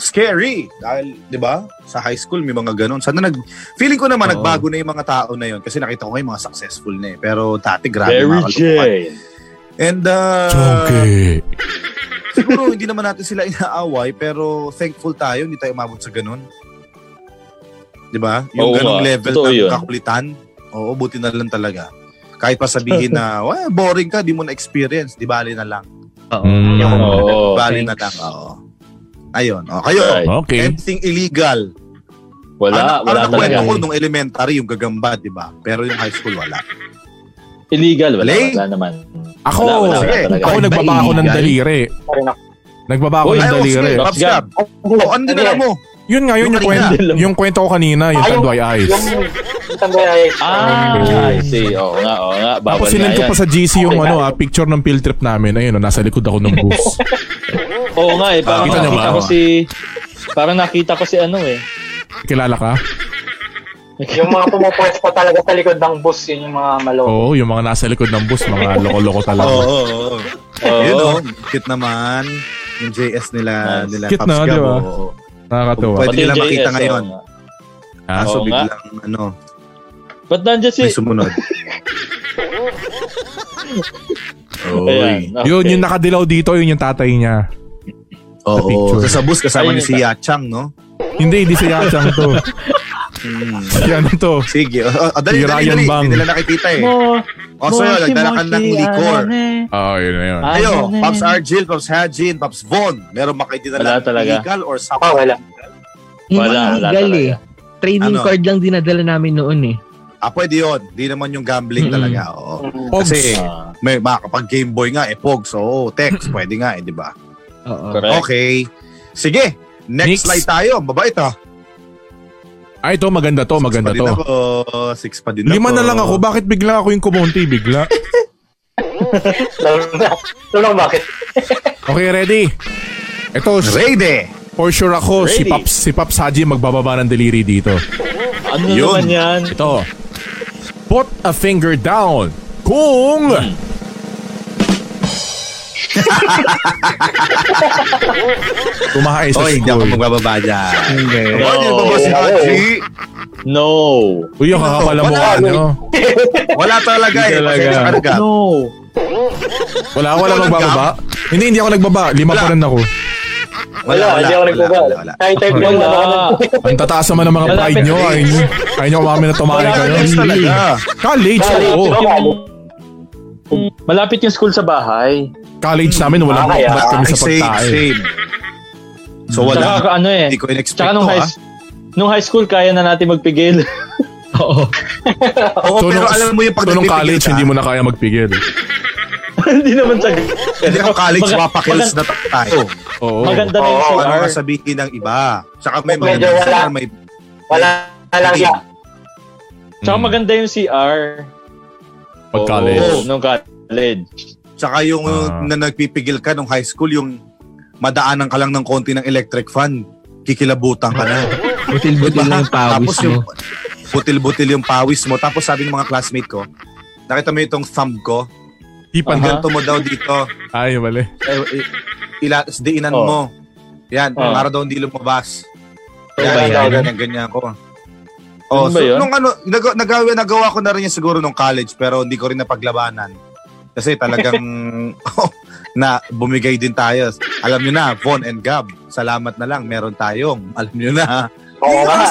[SPEAKER 2] scary. Dahil, di ba, sa high school may mga ganun. Sana nag... Feeling ko naman,
[SPEAKER 5] Oo.
[SPEAKER 2] nagbago na yung mga tao na yun. Kasi nakita ko ngayon mga successful na eh. Pero dati, grabe.
[SPEAKER 6] Very
[SPEAKER 2] mga
[SPEAKER 6] J.
[SPEAKER 2] kalukuhan. And, uh,
[SPEAKER 1] Chonky.
[SPEAKER 2] siguro hindi naman natin sila inaaway pero thankful tayo hindi tayo umabot sa ganun. 'Di ba? Yung
[SPEAKER 6] Oo
[SPEAKER 2] ganung
[SPEAKER 6] nga.
[SPEAKER 2] level ng
[SPEAKER 6] Totoo yun.
[SPEAKER 2] kakulitan. Oo, buti na lang talaga. Kahit pa sabihin na, "Wah, boring ka, di mo na experience." Di bali na lang.
[SPEAKER 5] Oo.
[SPEAKER 1] Mm.
[SPEAKER 5] Yung-
[SPEAKER 6] Oo.
[SPEAKER 2] bali na lang.
[SPEAKER 5] thanks.
[SPEAKER 2] Oo. Ayun. O, kayo.
[SPEAKER 6] Right.
[SPEAKER 1] Okay.
[SPEAKER 2] Anything illegal.
[SPEAKER 6] Wala,
[SPEAKER 2] ano,
[SPEAKER 6] wala
[SPEAKER 2] ano nakwento
[SPEAKER 6] talaga.
[SPEAKER 2] ko nung elementary, yung gagamba, di ba? Pero yung high school, wala.
[SPEAKER 6] Illegal, wala,
[SPEAKER 2] Lay?
[SPEAKER 6] wala naman.
[SPEAKER 1] Ako,
[SPEAKER 6] Wala, wala, wala
[SPEAKER 2] sige.
[SPEAKER 6] talaga.
[SPEAKER 1] ako
[SPEAKER 5] Ba-
[SPEAKER 1] nagbaba
[SPEAKER 5] ba
[SPEAKER 1] ako ng
[SPEAKER 5] illegal?
[SPEAKER 1] daliri.
[SPEAKER 4] Parang ako.
[SPEAKER 1] Nagbaba ako
[SPEAKER 6] Uy,
[SPEAKER 1] ng
[SPEAKER 2] Ay, oh,
[SPEAKER 1] daliri.
[SPEAKER 2] sige. Pops Gab. Oh, ano din alam mo?
[SPEAKER 1] Yun nga, yun yung,
[SPEAKER 2] Yung kanina.
[SPEAKER 1] kwento, yung kwento ko kanina, yung
[SPEAKER 4] Ah, yung-
[SPEAKER 1] Tanduay Eyes.
[SPEAKER 4] Yung Tanduay Ice.
[SPEAKER 6] Ah, I see. Oo nga, oo nga.
[SPEAKER 1] Tapos
[SPEAKER 6] Bawal nga
[SPEAKER 1] sinend ko
[SPEAKER 6] yan.
[SPEAKER 1] pa sa GC yung
[SPEAKER 6] Okay,
[SPEAKER 1] ano ah, picture ng field trip namin. Ayun, oh, nasa likod ako ng bus.
[SPEAKER 3] Oo nga eh,
[SPEAKER 2] Ah,
[SPEAKER 3] parang
[SPEAKER 1] Kita niyo
[SPEAKER 3] nakita
[SPEAKER 1] ba?
[SPEAKER 3] ko si... Parang nakita ko si ano eh.
[SPEAKER 1] Kilala ka?
[SPEAKER 4] Yung mga pumupuwes pa talaga sa likod ng bus, yun yung mga malo.
[SPEAKER 1] Oo, yung mga nasa likod ng bus, mga loko-loko
[SPEAKER 2] Oo,
[SPEAKER 1] talaga.
[SPEAKER 2] oo, oo.
[SPEAKER 6] Oo.
[SPEAKER 2] Yun, oh. Cute naman. Yung JS nila,
[SPEAKER 6] Nice.
[SPEAKER 2] nila
[SPEAKER 1] Cute
[SPEAKER 2] Pops
[SPEAKER 1] na,
[SPEAKER 2] Gab,
[SPEAKER 1] di ba?
[SPEAKER 2] oo, oo.
[SPEAKER 1] Nakakatuwa. Ah.
[SPEAKER 2] Pwede
[SPEAKER 6] Pati
[SPEAKER 2] nila
[SPEAKER 6] yung
[SPEAKER 2] makita
[SPEAKER 6] JS, oo
[SPEAKER 2] ngayon.
[SPEAKER 6] nga.
[SPEAKER 2] Kaso
[SPEAKER 6] Oo nga.
[SPEAKER 2] biglang ano,
[SPEAKER 3] But nandiyan si...
[SPEAKER 2] may sumunod. eh.
[SPEAKER 6] Ayan, okay.
[SPEAKER 1] Yun, yung nakadilaw dito, yun yung tatay niya.
[SPEAKER 2] Oo.
[SPEAKER 1] picture.
[SPEAKER 2] Sa, sa bus kasama
[SPEAKER 6] Ayun
[SPEAKER 2] ni si Yachang, no?
[SPEAKER 1] Hindi, hindi si Yachang to.
[SPEAKER 2] Hmm.
[SPEAKER 1] Si ano to.
[SPEAKER 2] Sige. O, o, dali,
[SPEAKER 1] Si
[SPEAKER 2] dali,
[SPEAKER 1] Ryan
[SPEAKER 2] dali.
[SPEAKER 1] Bang.
[SPEAKER 2] Hindi nila nakikita eh.
[SPEAKER 3] Mo,
[SPEAKER 2] O, so yun,
[SPEAKER 3] Moshi,
[SPEAKER 2] nagdala ka ng
[SPEAKER 3] Moshi,
[SPEAKER 2] liquor.
[SPEAKER 3] ano eh.
[SPEAKER 1] Oo, yun na yun.
[SPEAKER 3] Ah,
[SPEAKER 2] Ayo,
[SPEAKER 3] ano eh.
[SPEAKER 2] Pops Argil, Pops Hajin, Pops Von. Meron makikita
[SPEAKER 6] Wala
[SPEAKER 2] na lang
[SPEAKER 6] talaga.
[SPEAKER 2] illegal or
[SPEAKER 4] Ah,
[SPEAKER 2] something.
[SPEAKER 4] wala.
[SPEAKER 6] Wala,
[SPEAKER 5] Hindi
[SPEAKER 6] wala
[SPEAKER 5] legal eh.
[SPEAKER 6] talaga.
[SPEAKER 5] Trading
[SPEAKER 2] Ano?
[SPEAKER 5] card lang dinadala namin noon eh.
[SPEAKER 2] Ah, pwede yun. Di naman yung gambling
[SPEAKER 5] Mm-mm.
[SPEAKER 2] talaga. Oo.
[SPEAKER 4] Mm.
[SPEAKER 1] Pogs.
[SPEAKER 2] Kasi
[SPEAKER 6] Ah,
[SPEAKER 2] may makapag Game Boy nga, eh, Pogs. Oo, text. Pwede nga, eh, di ba?
[SPEAKER 5] Oo.
[SPEAKER 6] correct.
[SPEAKER 2] Okay. Sige.
[SPEAKER 1] Next.
[SPEAKER 2] Next slide tayo. Mabait, ah.
[SPEAKER 1] Ay, Ah, ito, maganda to, Oh, maganda
[SPEAKER 2] Six pa din
[SPEAKER 1] to.
[SPEAKER 2] ako. Six pa din
[SPEAKER 1] Lima
[SPEAKER 2] ako.
[SPEAKER 1] na lang ako, bakit bigla ako yung kumunti bigla?
[SPEAKER 4] Lulong, bakit?
[SPEAKER 1] Okay, ready? Ito,
[SPEAKER 2] Ready.
[SPEAKER 1] for sure ako, si
[SPEAKER 6] Ready.
[SPEAKER 1] Paps, si Paps Haji magbababa ng deliri dito.
[SPEAKER 3] Ano
[SPEAKER 2] Yun.
[SPEAKER 3] naman yan?
[SPEAKER 1] Ito. Put a finger down kung...
[SPEAKER 2] Hmm.
[SPEAKER 1] Tumahay sa
[SPEAKER 2] Oy, hindi ako
[SPEAKER 1] school.
[SPEAKER 2] magbababa dyan.
[SPEAKER 5] Hindi.
[SPEAKER 2] Ano yun, Bobo
[SPEAKER 3] Oh,
[SPEAKER 2] si Haji?
[SPEAKER 3] No.
[SPEAKER 1] Uy, yung kakapala mo
[SPEAKER 2] Wala.
[SPEAKER 1] ano.
[SPEAKER 2] Wala talaga eh.
[SPEAKER 1] Hindi
[SPEAKER 2] Pasensya
[SPEAKER 1] talaga.
[SPEAKER 2] ka na, Gab.
[SPEAKER 3] No.
[SPEAKER 1] Wala, wala
[SPEAKER 2] Ikaw
[SPEAKER 1] magbababa. Hindi, hindi ako nagbaba. Lima
[SPEAKER 2] Wala.
[SPEAKER 1] pa rin ako.
[SPEAKER 4] Wala, hindi ako nagbuga.
[SPEAKER 2] wala, wala.
[SPEAKER 4] Kahit type lang
[SPEAKER 3] Wala.
[SPEAKER 4] na.
[SPEAKER 1] Ang tataas naman ng mga
[SPEAKER 3] Wala,
[SPEAKER 1] pride
[SPEAKER 3] pe-
[SPEAKER 1] nyo. Ayun nyo. Ayun nyo kumami na tumahay
[SPEAKER 2] Wala
[SPEAKER 1] kayo.
[SPEAKER 2] next talaga.
[SPEAKER 1] College, oo.
[SPEAKER 3] Malapit yung school sa bahay.
[SPEAKER 1] College namin, walang
[SPEAKER 4] Ah, yeah.
[SPEAKER 1] umat kami
[SPEAKER 2] Ay,
[SPEAKER 1] sa
[SPEAKER 2] same,
[SPEAKER 1] pagtae.
[SPEAKER 2] same. So
[SPEAKER 3] Tsaka
[SPEAKER 2] wala.
[SPEAKER 3] ano eh.
[SPEAKER 2] Hindi ko in-expect
[SPEAKER 3] Tsaka nung
[SPEAKER 2] to,
[SPEAKER 3] high,
[SPEAKER 2] ah.
[SPEAKER 3] nung high school, kaya na natin magpigil.
[SPEAKER 2] Oo,
[SPEAKER 5] Oo.
[SPEAKER 1] So,
[SPEAKER 2] Oh, pero
[SPEAKER 1] nung-
[SPEAKER 2] alam mo yung
[SPEAKER 1] so, nung
[SPEAKER 2] pagdating ah.
[SPEAKER 1] college, hindi mo na kaya magpigil.
[SPEAKER 3] Hindi naman sa...
[SPEAKER 2] Hindi ako college,
[SPEAKER 3] Maga-
[SPEAKER 2] papakills na tayo.
[SPEAKER 1] Oo.
[SPEAKER 3] Maganda na yung
[SPEAKER 2] Oo, ano
[SPEAKER 3] CR.
[SPEAKER 2] nga sabihin ng iba. Tsaka may
[SPEAKER 4] Oh, Medyo
[SPEAKER 2] magandang
[SPEAKER 4] wala.
[SPEAKER 2] sir, may
[SPEAKER 4] Wala lang siya.
[SPEAKER 3] Tsaka maganda yung CR.
[SPEAKER 1] Pag college.
[SPEAKER 3] Oo, nung college.
[SPEAKER 2] Tsaka yung
[SPEAKER 1] Ah.
[SPEAKER 2] na nagpipigil ka nung high school, yung madaanan ka lang ng konti ng electric fan, kikilabutan ka na.
[SPEAKER 5] Butil-butil lang yung pawis
[SPEAKER 2] Diba? Tapos yung
[SPEAKER 5] mo.
[SPEAKER 2] butil-butil yung pawis mo. Tapos sabi ng mga classmate ko, nakita mo itong thumb ko?
[SPEAKER 1] Ipan ka.
[SPEAKER 2] Pag
[SPEAKER 3] Aha.
[SPEAKER 2] ganito mo daw dito,
[SPEAKER 1] Ay, mali.
[SPEAKER 2] eh, i- ila, diinan
[SPEAKER 3] Oh.
[SPEAKER 2] mo. Yan,
[SPEAKER 3] Oh.
[SPEAKER 2] para daw hindi lumabas.
[SPEAKER 3] ba
[SPEAKER 2] Yan,
[SPEAKER 3] yun?
[SPEAKER 2] yan, ganyan, ganyan ko. Oh,
[SPEAKER 3] Ganun
[SPEAKER 2] so,
[SPEAKER 3] ba yun?
[SPEAKER 2] nung ano, nagawa, nagawa, nagawa ko na rin yun siguro nung college, pero hindi ko rin napaglabanan. Kasi talagang oh, na bumigay din tayo. Alam nyo na, Von and Gab, salamat na lang, meron tayong. Alam nyo na.
[SPEAKER 4] Oo nga.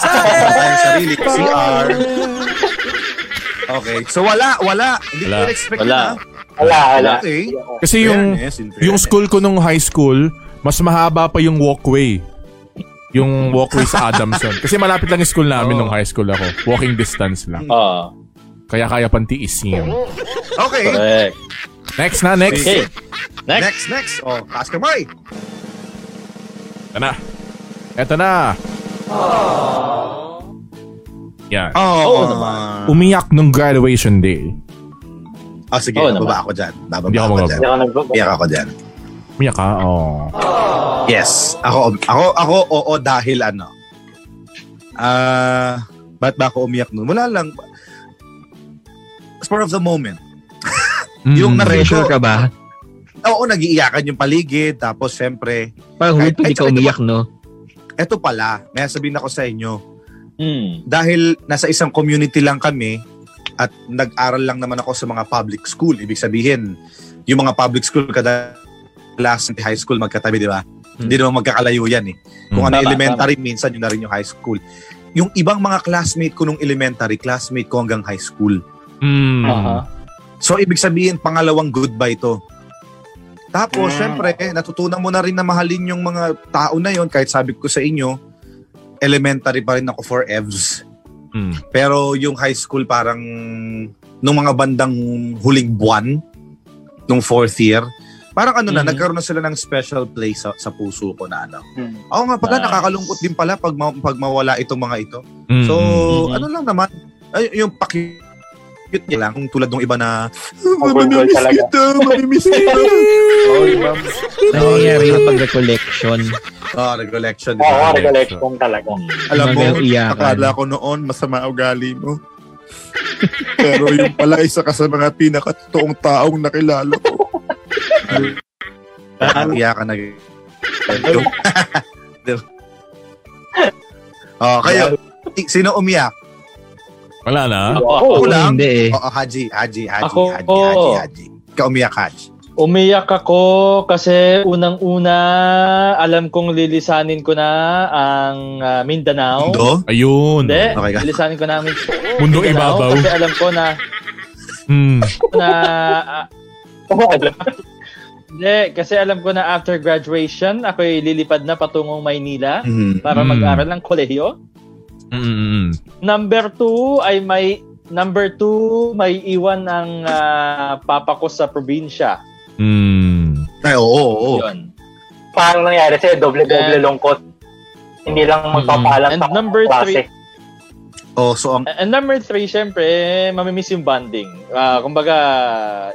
[SPEAKER 2] Tayong sarili, CR. Okay, so wala, wala. Hindi
[SPEAKER 1] Wala.
[SPEAKER 2] ko expect
[SPEAKER 6] Wala.
[SPEAKER 2] na.
[SPEAKER 4] Wala, wala.
[SPEAKER 2] Okay.
[SPEAKER 1] Kasi yung,
[SPEAKER 2] Fairness, in
[SPEAKER 1] yung
[SPEAKER 2] fairness.
[SPEAKER 1] school ko nung high school, mas mahaba pa yung walkway. Yung walkway sa Adamson. Kasi malapit lang yung school namin
[SPEAKER 2] Oo.
[SPEAKER 1] nung high school ako. Walking distance lang.
[SPEAKER 6] Ah,
[SPEAKER 1] Kaya kaya pantiis niya.
[SPEAKER 2] Okay.
[SPEAKER 6] correct.
[SPEAKER 1] Next na, next.
[SPEAKER 6] Okay. Next.
[SPEAKER 2] Next, next. Oh, Pastor Boy.
[SPEAKER 1] Ito na. Ito na. Yan.
[SPEAKER 2] Oo
[SPEAKER 3] Oo
[SPEAKER 1] Ah,
[SPEAKER 3] naman.
[SPEAKER 1] Umiyak nung graduation day.
[SPEAKER 2] Ah, sige,
[SPEAKER 6] Oo
[SPEAKER 2] bababa ako dyan. Bababa
[SPEAKER 1] Hindi ako
[SPEAKER 2] ako
[SPEAKER 1] mag-
[SPEAKER 2] dyan.
[SPEAKER 4] Hindi ako nag
[SPEAKER 2] Iyak ako dyan.
[SPEAKER 1] Umiyak ka? Oo.
[SPEAKER 2] Yes. Ako, ako, ako, oo, dahil ano. Ah, ba't ba ako umiyak nun? Wala lang. Spur of the moment.
[SPEAKER 1] Mm.
[SPEAKER 2] Yung nare-
[SPEAKER 5] Pressure ka ba?
[SPEAKER 2] Oo, nag-iiyakan yung paligid. Tapos, syempre,
[SPEAKER 5] Parang weird
[SPEAKER 2] Kahit-
[SPEAKER 5] pag di ka
[SPEAKER 2] kahit-
[SPEAKER 5] umiyak, no?
[SPEAKER 2] eto pala, may sabihin ako sa inyo.
[SPEAKER 6] Hmm.
[SPEAKER 2] Dahil nasa isang community lang kami at nag-aral lang naman ako sa mga public school. Ibig sabihin, yung mga public school kadalasan high school magkatabi, di ba? Hindi naman magkakalayo yan eh.
[SPEAKER 1] Mm.
[SPEAKER 2] Kung ano
[SPEAKER 6] Hmm. Tama,
[SPEAKER 2] elementary, minsan yun na rin yung high school. Yung ibang mga classmate ko nung elementary, classmate ko hanggang high school.
[SPEAKER 1] Mm.
[SPEAKER 6] Aha.
[SPEAKER 2] So, ibig sabihin, pangalawang goodbye to. Tapos,
[SPEAKER 6] Mm.
[SPEAKER 2] syempre, natutunan mo na rin na mahalin yung mga tao na yon kahit sabi ko sa inyo, elementary pa rin ako for evs.
[SPEAKER 1] Mm.
[SPEAKER 2] Pero yung high school parang nung mga bandang huling buwan, nung fourth year, parang ano na,
[SPEAKER 6] Mhm.
[SPEAKER 2] nagkaroon na sila ng special place sa, sa puso ko na ano.
[SPEAKER 4] Mhm.
[SPEAKER 2] Oo nga pala,
[SPEAKER 6] Nice.
[SPEAKER 2] nakakalungkot din pala pag, ma- pag mawala itong mga ito.
[SPEAKER 1] Mm.
[SPEAKER 2] So,
[SPEAKER 6] Mhm.
[SPEAKER 2] ano lang naman, ay, yung paki cute niya lang, kung tulad ng iba na, oh,
[SPEAKER 4] Overall
[SPEAKER 2] mamimiss
[SPEAKER 4] talaga."
[SPEAKER 2] kita, mamimiss kita.
[SPEAKER 3] Sorry, ma'am.
[SPEAKER 5] Nangyayari yung pag-recollection.
[SPEAKER 2] Ah, recollection.
[SPEAKER 4] Oo,
[SPEAKER 2] diba?
[SPEAKER 4] recollection talaga.
[SPEAKER 2] Alam mo,
[SPEAKER 5] Hanggang iyakan.
[SPEAKER 2] akala ko noon, masama ugali mo. Pero yung pala, isa ka sa mga pinakatotoong taong nakilala ko. Iyakan na. Diba? oh, kayo, sino umiyak?
[SPEAKER 1] Wala na?
[SPEAKER 2] Ako
[SPEAKER 5] Oo,
[SPEAKER 2] lang.
[SPEAKER 5] hindi eh.
[SPEAKER 2] Oo, Haji, Haji, Haji,
[SPEAKER 3] Ako,
[SPEAKER 2] Haji,
[SPEAKER 3] oo.
[SPEAKER 2] Haji, Haji. Ikaw umiyak, Haji.
[SPEAKER 3] Umiyak ako kasi unang-una alam kong lilisanin ko na ang ah, Mindanao.
[SPEAKER 2] Do?
[SPEAKER 1] Ayun.
[SPEAKER 3] Hindi,
[SPEAKER 2] Okay ka.
[SPEAKER 3] lilisanin ko na ang Mindanao.
[SPEAKER 1] Mundo ibabaw.
[SPEAKER 3] Kasi alam ko na
[SPEAKER 2] oh.
[SPEAKER 1] Mm.
[SPEAKER 3] na ah, hindi, kasi alam ko na after graduation, ako lilipad na patungong Maynila
[SPEAKER 2] Mhm.
[SPEAKER 3] para
[SPEAKER 1] Mm.
[SPEAKER 3] mag-aral ng kolehiyo.
[SPEAKER 1] Mm.
[SPEAKER 3] Number two ay may number two may iwan ang ah, papa ko sa probinsya.
[SPEAKER 1] Mm.
[SPEAKER 2] Ay, oo, oo. oo.
[SPEAKER 3] Yun.
[SPEAKER 4] Paano nangyari sa'yo? Doble-doble lungkot. Hindi lang magpapaalam
[SPEAKER 3] Mm-hmm. And number three,
[SPEAKER 2] Oh, so ang...
[SPEAKER 3] And number three, syempre, mamimiss yung bonding. Ah, kumbaga,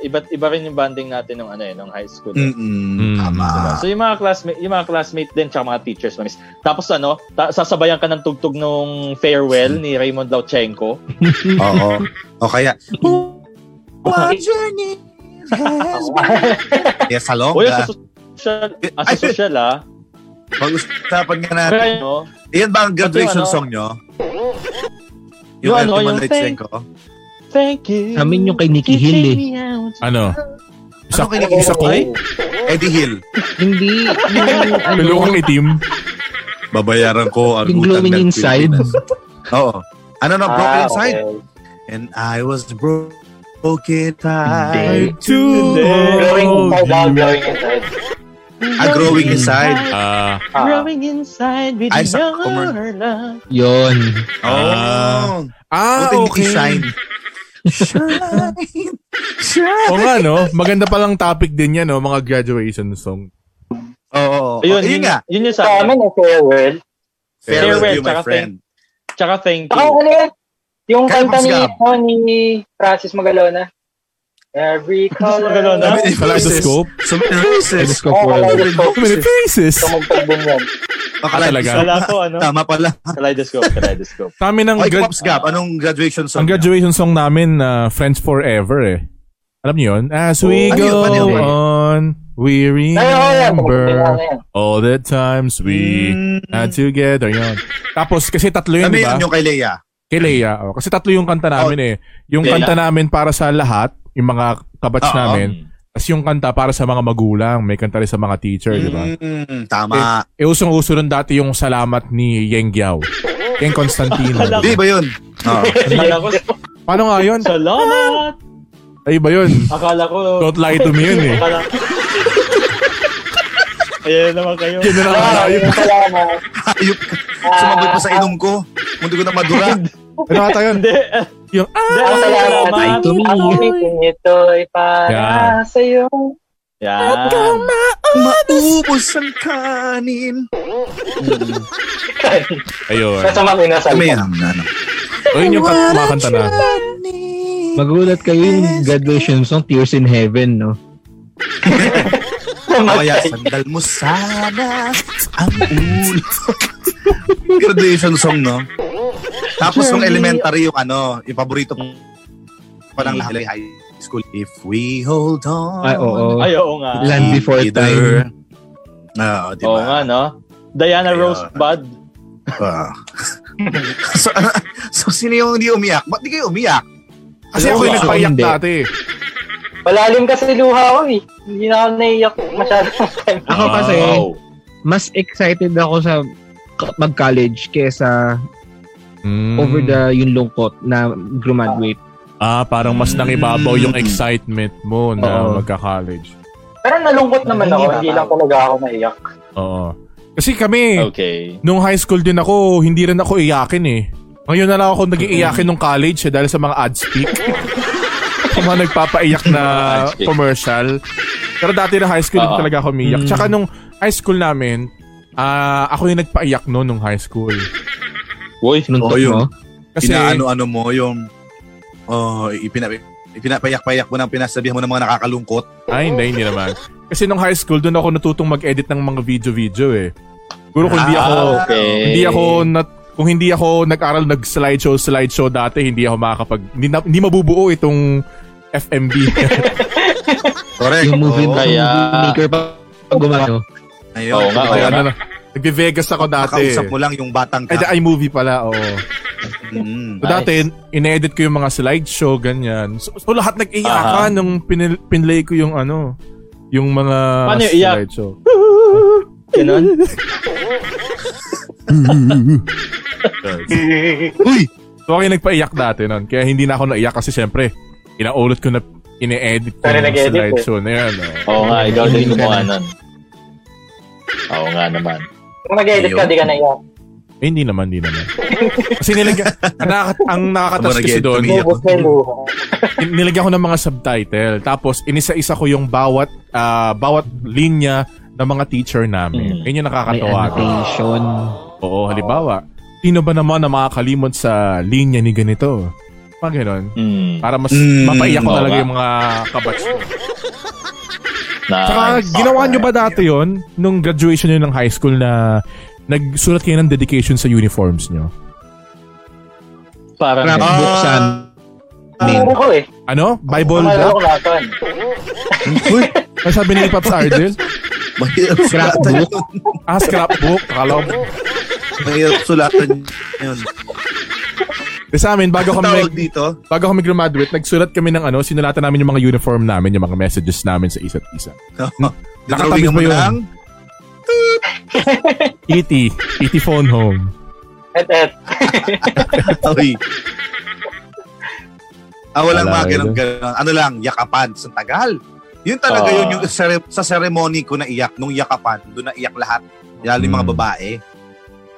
[SPEAKER 3] iba't iba rin yung bonding natin nung ano eh, nung high school.
[SPEAKER 2] Mm-mm,
[SPEAKER 1] Mm.
[SPEAKER 2] Tama.
[SPEAKER 3] So yung mga classmate, yung mga classmate din tsaka mga teachers mamiss. Tapos ano, ta- sasabayan ka ng tugtog nung farewell ni Raymond Lauchenko.
[SPEAKER 2] Oo. O kaya... What journey has been... Yes, hello?
[SPEAKER 3] O yun, sa social, ah, sa
[SPEAKER 2] Eh, Ay,
[SPEAKER 3] social ah.
[SPEAKER 2] Pag-usapan nga
[SPEAKER 3] Pero
[SPEAKER 2] natin.
[SPEAKER 3] ano,
[SPEAKER 2] Yan ba ang graduation song
[SPEAKER 3] Pati yung ano-
[SPEAKER 2] nyo?
[SPEAKER 3] Yung ano,
[SPEAKER 2] Ultimate
[SPEAKER 3] yung
[SPEAKER 2] Lightseng ko?
[SPEAKER 3] thank you.
[SPEAKER 5] Sa amin yung kay Nicky
[SPEAKER 3] You
[SPEAKER 5] Hill,
[SPEAKER 3] take
[SPEAKER 5] eh.
[SPEAKER 3] me out.
[SPEAKER 1] Ano? Isa,
[SPEAKER 2] Ano kinikilig
[SPEAKER 1] isa ko?
[SPEAKER 2] Eddie Hill.
[SPEAKER 5] Hindi. Yung, ano,
[SPEAKER 1] Tulungang itim.
[SPEAKER 2] Babayaran ko ang
[SPEAKER 5] yung
[SPEAKER 2] utang
[SPEAKER 5] glowing
[SPEAKER 2] ng
[SPEAKER 5] inside.
[SPEAKER 2] Pilipinas. Oo. Ano na, broken
[SPEAKER 4] Ah,
[SPEAKER 2] inside?
[SPEAKER 4] okay.
[SPEAKER 2] And I was broke. Okay,
[SPEAKER 5] Hindi.
[SPEAKER 2] time.
[SPEAKER 4] Glowing inside daw,
[SPEAKER 1] Ah,
[SPEAKER 4] glowing inside.
[SPEAKER 2] A
[SPEAKER 4] Ah.
[SPEAKER 2] Ah, growing inside.
[SPEAKER 3] Mm. Growing inside with
[SPEAKER 2] Ay, sa-
[SPEAKER 3] your
[SPEAKER 2] Comer.
[SPEAKER 3] love.
[SPEAKER 5] Yun.
[SPEAKER 1] Ah.
[SPEAKER 2] Oh.
[SPEAKER 1] ah,
[SPEAKER 2] Buti hindi
[SPEAKER 1] okay.
[SPEAKER 2] shine.
[SPEAKER 1] O nga, no? Maganda palang topic din yan, no? Mga graduation song.
[SPEAKER 2] Oo. Oh,
[SPEAKER 3] Ayun,
[SPEAKER 2] yun nga.
[SPEAKER 3] Yun yung
[SPEAKER 4] Sa
[SPEAKER 3] sa amin.
[SPEAKER 4] amin, eh, farewell.
[SPEAKER 2] Farewell,
[SPEAKER 3] Farewell,
[SPEAKER 2] to you, my
[SPEAKER 3] tsaka
[SPEAKER 2] friend.
[SPEAKER 3] Tsaka thank
[SPEAKER 4] Saka
[SPEAKER 3] you.
[SPEAKER 4] ano yun? Yung
[SPEAKER 2] Kaya
[SPEAKER 4] kanta ni,
[SPEAKER 2] Pascal.
[SPEAKER 4] oh, ni Francis Magalona. Every color.
[SPEAKER 3] Magalona?
[SPEAKER 4] Magalona?
[SPEAKER 1] Kaleidoscope?
[SPEAKER 2] So many races.
[SPEAKER 5] Telescope
[SPEAKER 4] Oh,
[SPEAKER 5] world.
[SPEAKER 1] So many faces!
[SPEAKER 4] Tumugtog din yan.
[SPEAKER 1] Ah, talaga?
[SPEAKER 3] Wala ko, ano?
[SPEAKER 2] Tama pala.
[SPEAKER 3] Kaleidoscope, kaleidoscope.
[SPEAKER 1] Kami ng
[SPEAKER 2] Ay, ah.
[SPEAKER 1] gra-
[SPEAKER 2] Pops Gab, anong graduation song?
[SPEAKER 1] ang graduation song namin, ah, Friends Forever, eh. Alam niyo yun? As we
[SPEAKER 2] Ano yun?
[SPEAKER 1] go
[SPEAKER 2] Ano yun?
[SPEAKER 1] on, we
[SPEAKER 2] oh,
[SPEAKER 4] Ay, oo, yan. Tumugtog din
[SPEAKER 1] remember
[SPEAKER 4] yan.
[SPEAKER 1] all the times we had together. Yun. Tapos, kasi tatlo yun, Ah,
[SPEAKER 2] Kami
[SPEAKER 1] di ba?
[SPEAKER 2] Mm. yun yung Oh. kay Leia.
[SPEAKER 1] Kay Lea. oh. Kasi tatlo yung kanta namin eh. Yung
[SPEAKER 6] Lea.
[SPEAKER 1] kanta namin para sa lahat, yung mga kabats
[SPEAKER 2] Oo. Mm.
[SPEAKER 1] namin. Tapos yung kanta para sa mga magulang, may kanta rin sa mga teacher, di ba?
[SPEAKER 2] Mm, tama.
[SPEAKER 1] Eh, usong-uso nun dati yung salamat ni Yeng Giao. Yeng Constantino.
[SPEAKER 3] Alam
[SPEAKER 2] Di ba yun? Ah. Oo.
[SPEAKER 3] Akala ko,
[SPEAKER 1] Paano nga yun?
[SPEAKER 3] salamat!
[SPEAKER 1] Ay ba yun?
[SPEAKER 3] Akala ko...
[SPEAKER 1] Don't lie to me yun eh.
[SPEAKER 3] Akala Ayan naman kayo.
[SPEAKER 1] Yun na lang
[SPEAKER 4] Ah,
[SPEAKER 1] tayo.
[SPEAKER 4] yung salamat.
[SPEAKER 2] Ayup. Sumabay pa sa inom ko. Mundo ko na madura.
[SPEAKER 1] Ano nga tayo yun?
[SPEAKER 3] Hindi. eh,
[SPEAKER 1] Yung, ah!
[SPEAKER 4] Ang
[SPEAKER 3] Hindi, ang
[SPEAKER 4] salamat.
[SPEAKER 5] ay,
[SPEAKER 3] salamat.
[SPEAKER 5] to me.
[SPEAKER 4] Ang umitin ito ay para
[SPEAKER 1] Yan.
[SPEAKER 4] sa'yo.
[SPEAKER 3] Yan.
[SPEAKER 2] Maubos ang kanin.
[SPEAKER 1] Ayun.
[SPEAKER 4] Kasamang inasal
[SPEAKER 2] Kami
[SPEAKER 4] ko.
[SPEAKER 2] yan. Ano.
[SPEAKER 1] O yun yung kat- mga kanta na.
[SPEAKER 5] Magulat kayo yung graduation song Tears in Heaven, no?
[SPEAKER 2] Kaya sandal mo sana ang ulo. Graduation song, no? Tapos nung elementary yung ano, yung paborito ko pa ng lahat high school. If we hold on.
[SPEAKER 5] Ay, oo.
[SPEAKER 3] Ay, oo nga.
[SPEAKER 5] Land before time.
[SPEAKER 2] together. Oo, di
[SPEAKER 3] Oo
[SPEAKER 2] ba?
[SPEAKER 3] nga, no? Diana
[SPEAKER 2] Kaya-
[SPEAKER 3] Rose Bud.
[SPEAKER 2] Ah. so, so, sino yung hindi umiyak? Ba't di kayo umiyak?
[SPEAKER 1] Kasi ako yung
[SPEAKER 5] Ako
[SPEAKER 1] nagpaiyak
[SPEAKER 5] hindi.
[SPEAKER 1] dati.
[SPEAKER 4] Malalim kasi luha ko eh. Hindi na ako naiyak eh, masyado.
[SPEAKER 5] Ako kasi, mas excited ako sa k- mag-college kesa
[SPEAKER 1] Mm.
[SPEAKER 5] over the yung lungkot na graduate.
[SPEAKER 1] Ah, parang mas nangibabaw yung excitement mo na
[SPEAKER 5] Mm. Oo.
[SPEAKER 1] magka-college.
[SPEAKER 4] Pero nalungkot naman ako. Hindi lang talaga ako naiyak.
[SPEAKER 1] Oo. Kasi kami,
[SPEAKER 6] Okay.
[SPEAKER 1] nung high school din ako, hindi rin ako iyakin eh. Ngayon na lang ako naging iyakin nung college eh, dahil sa mga ads peak. sa mga nagpapaiyak na
[SPEAKER 6] Ads peak.
[SPEAKER 1] commercial. Pero dati na high school, hindi
[SPEAKER 6] Oo.
[SPEAKER 1] talaga ako umiyak.
[SPEAKER 5] Mm.
[SPEAKER 1] Tsaka nung high school namin, ah ako yung nagpaiyak no nung high school.
[SPEAKER 6] Uy.
[SPEAKER 5] Sinuntok
[SPEAKER 2] Oo, yun.
[SPEAKER 5] mo.
[SPEAKER 1] Kasi,
[SPEAKER 2] Inaano-ano mo yung... Oh, ipina, ipinapayak-payak mo ng pinasabihan mo ng mga nakakalungkot.
[SPEAKER 1] ay hindi, hindi naman. Kasi nung high school, doon ako natutong mag-edit ng mga video-video eh. Siguro kung hindi ako,
[SPEAKER 2] Ah,
[SPEAKER 6] Okay.
[SPEAKER 1] hindi ako nat kung hindi ako nag-aral nag slideshow slideshow dati hindi ako makakapag hindi, na- hindi mabubuo itong FMB.
[SPEAKER 2] Correct.
[SPEAKER 5] Yung movie,
[SPEAKER 2] Oo.
[SPEAKER 6] Kaya-
[SPEAKER 5] movie maker pa pag gumano.
[SPEAKER 2] Ayun.
[SPEAKER 6] Oo nga,
[SPEAKER 1] Kaya ano na, nagbe-Vegas ako dati.
[SPEAKER 2] Kakausap mo lang yung batang
[SPEAKER 1] Ay,
[SPEAKER 2] ka.
[SPEAKER 1] ay movie pala, oo.
[SPEAKER 2] Mm.
[SPEAKER 1] So, dati, in-edit ko yung mga slideshow, ganyan. So, so lahat nag-iyakan nung pinil- pinlay ko yung ano, yung mga
[SPEAKER 3] Paano yung iyak?
[SPEAKER 1] slideshow.
[SPEAKER 3] Ganun.
[SPEAKER 1] So, ako yung nagpaiyak dati nun. Kaya hindi na ako naiyak kasi syempre, inaulot ko na ine-edit ko
[SPEAKER 4] Pero
[SPEAKER 1] yung
[SPEAKER 4] nag-edit eh.
[SPEAKER 1] slideshow na yan. oo.
[SPEAKER 6] Oo nga, ikaw din gumawa nun. Oo nga naman.
[SPEAKER 4] Kung nag-edit ka, di ka naiyak.
[SPEAKER 1] Eh, hindi naman, hindi naman. Kasi nilagyan, nakaka, ang nakakatas
[SPEAKER 2] Kumbaga,
[SPEAKER 1] kasi doon,
[SPEAKER 2] tumiyak.
[SPEAKER 4] Ubus na yung luha.
[SPEAKER 1] in- nilagyan ko ng mga subtitle. Tapos, inisa-isa ko yung bawat, ah, bawat linya ng mga teacher namin.
[SPEAKER 6] Mm.
[SPEAKER 1] Yun yung
[SPEAKER 5] May
[SPEAKER 1] nakakatawa. doon.
[SPEAKER 5] annotation.
[SPEAKER 1] Oo, halimbawa, sino ba naman na makakalimot sa linya ni ganito? Mga ganon.
[SPEAKER 6] Hmm.
[SPEAKER 1] Para mas
[SPEAKER 2] Mm.
[SPEAKER 1] mapaiyak ko
[SPEAKER 6] Oo
[SPEAKER 1] talaga
[SPEAKER 6] nga.
[SPEAKER 1] yung mga kabatch Ah, ko.
[SPEAKER 6] Nice.
[SPEAKER 1] Tsaka, ginawa nyo ba dati yon nung graduation nyo ng high school na nagsulat kayo ng dedication sa uniforms nyo?
[SPEAKER 6] Parang
[SPEAKER 2] Ah.
[SPEAKER 5] Crap book sa amin.
[SPEAKER 4] Puro ko eh.
[SPEAKER 1] Ano? Bible?
[SPEAKER 4] Malala ko natin.
[SPEAKER 2] Uy,
[SPEAKER 1] Ano sabi ni Pops Ardel?
[SPEAKER 2] mahirap sulatan
[SPEAKER 5] Scrapbook.
[SPEAKER 2] yun.
[SPEAKER 1] Ah, scrapbook. Akala ko.
[SPEAKER 2] Mahirap sulatan yun.
[SPEAKER 1] Eh, Sa amin, bago
[SPEAKER 2] Ang
[SPEAKER 1] kami,
[SPEAKER 2] tawag dito?
[SPEAKER 1] bago kami graduate, nagsulat kami ng ano, sinulatan namin yung mga uniform namin, yung mga messages namin sa isa't isa. Nakatabi
[SPEAKER 2] Drawing
[SPEAKER 1] mo
[SPEAKER 2] mo
[SPEAKER 1] yun.
[SPEAKER 2] lang.
[SPEAKER 1] ET, ET E phone home.
[SPEAKER 4] Et, et.
[SPEAKER 2] Uy. Ah, walang
[SPEAKER 1] Wala,
[SPEAKER 2] mga ganun,
[SPEAKER 1] yun.
[SPEAKER 2] ganun. Ano lang, yakapan sa Tagal. Yun talaga
[SPEAKER 6] Ah.
[SPEAKER 2] yun yung cere- sa ceremony ko na iyak, nung yakapan, doon na iyak lahat. Lalo yung mga
[SPEAKER 1] Mm.
[SPEAKER 2] babae.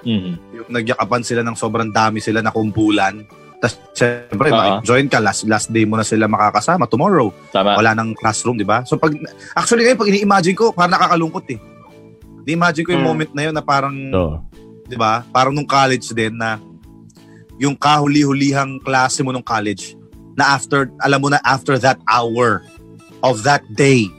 [SPEAKER 3] Mhm.
[SPEAKER 6] Mm.
[SPEAKER 2] Yung nagyakapan sila ng sobrang dami sila na kumpulan. Tapos, syempre,
[SPEAKER 6] Oo.
[SPEAKER 2] join ka, last, last day mo na sila makakasama, tomorrow.
[SPEAKER 6] Tama.
[SPEAKER 3] Ah.
[SPEAKER 2] wala nang classroom, di ba? So pag actually ngayon pag ini-imagine ko, parang nakakalungkot eh. Ni-imagine ko yung
[SPEAKER 4] Hmm.
[SPEAKER 2] moment na yun na parang,
[SPEAKER 1] So,
[SPEAKER 2] di ba? Parang nung college din na yung kahuli-hulihang klase mo nung college na after, alam mo na after that hour of that day,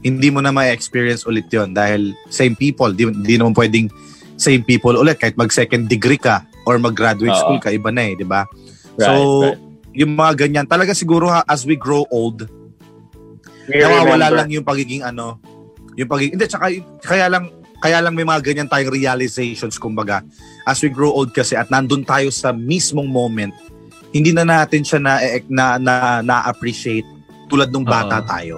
[SPEAKER 2] hindi mo na ma-experience ulit yon dahil same people, di, di naman pwedeng same people ulit kahit mag second degree ka or mag graduate
[SPEAKER 6] Oo.
[SPEAKER 2] school ka, iba na eh, di ba?
[SPEAKER 6] Right,
[SPEAKER 2] so,
[SPEAKER 6] right.
[SPEAKER 2] yung mga ganyan, talaga siguro ha, as we grow old,
[SPEAKER 4] We
[SPEAKER 2] nawawala
[SPEAKER 4] remember.
[SPEAKER 2] lang yung pagiging ano, yung pagiging, hindi, tsaka, kaya lang, kaya lang may mga ganyan tayong realizations, kumbaga. As we grow old kasi at nandun tayo sa mismong moment, hindi na natin siya na, eh, na, na, na-appreciate tulad nung bata
[SPEAKER 6] Oo.
[SPEAKER 2] tayo.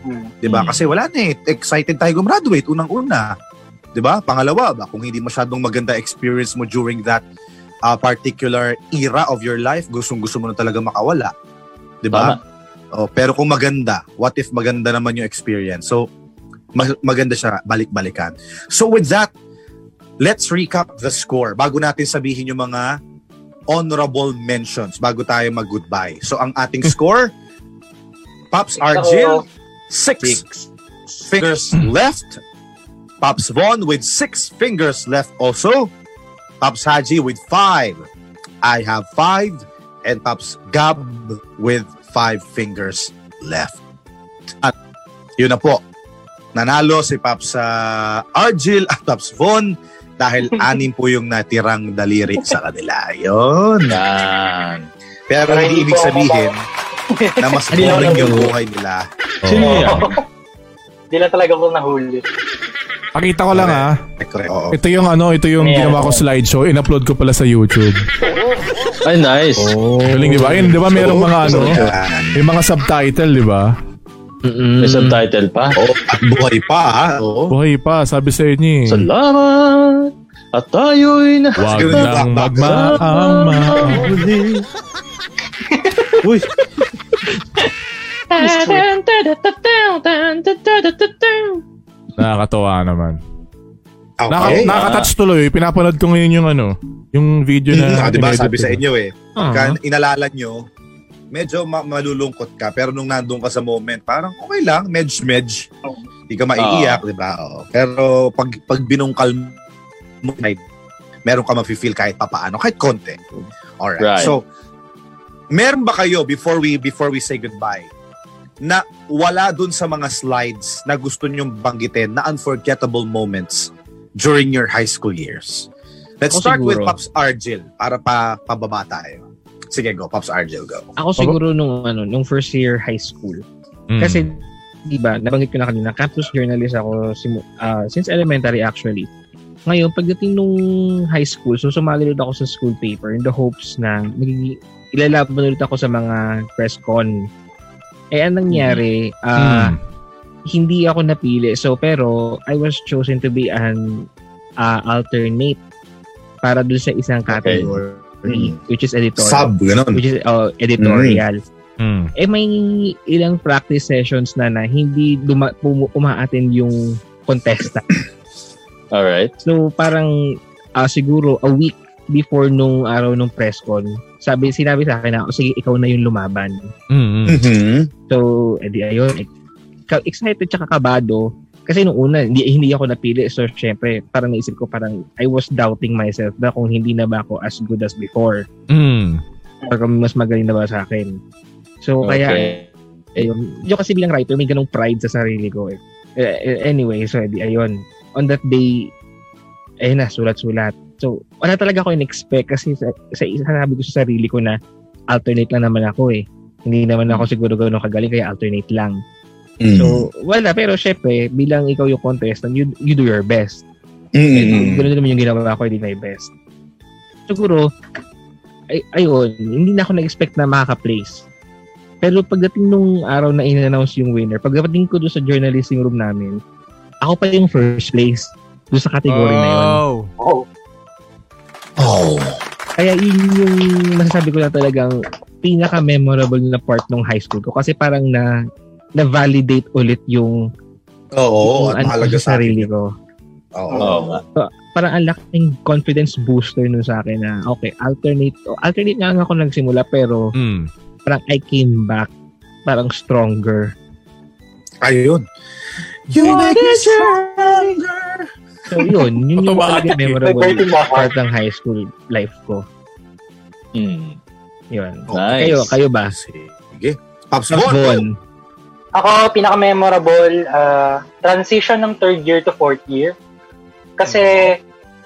[SPEAKER 4] Hmm.
[SPEAKER 2] 'Di ba?
[SPEAKER 6] Mm.
[SPEAKER 2] Kasi wala na eh. Excited tayo gumraduate unang-una. 'Di ba? Pangalawa, ba kung hindi masyadong maganda experience mo during that uh, particular era of your life, gustong-gusto mo na talaga makawala. 'Di ba? Oh, pero kung maganda, what if maganda naman yung experience? So ma- maganda siya balik-balikan. So with that, let's recap the score bago natin sabihin yung mga honorable mentions bago tayo mag-goodbye. So ang ating score, Pops Argil,
[SPEAKER 4] So,
[SPEAKER 2] six, fingers left. Pops Von with six fingers left also. Pops Haji with five. I have five. And Pops Gab with five fingers left. At yun na po. Nanalo si Pops ah, Argil at Pops Von dahil anim po yung natirang daliri sa kanila. Yun.
[SPEAKER 3] Yan.
[SPEAKER 2] Pero hindi ibig sabihin na mas
[SPEAKER 5] Hindi ako
[SPEAKER 2] boring yung
[SPEAKER 5] nabuo.
[SPEAKER 2] buhay nila.
[SPEAKER 1] Sino yan?
[SPEAKER 4] Hindi lang talaga ako nahuli.
[SPEAKER 1] Pakita ko lang ah.
[SPEAKER 2] Correct. Oo.
[SPEAKER 1] Ito yung ano, ito yung
[SPEAKER 4] Yeah.
[SPEAKER 1] ginawa ko slideshow. In-upload ko pala sa YouTube.
[SPEAKER 3] Ay, nice.
[SPEAKER 5] Oh.
[SPEAKER 1] Galing, di ba? Ayun, di ba merong mga ano?
[SPEAKER 2] Yan.
[SPEAKER 1] Yung mga subtitle, di ba?
[SPEAKER 5] Mm-mm.
[SPEAKER 3] May
[SPEAKER 1] Mm.
[SPEAKER 3] subtitle pa.
[SPEAKER 1] Oh.
[SPEAKER 2] Oo, at buhay pa ha. Oo.
[SPEAKER 1] Buhay pa, sabi sa inyo eh.
[SPEAKER 3] Salamat! At tayo'y na...
[SPEAKER 1] Wag
[SPEAKER 2] Sige,
[SPEAKER 1] nang
[SPEAKER 2] back, back.
[SPEAKER 1] magmaama.
[SPEAKER 2] Uy,
[SPEAKER 1] Nakakatawa naman. Naka,
[SPEAKER 2] okay. Ah.
[SPEAKER 1] Nakaka-touch tuloy. Pinapanood ko ngayon yung ano, yung video na...
[SPEAKER 2] Ah, di ba
[SPEAKER 1] inedit
[SPEAKER 2] sabi
[SPEAKER 1] ko.
[SPEAKER 2] sa inyo eh,
[SPEAKER 1] Ah.
[SPEAKER 2] pagka inalala nyo, medyo ma- malulungkot ka. Pero nung nandun ka sa moment, parang okay lang, medj-medj. Hindi ka maiiyak, di ba? Oo. Pero pag, pag binungkal mo, may, meron ka mafe-feel kahit papaano, kahit konti. Alright.
[SPEAKER 3] Right.
[SPEAKER 2] So, meron ba kayo before we before we say goodbye na wala dun sa mga slides na gusto nyong banggitin na unforgettable moments during your high school years? Let's
[SPEAKER 5] Ako
[SPEAKER 2] start with
[SPEAKER 5] siguro.
[SPEAKER 2] Pops Argil para pa pababa tayo. Sige, go. Pops Argil, go.
[SPEAKER 5] Ako siguro nung ano, nung first year high school.
[SPEAKER 1] Mm.
[SPEAKER 5] Kasi, di ba, nabanggit ko na kanina, campus journalist ako simu- ah, since elementary actually. Ngayon, pagdating nung high school, so sumali ulit ako sa school paper in the hopes na magiging, ilalaban ulit ako sa mga press con. Eh, anong nangyari? Ah,
[SPEAKER 1] Mm.
[SPEAKER 5] Hindi ako napili. So, pero, I was chosen to be an ah, alternate para dun sa isang
[SPEAKER 3] Okay.
[SPEAKER 5] category, which is editorial.
[SPEAKER 2] Sub, ganun. Hmm.
[SPEAKER 5] Which is oh, editorial
[SPEAKER 1] Mm.
[SPEAKER 5] eh may ilang practice sessions na na hindi duma- pum- umaattend yung contestant.
[SPEAKER 3] Alright.
[SPEAKER 5] So parang ah, siguro a week before nung araw nung press con, sabi sinabi sa akin na "O, sige ikaw na yung lumaban.
[SPEAKER 1] Mm.
[SPEAKER 2] Mhm.
[SPEAKER 5] So edi ayun eh, ka- excited tsaka kabado kasi nung una hindi hindi ako napili so syempre parang naisip ko parang I was doubting myself na kung hindi na ba ako as good as before
[SPEAKER 1] Mm.
[SPEAKER 5] or kung mas magaling na ba sa akin. So kaya
[SPEAKER 3] Okay.
[SPEAKER 5] Ayun. Eh, Yung kasi bilang writer, may ganong pride sa sarili ko eh. Eh, eh, Anyway, so edi, ayun. On that day, ayun na, sulat-sulat. So, wala talaga ako in-expect kasi sa, sa sabi ko sa sarili ko na alternate lang naman ako eh. Hindi naman ako siguro gano'ng kagaling kaya alternate lang. So, wala. Pero syempre, bilang ikaw yung contestant, you, you do your best.
[SPEAKER 2] Mhm.
[SPEAKER 5] Ganun naman yung ginawa ko, I did my best. Siguro, ay, ayun, hindi na ako na-expect na makaka-place. Pero pagdating nung araw na in-announce yung winner, pagdating ko doon sa journalism room namin, ako pa yung first place doon sa category na yun.
[SPEAKER 1] Oh.
[SPEAKER 4] Oh.
[SPEAKER 2] Oh.
[SPEAKER 5] Kaya yun yung masasabi ko na talagang pinaka-memorable na part ng high school ko kasi parang na na-validate ulit yung,
[SPEAKER 2] Oo,
[SPEAKER 5] yung
[SPEAKER 2] at
[SPEAKER 5] ano
[SPEAKER 2] mahalaga
[SPEAKER 5] ko
[SPEAKER 2] sa
[SPEAKER 5] sa
[SPEAKER 2] atin.
[SPEAKER 5] sarili Oh. ko.
[SPEAKER 2] Oo.
[SPEAKER 3] Oo nga.
[SPEAKER 5] parang ang laking confidence booster nun sa akin na okay, alternate alternate nga lang ako nagsimula pero
[SPEAKER 1] Mm.
[SPEAKER 5] parang I came back parang stronger.
[SPEAKER 2] Ayun. You make me stronger.
[SPEAKER 5] So yun, yun yung
[SPEAKER 1] Automatic
[SPEAKER 5] talaga
[SPEAKER 1] eh.
[SPEAKER 5] memorable
[SPEAKER 4] Nag-13 na ako.
[SPEAKER 5] part ng high school life ko.
[SPEAKER 3] Mm.
[SPEAKER 5] Yun.
[SPEAKER 3] Nice.
[SPEAKER 5] Kayo, kayo ba?
[SPEAKER 2] Sige. Pops
[SPEAKER 5] Tapos
[SPEAKER 2] Bon.
[SPEAKER 5] Bon.
[SPEAKER 4] Ako, pinaka-memorable, ah, transition ng third year to fourth year. Kasi,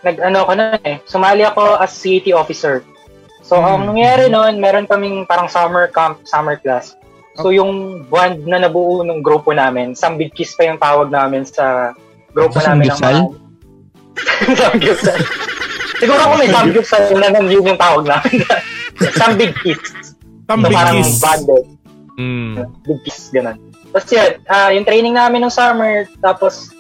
[SPEAKER 4] nag-ano ko na eh, sumali ako as city officer. So, ang nangyari noon, meron kaming parang summer camp, summer class. So, yung bond na nabuo ng grupo namin, Sambigkis pa yung tawag namin sa grupo
[SPEAKER 5] Sa
[SPEAKER 4] namin. ng
[SPEAKER 5] Sambigsal?
[SPEAKER 4] mga- Sambigsal. Siguro kung may Sambigsal na nun, yun yung tawag namin. Sambigkis. So,
[SPEAKER 1] Tambig
[SPEAKER 4] parang
[SPEAKER 1] kiss.
[SPEAKER 4] bonded
[SPEAKER 1] Mm.
[SPEAKER 4] big kiss, ganun. Tapos yun, ah, yung training namin nung summer, tapos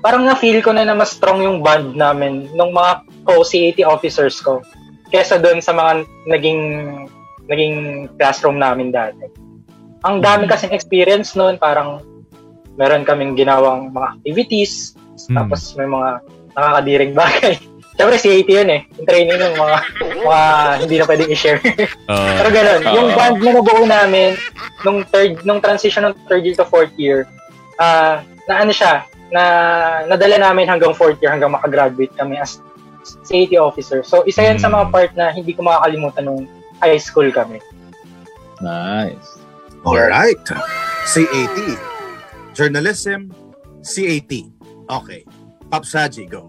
[SPEAKER 4] parang na-feel ko na na mas strong yung bond namin nung mga co-CAT officers ko kesa doon sa mga naging naging classroom namin dati. Ang dami kasing experience noon, parang meron kaming ginawang mga activities,
[SPEAKER 1] Hmm.
[SPEAKER 4] tapos may mga nakakadiring bagay. Siyempre, CAT yun eh. Yung training ng mga, mga hindi na pwedeng i-share.
[SPEAKER 1] Uh,
[SPEAKER 4] Pero ganun,
[SPEAKER 3] Oo.
[SPEAKER 4] yung band na nabuo namin nung third nung transition ng third year to fourth year, ah na ano siya, na nadala namin hanggang fourth year hanggang makagraduate kami as safety officer. So, isa yan sa mga part na hindi ko makakalimutan nung high school kami.
[SPEAKER 6] Nice.
[SPEAKER 2] Alright. CAT. Journalism, CAT. Okay. Pops Haji, go.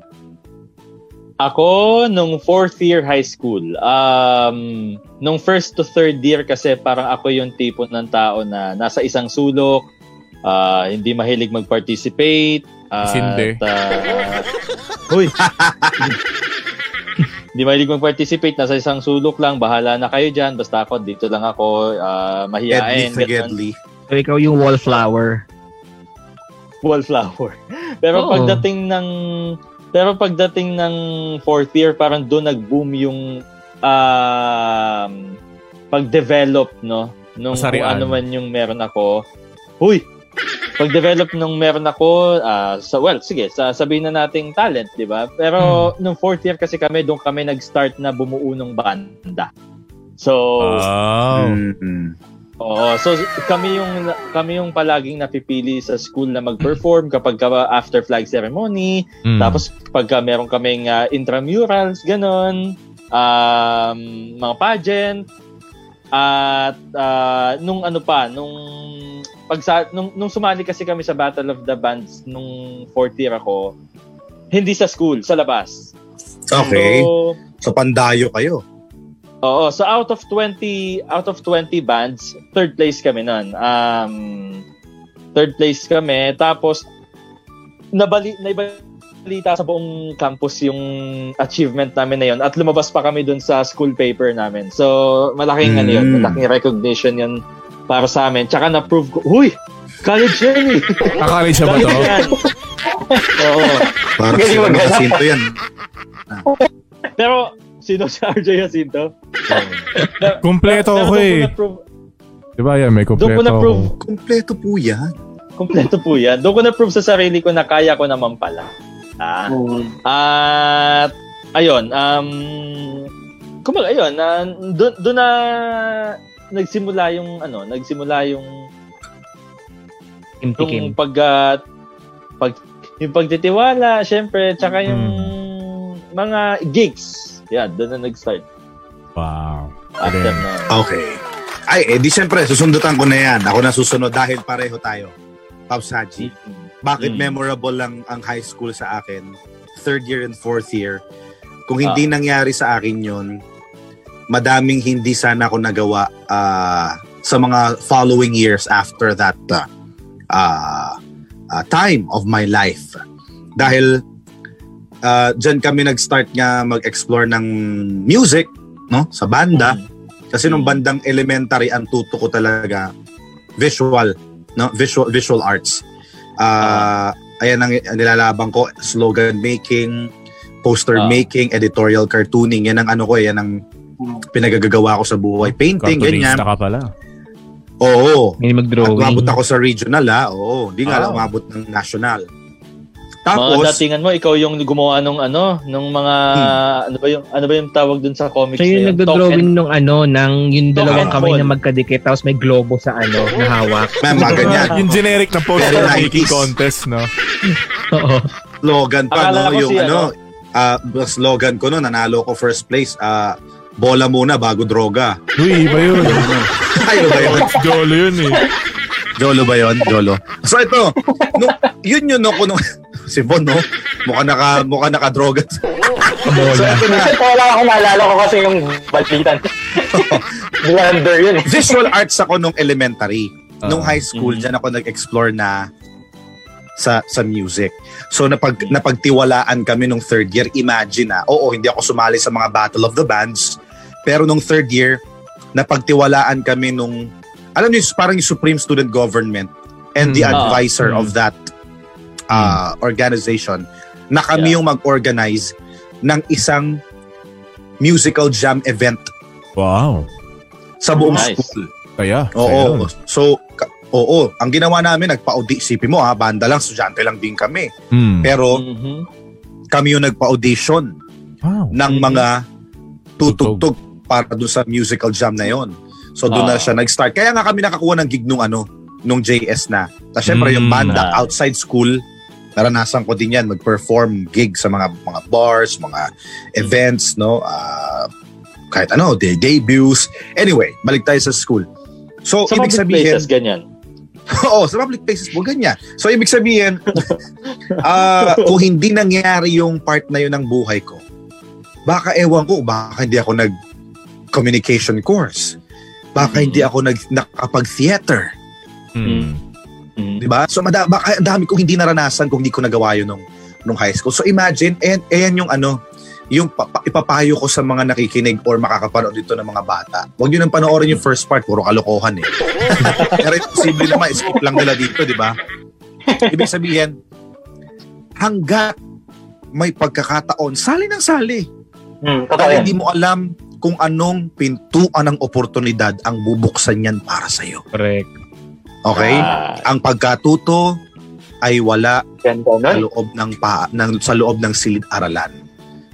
[SPEAKER 3] Ako, nung fourth year high school, um, nung first to third year kasi parang ako yung tipo ng tao na nasa isang sulok, ah, hindi mahilig mag-participate. at,
[SPEAKER 1] Sinde.
[SPEAKER 3] ah,
[SPEAKER 2] Uy.
[SPEAKER 3] hindi mahilig mag-participate, nasa isang sulok lang, bahala na kayo dyan, basta ako, dito lang ako, ah,
[SPEAKER 2] Edly
[SPEAKER 3] mahihain, ganun.
[SPEAKER 2] Fagedly.
[SPEAKER 5] So, ikaw yung wallflower.
[SPEAKER 3] wallflower.
[SPEAKER 5] Oo.
[SPEAKER 3] Pero pagdating ng pero pagdating ng fourth year parang doon nag-boom yung um, pag-develop no nung kung
[SPEAKER 1] Kasarian.
[SPEAKER 3] ano man yung meron ako. Huy. Pag-develop nung meron ako ah, sa well sige sa sabihin na nating talent, 'di ba? Pero nung fourth year kasi kami doon kami nag-start na bumuo ng banda. So
[SPEAKER 1] Oh.
[SPEAKER 2] Mm. Mm-mm.
[SPEAKER 3] Oo, so kami yung kami yung palaging napipili sa school na mag-perform kapag ka- after flag ceremony,
[SPEAKER 1] Mm.
[SPEAKER 3] tapos pagka meron kaming ah, intramurals, ganun, um, mga pageant, at ah, nung ano pa, nung pag nung, nung sumali kasi kami sa Battle of the Bands nung fourth year ako, hindi sa school, sa labas.
[SPEAKER 2] Okay.
[SPEAKER 3] So,
[SPEAKER 2] So, pandayo kayo.
[SPEAKER 3] Oo, so out of 20 out of 20 bands, third place kami nun. Um third place kami tapos nabali naibalita sa buong campus yung achievement namin na yun at lumabas pa kami dun sa school paper namin. So malaking ano yun,
[SPEAKER 2] Mm.
[SPEAKER 3] malaking recognition yun para sa amin. Tsaka na-prove ko, huy, college yan eh.
[SPEAKER 1] Akala siya ba to?
[SPEAKER 3] College yan. Oo.
[SPEAKER 2] Parang
[SPEAKER 4] Galing
[SPEAKER 2] sila
[SPEAKER 4] maghanap.
[SPEAKER 2] nakasinto yan.
[SPEAKER 3] Pero sino si RJ Jacinto?
[SPEAKER 1] Kompleto
[SPEAKER 3] Pero
[SPEAKER 1] ako
[SPEAKER 3] doon ko
[SPEAKER 1] eh.
[SPEAKER 3] na-prove-
[SPEAKER 1] Diba yan, may
[SPEAKER 3] Doon ko
[SPEAKER 1] kompleto ako.
[SPEAKER 3] na-prove
[SPEAKER 2] Kompleto po yan.
[SPEAKER 3] Kompleto po yan. Doon ko na-prove sa sarili ko na kaya ko naman pala. Ah, at, ayun, um, kumbaga, ayun, na, doon, doon na nagsimula yung, ano, nagsimula yung, yung
[SPEAKER 5] Impikim.
[SPEAKER 3] pag, ah, pag, yung pagtitiwala, syempre, tsaka yung
[SPEAKER 5] Mm.
[SPEAKER 3] mga gigs. Yan, doon na nag-start.
[SPEAKER 1] Wow.
[SPEAKER 3] After na.
[SPEAKER 2] Okay. Ay, eh, di siyempre, susundutan ko na yan. Ako na susunod dahil pareho tayo. Pops Haji. Bakit
[SPEAKER 3] Mm.
[SPEAKER 2] memorable lang ang high school sa akin? Third year and fourth year. Kung hindi nangyari sa akin yun, madaming hindi sana ako nagawa ah, sa mga following years after that ah, ah, ah, time of my life. Dahil ah, dyan kami nag-start nga mag-explore ng music no sa banda. Kasi
[SPEAKER 3] Mm.
[SPEAKER 2] nung bandang elementary, ang tuto ko talaga visual, no? Visual visual arts. Ah, ayan ang nilalabang ko, slogan making, poster
[SPEAKER 3] Ah.
[SPEAKER 2] making, editorial cartooning. Yan ang ano ko, yan ang
[SPEAKER 3] Mm.
[SPEAKER 2] pinagagagawa ko sa buhay. Painting, ganyan.
[SPEAKER 1] Cartoonista ka pala.
[SPEAKER 2] Oo. At
[SPEAKER 5] May
[SPEAKER 2] umabot
[SPEAKER 5] mag-drawing.
[SPEAKER 2] ako sa regional, ha? Oo. Hindi nga
[SPEAKER 3] Ah.
[SPEAKER 2] lang umabot ng national.
[SPEAKER 3] Mga
[SPEAKER 2] Tapos,
[SPEAKER 3] datingan mo, ikaw yung gumawa nung ano, nung mga, ano ba yung, ano ba yung tawag dun sa comics
[SPEAKER 5] Hmm. Siya yung
[SPEAKER 3] na yun? Talk and
[SPEAKER 5] nagdo-drawing nung ano, ng yung dalawang
[SPEAKER 3] and Oh.
[SPEAKER 5] kamay
[SPEAKER 3] fall.
[SPEAKER 5] na magkadikit tapos may globo sa ano, na hawak.
[SPEAKER 2] may mga ganyan.
[SPEAKER 1] Yung generic na poster
[SPEAKER 2] Very
[SPEAKER 1] making
[SPEAKER 2] 90s.
[SPEAKER 1] contest, no?
[SPEAKER 5] Oo.
[SPEAKER 2] slogan pa,
[SPEAKER 3] Akala
[SPEAKER 2] no?
[SPEAKER 3] ko
[SPEAKER 2] Yung
[SPEAKER 3] si
[SPEAKER 2] ano, ah, slogan ko no, nanalo ko first place, ah, bola muna bago droga.
[SPEAKER 1] Uy, iba yun.
[SPEAKER 2] Ay, ano ba yun?
[SPEAKER 1] Jolo yun eh.
[SPEAKER 2] Jolo ba yun? Jolo. So ito, no, yun yun no, kung si Von, no? Mukha naka, mukha nakadroga. so ito na,
[SPEAKER 4] Kasi wala ako naalala ko kasi yung balitan. Blender yun eh.
[SPEAKER 2] visual arts ako nung elementary. nung
[SPEAKER 1] Ah.
[SPEAKER 2] high school,
[SPEAKER 3] Mhm.
[SPEAKER 2] dyan ako nag-explore na sa sa music. So napag
[SPEAKER 3] Mm-hmm.
[SPEAKER 2] napagtiwalaan kami nung third year. Imagine na, oo, hindi ako sumali sa mga Battle of the Bands, pero nung third year, napagtiwalaan kami nung alam niyo, parang yung Supreme Student Government and the
[SPEAKER 5] Mm.
[SPEAKER 3] Ah. Mm-hmm.
[SPEAKER 2] advisor of that uh, organization na kami
[SPEAKER 3] Yeah.
[SPEAKER 2] yung mag-organize ng isang musical jam event
[SPEAKER 1] Wow.
[SPEAKER 2] sa buong
[SPEAKER 3] Nice.
[SPEAKER 2] school.
[SPEAKER 1] Kaya.
[SPEAKER 2] Oo. So, ka- oo. Ang ginawa namin, nagpa-audi. Isipin mo ha, banda lang, estudyante lang din kami.
[SPEAKER 1] Mm.
[SPEAKER 2] Pero
[SPEAKER 3] Mhm.
[SPEAKER 2] kami yung nagpa-audition
[SPEAKER 1] Wow.
[SPEAKER 2] ng
[SPEAKER 3] Mhm.
[SPEAKER 2] mga tutugtog para doon sa musical jam na yon. So doon na
[SPEAKER 3] Ah.
[SPEAKER 2] siya nag-start. Kaya nga kami nakakuha ng gig nung ano, nung JS na. Tapos syempre yung
[SPEAKER 3] Mm-hmm.
[SPEAKER 1] Mm,
[SPEAKER 2] banda
[SPEAKER 3] nice.
[SPEAKER 2] outside school, naranasan ko din yan mag-perform gig sa mga mga bars, mga events, no? Ah, kahit ano, de- debuts. Anyway, balik tayo sa school. So,
[SPEAKER 3] Sa
[SPEAKER 2] ibig
[SPEAKER 3] public
[SPEAKER 2] sabihin,
[SPEAKER 3] places, ganyan.
[SPEAKER 2] Oo, sa public places mo, ganyan. So, ibig sabihin, ah, kung hindi nangyari yung part na yun ng buhay ko, baka ewan ko, baka hindi ako nag-communication course. Baka hindi ako nag nakapag-theater.
[SPEAKER 1] Mm.
[SPEAKER 3] Mm-hmm.
[SPEAKER 2] Di ba? So, mada- baka ang dami kong hindi naranasan kung hindi ko nagawa yun nung, nung high school. So, imagine, ayan, ayan yung ano, yung pa- pa- ipapayo ko sa mga nakikinig or makakapanood dito ng mga bata. Huwag nyo nang panoorin yung first part, puro kalokohan eh. Pero imposible naman, skip lang nila dito, di ba? Ibig sabihin, hanggat may pagkakataon, sali ng sali.
[SPEAKER 4] Hmm, totoo
[SPEAKER 2] Dahil
[SPEAKER 4] yan.
[SPEAKER 2] hindi mo alam kung anong pintuan ng oportunidad ang bubuksan yan para sa'yo.
[SPEAKER 5] Correct.
[SPEAKER 2] Okay?
[SPEAKER 3] Ah,
[SPEAKER 2] ang pagkatuto ay wala
[SPEAKER 4] Yan, ganun.
[SPEAKER 2] sa loob ng pa ng sa loob ng silid-aralan.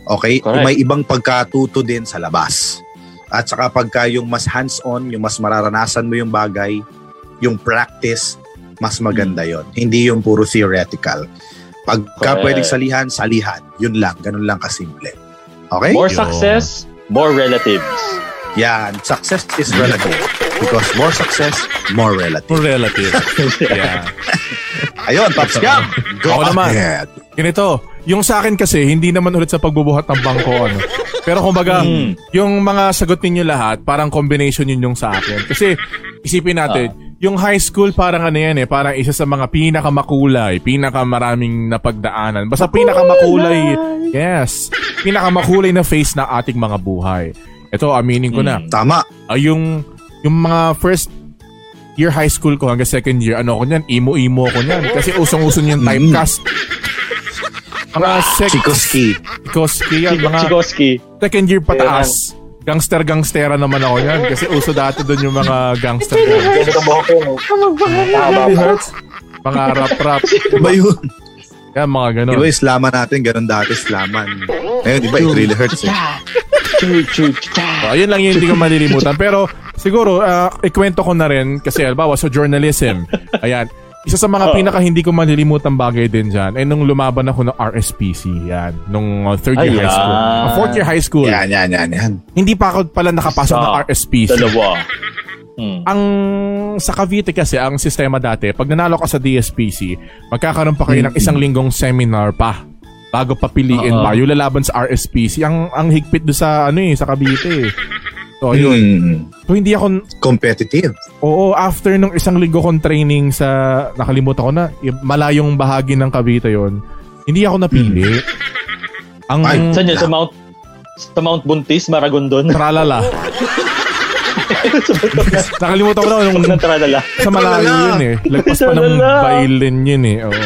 [SPEAKER 2] Okay?
[SPEAKER 3] Correct.
[SPEAKER 2] May ibang pagkatuto din sa labas. At saka pagka yung mas hands-on, yung mas mararanasan mo yung bagay, yung practice, mas maganda yon. Hindi yung puro theoretical. Pagka
[SPEAKER 3] Hmm. Correct.
[SPEAKER 2] pwedeng salihan, salihan. Yun lang. Ganun lang kasimple. Okay?
[SPEAKER 3] more
[SPEAKER 1] you.
[SPEAKER 3] success, more relatives.
[SPEAKER 2] Yan. Success is relative. Because more success, more relative.
[SPEAKER 1] For relative. yeah.
[SPEAKER 2] Ayun, Pops Gab. Go
[SPEAKER 1] Ako naman.
[SPEAKER 2] ahead.
[SPEAKER 1] Ganito, yung sa akin kasi, hindi naman ulit sa pagbubuhat ng bangko, ano. Pero kumbaga, yung mga sagot ninyo lahat, parang combination yun yung sa akin. Kasi, isipin natin, yung high school parang ano yan eh, parang isa sa mga pinakamakulay, pinakamaraming napagdaanan. Basta pinakamakulay, yes, pinakamakulay na face na ating mga buhay. Ito, aminin ko na,
[SPEAKER 2] Tama.
[SPEAKER 1] Ah, yung yung mga first year high school ko hanggang second year, ano ko niyan, imo-imo ko niyan. Kasi usong-uso niyan
[SPEAKER 4] Mm.
[SPEAKER 1] typecast. Mga
[SPEAKER 4] Ah,
[SPEAKER 1] sec
[SPEAKER 2] Chikoski.
[SPEAKER 1] Chikoski yan,
[SPEAKER 3] Mga...
[SPEAKER 1] mga
[SPEAKER 3] Chikoski.
[SPEAKER 1] second year pataas. Gangster-gangstera naman ako yan. Kasi uso dati doon yung mga gangster.
[SPEAKER 4] Ganun ang buhok ko. Tama
[SPEAKER 1] Really
[SPEAKER 4] ba?
[SPEAKER 1] hurts. Mga rap-rap.
[SPEAKER 2] Iba yun.
[SPEAKER 1] Yan, mga ganun.
[SPEAKER 2] Di ba yung slaman natin, ganun dati slaman. Ngayon, di ba, it really hurts eh.
[SPEAKER 1] So, ayun lang yun, hindi ko malilimutan. Pero siguro, ah, ikwento ko na rin kasi albawa sa journalism. Ayan. Isa sa mga pinaka hindi ko malilimutan bagay din dyan ay nung lumaban ako ng RSPC. Yan. Nung uh, third year
[SPEAKER 3] Ayan.
[SPEAKER 1] high school. Uh, fourth year high school.
[SPEAKER 2] Yan, yan, yan, yan.
[SPEAKER 1] Hindi pa ako pala nakapasok
[SPEAKER 3] Isa,
[SPEAKER 1] ng RSPC.
[SPEAKER 3] Dalawa. Hmm.
[SPEAKER 1] Ang sa Cavite kasi ang sistema dati, pag nanalo ka sa DSPC, magkakaroon pa kayo ng isang linggong seminar pa bago papiliin
[SPEAKER 3] Mm-hmm. Oo.
[SPEAKER 1] pa yung lalaban sa RSPC. Ang ang higpit do sa ano eh, sa Cavite. eh. So ayun.
[SPEAKER 2] Mm,
[SPEAKER 1] So hindi ako
[SPEAKER 2] competitive.
[SPEAKER 1] Oo, after nung isang linggo kong training sa, nakalimutan ko na, y- malayong bahagi ng Cavite yon hindi ako napili. Ang
[SPEAKER 2] Ay.
[SPEAKER 3] Saan yun? Sa Mount, sa Mount Buntis, Maragondon.
[SPEAKER 1] tralala. nakalimutan ko na nung
[SPEAKER 3] Huwag nang tralala.
[SPEAKER 1] sa malayo
[SPEAKER 2] Tralala.
[SPEAKER 1] yun eh. Lagpas pa ng
[SPEAKER 3] Tralala.
[SPEAKER 1] bailin yun eh. Oo.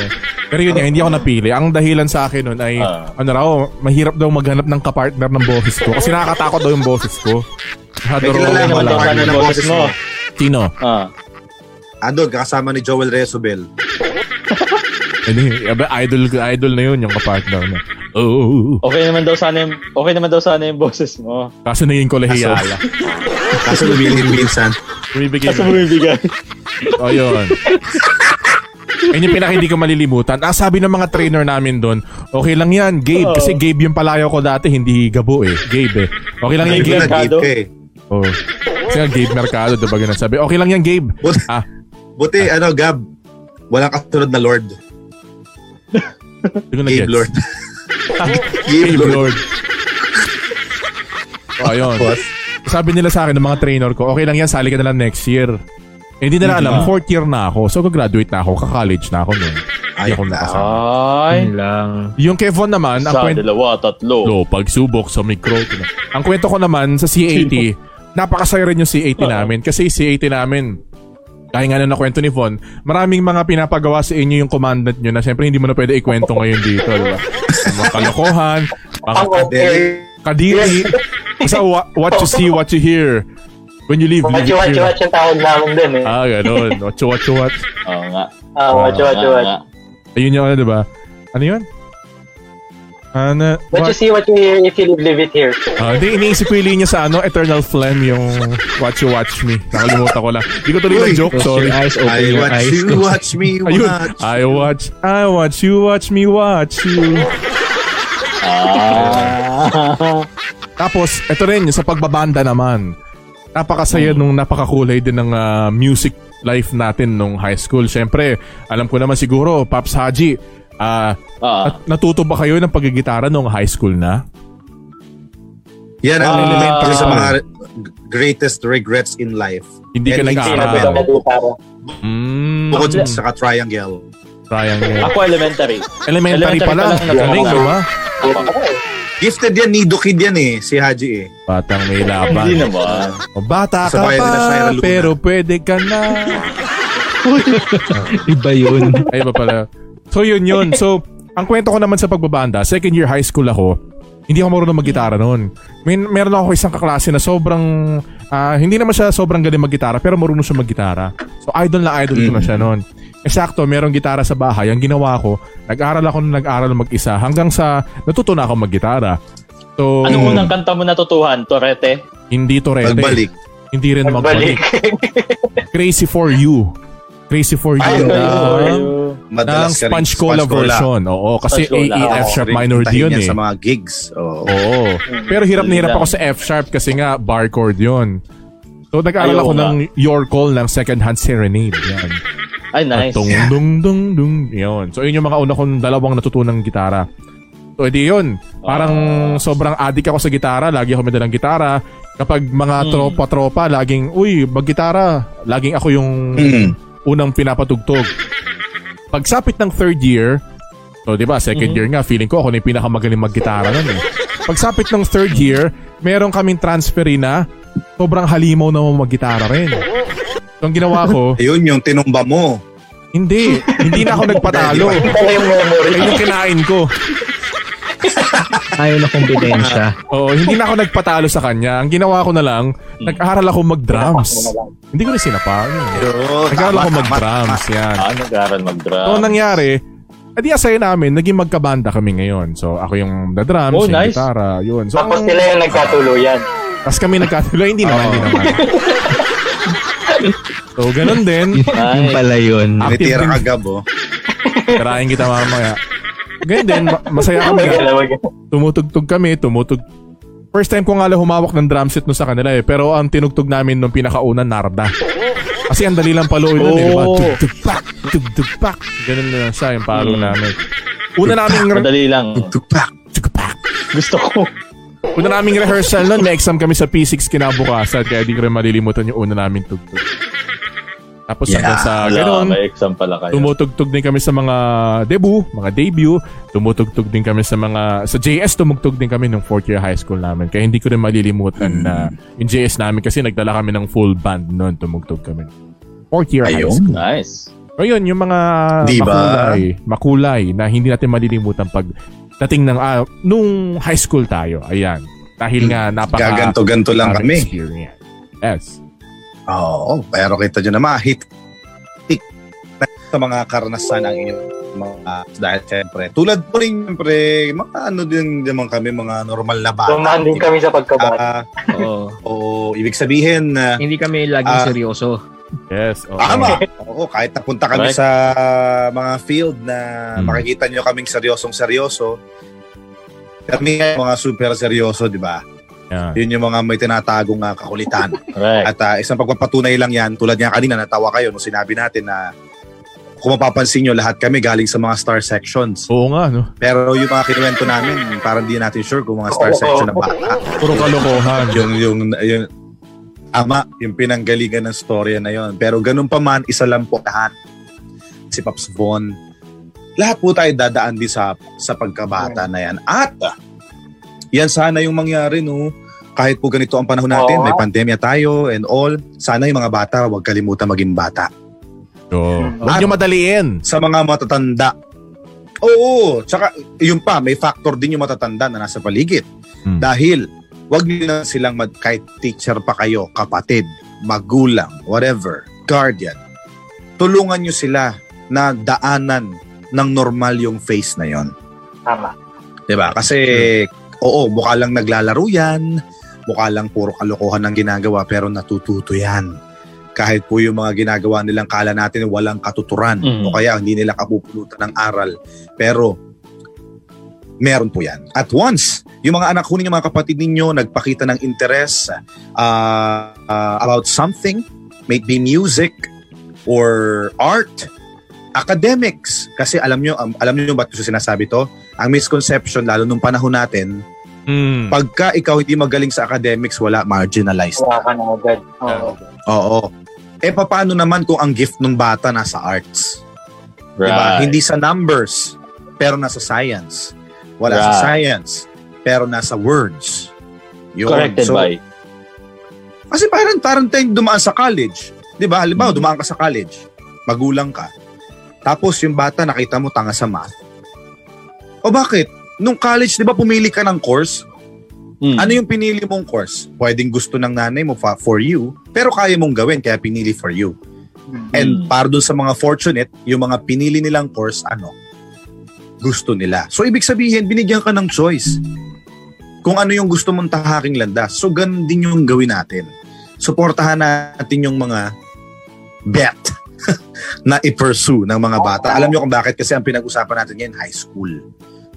[SPEAKER 1] Pero yun, nga, hindi ako napili. Ang dahilan sa akin nun ay,
[SPEAKER 3] Ah.
[SPEAKER 1] ano raw, mahirap daw maghanap ng kapartner ng boses ko. Kasi nakakatakot daw yung boses ko. Nakadoro ako
[SPEAKER 2] kilala naman
[SPEAKER 3] Naman
[SPEAKER 1] malayo.
[SPEAKER 3] daw
[SPEAKER 2] wala. Wala
[SPEAKER 3] sana ng
[SPEAKER 2] na
[SPEAKER 3] boses
[SPEAKER 2] boses
[SPEAKER 3] mo.
[SPEAKER 2] mo.
[SPEAKER 1] Sino?
[SPEAKER 3] Ah.
[SPEAKER 2] Andon, kasama ni Joel Resobel.
[SPEAKER 1] Hindi, aba, idol, idol na yun yung kapartner Oh. na. Oo.
[SPEAKER 3] Okay naman daw sana yung, okay naman daw sana yung boses mo.
[SPEAKER 1] Kaso naging kolehiyala.
[SPEAKER 2] Kaso lumilin minsan.
[SPEAKER 1] Bumibigay.
[SPEAKER 3] Kasi bumibigay.
[SPEAKER 1] O, Oh, yun. Yun yung pinaka hindi ko malilimutan. Ah, sabi ng mga trainer namin doon, okay lang yan, Gabe.
[SPEAKER 3] Oo.
[SPEAKER 1] Kasi Gabe yung palayo ko dati, hindi Gabo eh. Gabe eh. Okay lang yan,
[SPEAKER 2] Hindi
[SPEAKER 1] Gabe.
[SPEAKER 2] na
[SPEAKER 3] Mercado.
[SPEAKER 2] deep eh.
[SPEAKER 1] Oh. Kasi nga Gabe Mercado, diba ganun sabi. Okay lang yan, Gabe.
[SPEAKER 2] But-
[SPEAKER 1] Ah.
[SPEAKER 2] Buti, ano, Gab, walang kasunod na Lord.
[SPEAKER 1] Hindi ko
[SPEAKER 2] Gabe
[SPEAKER 1] na-gets.
[SPEAKER 2] Lord.
[SPEAKER 1] Gabe
[SPEAKER 2] Gabe Lord.
[SPEAKER 1] Lord. O, yun.
[SPEAKER 2] Boss.
[SPEAKER 1] Sabi nila sa akin ng mga trainer ko, okay lang yan, sali ka na lang next year. Eh, hindi nila alam, fourth year na ako. So, gagraduate na ako, kaka-college na ako noon. Hindi
[SPEAKER 2] Ay,
[SPEAKER 1] ako nakasama.
[SPEAKER 3] Ay.
[SPEAKER 5] Yun lang.
[SPEAKER 1] Yung Kevon naman, ang
[SPEAKER 3] Hmm. Sa
[SPEAKER 1] kwento...
[SPEAKER 3] dalawa, tatlo.
[SPEAKER 1] Lo, pagsubok sa micro. Ang kwento ko naman sa C80, napakasaya rin yung C80 namin. Kasi yung C80 namin, kaya nga na kwento ni Von, maraming mga pinapagawa sa inyo yung commandant nyo na siyempre hindi mo na pwede ikwento ngayon dito, di ba? Mga kalokohan, mga
[SPEAKER 4] Ang okay.
[SPEAKER 1] kadiri, sa wha- what you see, what you hear. When you leave, leave it here.
[SPEAKER 4] Wachi-wachi-wachi yung tawag namin dun eh.
[SPEAKER 1] Ah, ganun. What you, what you, what.
[SPEAKER 3] Oo nga.
[SPEAKER 4] Ah,
[SPEAKER 3] Oo nga,
[SPEAKER 4] wachi-wachi-wachi.
[SPEAKER 3] nga.
[SPEAKER 1] Ayun yung ano, di ba? Ano yun? Ano?
[SPEAKER 4] But you see what you hear if you live, live it here.
[SPEAKER 1] Ah, Hindi, iniisip ko yung linya sa ano, Eternal Flame, yung Watch You Watch Me. Nakalimutan ko lang. Hindi ko tuloy
[SPEAKER 2] Uy,
[SPEAKER 1] ng joke,
[SPEAKER 5] Close
[SPEAKER 1] sorry.
[SPEAKER 5] your eyes, open
[SPEAKER 2] I
[SPEAKER 5] your
[SPEAKER 2] watch
[SPEAKER 5] eyes.
[SPEAKER 2] you,
[SPEAKER 5] Close-
[SPEAKER 2] watch me,
[SPEAKER 1] Ayun, Ah.
[SPEAKER 2] watch.
[SPEAKER 1] I watch, I watch you, watch me, watch you.
[SPEAKER 2] Ah.
[SPEAKER 1] Tapos, ito rin, yung sa pagbabanda naman.
[SPEAKER 2] Hmm.
[SPEAKER 1] Napakasaya nung napakakulay din ng ah, music life natin nung high school. Siyempre, alam ko naman siguro, Pops Haji, ah,
[SPEAKER 3] Ah.
[SPEAKER 1] nat- natuto ba kayo ng pagigitara nung high school na?
[SPEAKER 2] Yan ang
[SPEAKER 3] Ah.
[SPEAKER 2] element ko sa mga re- greatest regrets in life.
[SPEAKER 1] Hindi ka
[SPEAKER 2] And
[SPEAKER 4] Hindi
[SPEAKER 2] Tama.
[SPEAKER 4] na
[SPEAKER 1] nag-aaral.
[SPEAKER 4] gusto mag-gitara.
[SPEAKER 1] Mm,
[SPEAKER 2] Bukod sa triangle.
[SPEAKER 1] triangle.
[SPEAKER 3] Ako elementary.
[SPEAKER 1] Elementary pa lang.
[SPEAKER 3] pa lang
[SPEAKER 1] Galing,
[SPEAKER 3] natuto.
[SPEAKER 1] di ba?
[SPEAKER 2] Gifted yan, nido kid yan eh, si Haji eh.
[SPEAKER 1] Batang may laban.
[SPEAKER 3] Hindi naman.
[SPEAKER 1] O, bata ka
[SPEAKER 2] Sa bayan nila, Shira
[SPEAKER 1] pa,
[SPEAKER 2] Luna.
[SPEAKER 1] pero pwede ka na.
[SPEAKER 5] Iba yun.
[SPEAKER 1] Ay, iba pala. So, yun yun. So, ang kwento ko naman sa pagbabanda, second year high school ako, hindi ako marunong mag-gitara noon. May, meron ako isang kaklase na sobrang, ah, hindi naman siya sobrang galing mag-gitara, pero marunong siya mag-gitara. So, idol na idol ko na siya noon. Eksakto, merong gitara sa bahay. Ang ginawa ko, nag-aral ako nung nag-aral mag-isa hanggang sa natuto na ako mag-gitara. So,
[SPEAKER 3] Anong unang kanta mo natutuhan? Torete?
[SPEAKER 1] hindi to rete.
[SPEAKER 2] Pagbalik.
[SPEAKER 1] Hindi rin magbalik.
[SPEAKER 4] Balik.
[SPEAKER 1] Crazy for you. Crazy for you.
[SPEAKER 2] Ay,
[SPEAKER 1] na-
[SPEAKER 2] Crazy for
[SPEAKER 1] ng
[SPEAKER 2] Madalas ka rin-
[SPEAKER 1] Sponge Cola version. Oo, kasi
[SPEAKER 3] Sponge Cola.
[SPEAKER 1] A, E, F
[SPEAKER 2] Oo,
[SPEAKER 1] sharp
[SPEAKER 2] rin
[SPEAKER 1] minor D
[SPEAKER 2] kintahin
[SPEAKER 1] yun eh.
[SPEAKER 2] yan
[SPEAKER 1] Oh.
[SPEAKER 2] Sa mga gigs. Oo.
[SPEAKER 1] Oo. Pero hirap na hirap
[SPEAKER 3] Yun
[SPEAKER 1] ako
[SPEAKER 3] lang.
[SPEAKER 1] sa F sharp kasi nga bar chord yun. So nag-aral
[SPEAKER 3] Ayaw
[SPEAKER 1] ako
[SPEAKER 3] nga.
[SPEAKER 1] ng Your Call ng Second Hand Serenade. Yan.
[SPEAKER 3] Ay, nice.
[SPEAKER 1] At Dung, dung, dung, dung. Yun. So yun yung mga una kong dalawang natutunang gitara. So edi yun. Parang
[SPEAKER 3] Ah.
[SPEAKER 1] sobrang adik ako sa gitara. Lagi ako may dalang gitara. Kapag mga
[SPEAKER 3] Hmm.
[SPEAKER 1] tropa-tropa, laging, uy, mag-gitara. Laging ako yung
[SPEAKER 2] Mm.
[SPEAKER 1] unang pinapatugtog. Pagsapit ng third year, so 'di ba, second year nga feeling ko ako na 'yung pinakamagaling maggitara noon eh. Pagsapit ng third year, meron kaming transferi na sobrang halimaw na maggitara rin. So ang ginawa ko,
[SPEAKER 2] Ayun yung tinumba mo.
[SPEAKER 1] hindi, hindi na ako nagpatalo.
[SPEAKER 4] Ito yung memory.
[SPEAKER 1] Ayun yung kinain ko.
[SPEAKER 5] Ayaw na kompetensya.
[SPEAKER 1] Oo, hindi na ako nagpatalo sa kanya. Ang ginawa ko na lang, nag-aral ako mag-drums. Hindi ko rin sinapang.
[SPEAKER 2] Oo,
[SPEAKER 1] Nag-aral
[SPEAKER 2] tama,
[SPEAKER 1] ako
[SPEAKER 2] tama,
[SPEAKER 1] mag-drums, yan.
[SPEAKER 3] Ah, nag-aaral mag-drum.
[SPEAKER 1] So, ang nangyari, adi asaya namin, naging magkabanda kami ngayon. So, ako yung the drums,
[SPEAKER 3] Oh,
[SPEAKER 1] yung
[SPEAKER 3] nice.
[SPEAKER 1] gitara, yun. So,
[SPEAKER 4] Tapos
[SPEAKER 1] ang-
[SPEAKER 4] sila yung nagkatuluyan.
[SPEAKER 1] tas kami nagkatuloy, hindi naman,
[SPEAKER 3] Oh.
[SPEAKER 1] hindi naman. so, ganun din.
[SPEAKER 5] yung pala yun.
[SPEAKER 2] tama.
[SPEAKER 1] Active
[SPEAKER 2] Nitira
[SPEAKER 1] din.
[SPEAKER 2] ka gab, oh.
[SPEAKER 1] Tirahin kita mamaya. Ganun din, ma- masaya kami.
[SPEAKER 4] Dalawa ganyan.
[SPEAKER 1] Tumutugtog kami, tumutug... First time ko nga lang humawak ng drum set no sa kanila eh. Pero ang tinugtog namin nung pinakauna, Narda. Kasi ang dali lang paluin nun eh.
[SPEAKER 3] Oh.
[SPEAKER 1] Tugtog pak, tugtog pak. Ganun na lang siya yung palo namin. Una namin
[SPEAKER 3] Hmm. Madali lang.
[SPEAKER 1] Oh.
[SPEAKER 2] Tugpak.
[SPEAKER 3] Gusto ko.
[SPEAKER 1] Una naming rehearsal nun, may exam kami sa P6 kinabukasan, kaya di ko rin malilimutan yung una naming tugtog. Tapos
[SPEAKER 2] Yeah.
[SPEAKER 1] hanggang sa
[SPEAKER 3] Wala,
[SPEAKER 1] ganun,
[SPEAKER 3] may exam pala kayo.
[SPEAKER 1] tumutugtog din kami sa mga debut, mga debut, tumutugtog din kami sa mga, sa JS tumugtog din kami ng fourth year high school namin. Kaya hindi ko rin malilimutan na
[SPEAKER 2] Hmm.
[SPEAKER 1] yung JS namin kasi nagdala kami ng full band noon, tumugtog kami. Fourth year high
[SPEAKER 2] Ayun.
[SPEAKER 1] school.
[SPEAKER 3] Nice.
[SPEAKER 1] O yun, yung mga
[SPEAKER 2] Di ba?
[SPEAKER 1] makulay, makulay na hindi natin malilimutan pag dating ng, ah, nung high school tayo. Ayan. Dahil nga napaka...
[SPEAKER 2] Gaganto-ganto lang
[SPEAKER 1] napaka-
[SPEAKER 2] kami.
[SPEAKER 1] experience. Yes.
[SPEAKER 2] Oo, pero kita nyo naman, hit, hit sa mga karanasan ang inyong mga dahil syempre, tulad po rin syempre, mga ano din naman kami, mga normal na bata.
[SPEAKER 4] Dumaan din kami sa pagkabata.
[SPEAKER 2] Ah,
[SPEAKER 3] Oo.
[SPEAKER 2] oo, ibig sabihin na
[SPEAKER 5] Hindi kami laging
[SPEAKER 2] Ah.
[SPEAKER 5] seryoso.
[SPEAKER 1] Yes. oo.
[SPEAKER 2] Tama. Oo, kahit napunta kami
[SPEAKER 3] Correct.
[SPEAKER 2] sa mga field na
[SPEAKER 1] Hmm.
[SPEAKER 2] makikita nyo kaming seryosong seryoso, kami ay mga super seryoso, di ba?
[SPEAKER 1] Yan.
[SPEAKER 2] Yun yung mga may tinatagong ah, kakulitan.
[SPEAKER 3] Correct.
[SPEAKER 2] At ah, isang pagpapatunay lang yan, tulad nga kanina, natawa kayo nung sinabi natin na kung mapapansin nyo, lahat kami galing sa mga star sections.
[SPEAKER 1] Oo nga, no?
[SPEAKER 2] Pero yung mga kinuwento namin, parang di natin sure kung mga star
[SPEAKER 4] Oo.
[SPEAKER 2] section na bata.
[SPEAKER 1] Puro kalokohan.
[SPEAKER 2] Yung, yung, yung, ama, yung pinanggalingan ng storya na yon. Pero ganun pa man, isa lang po lahat. Si Pops Von. Lahat po tayo dadaan din sa, sa pagkabata na yan. At, ah, yan sana yung mangyari, no? Kahit po ganito ang panahon natin,
[SPEAKER 4] Oo.
[SPEAKER 2] may pandemya tayo and all. Sana yung mga bata, huwag kalimutan maging bata
[SPEAKER 1] Oo. Huwag niyo madaliin.
[SPEAKER 2] sa mga matatanda. Oo, tsaka yun pa, may factor din yung matatanda na nasa paligid.
[SPEAKER 1] Hmm.
[SPEAKER 2] Dahil wag niyo na silang mag kahit teacher pa kayo, kapatid, magulang, whatever, guardian. Tulungan niyo sila na daanan ng normal yung face na yon.
[SPEAKER 4] Tama.
[SPEAKER 2] 'Di ba? Diba? Kasi oo, mukha lang naglalaro 'yan. Mukha lang puro kalokohan ang ginagawa pero natututo 'yan. Kahit po yung mga ginagawa nilang kala natin walang katuturan
[SPEAKER 3] Mhm.
[SPEAKER 2] o kaya hindi nila kapupulutan ng aral. Pero meron po 'yan. At once yung mga anak ko ninyo, mga kapatid ninyo, nagpakita ng interes ah, ah, about something, may it be music or art, academics. Kasi alam nyo, um, alam nyo ba't ko sinasabi to? Ang misconception, lalo nung panahon natin,
[SPEAKER 1] Mm.
[SPEAKER 6] Hmm.
[SPEAKER 2] pagka ikaw hindi magaling sa academics, wala, marginalized.
[SPEAKER 4] Wala ka na agad. Oo.
[SPEAKER 2] Oo. Eh, paano naman kung ang gift ng bata nasa arts? Diba? Hindi sa numbers, pero nasa science. Wala sa
[SPEAKER 3] Right.
[SPEAKER 2] science, pero nasa words. Yun.
[SPEAKER 3] Corrected
[SPEAKER 2] So,
[SPEAKER 3] by.
[SPEAKER 2] Kasi parang, parang tayong dumaan sa college. Di ba? Halimbawa, dumaan ka sa college. Magulang ka. Tapos yung bata, nakita mo tanga sa math. O bakit? Nung college, di ba pumili ka ng course?
[SPEAKER 3] Mm.
[SPEAKER 2] Ano yung pinili mong course? Pwedeng gusto ng nanay mo fa- for you, pero kaya mong gawin, kaya pinili for you. And
[SPEAKER 3] Mm.
[SPEAKER 2] para dun sa mga fortunate, yung mga pinili nilang course, ano, gusto nila. So, ibig sabihin, binigyan ka ng choice kung ano yung gusto mong tahaking landas. So, ganun din yung gawin natin. Suportahan natin yung mga bet na i-pursue ng mga bata. Alam nyo kung bakit? Kasi ang pinag-usapan natin ngayon, high school.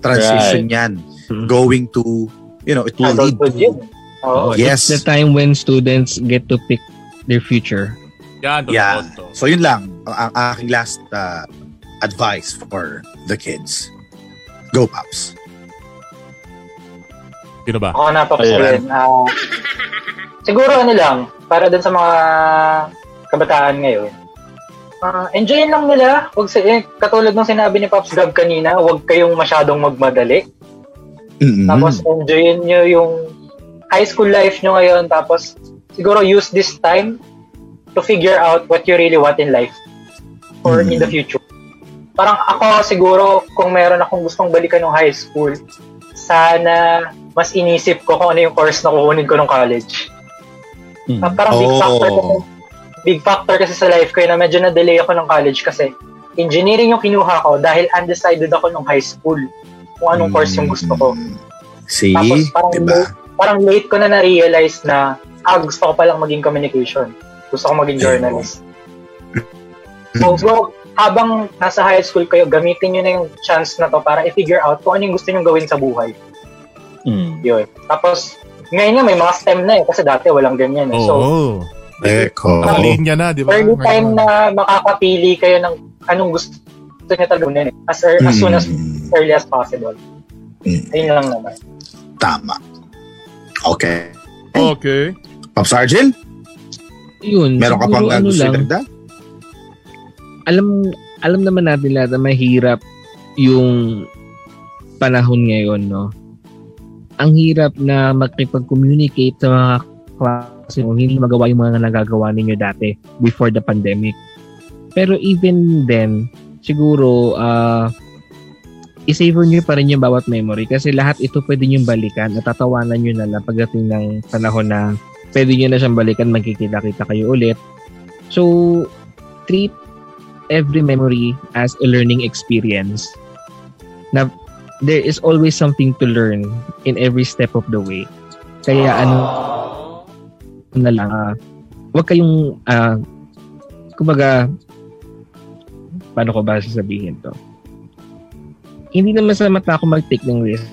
[SPEAKER 2] Transition yan.
[SPEAKER 5] Mhm.
[SPEAKER 2] Going to, you know, it will lead
[SPEAKER 4] Adulthood yun.
[SPEAKER 2] to...
[SPEAKER 4] Oo.
[SPEAKER 2] Oh, Yes.
[SPEAKER 5] It's the time when students get to pick their future.
[SPEAKER 6] Yan, totoo
[SPEAKER 2] Yeah.
[SPEAKER 6] to.
[SPEAKER 2] So, yun lang. Ang, ang aking last uh, advice for the kids. Go, Pops.
[SPEAKER 1] Sino ba?
[SPEAKER 4] Ako na, Pops
[SPEAKER 3] Ayan.
[SPEAKER 4] Glenn. Ah, siguro ano lang, para dun sa mga kabataan ngayon, Ah, enjoyin lang nila. Wag sa, eh, katulad ng sinabi ni Pops Gab kanina, huwag kayong masyadong magmadali.
[SPEAKER 2] Mm-mm.
[SPEAKER 4] Tapos enjoyin nyo yung high school life nyo ngayon. Tapos siguro use this time to figure out what you really want in life or in the future. Parang ako siguro kung meron akong gustong balikan ng high school, sana mas inisip ko kung ano yung course na kukunin ko ng college.
[SPEAKER 3] Mm.
[SPEAKER 4] Ah, parang big
[SPEAKER 2] Oo.
[SPEAKER 4] factor kasi, big factor kasi sa life ko yun na medyo na-delay ako ng college kasi engineering yung kinuha ko dahil undecided ako nung high school kung anong course
[SPEAKER 2] Mm.
[SPEAKER 4] yung gusto ko.
[SPEAKER 2] Mm-hmm. See?
[SPEAKER 4] Tapos parang,
[SPEAKER 2] diba?
[SPEAKER 4] late, parang late ko na na-realize na ah, gusto ko palang maging communication. Gusto ko maging journalist. So, so, habang nasa high school kayo, gamitin nyo na yung chance na to para i-figure out kung ano yung gusto nyo gawin sa buhay.
[SPEAKER 3] Mm.
[SPEAKER 4] Yun. Tapos, ngayon nga may mga STEM na eh, kasi dati walang ganyan eh.
[SPEAKER 1] Oo.
[SPEAKER 4] So,
[SPEAKER 2] Eko.
[SPEAKER 1] Ang linya na, di ba?
[SPEAKER 4] early
[SPEAKER 1] Ngayon.
[SPEAKER 4] time na makakapili kayo ng anong gusto nyo talaga gawin eh. As, ear- as soon as
[SPEAKER 2] Mm,
[SPEAKER 4] early as possible.
[SPEAKER 2] Mm.
[SPEAKER 4] Ayun lang naman.
[SPEAKER 2] Tama. Okay.
[SPEAKER 1] Okay.
[SPEAKER 2] Pops Argel,
[SPEAKER 5] Yun.
[SPEAKER 2] meron ka
[SPEAKER 5] siguro
[SPEAKER 2] pang uh,
[SPEAKER 5] ano
[SPEAKER 2] gusto
[SPEAKER 5] lang,
[SPEAKER 2] idagdag?
[SPEAKER 5] alam alam naman natin lahat na mahirap yung panahon ngayon, no? Ang hirap na makipag-communicate sa mga klase mo, hindi magawa yung mga nagagawa ninyo dati before the pandemic. Pero even then, siguro, ah i-savor nyo pa rin yung bawat memory kasi lahat ito pwede nyo balikan at tatawanan nyo na lang pagdating ng panahon na pwede nyo na siyang balikan, magkikita-kita kayo ulit. So, treat every memory as a learning experience. Na there is always something to learn in every step of the way. Kaya ano na lang, ah, wag kayong, ah, kumbaga, paano ko ba sasabihin to? Hindi naman sa mata ako mag-take ng risk.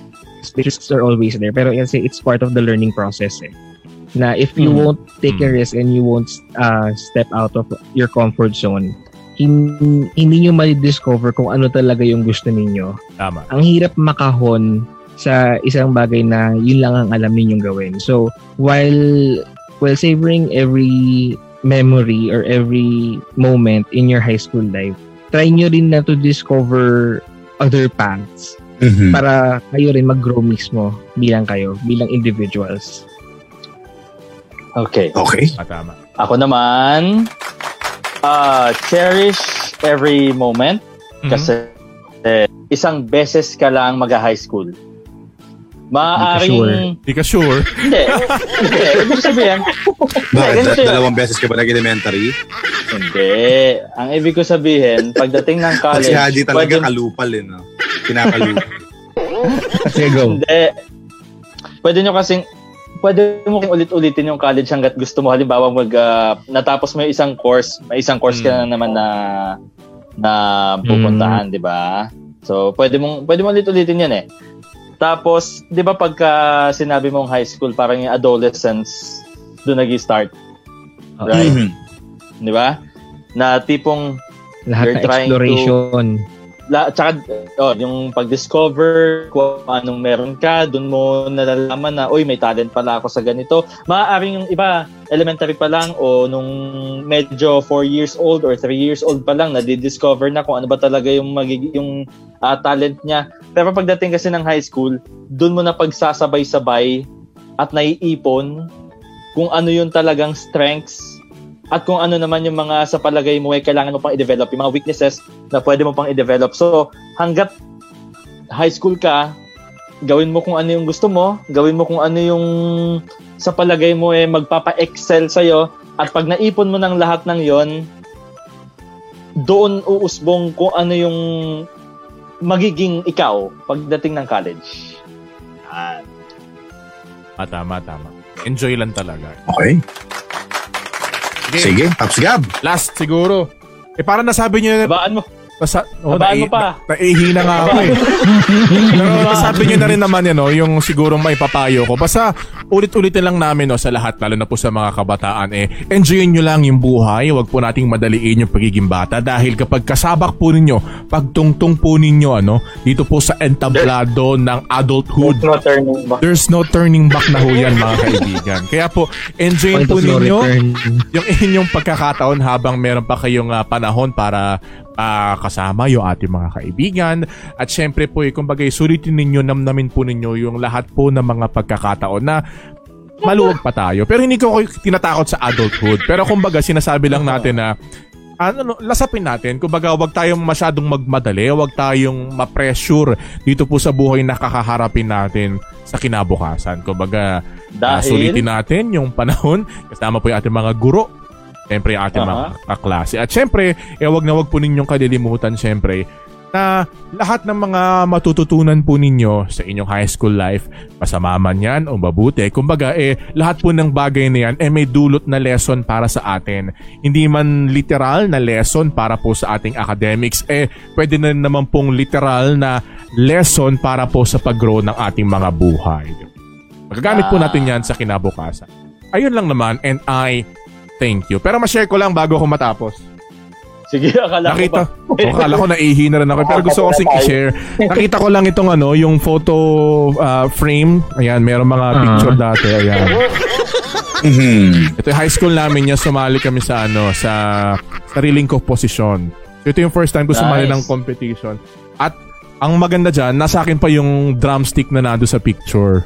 [SPEAKER 5] Risks are always there. Pero kasi it's part of the learning process eh. Na if you
[SPEAKER 3] Mm.
[SPEAKER 5] won't take a risk and you won't ah, step out of your comfort zone, hin- hindi nyo ma-discover kung ano talaga yung gusto ninyo.
[SPEAKER 1] Tama.
[SPEAKER 5] Ang hirap makahon sa isang bagay na yun lang ang alam ninyong gawin. So, while while savoring every memory or every moment in your high school life, try nyo rin na to discover other paths
[SPEAKER 2] Mm-hmm.
[SPEAKER 5] para kayo rin mag-grow mismo bilang kayo, bilang individuals.
[SPEAKER 3] Okay.
[SPEAKER 2] Okay.
[SPEAKER 1] Ah, Tama.
[SPEAKER 3] Ako naman, ah cherish every moment
[SPEAKER 1] Mm-hmm.
[SPEAKER 3] kasi eh, isang beses ka lang mag-high school. Maaaring...
[SPEAKER 5] sure.
[SPEAKER 1] Hindi ka sure.
[SPEAKER 3] Hindi. Hindi. Ibig sabihin,
[SPEAKER 2] Bakit?
[SPEAKER 3] ganito
[SPEAKER 2] Da-
[SPEAKER 3] yun.
[SPEAKER 2] dalawang beses ka ba nag-elementary?
[SPEAKER 3] hindi. Ang ibig ko sabihin, pagdating
[SPEAKER 2] Si
[SPEAKER 3] ng college,
[SPEAKER 2] Haji talaga
[SPEAKER 3] pwede-
[SPEAKER 2] kalupal eh, no? Kinakalupal.
[SPEAKER 5] Sige, go.
[SPEAKER 3] Hindi. Pwede nyo kasing pwede mo kasing ulit-ulitin yung college hanggat gusto mo halimbawa mag ah, natapos mo yung isang course, may isang course ka na naman na na pupuntahan, 'di ba? So, pwede mong pwede mo ulit-ulitin 'yan eh. Tapos, 'di ba pagka sinabi mong high school, parang yung adolescence doon nag-start, right?
[SPEAKER 2] Mhm.
[SPEAKER 3] 'Di ba? Na tipong
[SPEAKER 5] Lahat
[SPEAKER 3] You're
[SPEAKER 5] ng
[SPEAKER 3] trying to-
[SPEAKER 5] exploration.
[SPEAKER 3] la, tsaka, oh, yung pag-discover, kung anong meron ka, dun mo nalalaman na, uy, may talent pala ako sa ganito. Maaaring yung iba, elementary pa lang, o nung medyo 4 years old or 3 years old pa lang, nadidiscover na kung ano ba talaga yung, magig- yung ah, talent niya. Pero pagdating kasi ng high school, dun mo na pagsasabay-sabay at naiipon kung ano yung talagang strengths at kung ano naman yung mga sa palagay mo ay kailangan mo pang i-develop, yung mga weaknesses na pwede mo pang i-develop. So, hanggat high school ka, gawin mo kung ano yung gusto mo, gawin mo kung ano yung sa palagay mo eh magpapa-excel sa'yo, at pag naipon mo ng lahat ng yon doon uusbong kung ano yung magiging ikaw pagdating ng college.
[SPEAKER 1] Ah, tama, tama. Enjoy lang talaga.
[SPEAKER 2] Okay. Sige, Paps Gab.
[SPEAKER 1] Last siguro. Eh, parang nasabi niyo na
[SPEAKER 3] Habaan mo.
[SPEAKER 1] Nasa, oh,
[SPEAKER 3] Habaan mo
[SPEAKER 1] nai-
[SPEAKER 3] pa.
[SPEAKER 1] Na, naihi na nga ako eh. Pero nasabi nyo na rin naman yan, no, yung siguro may papayo ko. Basta ulit-ulitin lang namin no, sa lahat, lalo na po sa mga kabataan. Eh, enjoyin nyo lang yung buhay. Huwag po nating madaliin yung pagiging bata. Dahil kapag kasabak po ninyo, pagtungtong po ninyo, ano, dito po sa entablado ng adulthood,
[SPEAKER 4] No turning back.
[SPEAKER 1] there's no turning back na ho yan, mga kaibigan. Kaya po, enjoyin
[SPEAKER 5] Point
[SPEAKER 1] po
[SPEAKER 5] of no
[SPEAKER 1] ninyo
[SPEAKER 5] return.
[SPEAKER 1] yung inyong pagkakataon habang meron pa kayong ah, panahon para ah, kasama yung ating mga kaibigan. At syempre po, eh, kumbaga, sulitin ninyo, namnamin po ninyo yung lahat po ng mga pagkakataon na maluwag pa tayo. Pero hindi ko kayo tinatakot sa adulthood. Pero kumbaga, sinasabi lang natin na ano, no, lasapin natin. Kumbaga, wag tayong masyadong magmadali, wag tayong ma-pressure dito po sa buhay na kakaharapin natin sa kinabukasan. Kumbaga, Ah,
[SPEAKER 3] Dahil,
[SPEAKER 1] sulitin natin yung panahon. Kasama po yung ating mga guro. Siyempre, yung ating mga kaklase. At siyempre, eh, wag na wag po ninyong kalilimutan, siyempre, na lahat ng mga matututunan po ninyo sa inyong high school life, masama man yan o mabuti, kumbaga eh, lahat po ng bagay na yan eh may dulot na lesson para sa atin. Hindi man literal na lesson para po sa ating academics, eh pwede na rin naman pong literal na lesson para po sa pag-grow ng ating mga buhay. Magagamit po natin yan sa kinabukasan. Ayun lang naman, and I thank you. Pero ma-share ko lang bago ako matapos.
[SPEAKER 3] sige, akala ko
[SPEAKER 1] Nakita,
[SPEAKER 3] ba?
[SPEAKER 1] o akala ko naihi na rin ako. Pero gusto ko kasing i-share. Nakita ko lang itong ano, yung photo ah, frame. Ayan, meron mga
[SPEAKER 5] Ah.
[SPEAKER 1] picture dati. Ayan.
[SPEAKER 2] Mhm.
[SPEAKER 1] Ito yung high school namin niya. Sumali kami sa ano, sa sariling komposisyon. Ito yung first time ko sumali
[SPEAKER 3] Nice.
[SPEAKER 1] ng competition. At ang maganda dyan, nasa akin pa yung drumstick na nando sa picture.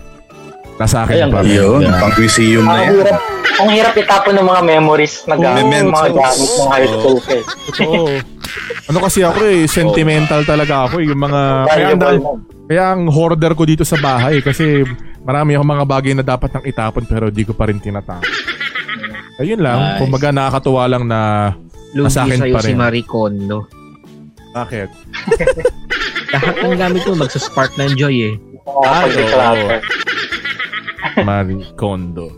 [SPEAKER 1] Nasa akin
[SPEAKER 3] Ayan,
[SPEAKER 1] pa.
[SPEAKER 2] Yun, pang museum
[SPEAKER 4] Ang
[SPEAKER 2] na yan.
[SPEAKER 4] hirap, ang hirap itapon ng mga memories na gamit, mga
[SPEAKER 2] mementos.
[SPEAKER 4] gamit ng high school. Eh.
[SPEAKER 1] Totoo. ano kasi ako eh, sentimental talaga ako eh. Yung mga, kaya ang,
[SPEAKER 4] Valuable
[SPEAKER 1] dal- kaya ang hoarder ko dito sa bahay eh, kasi marami akong mga bagay na dapat nang itapon pero di ko pa rin tinatapon. Ayun lang,
[SPEAKER 3] Nice.
[SPEAKER 1] kumbaga nakakatuwa lang na
[SPEAKER 5] Lugi
[SPEAKER 1] Nasa akin
[SPEAKER 5] sa'yo
[SPEAKER 1] pa rin.
[SPEAKER 5] si Marie Kondo.
[SPEAKER 1] bakit?
[SPEAKER 5] Lahat ng gamit mo, magsaspark ng joy eh.
[SPEAKER 4] Oo,
[SPEAKER 1] Ah,
[SPEAKER 4] pag-declutter.
[SPEAKER 1] Marie Kondo.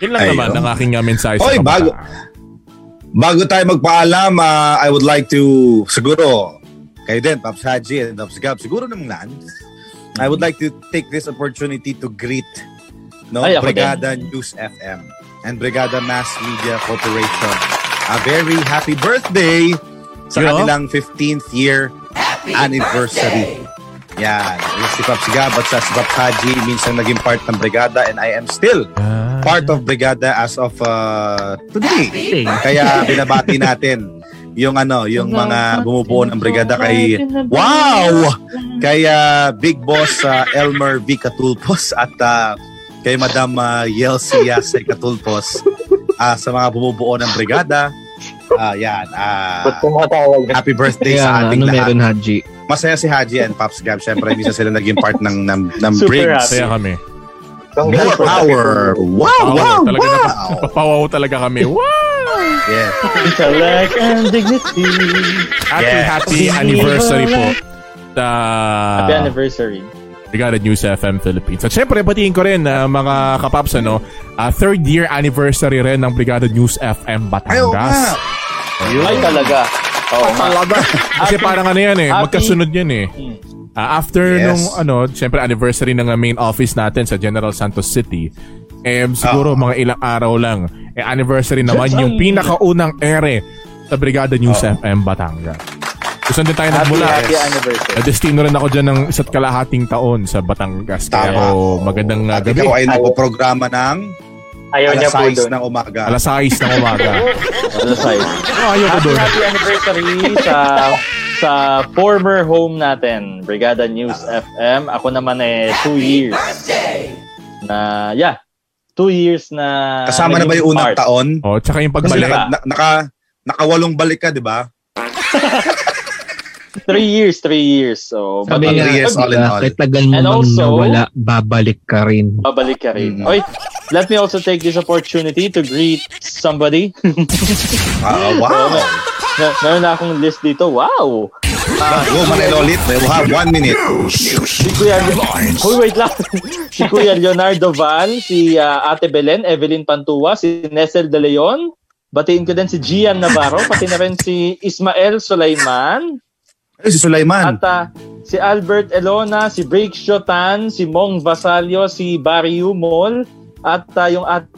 [SPEAKER 1] Yun lang
[SPEAKER 2] Ayun.
[SPEAKER 1] naman ang aking nga mensahe sa
[SPEAKER 2] Oy,
[SPEAKER 1] kabataan.
[SPEAKER 2] bago- Bago tayo magpaalam, ah, I would like to, siguro, kayo din, Paps Haji and Paps Gab, siguro naman, I would like to take this opportunity to greet no,
[SPEAKER 3] Ay, ako
[SPEAKER 2] Brigada News FM and Brigada Mass Media Corporation. A very happy birthday sa
[SPEAKER 1] Yo.
[SPEAKER 2] kanilang 15th year anniversary. Yan. Yung Si Paps Gab at sa si Paps Haji, minsan naging part ng Brigada and I am still
[SPEAKER 1] Ah.
[SPEAKER 2] part of Brigada as of uh, today.
[SPEAKER 5] Kasi,
[SPEAKER 2] Kaya binabati natin yung ano, yung mga bumubuo ng brigada kay Wow! Kay ah, Big Boss ah, Elmer V. Catulpos at ah, kay Madam uh, Yelsi Yasay Catulpos ah, sa mga bumubuo ng brigada. Ah, yan. ah,
[SPEAKER 4] Ba't tumatawag?
[SPEAKER 2] happy birthday
[SPEAKER 5] kaya
[SPEAKER 2] sa ating
[SPEAKER 5] ano
[SPEAKER 2] lahat.
[SPEAKER 5] meron, Haji?
[SPEAKER 2] Masaya si Haji and Pops Gab. Siyempre, minsan sila naging part ng, ng, ng
[SPEAKER 3] Super
[SPEAKER 2] Briggs.
[SPEAKER 1] Masaya kami.
[SPEAKER 2] More power! Wow!
[SPEAKER 1] Wow,
[SPEAKER 2] Oh, Wow!
[SPEAKER 1] talaga
[SPEAKER 2] Wow!
[SPEAKER 1] Napapawaw talaga kami. Wow!
[SPEAKER 2] Yeah.
[SPEAKER 3] Intellect and dignity.
[SPEAKER 1] Happy,
[SPEAKER 2] Yes.
[SPEAKER 1] happy anniversary po. Sa Ah.
[SPEAKER 3] Happy anniversary.
[SPEAKER 1] Regarded News FM Philippines. At syempre, batiin ko rin ah, mga kapaps, ano, ah, third year anniversary rin ng Brigada News FM
[SPEAKER 2] Ay, oo nga.
[SPEAKER 1] Batangas.
[SPEAKER 3] Ay, talaga. Oo nga.
[SPEAKER 2] Talaga.
[SPEAKER 1] Kasi
[SPEAKER 3] Happy-
[SPEAKER 1] parang ano yan eh,
[SPEAKER 3] happy-
[SPEAKER 1] magkasunod yan eh.
[SPEAKER 3] Hmm.
[SPEAKER 1] Ah, after
[SPEAKER 2] Yes.
[SPEAKER 1] nung ano, syempre anniversary ng ah, main office natin sa General Santos City, eh
[SPEAKER 3] Ah.
[SPEAKER 1] siguro mga ilang araw lang. Eh anniversary naman yung pinakaunang ere sa Brigada News FM Batangas. Gusto din tayo
[SPEAKER 3] Oh. Happy,
[SPEAKER 1] nagmula.
[SPEAKER 3] happy
[SPEAKER 1] eh.
[SPEAKER 3] anniversary.
[SPEAKER 1] Destino rin ako dyan ng isa't kalahating taon sa Batangas. Kaya
[SPEAKER 2] Tama.
[SPEAKER 1] po, magandang ah,
[SPEAKER 2] At
[SPEAKER 1] gabi.
[SPEAKER 2] ikaw ay nagpo-programa ng
[SPEAKER 4] Ayaw niya
[SPEAKER 2] alas
[SPEAKER 4] po
[SPEAKER 2] 6
[SPEAKER 4] doon.
[SPEAKER 2] ng umaga.
[SPEAKER 1] Alas 6 ng umaga.
[SPEAKER 3] Ano sa'yo?
[SPEAKER 1] Oh, ayoko
[SPEAKER 3] Happy,
[SPEAKER 1] doon.
[SPEAKER 3] happy anniversary sa sa former home natin, Brigada News FM. Ako naman eh, two years. Na, yeah. Two years na...
[SPEAKER 2] Kasama na ba
[SPEAKER 3] naging
[SPEAKER 2] yung unang
[SPEAKER 3] part.
[SPEAKER 2] taon?
[SPEAKER 1] Oh, tsaka yung
[SPEAKER 2] Kasi
[SPEAKER 1] pagbalik.
[SPEAKER 2] naka, na- naka, nakawalong balik ka, di ba?
[SPEAKER 3] Three years, three years. So,
[SPEAKER 2] Sabi
[SPEAKER 5] Sabi
[SPEAKER 3] balik-
[SPEAKER 5] nga,
[SPEAKER 2] nga, yes, all in all.
[SPEAKER 5] kahit tagal mo
[SPEAKER 3] And
[SPEAKER 5] nang
[SPEAKER 3] also-
[SPEAKER 5] nawala, babalik ka rin.
[SPEAKER 1] uh,
[SPEAKER 3] babalik ka rin.
[SPEAKER 2] Mm.
[SPEAKER 3] Oy, let me also take this opportunity to greet somebody.
[SPEAKER 4] Mm.
[SPEAKER 2] Ah, wow.
[SPEAKER 3] Mer- meron na akong list dito. Wow!
[SPEAKER 2] Go, Manelo ulit. We have one minute.
[SPEAKER 3] Si Kuya... Hoy, wait lang. si Kuya Leonardo Van, si ah, Ate Belen, Evelyn Pantua, si Nesel De Leon. Batiin ko din si Gian Navarro, pati na rin si Ismael Sulaiman,
[SPEAKER 2] Ay, si Sulaiman.
[SPEAKER 3] at ah, si Albert Elona, si Break Shotan, si Mong Vasalio, si Barry Humol, at ah, yung Ate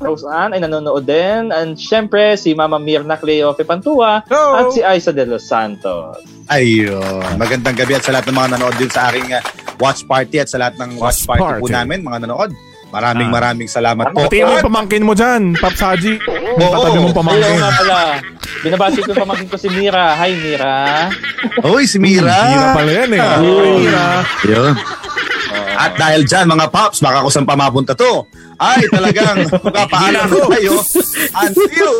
[SPEAKER 3] Rose Ann ay nanonood din. And syempre, si Mama Mirna Cleofe Pantua, at si Aiza De Los Santos.
[SPEAKER 2] Ayun. Magandang gabi at sa lahat ng mga nanood din sa aking uh, watch party at sa lahat ng watch
[SPEAKER 1] Watch
[SPEAKER 2] party, po
[SPEAKER 1] party.
[SPEAKER 2] namin, mga nanood. Maraming
[SPEAKER 1] Ah.
[SPEAKER 2] maraming salamat po.
[SPEAKER 1] Pati mo yung pamangkin mo dyan, Paps Haji. Yung Katabi mong
[SPEAKER 3] Hello
[SPEAKER 1] pamangkin.
[SPEAKER 3] nga pala. Binabati ko pamangkin ko si Mira. Hi, Mira.
[SPEAKER 2] Uy, si Mira.
[SPEAKER 1] Mira pala yan eh. Mira.
[SPEAKER 2] Yun. At dahil dyan, mga paps, baka kung saan pa mapunta to, ay talagang magpapaalam ko kayo until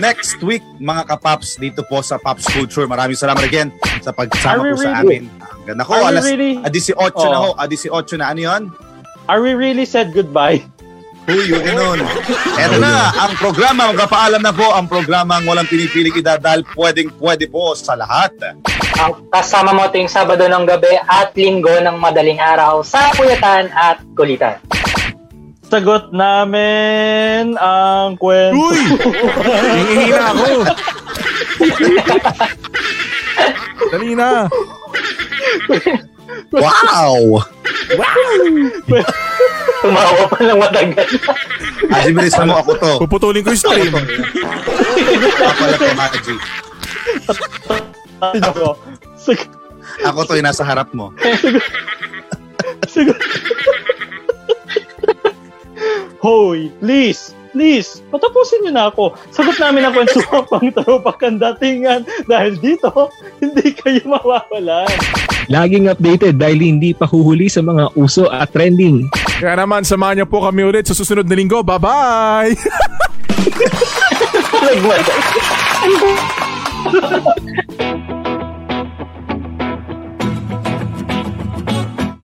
[SPEAKER 2] next week, mga kapaps, dito po sa Paps Culture. Maraming salamat again sa
[SPEAKER 3] Are
[SPEAKER 2] pagsama po
[SPEAKER 3] we
[SPEAKER 2] sa amin.
[SPEAKER 3] really-
[SPEAKER 2] Hanggang ako,
[SPEAKER 3] Are we
[SPEAKER 2] alas
[SPEAKER 3] really- Oh.
[SPEAKER 2] ah, 18 na ho, ah, 18 na, ano yun?
[SPEAKER 3] Are we really said goodbye?
[SPEAKER 2] Huy, yun ganun. Eto na, ang programa, magpapaalam na po, ang programa ang walang pinipiling edad dahil pwedeng pwede po sa lahat.
[SPEAKER 4] Ang Ah, kasama mo ting Sabado ng gabi at Linggo ng madaling araw sa Puyatan at Kulitan.
[SPEAKER 3] Sagot namin ang
[SPEAKER 1] Uy!
[SPEAKER 3] kwento.
[SPEAKER 1] Hingihina ako. Dali na.
[SPEAKER 2] Wow!
[SPEAKER 4] Tumawa pa lang matagal.
[SPEAKER 2] Azimirisa mo ako to.
[SPEAKER 1] Puputulin ko yung stream.
[SPEAKER 2] Ako pala to, Haji.
[SPEAKER 3] Sag-
[SPEAKER 2] Ako to, yung nasa harap mo.
[SPEAKER 3] sagot. Hoy, please, please, patapusin niyo na ako. Sagot namin ang kwento pang tarupakan datingan dahil dito, hindi kayo mawawalan.
[SPEAKER 5] Laging updated dahil hindi pa huhuli sa mga uso at trending.
[SPEAKER 1] Kaya naman, samahan niyo po kami ulit sa susunod na linggo. Bye-bye!